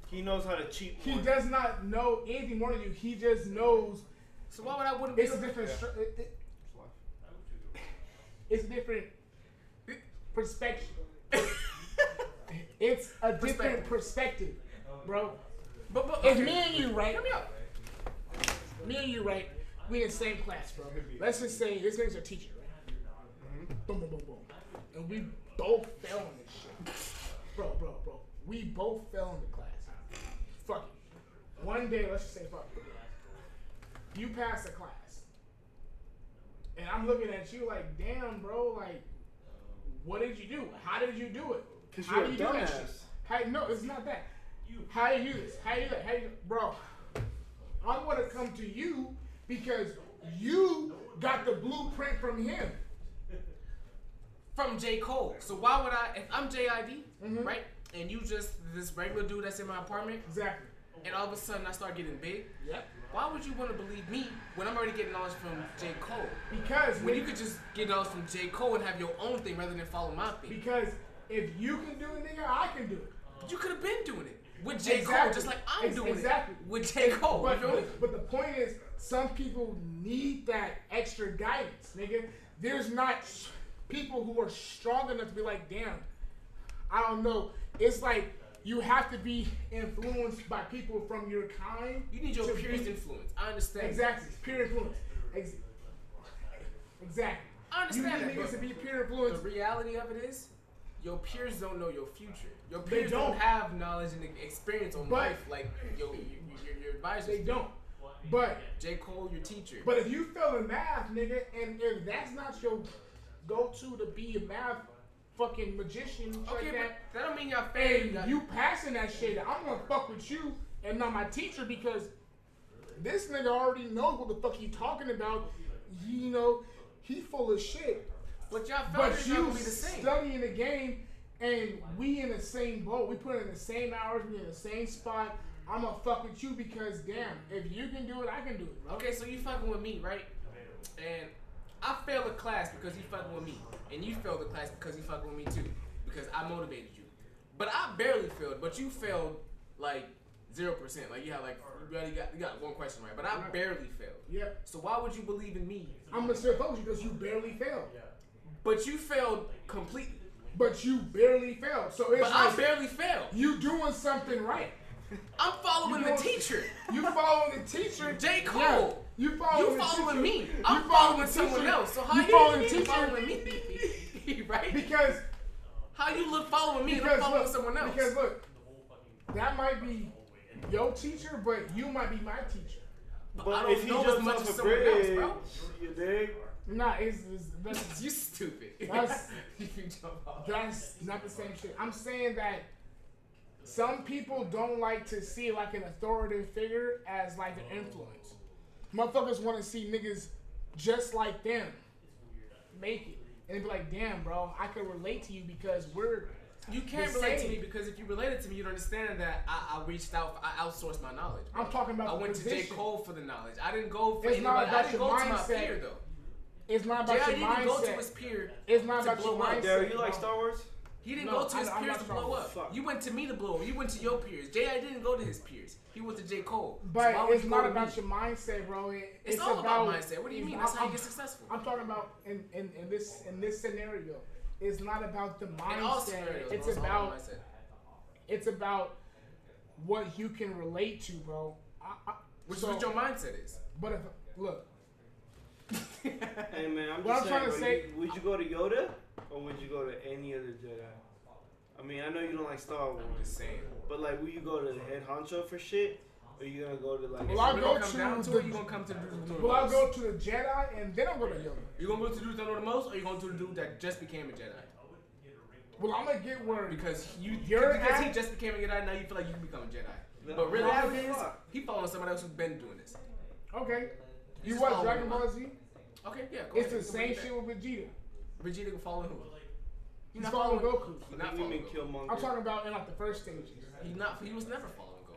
[SPEAKER 7] He knows how to cheat.
[SPEAKER 3] He does not know anything more than you. He just knows.
[SPEAKER 13] So why would I want
[SPEAKER 3] It's a different. stru- it- it- it's a different perspective. it's a different perspective, bro.
[SPEAKER 13] But, but
[SPEAKER 3] if
[SPEAKER 13] Oh, okay.
[SPEAKER 3] me and you, right? Me and you, right? We in the same class, bro. Let's just say this nigga's a teacher, right? Boom, boom, boom, boom. And we both fell in this shit. Bro, bro, bro. We both fell in the class. Fuck it. One day, let's just say, fuck it. You pass the class. And I'm looking at you like, damn, bro, like, what did you do? How did you do it?
[SPEAKER 7] 'Cause
[SPEAKER 3] How
[SPEAKER 7] you're
[SPEAKER 3] do
[SPEAKER 7] a
[SPEAKER 3] you do that
[SPEAKER 7] dumbass.
[SPEAKER 3] shit? How, no, it's not that. How do you do this? How do you do that? How do you, bro, I'm gonna come to you because you got the blueprint from him.
[SPEAKER 13] From J. Cole. So why would I? If I'm JID,
[SPEAKER 3] Mm-hmm.
[SPEAKER 13] right? And you just this regular dude that's in my apartment.
[SPEAKER 3] Exactly.
[SPEAKER 13] And all of a sudden I start getting big.
[SPEAKER 3] Yep.
[SPEAKER 13] Why would you want to believe me when I'm already getting knowledge from J. Cole?
[SPEAKER 3] Because
[SPEAKER 13] when
[SPEAKER 3] nigga-
[SPEAKER 13] you could just get knowledge from J. Cole and have your own thing rather than follow my thing.
[SPEAKER 3] Because if you can do it, nigga, I can do it.
[SPEAKER 13] You could have been doing it with J. Cole,
[SPEAKER 3] Exactly.
[SPEAKER 13] just like I'm
[SPEAKER 3] Ex-
[SPEAKER 13] doing
[SPEAKER 3] exactly.
[SPEAKER 13] it with J. Cole.
[SPEAKER 3] But,
[SPEAKER 13] you feel me?
[SPEAKER 3] but, but the point is, some people need that extra guidance, nigga. There's not s- people who are strong enough to be like, damn, I don't know. It's like you have to be influenced by people from your kind.
[SPEAKER 13] You need your
[SPEAKER 3] to
[SPEAKER 13] peer's influence. I understand.
[SPEAKER 3] Exactly, peer influence. Ex- exactly.
[SPEAKER 13] I understand
[SPEAKER 3] You
[SPEAKER 13] that,
[SPEAKER 3] need niggas to
[SPEAKER 13] but
[SPEAKER 3] be peer influence.
[SPEAKER 13] The reality of it is, your peers don't know your future. Your
[SPEAKER 3] They
[SPEAKER 13] peers don't.
[SPEAKER 3] don't.
[SPEAKER 13] have knowledge and experience on
[SPEAKER 3] But-
[SPEAKER 13] life like your your, your, your advisors.
[SPEAKER 3] They
[SPEAKER 13] do.
[SPEAKER 3] don't. But
[SPEAKER 13] J. Cole, your teacher.
[SPEAKER 3] But if you fail in math, nigga, and if that's not your go-to to be a math fucking magician, shit
[SPEAKER 13] Okay,
[SPEAKER 3] like that,
[SPEAKER 13] but that don't mean y'all failed.
[SPEAKER 3] and you passing that shit, I'm gonna fuck with you and not my teacher because this nigga already knows what the fuck he talking about. You know, he full of shit.
[SPEAKER 13] But y'all
[SPEAKER 3] But
[SPEAKER 13] failures not
[SPEAKER 3] you
[SPEAKER 13] gonna be the same.
[SPEAKER 3] studying the game, and we in the same boat. We put in the same hours. We in the same spot. I'ma fuck with you because damn, if you can do it, I can do it. Bro.
[SPEAKER 13] Okay, so you fucking with me, right? And I failed the class because you fucking with me, and you failed the class because you fucking with me too, because I motivated you. But I barely failed, but you failed like zero percent. Like you had like you already got you got one question right, but I barely failed.
[SPEAKER 3] Yep.
[SPEAKER 13] So why would you believe in me?
[SPEAKER 3] I'm gonna still fuck with you because you barely failed.
[SPEAKER 13] But you failed completely.
[SPEAKER 3] But you barely failed. So it's
[SPEAKER 13] But I
[SPEAKER 3] like
[SPEAKER 13] barely failed.
[SPEAKER 3] You doing something right.
[SPEAKER 13] I'm following
[SPEAKER 3] You doing-
[SPEAKER 13] the teacher.
[SPEAKER 3] You following the teacher.
[SPEAKER 13] J. Cole.
[SPEAKER 3] You following
[SPEAKER 13] You
[SPEAKER 3] the
[SPEAKER 13] following
[SPEAKER 3] teacher.
[SPEAKER 13] me.
[SPEAKER 3] You
[SPEAKER 13] I'm
[SPEAKER 3] following
[SPEAKER 13] following
[SPEAKER 3] the
[SPEAKER 13] someone
[SPEAKER 3] teacher.
[SPEAKER 13] else. So
[SPEAKER 3] You
[SPEAKER 13] how you
[SPEAKER 3] following the
[SPEAKER 13] you
[SPEAKER 3] teacher.
[SPEAKER 13] following me? right?
[SPEAKER 3] Because
[SPEAKER 13] how you look following me and I'm
[SPEAKER 3] Because
[SPEAKER 13] following
[SPEAKER 3] look-
[SPEAKER 13] someone else?
[SPEAKER 3] Because look, that might be your teacher, but you might be my teacher.
[SPEAKER 7] But I don't if he know as jumps much off as a someone else, bridge, bro.
[SPEAKER 3] you dig? Nah, it's, it's that's you stupid. That's that's not the same shit. I'm saying that some people don't like to see like an authoritative figure as like an influence. Motherfuckers want to see niggas just like them make it, and they be like, "Damn, bro, I can relate to you because we're."
[SPEAKER 13] You can't
[SPEAKER 3] the
[SPEAKER 13] relate to
[SPEAKER 3] same."
[SPEAKER 13] me because if you related to me, you'd understand that I, I reached out, I outsourced my knowledge.
[SPEAKER 3] I'm talking about
[SPEAKER 13] I
[SPEAKER 3] the
[SPEAKER 13] went to J.
[SPEAKER 3] position.
[SPEAKER 13] Cole for the knowledge. I didn't go for
[SPEAKER 3] It's
[SPEAKER 13] anybody.
[SPEAKER 3] not
[SPEAKER 13] I
[SPEAKER 3] about
[SPEAKER 13] didn't
[SPEAKER 3] your
[SPEAKER 13] go
[SPEAKER 3] mindset.
[SPEAKER 13] to my peer though.
[SPEAKER 3] It's not about
[SPEAKER 13] J.R.
[SPEAKER 3] your
[SPEAKER 13] didn't go to
[SPEAKER 3] mindset.
[SPEAKER 13] his peer.
[SPEAKER 3] It's not
[SPEAKER 13] to
[SPEAKER 3] about
[SPEAKER 13] blow
[SPEAKER 3] your
[SPEAKER 13] up.
[SPEAKER 3] mindset, Darryl, you like bro. Star
[SPEAKER 7] Wars?
[SPEAKER 13] He didn't
[SPEAKER 3] No,
[SPEAKER 13] go to
[SPEAKER 3] I-
[SPEAKER 13] his
[SPEAKER 3] I'm
[SPEAKER 13] peers
[SPEAKER 3] not
[SPEAKER 13] to
[SPEAKER 3] Star
[SPEAKER 13] blow
[SPEAKER 3] Wars.
[SPEAKER 13] up. You went to me to blow up. You went to your peers. J.I. didn't go to his peers. He went to J. Cole. So
[SPEAKER 3] But
[SPEAKER 13] why would
[SPEAKER 3] it's
[SPEAKER 13] you
[SPEAKER 3] not
[SPEAKER 13] go to me?
[SPEAKER 3] about your mindset, bro. It-
[SPEAKER 13] It's all about mindset. What do you mean? That's how you get successful.
[SPEAKER 3] I'm talking about in, in, in this in this scenario. It's not about the mindset.
[SPEAKER 13] all scenarios,
[SPEAKER 3] it's
[SPEAKER 13] bro, it's all
[SPEAKER 3] about
[SPEAKER 13] about mindset.
[SPEAKER 3] it's about what you can relate to, bro. I, I,
[SPEAKER 13] Which is what your mindset is.
[SPEAKER 3] But if look,
[SPEAKER 7] Hey man, I'm
[SPEAKER 3] What
[SPEAKER 7] just
[SPEAKER 3] I'm
[SPEAKER 7] saying,
[SPEAKER 3] trying to
[SPEAKER 7] bro,
[SPEAKER 3] say-
[SPEAKER 7] you- would you go to Yoda or would you go to any other Jedi? I mean, I know you don't like Star Wars.
[SPEAKER 13] I'm just saying.
[SPEAKER 7] But like, will you go to the head honcho for shit? Or you gonna go to like?
[SPEAKER 3] well, I'll
[SPEAKER 13] When it
[SPEAKER 3] go
[SPEAKER 13] comes
[SPEAKER 3] to,
[SPEAKER 13] down to
[SPEAKER 3] the,
[SPEAKER 13] it, you gonna come to the dude who
[SPEAKER 3] well, I'll
[SPEAKER 13] knows.
[SPEAKER 3] go to the Jedi and then I'll go to Yoda.
[SPEAKER 13] You gonna go to the dude that know the most, or you gonna do the dude that just became a Jedi?
[SPEAKER 3] Well, I'm gonna get where
[SPEAKER 13] because you
[SPEAKER 3] You're
[SPEAKER 13] because he
[SPEAKER 3] at-
[SPEAKER 13] just became a Jedi. Now you feel like you can become a Jedi.
[SPEAKER 3] No,
[SPEAKER 13] But really,
[SPEAKER 3] why
[SPEAKER 13] how
[SPEAKER 3] the
[SPEAKER 13] it is,
[SPEAKER 3] fuck?
[SPEAKER 13] he following somebody else who's been doing this.
[SPEAKER 3] Okay,
[SPEAKER 13] He's
[SPEAKER 3] you
[SPEAKER 13] just
[SPEAKER 3] watch
[SPEAKER 13] following
[SPEAKER 3] Dragon
[SPEAKER 13] him.
[SPEAKER 3] Ball Z?
[SPEAKER 13] Okay, yeah. Go
[SPEAKER 3] It's
[SPEAKER 13] ahead,
[SPEAKER 3] the
[SPEAKER 13] you can
[SPEAKER 3] same
[SPEAKER 13] bring
[SPEAKER 3] shit with Vegeta.
[SPEAKER 13] Vegeta can follow who?
[SPEAKER 3] He's following Goku.
[SPEAKER 13] He's not following Killmonger.
[SPEAKER 3] I'm talking about in like the first stages.
[SPEAKER 13] He not. He was never following Goku.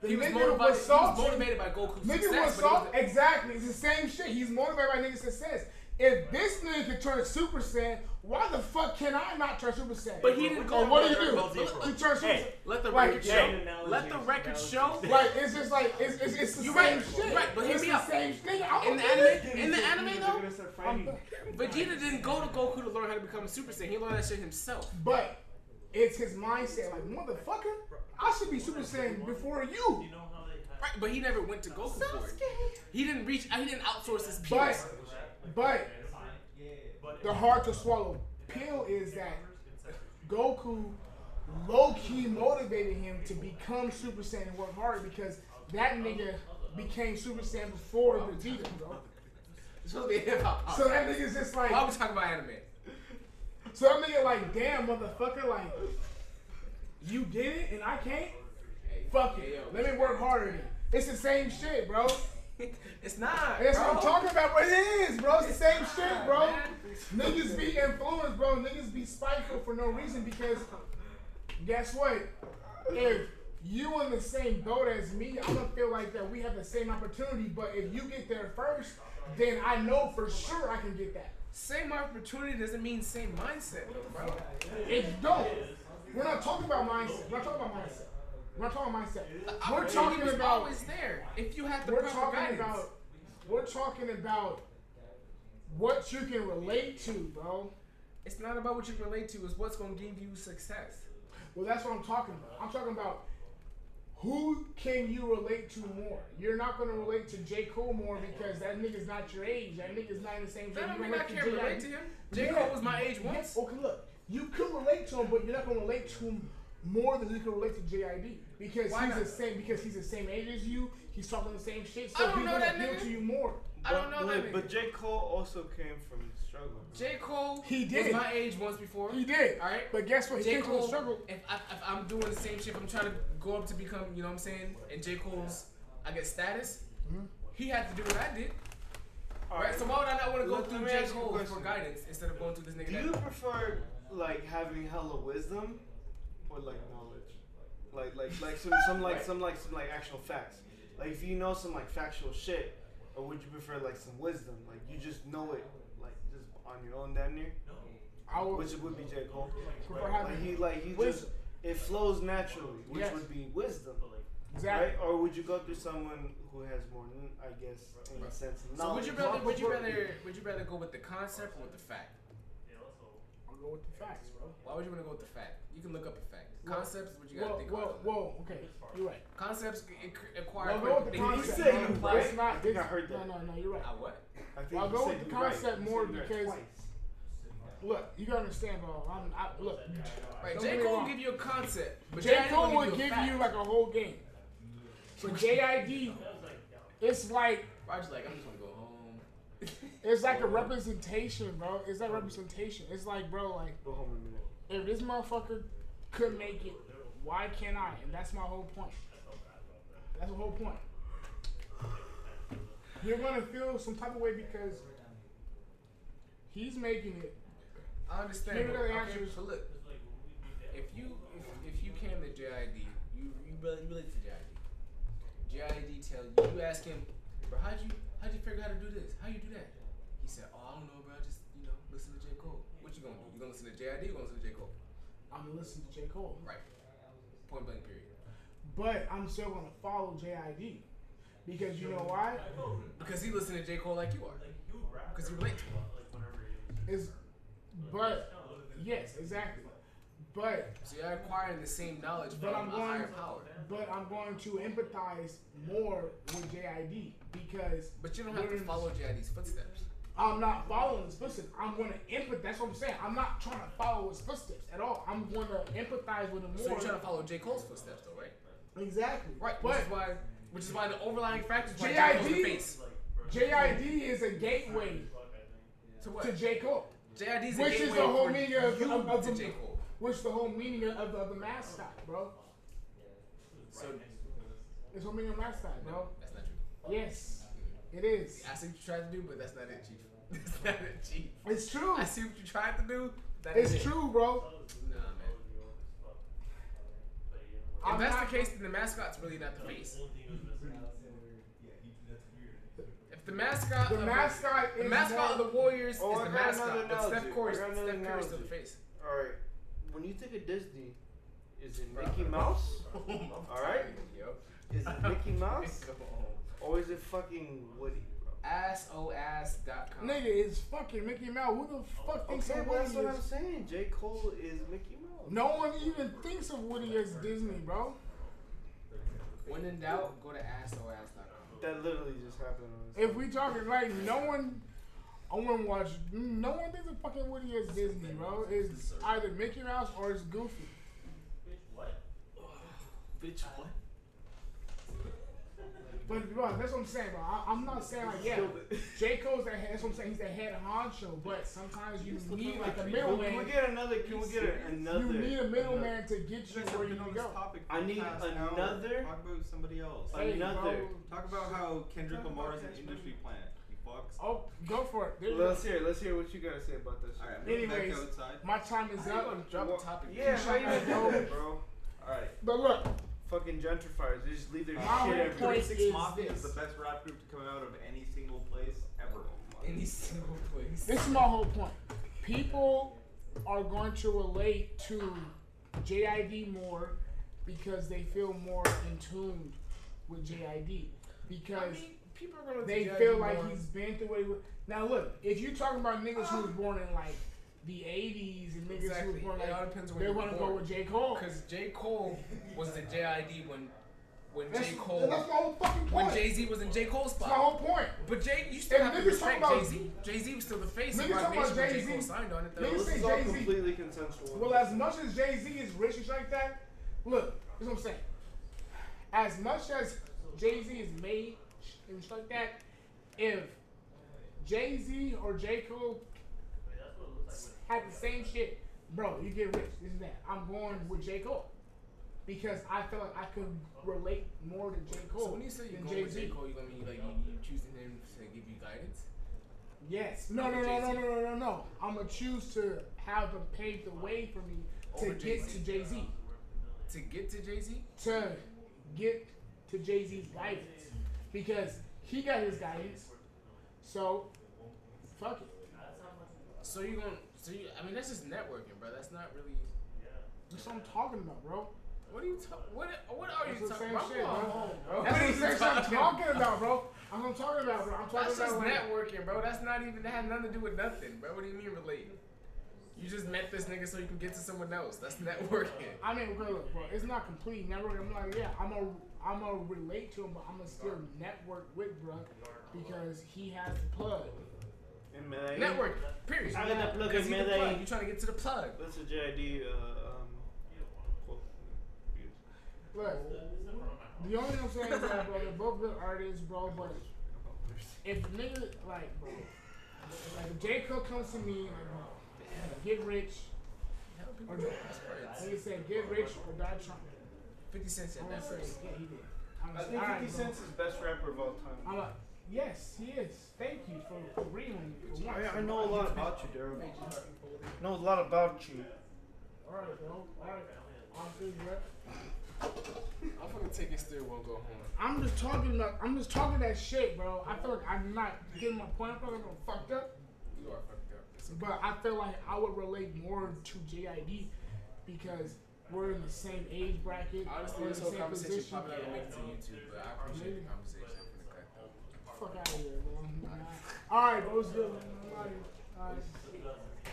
[SPEAKER 3] The
[SPEAKER 13] He was,
[SPEAKER 3] nigga
[SPEAKER 13] motivated,
[SPEAKER 3] was
[SPEAKER 13] he was
[SPEAKER 3] salty.
[SPEAKER 13] motivated by Goku's
[SPEAKER 3] Nigga was
[SPEAKER 13] success. but he
[SPEAKER 3] soft. Exactly. It's the same shit. He's motivated by nigga success. If this nigga can turn Super Saiyan, why the fuck can I not turn Super Saiyan?
[SPEAKER 13] But he didn't go.
[SPEAKER 3] Or what do you
[SPEAKER 13] Let-
[SPEAKER 3] do?
[SPEAKER 13] let- let-
[SPEAKER 3] You turn Super Saiyan.
[SPEAKER 13] Let the
[SPEAKER 3] Like,
[SPEAKER 13] record show. Let the record show.
[SPEAKER 3] Like it's just like it's it's, it's the
[SPEAKER 13] You're
[SPEAKER 3] same
[SPEAKER 13] right.
[SPEAKER 3] shit.
[SPEAKER 13] Right, but hear
[SPEAKER 3] it's
[SPEAKER 13] me
[SPEAKER 3] the
[SPEAKER 13] out.
[SPEAKER 3] same thing. I'm
[SPEAKER 13] In the
[SPEAKER 3] okay.
[SPEAKER 13] anime, in the anime though, Vegeta didn't go to Goku to learn how to become a Super Saiyan. He learned that shit himself.
[SPEAKER 3] But it's his mindset. Like motherfucker, I should be Super Saiyan before you.
[SPEAKER 13] Right, but he never went to Goku for it. He didn't reach. He didn't outsource his
[SPEAKER 3] But-
[SPEAKER 13] peers.
[SPEAKER 3] But the hard to swallow pill is that Goku low key motivated him to become Super Saiyan and work hard because that nigga became Super Saiyan before Vegeta, bro.
[SPEAKER 13] It's supposed to be a hip hop.
[SPEAKER 3] So that nigga's just like-
[SPEAKER 13] Why are we talking about anime?
[SPEAKER 3] So that nigga like, damn motherfucker, like you did it and I can't. Fuck it, let me work harder. Then. It's the same shit, bro.
[SPEAKER 13] It's not.
[SPEAKER 3] That's what I'm
[SPEAKER 13] bro.
[SPEAKER 3] talking about, bro. It is, bro. It's the same shit, bro.
[SPEAKER 13] man.
[SPEAKER 3] Niggas be influenced, bro. Niggas be spiteful for no reason because guess what? If you in the same boat as me, I'm gonna feel like that we have the same opportunity. But if you get there first, then I know for sure I can get that.
[SPEAKER 13] Same opportunity doesn't mean same mindset, though, bro.
[SPEAKER 3] It don't. We're not talking about mindset. We're not talking about mindset. We're not talking about mindset. We're
[SPEAKER 13] Opportunity
[SPEAKER 3] talking
[SPEAKER 13] was
[SPEAKER 3] about
[SPEAKER 13] always there. If you had the
[SPEAKER 3] we're
[SPEAKER 13] proper
[SPEAKER 3] talking
[SPEAKER 13] guidance.
[SPEAKER 3] about we're talking about what you can relate to, bro.
[SPEAKER 13] It's not about what you relate to. It's what's gonna give you success.
[SPEAKER 3] Well, that's what I'm talking about. I'm talking about who can you relate to more. You're not gonna relate to J Cole more because that nigga's not your age. That nigga's not in the same. thing.
[SPEAKER 13] That don't
[SPEAKER 3] You
[SPEAKER 13] mean I can't
[SPEAKER 3] J.I.
[SPEAKER 13] relate to him. J. Cole was my age
[SPEAKER 3] Yeah,
[SPEAKER 13] once.
[SPEAKER 3] Okay, look, you could relate to him, but you're not gonna relate to him more than you can relate to JID because
[SPEAKER 13] Why
[SPEAKER 3] he's
[SPEAKER 13] not?
[SPEAKER 3] the same because he's the same age as you. He's talking the same shit, so
[SPEAKER 13] I don't
[SPEAKER 3] people
[SPEAKER 13] know that
[SPEAKER 3] appeal
[SPEAKER 13] nigga.
[SPEAKER 3] to you more.
[SPEAKER 13] I don't know
[SPEAKER 7] But,
[SPEAKER 13] that
[SPEAKER 7] but
[SPEAKER 13] nigga.
[SPEAKER 7] J. Cole also came from struggle.
[SPEAKER 13] J. Cole
[SPEAKER 3] He did.
[SPEAKER 13] was my age once before.
[SPEAKER 3] He did.
[SPEAKER 13] All right.
[SPEAKER 3] But guess what? He
[SPEAKER 13] J.
[SPEAKER 3] came from a
[SPEAKER 13] Cole,
[SPEAKER 3] struggle.
[SPEAKER 13] If, I, if I'm doing the same shit, if I'm trying to go up to become, you know what I'm saying, and J. Cole's, I get status, he had to do what I did.
[SPEAKER 7] All
[SPEAKER 13] right.
[SPEAKER 7] right.
[SPEAKER 13] So why would I not want to go
[SPEAKER 7] Let- let
[SPEAKER 13] through
[SPEAKER 7] me
[SPEAKER 13] J.
[SPEAKER 7] ask you a
[SPEAKER 13] Cole for
[SPEAKER 7] question.
[SPEAKER 13] guidance instead of going through this nigga?
[SPEAKER 7] Do
[SPEAKER 13] that-
[SPEAKER 7] you prefer like having hella wisdom or like knowledge? Like like like some some like some like some like actual facts. Like if you know some like factual shit, or would you prefer like some wisdom? Like you just know it like just on your own damn near?
[SPEAKER 3] I would
[SPEAKER 7] which would be J. Cole.
[SPEAKER 3] prefer
[SPEAKER 7] Like
[SPEAKER 3] having
[SPEAKER 7] he like he just
[SPEAKER 3] wisdom.
[SPEAKER 7] it flows naturally, which
[SPEAKER 3] Yes.
[SPEAKER 7] would be wisdom.
[SPEAKER 3] Exactly.
[SPEAKER 7] Right? Or would you go through someone who has more, I guess, in a sense,
[SPEAKER 13] So would
[SPEAKER 7] knowledge?
[SPEAKER 13] you rather would you rather would you rather go with the concept or with the fact?
[SPEAKER 3] I'll go with the facts, bro.
[SPEAKER 13] Why would you want to go with the fact? You can look up a fact.
[SPEAKER 3] Well,
[SPEAKER 13] Concepts, what you gotta
[SPEAKER 3] whoa,
[SPEAKER 13] think
[SPEAKER 3] whoa,
[SPEAKER 13] about.
[SPEAKER 3] Whoa, okay, you're right.
[SPEAKER 13] Concepts c- ac- acquire.
[SPEAKER 3] I'll go with the
[SPEAKER 13] credibility.
[SPEAKER 3] concept.
[SPEAKER 13] You said
[SPEAKER 3] bro.
[SPEAKER 13] you right.
[SPEAKER 3] It's not,
[SPEAKER 13] I think I
[SPEAKER 3] it's-
[SPEAKER 13] heard that.
[SPEAKER 3] No, no, no, you're right.
[SPEAKER 13] I what?
[SPEAKER 3] I'll go with the concept more because look, you gotta understand, bro. I'm, I, look,
[SPEAKER 13] Right,
[SPEAKER 3] don't
[SPEAKER 13] J.
[SPEAKER 3] get me
[SPEAKER 13] Cole
[SPEAKER 3] wrong.
[SPEAKER 13] will give you a concept. But
[SPEAKER 3] J.
[SPEAKER 13] J.
[SPEAKER 3] Cole
[SPEAKER 13] will
[SPEAKER 3] would give
[SPEAKER 13] a
[SPEAKER 3] you like a whole game. So JID, it's like
[SPEAKER 13] Roger's like, I'm just gonna go home.
[SPEAKER 3] it's like a representation, bro. It's that representation. It's like, bro, like
[SPEAKER 7] Go home in a minute.
[SPEAKER 3] if this motherfucker could make it, why can't I? And that's my whole point. That's the whole point. You're gonna feel some type of way because he's making it.
[SPEAKER 13] I understand.
[SPEAKER 3] Maybe
[SPEAKER 13] but-
[SPEAKER 3] they're
[SPEAKER 13] okay,
[SPEAKER 3] answers.
[SPEAKER 13] but look, if you if, if you came to JID, you you really you relate to JID. JID tell you, you ask him, bro, how'd you how'd you figure out how to do this? How you do that? He said, oh, I don't know, bro. I just you know listen to J Cole. What you gonna do? You gonna listen to JID? Or you gonna listen to J Cole?
[SPEAKER 3] I'm gonna listen to J. Cole.
[SPEAKER 13] Right. Point blank. Period.
[SPEAKER 3] But I'm still gonna follow JID. Because you know why?
[SPEAKER 13] Because he listened to J Cole like you are. Because you relate to him.
[SPEAKER 3] Is but yes, exactly. But
[SPEAKER 13] So you're acquiring the same knowledge
[SPEAKER 3] but
[SPEAKER 13] from
[SPEAKER 3] I'm
[SPEAKER 13] a
[SPEAKER 3] going
[SPEAKER 13] higher power.
[SPEAKER 3] but I'm going to empathize more with JID because
[SPEAKER 13] But you don't have to follow JID's footsteps.
[SPEAKER 3] I'm not following his footsteps. I'm going to empathize. That's what I'm saying. I'm not trying to follow his footsteps at all. I'm going to empathize with him more.
[SPEAKER 13] So you're trying to follow J Cole's footsteps, though, right?
[SPEAKER 3] Exactly.
[SPEAKER 13] Right.
[SPEAKER 3] But
[SPEAKER 13] which is why, which is why the overlying factor is why J Cole's the
[SPEAKER 3] JID,
[SPEAKER 13] face.
[SPEAKER 3] JID is a gateway
[SPEAKER 13] to, what?
[SPEAKER 3] to J Cole.
[SPEAKER 13] JID is a
[SPEAKER 3] which is
[SPEAKER 13] gateway
[SPEAKER 3] the whole
[SPEAKER 13] for
[SPEAKER 3] meaning of,
[SPEAKER 13] you
[SPEAKER 3] of, of
[SPEAKER 13] to
[SPEAKER 3] the
[SPEAKER 13] J. Cole.
[SPEAKER 3] which the whole meaning of the, of the mascot, bro.
[SPEAKER 13] So
[SPEAKER 3] It's whole meaning of mascot, bro.
[SPEAKER 13] no, that's not true.
[SPEAKER 3] Yes, it is.
[SPEAKER 13] I see what you tried to do, but that's not it, chief. That's not it, chief.
[SPEAKER 3] It's true.
[SPEAKER 13] I see what you tried to do. but that
[SPEAKER 3] It's
[SPEAKER 13] ain't it.
[SPEAKER 3] true, bro.
[SPEAKER 13] Nah, man. If
[SPEAKER 3] I'm
[SPEAKER 13] that's
[SPEAKER 3] not-
[SPEAKER 13] the case, then the mascot's really not the face. If the mascot,
[SPEAKER 3] The
[SPEAKER 13] of
[SPEAKER 3] mascot
[SPEAKER 13] the
[SPEAKER 3] is
[SPEAKER 13] mascot of
[SPEAKER 3] more-
[SPEAKER 13] the Warriors
[SPEAKER 7] Oh,
[SPEAKER 13] is
[SPEAKER 7] I
[SPEAKER 13] the
[SPEAKER 7] got another
[SPEAKER 13] mascot, but Steph
[SPEAKER 7] analogy. I got
[SPEAKER 13] Curry, Steph
[SPEAKER 7] another
[SPEAKER 13] Curry's still the
[SPEAKER 7] analogy.
[SPEAKER 13] face.
[SPEAKER 7] All right. When you think of Disney, is it
[SPEAKER 13] Bro.
[SPEAKER 7] Mickey Mouse?
[SPEAKER 13] I'm
[SPEAKER 7] All right.
[SPEAKER 13] tired, yo.
[SPEAKER 7] Is it Mickey Mouse?
[SPEAKER 13] Go home.
[SPEAKER 7] Or is it fucking Woody, bro?
[SPEAKER 13] Assoass.com.
[SPEAKER 3] Nigga, it's fucking Mickey Mouse. Who the fuck thinks
[SPEAKER 7] Okay,
[SPEAKER 3] of
[SPEAKER 7] well,
[SPEAKER 3] Woody?
[SPEAKER 7] that's what I'm
[SPEAKER 3] as-
[SPEAKER 7] saying. J. Cole is Mickey Mouse.
[SPEAKER 3] No one even thinks of Woody as Disney, bro.
[SPEAKER 13] When in doubt, go to assoass.com.
[SPEAKER 7] That literally just happened on this.
[SPEAKER 3] If we talking like no one, I wouldn't watch. No one thinks of fucking Woody as Disney, bro. It's either Mickey Mouse or it's Goofy.
[SPEAKER 13] Bitch, what?
[SPEAKER 3] But bro, that's what I'm saying, bro. I, I'm not saying like yeah, J Cole's the head. That's what I'm saying. He's the head honcho, but sometimes you need like a
[SPEAKER 7] Can we
[SPEAKER 3] middleman.
[SPEAKER 7] get another? Can we get a- another?
[SPEAKER 3] You need a middleman to get you where you
[SPEAKER 15] on
[SPEAKER 3] can
[SPEAKER 15] this
[SPEAKER 3] go.
[SPEAKER 15] topic.
[SPEAKER 7] I need
[SPEAKER 15] Past hour.
[SPEAKER 7] another-
[SPEAKER 15] Talk about somebody else.
[SPEAKER 3] Hey,
[SPEAKER 7] Another.
[SPEAKER 15] Talk about how Kendrick Lamar is an industry plant. You fucks.
[SPEAKER 3] Oh, go for it. There you
[SPEAKER 7] Let's
[SPEAKER 3] go.
[SPEAKER 7] hear. Let's hear what you gotta say about this.
[SPEAKER 15] All right, I'm
[SPEAKER 7] shit.
[SPEAKER 15] gonna back
[SPEAKER 3] Anyways,
[SPEAKER 15] outside.
[SPEAKER 3] my time is
[SPEAKER 13] I'm
[SPEAKER 3] up.
[SPEAKER 13] gonna drop a topic.
[SPEAKER 7] Yeah, how you gonna do that,
[SPEAKER 3] but
[SPEAKER 7] bro? All right.
[SPEAKER 3] look,
[SPEAKER 7] Fucking gentrifiers. They just leave their
[SPEAKER 3] My
[SPEAKER 7] shit
[SPEAKER 3] whole
[SPEAKER 7] everywhere.
[SPEAKER 3] point
[SPEAKER 15] 36
[SPEAKER 3] is
[SPEAKER 15] Mafia is
[SPEAKER 3] this.
[SPEAKER 15] the best rap group to come out of any single place ever.
[SPEAKER 13] Any single place.
[SPEAKER 3] This is my whole point. People are going to relate to JID more because they feel more in tune with JID because
[SPEAKER 13] I mean, people are gonna
[SPEAKER 3] they
[SPEAKER 13] judge
[SPEAKER 3] feel
[SPEAKER 13] you
[SPEAKER 3] like
[SPEAKER 13] on-
[SPEAKER 3] he's been through what he was. Now look, if you're talking about niggas who was born in like the '80s and niggas who was
[SPEAKER 13] Exactly.
[SPEAKER 3] born
[SPEAKER 13] It all
[SPEAKER 3] like
[SPEAKER 13] depends on
[SPEAKER 3] they
[SPEAKER 13] where
[SPEAKER 3] want to
[SPEAKER 13] you're
[SPEAKER 3] go
[SPEAKER 13] born.
[SPEAKER 3] with J Cole.
[SPEAKER 13] Because J. Cole was the JID when when
[SPEAKER 3] That's,
[SPEAKER 13] J.
[SPEAKER 3] that's my
[SPEAKER 13] Cole
[SPEAKER 3] whole fucking point.
[SPEAKER 13] when Jay Z was in J. Cole's
[SPEAKER 3] that's
[SPEAKER 13] spot.
[SPEAKER 3] my whole point.
[SPEAKER 13] But Jay, you still
[SPEAKER 3] If
[SPEAKER 13] have to
[SPEAKER 3] niggas
[SPEAKER 13] respect
[SPEAKER 3] talking
[SPEAKER 13] Jay
[SPEAKER 3] about-
[SPEAKER 13] Z. Jay Z was still the face of
[SPEAKER 3] Niggas talking
[SPEAKER 13] Rock Nation
[SPEAKER 3] about
[SPEAKER 13] when J.
[SPEAKER 3] Jay-Z.
[SPEAKER 13] Cole signed on it. Though.
[SPEAKER 3] Niggas
[SPEAKER 7] This
[SPEAKER 3] say
[SPEAKER 7] is all
[SPEAKER 3] Jay-Z.
[SPEAKER 7] completely consensual.
[SPEAKER 3] Well, as much as Jay Z is rich and shit like that, look, this is what I'm saying. As much as Jay Z is made and shit like that, if Jay Z or J Cole had the same shit, bro, you get rich, this and that. I'm going with J Cole because I feel like I could relate more to J Cole
[SPEAKER 13] So when you say you're
[SPEAKER 3] than
[SPEAKER 13] going
[SPEAKER 3] Jay
[SPEAKER 13] with J.
[SPEAKER 3] Z.
[SPEAKER 13] Cole, you gonna mean like you, you choosing him to give you guidance?
[SPEAKER 3] Yes. No, no,
[SPEAKER 13] Over
[SPEAKER 3] no, no,
[SPEAKER 13] Jay-Z.
[SPEAKER 3] no, no, no, no. I'm gonna choose to have him pave the way for me to
[SPEAKER 13] Over
[SPEAKER 3] get to
[SPEAKER 13] Jay-Z.
[SPEAKER 3] Jay Z.
[SPEAKER 13] To get to Jay Z?
[SPEAKER 3] to get to Jay Z's guidance because he got his guidance. So, fuck it.
[SPEAKER 13] So you gonna? So you? I mean, that's just networking, bro. That's not really.
[SPEAKER 3] That's what I'm talking about, bro.
[SPEAKER 13] What are you talking? What? What are
[SPEAKER 3] That's
[SPEAKER 13] you
[SPEAKER 3] the
[SPEAKER 13] talking?
[SPEAKER 3] same
[SPEAKER 13] about?
[SPEAKER 3] shit, bro.
[SPEAKER 13] bro.
[SPEAKER 3] That's
[SPEAKER 13] What are
[SPEAKER 3] the
[SPEAKER 13] you
[SPEAKER 3] same shit I'm
[SPEAKER 13] talking
[SPEAKER 3] talking about, bro. That's what I'm talking about, bro. I'm talking
[SPEAKER 13] That's just
[SPEAKER 3] about like,
[SPEAKER 13] networking, bro. That's not even that had nothing to do with nothing, bro. What do you mean relate? You just met this nigga so you can get to someone else. That's networking.
[SPEAKER 3] I mean, okay, look, bro. It's not complete network. I'm like, yeah, I'm a, I'm a relate to him, but I'm gonna still network with, bro, because he has the plug.
[SPEAKER 7] In Medellin.
[SPEAKER 13] Network. Period.
[SPEAKER 7] I'm gonna plug
[SPEAKER 13] Because
[SPEAKER 7] in
[SPEAKER 13] you the
[SPEAKER 7] Medellin.
[SPEAKER 13] plug. You're trying to get to the plug.
[SPEAKER 7] That's a JID. Uh, um, quote.
[SPEAKER 3] Look, the only thing I'm saying is that, bro, they're both good artists, bro, but if nigga, like, bro, like, if J. Cook comes to me, like, bro, get rich, or, nigga said, get rich or die trying.
[SPEAKER 13] 50 Cent said
[SPEAKER 3] I'm
[SPEAKER 13] that
[SPEAKER 3] gonna say,
[SPEAKER 13] first.
[SPEAKER 3] Yeah, he did. I'm
[SPEAKER 7] I
[SPEAKER 3] gonna say,
[SPEAKER 7] think
[SPEAKER 3] all right,
[SPEAKER 7] 50
[SPEAKER 3] bro.
[SPEAKER 7] Cent's is best rapper of all time.
[SPEAKER 3] I'm like, yes, he is. Thank you for agreeing with me. for once.
[SPEAKER 7] I, I know a lot about you, Durham. I know a lot about you.
[SPEAKER 3] All right, bro. All right. I'm good, bro.
[SPEAKER 13] I'm fucking take his third one, go home.
[SPEAKER 3] I'm just talking about, I'm just talking that shit, bro. I feel like I'm not getting my point. I feel like I'm fucked up.
[SPEAKER 13] You are fucked up. It's okay.
[SPEAKER 3] But I feel like I would relate more to JID because we're in the same age bracket.
[SPEAKER 13] Honestly,
[SPEAKER 3] we're in
[SPEAKER 13] this
[SPEAKER 3] the
[SPEAKER 13] whole
[SPEAKER 3] same
[SPEAKER 13] conversation
[SPEAKER 3] position.
[SPEAKER 13] probably not gonna make it to YouTube, but I appreciate the conversation. I'm gonna cut though.
[SPEAKER 3] Fuck out of here, bro. I'm not- All right, bro. It's good. I'm outta here. All right.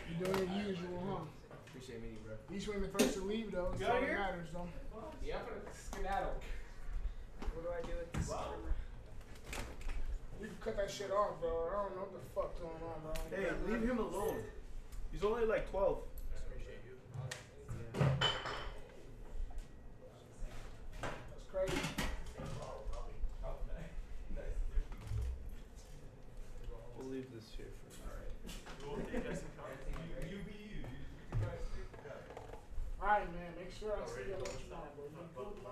[SPEAKER 3] You're doing the usual, huh?
[SPEAKER 13] Appreciate meeting you, bro.
[SPEAKER 3] Each one the first to leave, though. That's
[SPEAKER 13] You
[SPEAKER 3] all that
[SPEAKER 13] outta here?
[SPEAKER 3] matters, though.
[SPEAKER 13] Yeah, I'm gonna skedaddle.
[SPEAKER 3] What do I do with this? You can cut that shit off, bro. I don't know what the fuck going on, bro.
[SPEAKER 7] Hey, leave him alone. He's only like 12.
[SPEAKER 13] Appreciate you.
[SPEAKER 3] That's crazy.
[SPEAKER 7] We'll leave this here for
[SPEAKER 1] uh,
[SPEAKER 3] All right, man. Make sure I see you later tomorrow, bro. You cool, bro?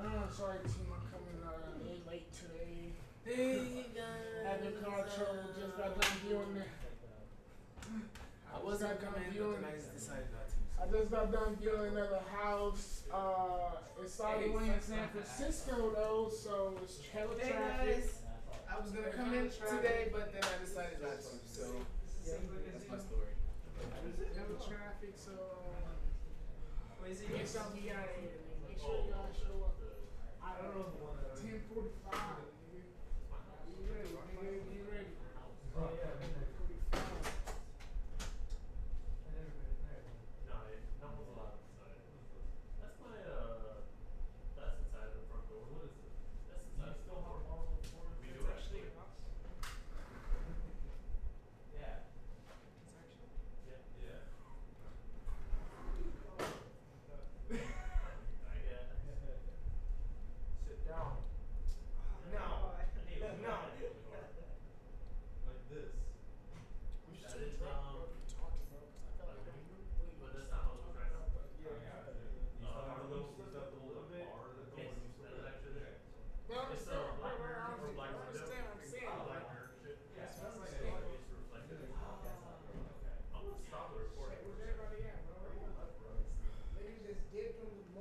[SPEAKER 3] Uh, sorry, team. I'm coming uh, late, late today. Having car trouble. Just got done viewing it.
[SPEAKER 13] I
[SPEAKER 3] just
[SPEAKER 13] wasn't
[SPEAKER 3] got done
[SPEAKER 13] coming, but
[SPEAKER 3] viewing-
[SPEAKER 13] then I just decided not to.
[SPEAKER 3] I just got done viewing another house. Uh, it's all the way in San Francisco though, so it's hella
[SPEAKER 13] Hey,
[SPEAKER 3] traffic.
[SPEAKER 13] guys. I was gonna come in today, but then I decided not to. So that's my story.
[SPEAKER 3] Hella traffic, so. um, Get something out of here, man. Make sure y'all show up. I don't know. Ten forty-five. Be ready, nigga. Be ready.
[SPEAKER 7] uh, Sit down. No. No.
[SPEAKER 15] Like this.
[SPEAKER 3] Well, I understand. I understand what I'm saying.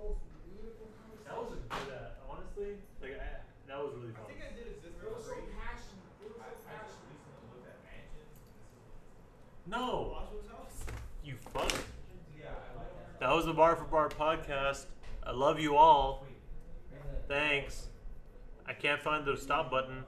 [SPEAKER 1] That was a good, uh, honestly, like, I, that was really fun. No! You fuck. That was the Bar for Bar podcast. I love you all. Thanks. I can't find the stop button.